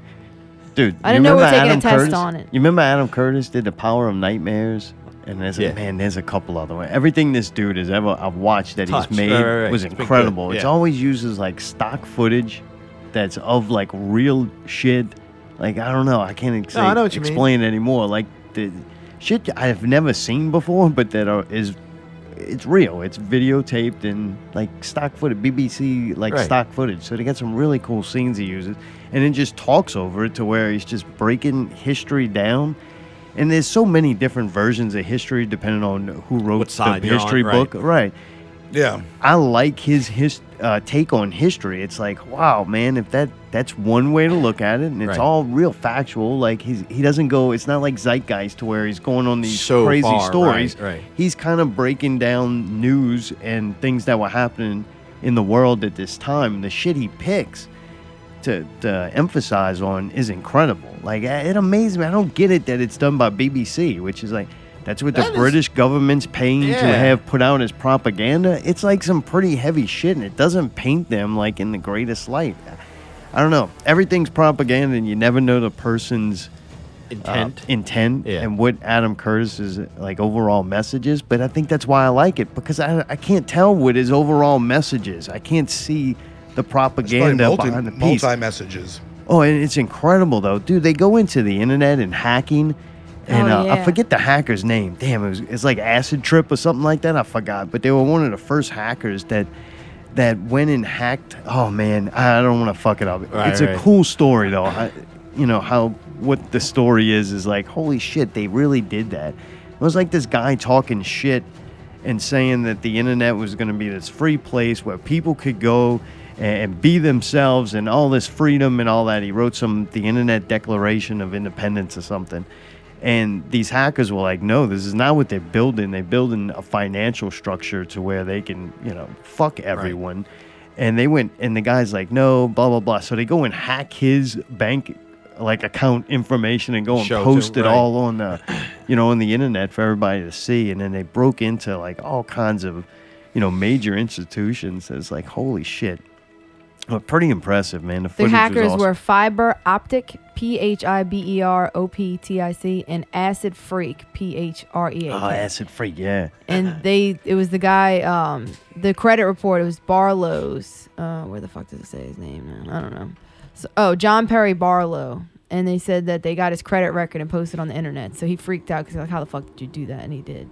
Speaker 2: Dude,
Speaker 1: I
Speaker 2: you
Speaker 1: didn't know we were
Speaker 2: remember
Speaker 1: taking a
Speaker 2: Adam
Speaker 1: test
Speaker 2: Curtis?
Speaker 1: on it.
Speaker 2: You remember Adam Curtis did the Power of Nightmares? And there's
Speaker 4: Yeah.
Speaker 2: a, man, there's a couple other ones. Everything this dude has ever I've watched that
Speaker 4: Touched.
Speaker 2: he's made
Speaker 4: Right, right, right.
Speaker 2: was
Speaker 4: It's been good.
Speaker 2: incredible. It's
Speaker 4: Yeah.
Speaker 2: always uses like stock footage that's of like real shit. Like I don't know, I can't ex-
Speaker 4: No, I know what you mean.
Speaker 2: explain anymore. Like the shit I've never seen before, but that are, is it's real. It's videotaped and like stock footage, BBC like
Speaker 4: Right.
Speaker 2: stock footage. So they got some really cool scenes he uses, and it just talks over it to where he's just breaking history down. And there's so many different versions of history depending on who wrote
Speaker 4: What
Speaker 2: the
Speaker 4: side you're on,
Speaker 2: history
Speaker 4: right.
Speaker 2: book, right?
Speaker 3: Yeah.
Speaker 2: I like his his uh, take on history. It's like, wow, man, if that that's one way to look at it, and it's
Speaker 4: Right.
Speaker 2: all real factual. Like he's he doesn't go. It's not like Zeitgeist to where he's going on these
Speaker 4: So
Speaker 2: crazy
Speaker 4: far,
Speaker 2: stories.
Speaker 4: right, right.
Speaker 2: He's kind of breaking down news and things that were happening in the world at this time. The shit he picks to, to emphasize on is incredible. Like I- it amazes me. I don't get it that it's done by BBC, which is like that's what
Speaker 4: That
Speaker 2: the
Speaker 4: is-
Speaker 2: British government's paying to
Speaker 4: Yeah.
Speaker 2: have put out as propaganda. It's like some pretty heavy shit, and it doesn't paint them like in the greatest light. I don't know. Everything's propaganda, and you never know the person's uh,
Speaker 4: Intent.
Speaker 2: intent
Speaker 4: Yeah.
Speaker 2: and what Adam Curtis's like overall message is. But I think that's why I like it because I, I can't tell what his overall message is. I can't see the
Speaker 3: It's probably
Speaker 2: propaganda
Speaker 3: multi,
Speaker 2: behind the piece.
Speaker 3: multi-messages.
Speaker 2: Oh, and it's incredible though, dude. They go into the internet and hacking, and
Speaker 1: Oh,
Speaker 2: uh,
Speaker 1: yeah.
Speaker 2: I forget the hacker's name. Damn, it was it's like Acid Trip or something like that. I forgot, but they were one of the first hackers that that went and hacked. Oh man, I don't want to fuck it up.
Speaker 4: Right,
Speaker 2: it's
Speaker 4: right.
Speaker 2: a cool story though. I, you know how what the story is is like. Holy shit, they really did that. It was like this guy talking shit and saying that the internet was going to be this free place where people could go and and be themselves and all this freedom and all that. He wrote some the Internet Declaration of Independence or something. And these hackers were like, no, this is not what they're building. They're building a financial structure to where they can, you know, fuck everyone. And they went, and the guy's like, no, blah, blah, blah. So they go and hack his bank like account information and go and
Speaker 4: Show
Speaker 2: post
Speaker 4: to-
Speaker 2: it
Speaker 4: right.
Speaker 2: all on the, you know, on the internet for everybody to see. And then they broke into like all kinds of, you know, major institutions. It's like holy shit, but pretty impressive, man. The,
Speaker 1: The
Speaker 2: footage was
Speaker 1: hackers
Speaker 2: awesome.
Speaker 1: were Fiber Optic, P H I B E R O P T I C, and Acid Freak, P H R E A.
Speaker 2: Oh, acid freak, yeah. (laughs)
Speaker 1: and they it was the guy um the credit report it was barlow's uh where the fuck does it say his name now? i don't know so, oh john perry barlow and they said that they got his credit record and posted on the internet so he freaked out because like how the fuck did you do that and he did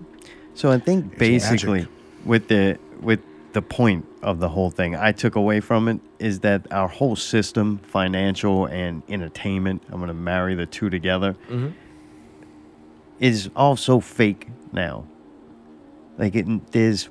Speaker 2: So I think
Speaker 1: magic.
Speaker 2: basically with the with the point of the whole thing I took away from it is that our whole system, financial and entertainment, I'm gonna marry the two together,
Speaker 1: Mm-hmm.
Speaker 12: Mhm.
Speaker 2: is all so fake now. Like it, there's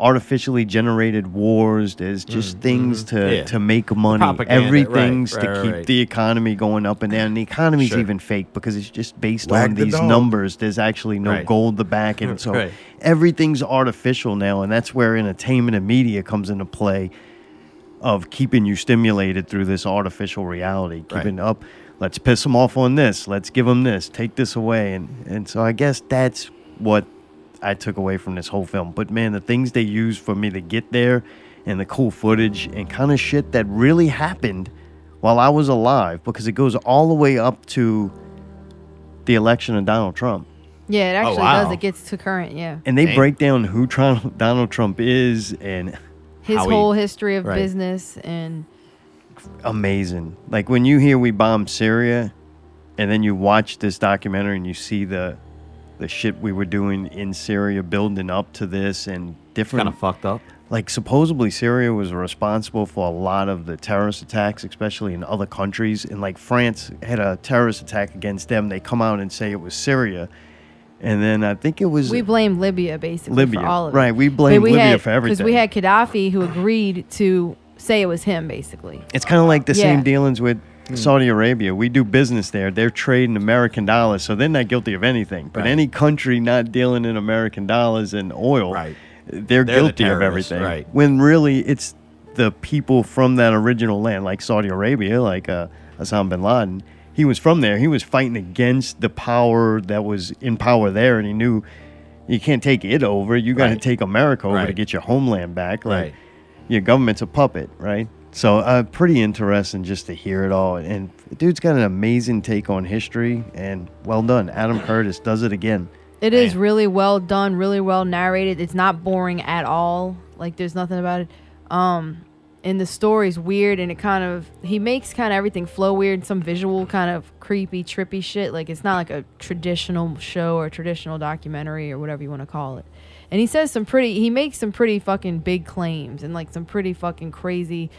Speaker 2: artificially generated wars, there's just things to
Speaker 4: Mm-hmm, Yeah.
Speaker 2: to make money.
Speaker 4: Propaganda, right,
Speaker 2: Everything's
Speaker 4: right,
Speaker 2: to
Speaker 4: right,
Speaker 2: keep
Speaker 4: right.
Speaker 2: the economy going up and down. And the economy's
Speaker 4: Sure.
Speaker 2: even fake because it's just based
Speaker 4: Wag
Speaker 2: on
Speaker 4: the
Speaker 2: these
Speaker 4: dog.
Speaker 2: numbers. There's actually no
Speaker 4: Right. Hmm.
Speaker 2: gold to back it. So
Speaker 4: Right.
Speaker 2: everything's artificial now, and that's where entertainment and media comes into play of keeping you stimulated through this artificial reality, keeping up. Let's piss them off on this. Let's give them this. Take this away, and and so I guess that's what I took away from this whole film. But man, the things they used for me to get there, and the cool footage and kind of shit that really happened while I was alive, because it goes all the way up to the election of Donald Trump
Speaker 1: yeah it
Speaker 2: Oh,
Speaker 1: actually
Speaker 2: wow.
Speaker 1: does it gets to current yeah
Speaker 2: and they break down who Tron- Donald Trump is and
Speaker 1: his whole history of
Speaker 2: Right.
Speaker 1: business and
Speaker 2: amazing. Like when you hear we bombed Syria, and then you watch this documentary and you see the the shit we were doing in Syria, building up to this, and different
Speaker 4: Kinda fucked up.
Speaker 2: Like supposedly Syria was responsible for a lot of the terrorist attacks, especially in other countries. And like France had a terrorist attack against them, they come out and say it was Syria. And then I think it was
Speaker 1: we blame libya basically
Speaker 2: Libya,
Speaker 1: for all of it
Speaker 2: right, we blame Libya for
Speaker 1: because we
Speaker 2: everything.
Speaker 1: had gaddafi who agreed to say it was him basically
Speaker 2: It's kind of like the
Speaker 1: Yeah.
Speaker 2: same dealings with Saudi Arabia. We do business there. They're trading American dollars, so they're not guilty of anything. But any country not dealing in American dollars and oil, they're,
Speaker 4: They're the
Speaker 2: guilty of
Speaker 4: terrorists,
Speaker 2: everything.
Speaker 4: right.
Speaker 2: When really it's the people from that original land, like Saudi Arabia, like uh, Hassan bin Laden. He was from there. He was fighting against the power that was in power there, and he knew you can't take it over. You got to take America over to
Speaker 4: Right.
Speaker 2: get your homeland back. Like, your government's a puppet, right? So, uh, pretty interesting just to hear it all. And the dude's got an amazing take on history, and well done. Adam Curtis does it again.
Speaker 1: It is really well done, really well narrated. It's not boring at all. Like there's nothing about it. Um and the story's weird and it kind of he makes kind of everything flow weird, some visual kind of creepy, trippy shit. Like it's not like a traditional show or traditional documentary or whatever you want to call it. And he says some pretty he makes some pretty fucking big claims and like some pretty fucking crazy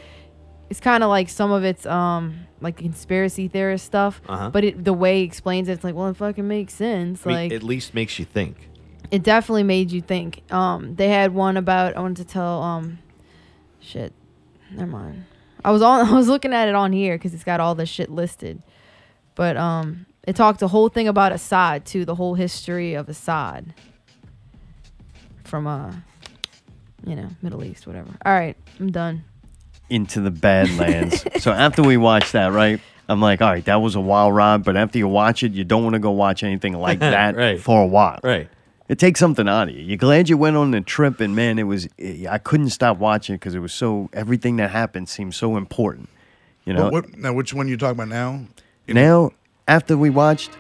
Speaker 1: it's kind of like some of it's um like conspiracy theorist stuff,
Speaker 4: Uh-huh.
Speaker 1: but it, the way he explains it, it's like, well, it fucking makes sense.
Speaker 4: I mean,
Speaker 1: like
Speaker 4: at least makes you think.
Speaker 1: it definitely made you think. Um, they had one about I wanted to tell. Um, shit, never mind. I was on. (laughs) I was looking at it on here because it's got all the shit listed, but um, it talked a whole thing about Assad too, the whole history of Assad from uh, you know, Middle East, whatever. All right, I'm done.
Speaker 2: Into the Badlands. so, after we watched that, right? I'm like, all right, that was a wild ride, but after you watch it, you don't want to go watch anything like that
Speaker 4: Right.
Speaker 2: for a while.
Speaker 4: Right.
Speaker 2: It takes something out of you. You're glad you went on the trip, and man, it was, eh, I couldn't stop watching because it was so, everything that happened seemed so important. You know,
Speaker 3: What, what, now, which one you talking about now?
Speaker 2: Now, after we watched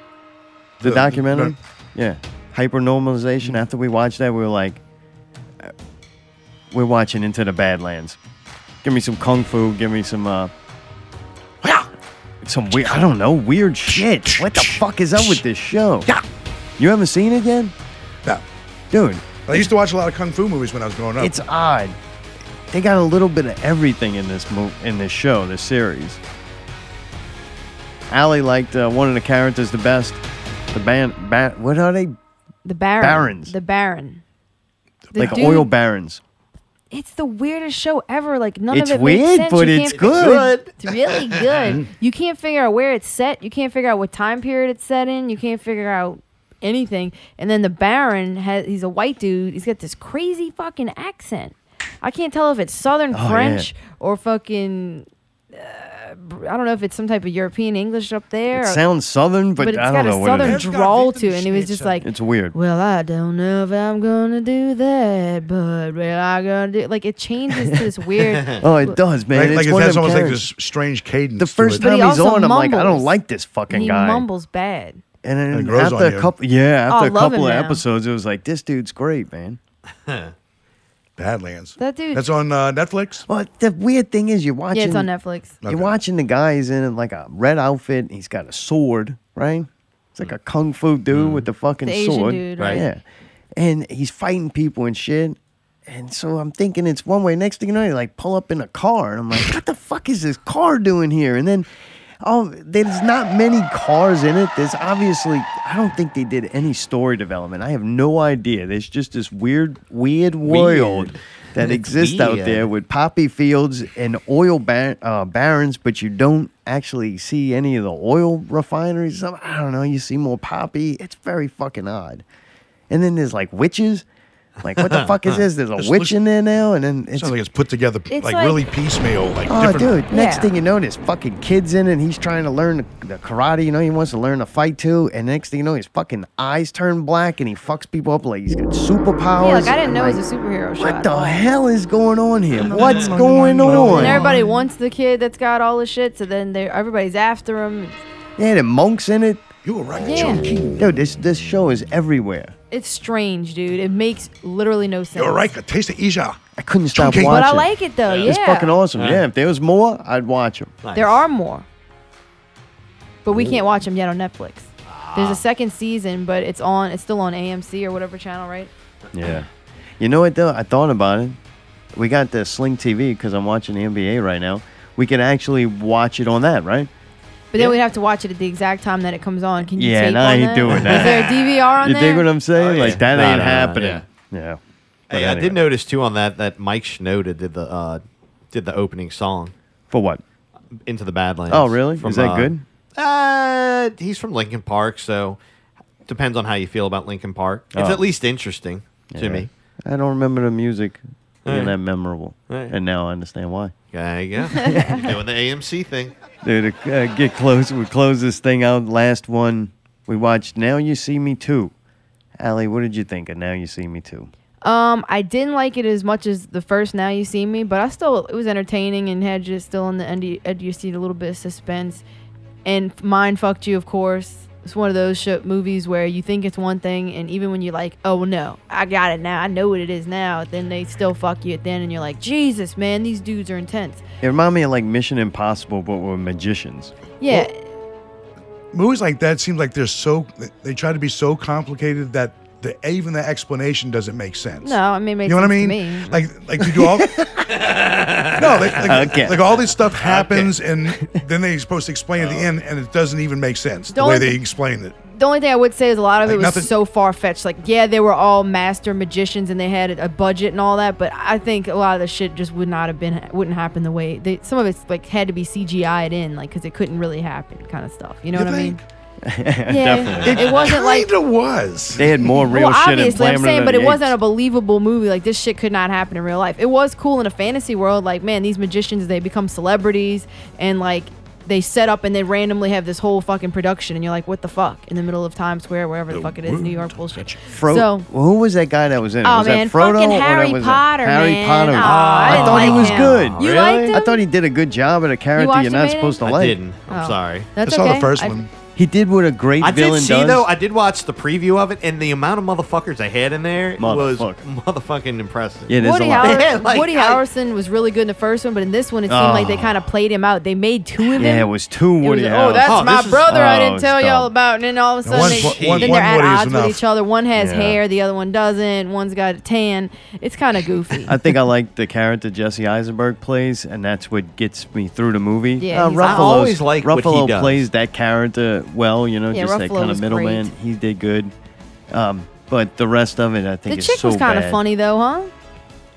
Speaker 2: the,
Speaker 3: The-
Speaker 2: documentary, yeah, hypernormalization. After we watched that, we were like, uh, we're watching Into the Badlands. Give me some kung fu. Give me some, uh, some weird. I don't know, weird shit. What the fuck is up with this show? You haven't seen it yet?
Speaker 3: No,
Speaker 2: dude.
Speaker 3: I used to watch a lot of kung fu movies when I was growing up.
Speaker 2: It's odd. They got a little bit of everything in this mo- in this show, this series. Allie liked uh, one of the characters the best. The band, ba- what are they?
Speaker 1: The Baron.
Speaker 2: Barons.
Speaker 1: The Baron. The
Speaker 2: like
Speaker 1: dude-
Speaker 2: oil barons.
Speaker 1: It's the weirdest show ever. Like none
Speaker 2: It's
Speaker 1: of it
Speaker 2: weird,
Speaker 1: makes sense.
Speaker 2: but
Speaker 1: You
Speaker 2: it's
Speaker 1: can't figure-
Speaker 2: good.
Speaker 1: It's
Speaker 2: (laughs)
Speaker 1: really good. You can't figure out where it's set. You can't figure out what time period it's set in. You can't figure out anything. And then the Baron has he's a white dude. He's got this crazy fucking accent. I can't tell if it's Southern
Speaker 2: Oh, yeah.
Speaker 1: French or fucking uh, uh, br- I don't know if it's some type of European English up there.
Speaker 2: It
Speaker 1: or-
Speaker 2: sounds southern, but,
Speaker 1: but it's
Speaker 2: I
Speaker 1: got
Speaker 2: don't know
Speaker 1: a
Speaker 2: what it
Speaker 1: southern
Speaker 2: is.
Speaker 1: drawl to it. And he was just like,
Speaker 2: It's weird.
Speaker 1: Well, I don't know if I'm gonna do that, but well, I gonna do like it changes to this weird.
Speaker 2: (laughs) Oh, it does, man.
Speaker 3: Like,
Speaker 2: it's
Speaker 3: like it
Speaker 2: one of
Speaker 3: has
Speaker 2: them
Speaker 3: almost like
Speaker 2: characters.
Speaker 3: this strange cadence.
Speaker 2: The first
Speaker 3: to it.
Speaker 1: But
Speaker 2: time
Speaker 1: he
Speaker 2: he's
Speaker 1: also
Speaker 2: on, I'm like, I don't
Speaker 1: mumbles.
Speaker 2: like this (laughs) fucking
Speaker 1: he
Speaker 2: guy.
Speaker 1: mumbles bad.
Speaker 2: And
Speaker 3: It
Speaker 2: then
Speaker 3: grows
Speaker 2: after
Speaker 3: on
Speaker 2: a
Speaker 3: you.
Speaker 2: couple, yeah,
Speaker 1: Oh, I
Speaker 2: after a
Speaker 1: love
Speaker 2: couple
Speaker 1: him
Speaker 2: of
Speaker 1: now.
Speaker 2: episodes, it was like this dude's great, man.
Speaker 3: (laughs) Badlands.
Speaker 1: That dude.
Speaker 3: That's on uh, Netflix.
Speaker 2: Well, the weird thing is, you're watching.
Speaker 1: yeah, it's on Netflix.
Speaker 2: You're
Speaker 3: Okay.
Speaker 2: watching the guy. He's in like a red outfit. and He's got a sword, right? It's like a kung fu dude with the fucking
Speaker 1: The Asian
Speaker 2: sword,
Speaker 1: dude,
Speaker 4: right?
Speaker 2: Yeah, and he's fighting people and shit. And so I'm thinking it's one way. Next thing you know, they like pull up in a car, and I'm like, what the fuck is this car doing here? And then. Oh, there's not many cars in it. There's obviously, I don't think they did any story development. I have no idea. There's just this weird, weird world
Speaker 4: Weird.
Speaker 2: that
Speaker 4: It's
Speaker 2: exists out
Speaker 4: weird.
Speaker 2: there with poppy fields and oil bar- uh, barons, but you don't actually see any of the oil refineries. Some- I don't know. You see more poppy. It's very fucking odd. And then there's like witches. Like, what the fuck is
Speaker 3: (laughs)
Speaker 2: this? There's a
Speaker 3: This
Speaker 2: witch
Speaker 3: looks-
Speaker 2: in there now, and then it's.
Speaker 3: Sounds like it's put together
Speaker 1: It's
Speaker 3: like,
Speaker 1: like-
Speaker 3: really piecemeal. Like
Speaker 2: Oh,
Speaker 3: different.
Speaker 2: dude! Next
Speaker 1: Yeah.
Speaker 2: thing you know, there's fucking kids in, it, and he's trying to learn the, the karate. You know, he wants to learn to fight too. And next thing you know, his fucking eyes turn black, and he fucks people up like he's got superpowers.
Speaker 1: Yeah, like I didn't
Speaker 2: I'm
Speaker 1: know
Speaker 2: like,
Speaker 1: it was a superhero shot.
Speaker 2: What the hell is going on here? (laughs) What's going on?
Speaker 1: And everybody wants the kid that's got all the shit, so then they everybody's after him.
Speaker 2: Yeah, the monks in it.
Speaker 3: You were right.
Speaker 1: Yeah,
Speaker 2: Dude, this this show is everywhere.
Speaker 1: it's strange, dude. It makes literally no sense.
Speaker 3: You're right. Taste of Asia.
Speaker 2: I couldn't stop
Speaker 3: Chunky.
Speaker 2: watching.
Speaker 3: But
Speaker 1: But I like it though. Yeah,
Speaker 2: It's fucking awesome.
Speaker 4: Yeah.
Speaker 2: Yeah, if there was more, I'd watch them.
Speaker 4: Nice.
Speaker 1: There are more, but we can't watch them yet on Netflix.
Speaker 2: Ah.
Speaker 1: There's a second season, but it's on. It's still on AMC or whatever channel, right?
Speaker 2: Yeah. You know what though? I thought about it. We got the Sling TV because I'm watching the NBA right now. We could actually watch it on that, right?
Speaker 1: But then we'd have to watch it at the exact time that it comes on. Can you
Speaker 2: Yeah,
Speaker 1: tape
Speaker 2: nah,
Speaker 1: on
Speaker 2: I ain't
Speaker 1: that?
Speaker 2: doing that.
Speaker 1: Is there a DVR on
Speaker 2: you
Speaker 1: there?
Speaker 2: dig what I'm saying?
Speaker 4: yeah.
Speaker 2: Like that
Speaker 4: No,
Speaker 2: ain't
Speaker 4: no, no,
Speaker 2: happening.
Speaker 4: yeah.
Speaker 2: yeah. But
Speaker 4: Hey, I
Speaker 2: anyway.
Speaker 4: did notice too on that that Mike Shinoda did the uh, did the opening song
Speaker 2: For what?
Speaker 4: "Into the Badlands."
Speaker 2: Oh, really?
Speaker 4: from,
Speaker 2: Is that
Speaker 4: uh,
Speaker 2: good?
Speaker 4: Uh, he's from Lincoln Park, so depends on how you feel about Lincoln Park. It's
Speaker 2: Oh.
Speaker 4: at least interesting to
Speaker 2: Yeah.
Speaker 4: me.
Speaker 2: I don't remember the music being
Speaker 4: Alright.
Speaker 2: that memorable,
Speaker 4: Alright.
Speaker 2: and now I understand why.
Speaker 4: There
Speaker 1: (laughs)
Speaker 4: you go.
Speaker 2: (laughs)
Speaker 4: You're doing the AMC thing.
Speaker 2: Dude, to, uh, get close. We close this thing out. Last one we watched. Now you see me too. Allie, what did you think of Now You See Me Too?
Speaker 1: Um, I didn't like it as much as the first Now You See Me, but I still it was entertaining and had you still in the end edge of your seat a little bit of suspense. And f- Mind Fucked You, of course. It's one of those show, movies where you think it's one thing, and even when you're like, "Oh no, I got it now, I know what it is now," then they still fuck you at the end, and you're like, "Jesus, man, these dudes are intense."
Speaker 2: It reminded me of like Mission Impossible, but with magicians. (laughs)
Speaker 1: Yeah,
Speaker 3: Movies like that seem like they're so they try to be so complicated that the even the explanation doesn't make sense.
Speaker 1: no, I mean,
Speaker 3: You
Speaker 1: it makes
Speaker 3: know what I mean?
Speaker 1: sense to me.
Speaker 3: Like, like you do
Speaker 1: (laughs)
Speaker 3: all. no, like, like,
Speaker 2: Okay. Oh.
Speaker 3: like all this stuff happens, and then they're supposed to explain at the end, and it doesn't even make sense the way
Speaker 1: Don't- (laughs)
Speaker 3: they explain it.
Speaker 1: the only thing I would say is a lot of
Speaker 3: Like
Speaker 1: it was
Speaker 3: nothing-
Speaker 1: so far fetched. Like, yeah, they were all master magicians and they had a budget and all that, but I think a lot of the shit just would not have been wouldn't happen the way they. Some of it's like had to be CGI'd in, like because it couldn't really happen, kind of stuff. You know
Speaker 3: You
Speaker 1: what
Speaker 3: think?
Speaker 1: I mean? Yeah, it, wasn't like.
Speaker 3: Kinda was.
Speaker 2: They had more real
Speaker 1: Well,
Speaker 2: shit in
Speaker 1: obviously, I'm
Speaker 2: Planet
Speaker 1: saying,
Speaker 2: of
Speaker 1: but
Speaker 2: the
Speaker 1: it wasn't a
Speaker 2: Apes.
Speaker 1: believable movie. Like this shit could not happen in real life. It was cool in a fantasy world. Like, man, these magicians they become celebrities and like they set up and they randomly have this whole fucking production, and you're like, what the fuck, in the middle of Times Square, wherever the fuck it is, New York bullshit.
Speaker 2: Fro-
Speaker 1: so.
Speaker 2: Well, who was that guy that was in? it?
Speaker 1: Oh
Speaker 2: was
Speaker 1: man,
Speaker 2: that Frodo
Speaker 1: fucking
Speaker 2: or that
Speaker 1: Harry
Speaker 2: was it?
Speaker 1: Potter,
Speaker 2: Harry
Speaker 1: man.
Speaker 2: Potter.
Speaker 1: Aw,
Speaker 2: I,
Speaker 1: I
Speaker 2: thought
Speaker 1: didn't
Speaker 2: he
Speaker 1: like
Speaker 2: was
Speaker 1: him.
Speaker 2: good.
Speaker 1: You
Speaker 4: Really?
Speaker 1: liked him?
Speaker 2: I thought he did a good job at a character
Speaker 1: watched
Speaker 2: you're
Speaker 1: him
Speaker 2: not
Speaker 1: in it?
Speaker 2: supposed to
Speaker 4: I
Speaker 2: like.
Speaker 4: didn't. I'm
Speaker 1: Oh.
Speaker 4: sorry.
Speaker 1: That's
Speaker 3: I saw
Speaker 1: okay.
Speaker 3: the first
Speaker 1: I-
Speaker 3: one.
Speaker 2: He did what a great
Speaker 4: I did
Speaker 2: villain
Speaker 4: see
Speaker 2: does.
Speaker 4: though. I did watch the preview of it, and the amount of motherfuckers they had in there was
Speaker 2: Motherfucker.
Speaker 4: motherfucking impressive.
Speaker 2: yeah, there's
Speaker 1: Woody,
Speaker 2: a
Speaker 1: (laughs)
Speaker 2: lot.
Speaker 4: (laughs)
Speaker 1: Howard,
Speaker 4: Yeah, like,
Speaker 1: Woody
Speaker 4: I-
Speaker 1: Harrelson was really good in the first one, but in this one, it seemed like they
Speaker 2: Oh.
Speaker 1: kind of played him out. They made two of him.
Speaker 2: Yeah, it was two
Speaker 1: It
Speaker 2: Woody
Speaker 1: was,
Speaker 2: Howard.
Speaker 1: oh, that's
Speaker 4: Oh,
Speaker 1: my
Speaker 4: this is-
Speaker 1: brother. I
Speaker 2: Oh,
Speaker 1: didn't
Speaker 2: it's
Speaker 1: tell y'all
Speaker 2: dumb.
Speaker 1: about. And then all of a
Speaker 3: Now,
Speaker 1: sudden,
Speaker 3: one-
Speaker 1: they,
Speaker 3: one- one-
Speaker 1: then
Speaker 3: one
Speaker 1: they're at
Speaker 3: Woody is
Speaker 1: odds with
Speaker 3: enough.
Speaker 1: each other. One has
Speaker 2: Yeah.
Speaker 1: hair, the other one doesn't. One's got a tan. It's kind of goofy.
Speaker 2: I think I like the character Jesse Eisenberg plays, and that's what gets me through the movie.
Speaker 1: Yeah,
Speaker 2: uh,
Speaker 1: he's- I
Speaker 2: Ruffalo's-
Speaker 4: always like what he
Speaker 2: Ruffalo
Speaker 4: does.
Speaker 2: plays that character well. You know,
Speaker 1: Yeah,
Speaker 2: just that
Speaker 1: Ruffalo
Speaker 2: kind of
Speaker 1: was
Speaker 2: middleman.
Speaker 1: great.
Speaker 2: He did good, um, but the rest of it, I think,
Speaker 1: the
Speaker 2: is
Speaker 1: chick
Speaker 2: so
Speaker 1: was kind of
Speaker 2: bad.
Speaker 1: funny though, huh?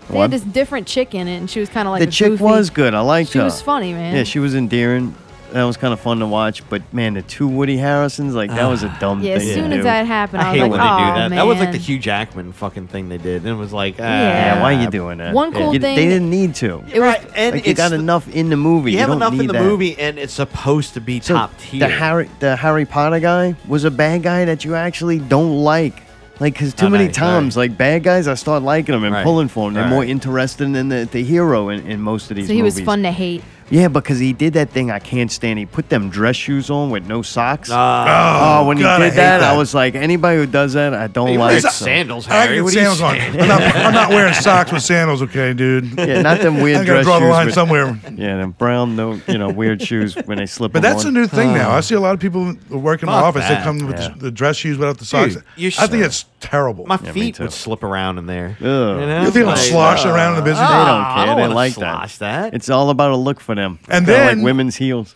Speaker 1: They
Speaker 2: What?
Speaker 1: had this different chick in it, and she was kind of like
Speaker 2: the
Speaker 1: a
Speaker 2: chick
Speaker 1: goofy-
Speaker 2: was good. I liked
Speaker 1: She
Speaker 2: her.
Speaker 1: was funny, man.
Speaker 2: Yeah, she was endearing. That was kind of fun to watch, but man, the two Woody Harrisons, like that
Speaker 1: (sighs)
Speaker 2: was a dumb
Speaker 1: Yeah, as
Speaker 2: thing. to
Speaker 1: soon as
Speaker 2: do.
Speaker 1: that happened, I
Speaker 4: I
Speaker 1: was
Speaker 4: hate
Speaker 1: like,
Speaker 4: when they do
Speaker 1: "Aw,
Speaker 4: that. That was like the
Speaker 1: man."
Speaker 4: Hugh Jackman fucking thing they did, and it was like,
Speaker 1: Yeah.
Speaker 2: Yeah, why are you doing that?
Speaker 1: One cool
Speaker 2: You- They
Speaker 1: thing-
Speaker 2: didn't need to.
Speaker 1: It was
Speaker 4: And
Speaker 2: Like, you
Speaker 4: it's
Speaker 2: got
Speaker 4: the-
Speaker 2: enough in the movie.
Speaker 4: You, have
Speaker 2: don't
Speaker 4: enough in
Speaker 2: need
Speaker 4: the
Speaker 2: that.
Speaker 4: movie, and it's supposed to be
Speaker 2: So
Speaker 4: top tier.
Speaker 2: The Harry, the Harry Potter guy was a bad guy that you actually don't like. Like, because too
Speaker 4: Oh,
Speaker 2: many
Speaker 4: nice,
Speaker 2: times, like, bad guys, I start liking them and
Speaker 4: Right,
Speaker 2: pulling for them. They're
Speaker 4: right.
Speaker 2: more interested in the, the hero in, in most of these
Speaker 1: so he
Speaker 2: movies.
Speaker 1: was fun to hate.
Speaker 2: Yeah, because he did that thing I can't stand. He put them dress shoes on with no socks.
Speaker 4: Ah.
Speaker 2: oh, when
Speaker 3: God,
Speaker 2: he
Speaker 3: I
Speaker 2: did
Speaker 3: hate
Speaker 2: that,
Speaker 3: that.
Speaker 2: I was like, anybody who does that, I don't
Speaker 4: He
Speaker 2: like.
Speaker 4: wears
Speaker 2: them.
Speaker 4: sandals,
Speaker 3: I
Speaker 4: Harry.
Speaker 3: can
Speaker 4: What
Speaker 3: get
Speaker 4: are you
Speaker 3: sandals on.
Speaker 4: saying?
Speaker 3: I'm not, I'm not wearing socks with sandals, okay, dude.
Speaker 2: Yeah,
Speaker 3: (laughs)
Speaker 2: not them weird
Speaker 3: I gotta
Speaker 2: dress
Speaker 3: draw the
Speaker 2: shoes
Speaker 3: line
Speaker 2: with-
Speaker 3: somewhere.
Speaker 2: (laughs) Yeah, them brown, no, you know, weird shoes when they slip.
Speaker 3: But
Speaker 2: 'em
Speaker 3: that's
Speaker 2: on.
Speaker 3: a new thing now. I see a lot of people who work in my
Speaker 4: Fuck
Speaker 3: office that
Speaker 4: that.
Speaker 3: come with
Speaker 2: Yeah.
Speaker 3: the, the dress shoes without the socks.
Speaker 4: Dude, you're
Speaker 3: I think
Speaker 4: so-
Speaker 3: it's terrible.
Speaker 4: My
Speaker 2: me
Speaker 4: feet
Speaker 2: too.
Speaker 4: would slip around in there.
Speaker 2: Ugh.
Speaker 4: know?
Speaker 3: You think I'm
Speaker 4: Like,
Speaker 3: sloshing around in the busy?
Speaker 2: They
Speaker 4: Ah.
Speaker 2: don't
Speaker 4: I
Speaker 2: care.
Speaker 4: don't
Speaker 2: they
Speaker 4: wanna
Speaker 2: like
Speaker 4: slosh that.
Speaker 2: It's all about a look for them.
Speaker 3: And
Speaker 2: Kinda
Speaker 3: then-
Speaker 2: like women's heels.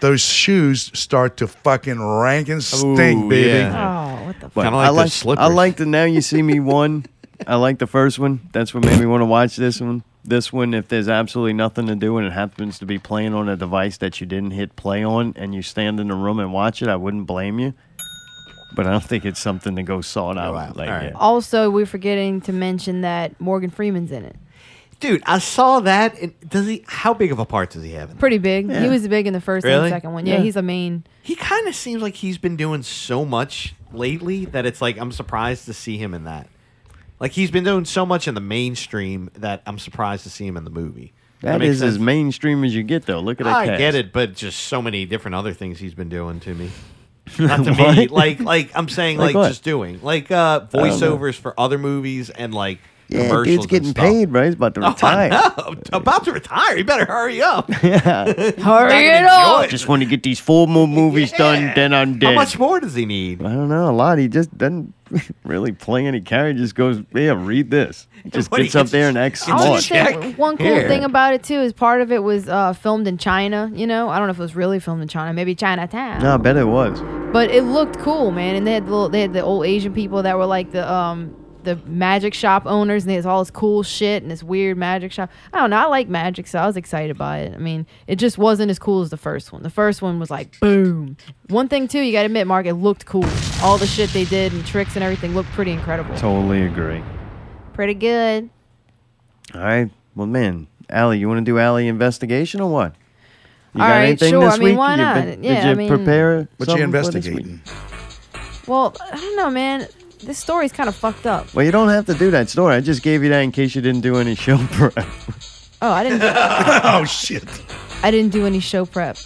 Speaker 3: Those shoes start to fucking rank and stink,
Speaker 4: Ooh,
Speaker 3: baby.
Speaker 4: yeah.
Speaker 1: Oh, what the
Speaker 2: But
Speaker 1: fuck?
Speaker 4: Kinda like
Speaker 2: I
Speaker 4: those
Speaker 2: like I
Speaker 4: slippers.
Speaker 2: like the now you
Speaker 4: (laughs)
Speaker 2: see me one. I like the first one. That's what made me want to watch this one. This one, if there's absolutely nothing to do and it happens to be playing on a device that you didn't hit play on, and you stand in the room and watch it, I wouldn't blame you. But I don't think it's something to go sort out.
Speaker 4: out.
Speaker 2: Like,
Speaker 4: All right.
Speaker 2: yeah.
Speaker 1: Also, we're forgetting to mention that Morgan Freeman's in it.
Speaker 4: Dude, I saw that. And does he? How big of a part does he have? In that?
Speaker 1: Pretty big. He was big in the first
Speaker 4: Really?
Speaker 1: and second one. Yeah,
Speaker 2: Yeah.
Speaker 1: he's a main.
Speaker 4: He kind of seems like he's been doing so much lately that it's like I'm surprised to see him in that. Like he's been doing so much in the mainstream that I'm surprised to see him in the movie.
Speaker 2: That
Speaker 4: makes
Speaker 2: is as
Speaker 4: sense.
Speaker 2: mainstream as you get, though. Look at that.
Speaker 4: I
Speaker 2: cast.
Speaker 4: get it, but just so many different other things he's been doing to
Speaker 2: (laughs)
Speaker 4: me. Not to me,
Speaker 2: What?
Speaker 4: like like I'm saying,
Speaker 2: Like
Speaker 4: like,
Speaker 2: what?
Speaker 4: just doing like uh
Speaker 2: don't know.
Speaker 4: voiceovers for other movies and like
Speaker 2: Yeah,
Speaker 4: commercials.
Speaker 2: dude's
Speaker 4: and
Speaker 2: getting
Speaker 4: stuff.
Speaker 2: paid, right? He's about to
Speaker 4: (laughs) Oh, I
Speaker 2: retire.
Speaker 4: know. About to retire. You better hurry
Speaker 2: (laughs)
Speaker 4: up.
Speaker 1: Hurry
Speaker 4: gonna
Speaker 1: it up!
Speaker 4: enjoy it.
Speaker 2: Just want to get these four more movies done,
Speaker 4: Yeah.
Speaker 2: then I'm dead.
Speaker 4: How much more does he need?
Speaker 2: I don't know a lot. He just doesn't (laughs) really play any character. He Just goes, yeah, read
Speaker 4: (laughs)
Speaker 2: this. He (laughs) just
Speaker 4: What do
Speaker 2: gets
Speaker 4: you-
Speaker 2: up there and acts
Speaker 1: I was gonna
Speaker 2: smart.
Speaker 1: say,
Speaker 4: Check
Speaker 1: one cool
Speaker 4: here.
Speaker 1: thing about it too is part of it was uh, filmed in China. You know, I don't know if it was really filmed in China, maybe Chinatown.
Speaker 2: No, I bet it was.
Speaker 1: But it looked cool, man. And they had the little, they had the old Asian people that were like the um the magic shop owners, and they had all this cool shit and this weird magic shop. I don't know. I like magic, so I was excited by it. I mean, it just wasn't as cool as the first one. The first one was like boom. One thing too, you gotta admit, Mark, it looked cool. All the shit they did and tricks and everything looked pretty incredible.
Speaker 2: Totally agree.
Speaker 1: Pretty good.
Speaker 2: All right. Well, man, Allie, you want to do Allie investigation or what? You
Speaker 1: All
Speaker 2: got
Speaker 1: right,
Speaker 2: anything
Speaker 1: sure.
Speaker 2: this
Speaker 1: I mean,
Speaker 2: week?
Speaker 1: why
Speaker 2: You
Speaker 1: not?
Speaker 2: been-
Speaker 1: Yeah,
Speaker 2: did you
Speaker 1: I mean-
Speaker 2: prepare?
Speaker 3: What
Speaker 2: something
Speaker 3: you
Speaker 2: for this week?
Speaker 3: investigating?
Speaker 1: Well, I don't know, man. This story's kind of fucked up.
Speaker 2: Well, you don't have to do that story. I just gave you that in case you didn't do any show (laughs) prep.
Speaker 1: Oh, I
Speaker 3: (laughs)
Speaker 1: didn't.
Speaker 3: Oh shit!
Speaker 1: I didn't do any show prep.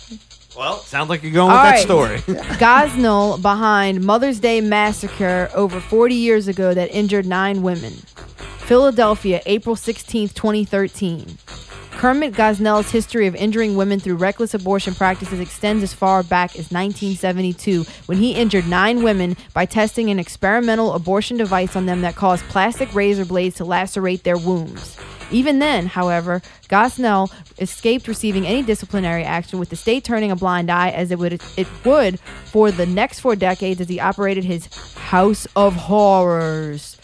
Speaker 4: Well, sounds like you're going with
Speaker 1: All
Speaker 4: that story.
Speaker 2: (laughs)
Speaker 1: right. (laughs) Gosnell behind Mother's Day massacre over 40 years ago that injured nine women. Philadelphia, April 16, 2013. Kermit Gosnell's history of injuring women through reckless abortion practices extends as far back as 1972 when he injured nine women by testing an experimental abortion device on them that caused plastic razor blades to lacerate their wombs. Even then, however, Gosnell escaped receiving any disciplinary action with the state turning a blind eye as it would it would for the next four decades as he operated his House of Horrors.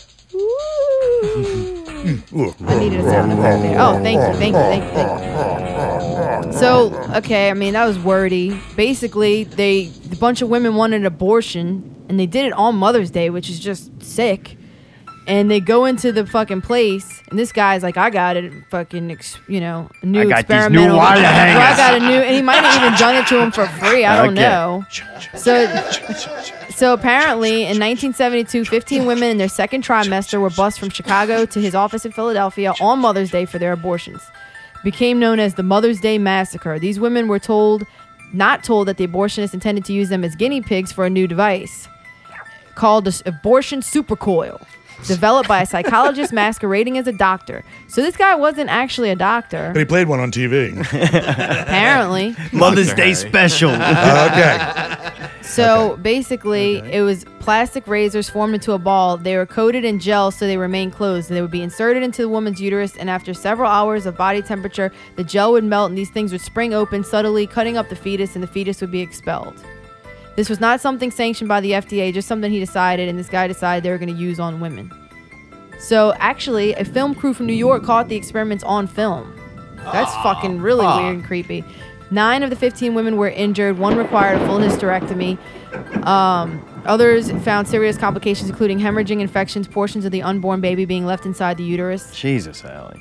Speaker 1: Woo. I needed a sound effect there. Oh, thank you, thank you, thank you, thank you. So, okay, I mean that was wordy. Basically, they a bunch of women wanted an abortion, and they did it on Mother's Day, which is just sick. And they go into the fucking place, and this guy's like, "I got it, fucking, ex- you know, new
Speaker 2: I got these new
Speaker 1: experimental.
Speaker 2: wire
Speaker 1: Well, I
Speaker 2: hangers."
Speaker 1: got a new, and he might have even done it to him for free. I don't
Speaker 2: Okay.
Speaker 1: know. So so apparently, in 1972, 15 women in their second trimester were bused from Chicago to his office in Philadelphia on Mother's Day for their abortions. It became known as the Mother's Day Massacre. These women were told, not told, that the abortionist intended to use them as guinea pigs for a new device called the abortion supercoil, developed by a psychologist masquerading as a doctor. So this guy wasn't actually a doctor,
Speaker 3: (laughs) But he played one on
Speaker 2: (laughs)
Speaker 3: TV.
Speaker 1: apparently.
Speaker 2: Mother's
Speaker 4: Dr.
Speaker 2: Day
Speaker 4: Harry.
Speaker 3: (laughs)
Speaker 2: special. (laughs)
Speaker 3: okay.
Speaker 1: So basically, it was plastic razors formed into a ball. They were coated in gel so they remained closed. They would be inserted into the woman's uterus, and after several hours of body temperature, the gel would melt and these things would spring open, subtly cutting up the fetus, and the fetus would be expelled. This was not something sanctioned by the FDA, just something he decided, and this guy decided they were going to use on women. So actually, a
Speaker 2: Ah,
Speaker 1: film crew from New York caught the experiments on film. That's fucking really weird and creepy. Nine of the 15 women were injured. One required a full hysterectomy. Um, others found serious complications, including hemorrhaging, infections, portions of the unborn baby being left inside the uterus,
Speaker 2: Jesus, Allie.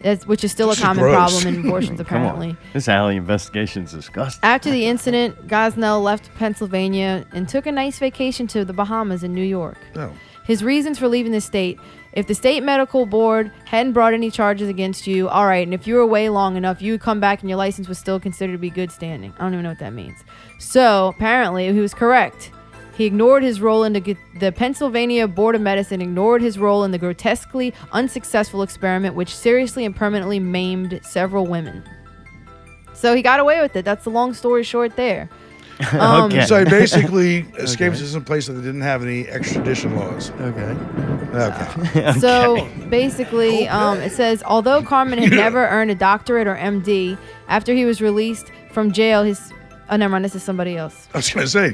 Speaker 1: that's, which is still
Speaker 2: This
Speaker 1: a
Speaker 2: is
Speaker 1: common
Speaker 2: gross. (laughs)
Speaker 1: problem in abortions,
Speaker 2: Come
Speaker 1: apparently.
Speaker 2: on. This Allie investigation's disgusting.
Speaker 1: After the incident, Gosnell left Pennsylvania and took a nice vacation to the Bahamas and New York.
Speaker 2: Oh.
Speaker 1: His reasons for leaving the state if the state medical board hadn't brought any charges against you, all right, and if you were away long enough, you would come back and your license was still considered to be good standing. I don't even know what that means. So apparently, he was correct. He ignored his role in the, the Pennsylvania Board of Medicine, ignored his role in the grotesquely unsuccessful experiment, which seriously and permanently maimed several women. So he got away with it. That's the long story short there.
Speaker 2: Um,
Speaker 3: So he
Speaker 2: (laughs)
Speaker 3: basically escapes to some place that didn't have any extradition laws. Okay.
Speaker 2: (laughs)
Speaker 3: (laughs) Okay.
Speaker 1: So basically, um, it says although
Speaker 3: (laughs)
Speaker 1: Carmen had never earned a doctorate or MD, after he was released from jail, his oh never mind, this is somebody else.
Speaker 3: I was gonna say,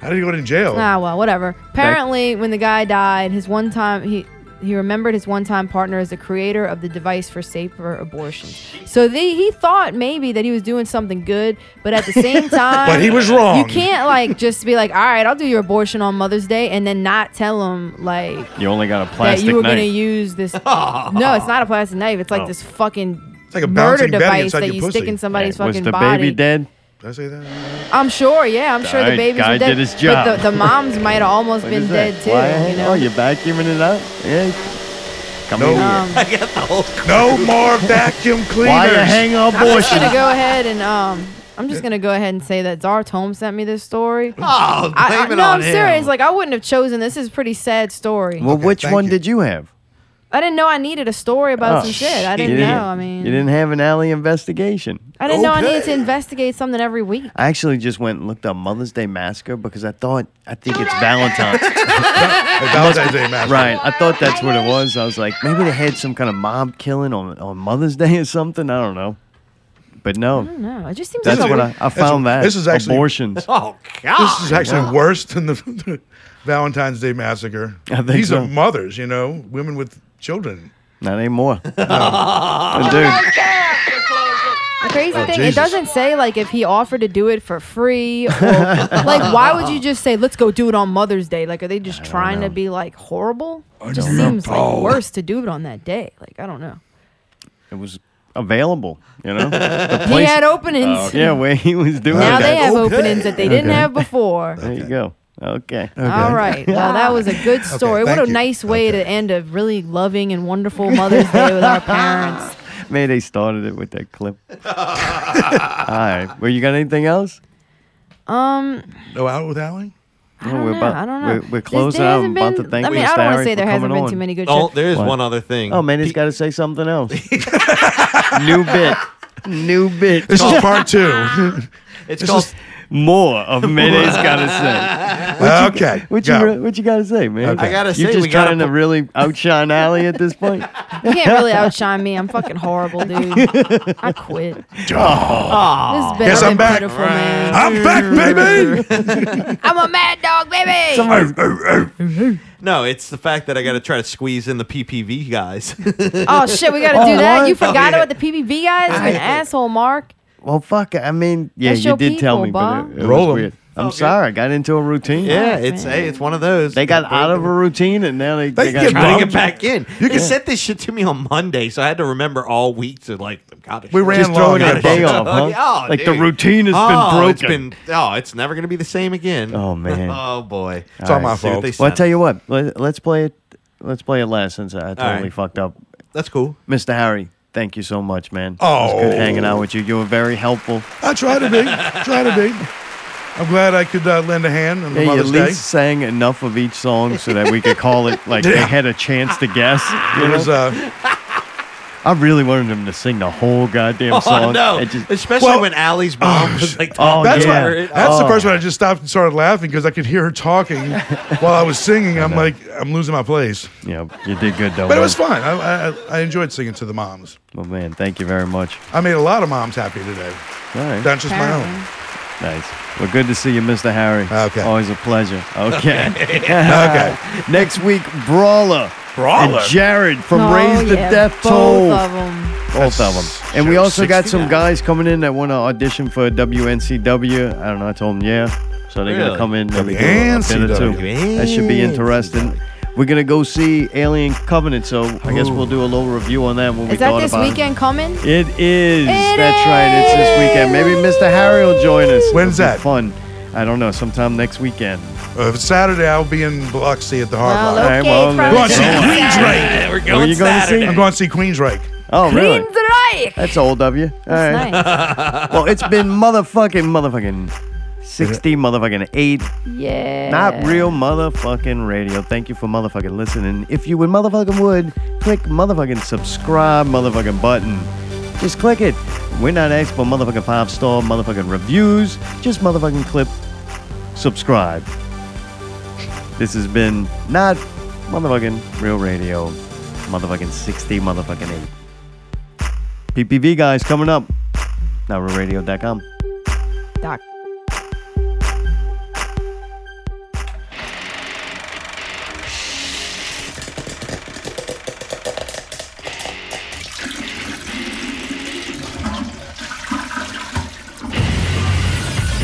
Speaker 3: how did he go to jail?
Speaker 1: Ah well, whatever. Apparently, when the guy died, his one time he. He remembered his one-time partner as the creator of the device for safer abortion. So they, he thought maybe that he was doing something good, but at the same
Speaker 3: (laughs)
Speaker 1: time,
Speaker 3: But he was wrong.
Speaker 1: You can't like just be like, "All right, I'll do your abortion on Mother's Day," and then not tell him like
Speaker 2: You only got a
Speaker 1: that
Speaker 2: plastic
Speaker 1: you were
Speaker 2: knife.
Speaker 1: gonna use
Speaker 2: (laughs)
Speaker 1: this. no, it's not a plastic knife. It's like
Speaker 2: Oh.
Speaker 1: this fucking
Speaker 2: like a
Speaker 1: murder
Speaker 2: bouncing belly
Speaker 1: device
Speaker 2: inside
Speaker 1: that
Speaker 2: your
Speaker 1: you
Speaker 2: pussy.
Speaker 1: stick in somebody's
Speaker 2: Was
Speaker 1: fucking
Speaker 2: the
Speaker 1: body.
Speaker 2: baby dead?
Speaker 3: Did I say that?
Speaker 1: I'm sure. Yeah, I'm sure the
Speaker 2: Guy-
Speaker 1: babies
Speaker 2: guy
Speaker 1: are dead.
Speaker 2: did his job.
Speaker 1: But the, the moms might have almost
Speaker 2: What
Speaker 1: been
Speaker 2: is that?
Speaker 1: dead too.
Speaker 2: Why?
Speaker 1: You know?
Speaker 2: Oh, you're vacuuming it up? Yeah. Come
Speaker 3: No.
Speaker 2: here.
Speaker 1: Um,
Speaker 4: I got the whole.
Speaker 3: No more vacuum cleaners.
Speaker 2: Why you hang on
Speaker 1: I'm just
Speaker 2: abortion?
Speaker 1: gonna
Speaker 2: (laughs)
Speaker 1: go ahead and um. I'm just gonna go ahead and say that Czar Tome sent me this story.
Speaker 4: Oh, blame
Speaker 1: I, I,
Speaker 4: it
Speaker 1: no,
Speaker 4: on
Speaker 1: I'm
Speaker 4: him.
Speaker 1: serious. Like I wouldn't have chosen this. Is a pretty sad story.
Speaker 2: Well, which one did you have?
Speaker 1: I didn't know I needed a story about some shit.
Speaker 2: Oh,
Speaker 1: I
Speaker 2: You
Speaker 1: didn't know. I
Speaker 2: You
Speaker 1: mean,
Speaker 2: didn't have an alley investigation.
Speaker 1: I didn't know I needed
Speaker 3: Okay.
Speaker 1: to investigate something every week.
Speaker 2: I actually just went and looked up Mother's Day Massacre because I thought, I think it's Valentine's. (laughs)
Speaker 3: The Valentine's Day massacre.
Speaker 2: right. I thought that's what it was. I was like, maybe they had some kind of mob killing on, on Mother's Day or something. I don't know. But
Speaker 1: I
Speaker 2: no,
Speaker 1: don't know. It just seems
Speaker 2: that's
Speaker 1: like a
Speaker 2: what I, I found that.
Speaker 3: this is actually- (laughs)
Speaker 2: Abortions.
Speaker 4: Oh God.
Speaker 3: This is actually worse than the, the (laughs) Valentine's Day massacre.
Speaker 2: I think
Speaker 3: These
Speaker 2: so.
Speaker 3: are mothers, you know, women with children.
Speaker 2: Not
Speaker 1: (laughs)
Speaker 2: anymore. But dude,
Speaker 1: The crazy thing,
Speaker 3: Oh, Jesus.
Speaker 1: it doesn't say like if he offered to do it for free. Or, (laughs) like, why would you just say, "Let's go do it on Mother's Day"? Like, are they just trying to be like horrible? It just seems like worse to do it on that day. Like, I don't know.
Speaker 2: it was available, you know? The
Speaker 1: (laughs) He
Speaker 2: place-
Speaker 1: had openings.
Speaker 2: Oh, yeah, where he was doing
Speaker 1: Now
Speaker 2: that.
Speaker 1: they have
Speaker 3: Okay.
Speaker 1: openings that they didn't
Speaker 2: Okay.
Speaker 1: have before.
Speaker 2: (laughs) There you go. Okay.
Speaker 1: All
Speaker 2: (laughs)
Speaker 1: right. Well, that was a good story. what a
Speaker 3: thank you.
Speaker 1: nice way to end a really loving and wonderful Mother's Day with
Speaker 2: (laughs)
Speaker 1: our parents.
Speaker 2: Mayday started it with that
Speaker 1: (laughs)
Speaker 2: clip. All right. Well, you got anything else?
Speaker 1: Um,
Speaker 3: No out with Allie?
Speaker 1: I don't
Speaker 2: we're
Speaker 1: know.
Speaker 2: about-
Speaker 1: I don't know.
Speaker 2: we're- we're
Speaker 1: There-
Speaker 2: closing
Speaker 1: there
Speaker 2: out.
Speaker 1: hasn't
Speaker 2: I'm about to
Speaker 1: been-
Speaker 2: thank
Speaker 1: I mean,
Speaker 2: Miss
Speaker 1: I don't want
Speaker 2: Sarah
Speaker 1: to say there
Speaker 2: for
Speaker 1: hasn't
Speaker 2: coming
Speaker 1: been
Speaker 2: on.
Speaker 1: too many good
Speaker 4: Oh,
Speaker 1: shows.
Speaker 4: there's
Speaker 2: What?
Speaker 4: one other thing.
Speaker 2: Oh, man, he's
Speaker 4: Pe-
Speaker 2: got to say something
Speaker 4: (laughs)
Speaker 2: else. (laughs) New bit. New bit.
Speaker 3: This
Speaker 2: (laughs)
Speaker 3: is part two.
Speaker 4: (laughs) It's
Speaker 3: this
Speaker 4: called.
Speaker 3: is-
Speaker 2: More of Mayday's got to say.
Speaker 3: (laughs) okay.
Speaker 2: What
Speaker 3: go.
Speaker 2: you re- what you got to say, man?
Speaker 4: I gotta
Speaker 2: you
Speaker 4: say,
Speaker 2: just
Speaker 4: we gotta
Speaker 2: trying to
Speaker 4: put-
Speaker 2: really outshine Allie at this point.
Speaker 1: You can't really outshine me. I'm fucking horrible, dude. I quit. This has been,
Speaker 3: Guess
Speaker 1: I've
Speaker 3: I'm
Speaker 1: been
Speaker 3: back.
Speaker 1: pitiful, Oh, man.
Speaker 3: I'm back, baby.
Speaker 1: I'm a mad dog, baby.
Speaker 4: No, it's the fact that I got to try to squeeze in the PPV
Speaker 2: (laughs)
Speaker 4: guys.
Speaker 1: oh shit, we gotta do that.
Speaker 2: what?
Speaker 1: You forgot
Speaker 4: yeah.
Speaker 1: about the PBV guys? You're an asshole, Mark.
Speaker 2: (laughs) Well, fuck. I mean, yeah,
Speaker 1: That's
Speaker 2: you
Speaker 1: your
Speaker 2: did tell
Speaker 1: people,
Speaker 2: me,
Speaker 1: Bob.
Speaker 2: but it, it
Speaker 3: Roll 'em.
Speaker 2: was weird. I'm
Speaker 4: Okay.
Speaker 2: sorry. I got into a routine.
Speaker 4: yeah,
Speaker 1: Nice,
Speaker 4: it's
Speaker 1: man.
Speaker 4: hey, it's one of those.
Speaker 2: They got out of a routine and now they,
Speaker 3: They
Speaker 2: they,
Speaker 3: get
Speaker 2: got
Speaker 4: trying to
Speaker 3: Bummed.
Speaker 4: get back in. You can set this shit to me on Monday, so I had to remember all week to like. God,
Speaker 3: We ran
Speaker 2: just
Speaker 3: long
Speaker 2: throwing
Speaker 3: on
Speaker 2: a
Speaker 3: it.
Speaker 2: day off, huh?
Speaker 4: (laughs) Oh,
Speaker 2: like the
Speaker 4: dude.
Speaker 2: routine has
Speaker 4: oh,
Speaker 2: been
Speaker 4: It's
Speaker 2: broken.
Speaker 4: been, oh, it's never gonna be the same again.
Speaker 2: Oh, man.
Speaker 4: (laughs) oh boy.
Speaker 3: It's all my
Speaker 4: See what
Speaker 3: fault.
Speaker 4: they
Speaker 2: Well, I
Speaker 4: send.
Speaker 2: tell you what, let, let's play it. Let's play it last since I totally
Speaker 4: right.
Speaker 2: fucked up.
Speaker 4: That's cool.
Speaker 2: Mr. Harry, thank you so much, man. Oh, it was good
Speaker 3: Oh.
Speaker 2: hanging out with you. You were very helpful.
Speaker 3: I try to be. Try to be. I'm glad I could uh, lend a hand on the
Speaker 2: Hey, you at
Speaker 3: Mother's
Speaker 2: least
Speaker 3: Day.
Speaker 2: sang enough of each song so that we could call it like they had a chance to guess. you
Speaker 3: It
Speaker 2: know?
Speaker 3: was uh,
Speaker 2: I really wanted them to sing the whole goddamn
Speaker 4: (laughs)
Speaker 2: song.
Speaker 4: Oh no,
Speaker 2: It just-
Speaker 4: especially
Speaker 3: Well-
Speaker 4: when Allie's mom
Speaker 2: (laughs)
Speaker 4: was like,
Speaker 2: Oh,
Speaker 4: talking
Speaker 3: That's
Speaker 4: to
Speaker 2: yeah.
Speaker 4: her.
Speaker 3: why. That's the
Speaker 2: Oh.
Speaker 3: first one I just stopped and started laughing because I could hear her talking while I was singing. I'm like, I'm losing my place.
Speaker 2: yeah, you did good though.
Speaker 3: But it
Speaker 2: man.
Speaker 3: was fun. I, I, I enjoyed singing to the moms.
Speaker 2: Well, man, thank you very much.
Speaker 3: I made a lot of moms happy today.
Speaker 2: All right.
Speaker 3: Not just my
Speaker 1: Apparently.
Speaker 3: own.
Speaker 2: Nice. Well, good to see you, Mr. Harry.
Speaker 3: Okay.
Speaker 2: Always a pleasure. Okay.
Speaker 3: (laughs) Okay.
Speaker 2: (laughs) Next week, Brawler.
Speaker 3: Brawler?
Speaker 2: And Jared from
Speaker 1: Oh,
Speaker 2: Raise the
Speaker 1: yeah,
Speaker 2: Death
Speaker 1: both
Speaker 2: Toll.
Speaker 1: of 'em.
Speaker 2: both of them. And we
Speaker 3: Show
Speaker 2: also got some
Speaker 3: 69.
Speaker 2: guys coming in that want to audition for WNCW. I don't know. I told them yeah, so they're gonna
Speaker 3: Really?
Speaker 2: come in and we do a bit or two.
Speaker 3: WNCW.
Speaker 2: That should be interesting. We're gonna go see Alien Covenant, so I guess we'll do a little review on that when we
Speaker 1: Is
Speaker 2: thought
Speaker 1: that this
Speaker 2: about it.
Speaker 1: weekend coming?
Speaker 2: It is. That's right. It's this weekend. Maybe Mr. Harry will join us. When's that? Fun. I don't know. Sometime next weekend.
Speaker 3: Uh, if it's Saturday, I'll be in Biloxi at the Hard
Speaker 2: Well,
Speaker 3: Rock.
Speaker 2: okay, Alright, well,
Speaker 3: We're
Speaker 2: Friday,
Speaker 3: going to see Queensrÿche.
Speaker 2: Saturday. Yeah, we're Where going you going to see? Saturday.
Speaker 3: I'm going to see Queensrÿche.
Speaker 2: Oh, really? That's old of you. All right. well, it's been motherfucking, motherfucking 60, motherfucking 8.
Speaker 1: Yeah.
Speaker 2: Not real motherfucking radio. Thank you for motherfucking listening. If you would motherfucking would, click motherfucking subscribe motherfucking button. Just click it. We're not asking for motherfucking five star motherfucking reviews. Just motherfucking clip subscribe. This has been not motherfucking real radio. Motherfucking 60, motherfucking 8. PPV guys coming up. NotRealRadio.com.
Speaker 1: Doc.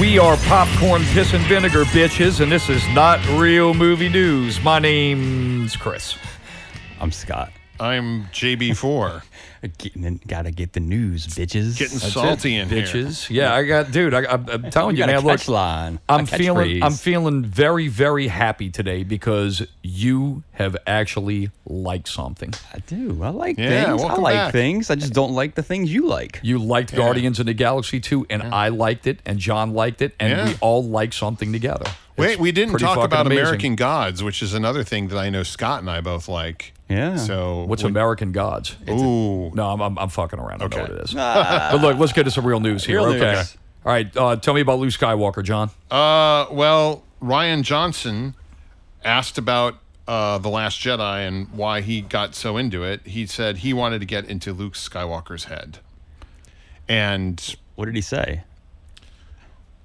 Speaker 12: We are popcorn, piss, and vinegar bitches, and this is not real movie news. My name's Chris.
Speaker 13: I'm Scott. I'm JB4. (laughs) Getting in, gotta get the news, bitches.
Speaker 12: Getting salty in here. Bitches. Yeah, I got, dude. I, I'm, I'm telling
Speaker 13: You
Speaker 12: (laughs) you,
Speaker 13: got a
Speaker 12: man. Look,
Speaker 13: catch line, a
Speaker 12: I'm feeling,
Speaker 13: catchphrase.
Speaker 12: I'm feeling very, very happy today because you have actually liked something. I do. I like
Speaker 13: Yeah, things. I welcome like back.
Speaker 12: things. I just don't like the things you like. You liked Guardians of the Galaxy too, and I liked it, and John liked it, and
Speaker 13: Yeah.
Speaker 12: we all liked something together.
Speaker 13: Wait,
Speaker 12: It's
Speaker 13: we didn't
Speaker 12: pretty
Speaker 13: talk
Speaker 12: fucking
Speaker 13: about
Speaker 12: amazing.
Speaker 13: American
Speaker 14: Gods, which is another thing that I know Scott and I both like.
Speaker 12: Yeah.
Speaker 14: So
Speaker 12: What's
Speaker 14: when-
Speaker 12: American Gods?
Speaker 14: Ooh.
Speaker 12: No, I'm, I'm, I'm fucking around. I know what it is.
Speaker 14: Ah.
Speaker 12: but look, let's get to some real news here.
Speaker 14: Real
Speaker 12: okay.
Speaker 14: news.
Speaker 12: All right. Uh, tell me about Luke Skywalker, John.
Speaker 14: Uh, well, Ryan Johnson asked about uh, The Last Jedi and why he got so into it. He said he wanted to get into Luke Skywalker's head. And
Speaker 13: what did he say?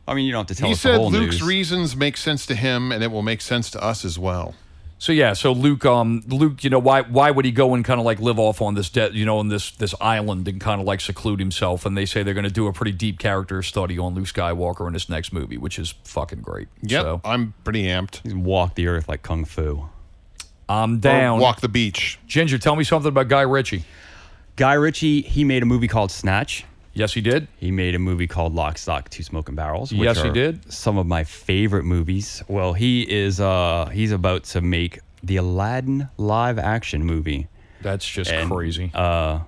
Speaker 13: I mean, you don't have to tell
Speaker 14: he
Speaker 13: us
Speaker 14: said
Speaker 13: the whole
Speaker 14: Luke's
Speaker 13: news.
Speaker 14: reasons make sense to him and it will make sense to us as well.
Speaker 12: So yeah, so Luke, um, Luke, you know why why would he go and kind of like live off on this, de- you know, on this this island and kind of like seclude himself? And they say they're going to do a pretty deep character study on Luke Skywalker in this next movie, which is fucking great.
Speaker 14: Yep, I'm pretty amped.
Speaker 12: He's walk the earth like kung fu. I'm down.
Speaker 14: walk the beach.
Speaker 12: Ginger, tell me something about Guy Ritchie.
Speaker 13: Guy Ritchie, he made a movie called Snatch.
Speaker 12: Yes, he did.
Speaker 13: He made a movie called Lock, Stock, Two Smoking Barrels. Which
Speaker 12: Yes, he
Speaker 13: are
Speaker 12: did.
Speaker 13: Some of my favorite movies. Well, he is. Uh, he's about to make the Aladdin live action movie.
Speaker 12: That's just crazy.
Speaker 13: Uh,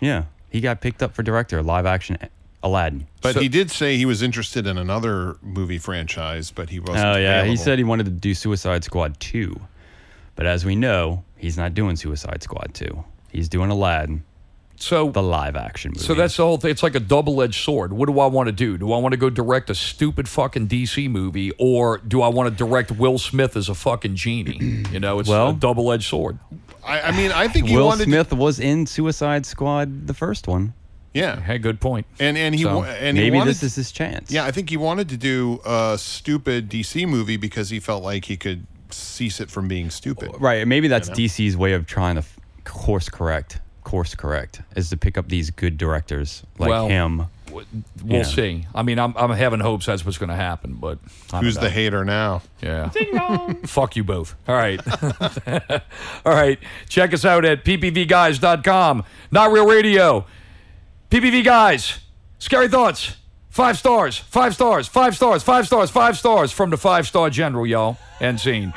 Speaker 13: yeah, he got picked up for director live action Aladdin.
Speaker 14: But he did say he was interested in another movie franchise, but he wasn't.
Speaker 13: Oh yeah, he
Speaker 14: available.
Speaker 13: said he wanted to do Suicide Squad 2. But as we know, he's not doing Suicide Squad 2. He's doing Aladdin.
Speaker 12: So
Speaker 13: the live action movie.
Speaker 12: So that's the whole thing. It's like a double edged sword. What do I want to do? Do I want to go direct a stupid fucking DC movie or do I want to direct Will Smith as a fucking genie? You know, it's a
Speaker 13: Well-
Speaker 12: double edged sword.
Speaker 14: I, I mean, I think he
Speaker 13: Will
Speaker 14: wanted.
Speaker 13: Smith was in Suicide Squad the first one.
Speaker 14: yeah.
Speaker 12: (laughs) Hey, good point.
Speaker 14: And and he
Speaker 13: So,
Speaker 14: wa- and he
Speaker 13: maybe
Speaker 14: wanted,
Speaker 13: this is his chance.
Speaker 14: Yeah, I think he wanted to do a stupid DC movie because he felt like he could cease it from being stupid.
Speaker 13: Right. Maybe that's
Speaker 14: know?
Speaker 13: DC's way of trying to f- course correct. Course correct is to pick up these good directors like
Speaker 12: Well,
Speaker 13: him.
Speaker 12: w- We'll
Speaker 13: Yeah.
Speaker 12: see. I mean, I'm, I'm having hopes that's what's going to happen, but I don't
Speaker 14: Who's the
Speaker 12: know.
Speaker 14: hater now?
Speaker 12: Yeah. (laughs) Fuck you both. All right. (laughs) All right. Check us out at ppvguys.com. Not Real Radio. PPV Guys. Scary Thoughts. Five stars. Five stars. Five stars. Five stars. Five stars from the five star general, y'all. End scene.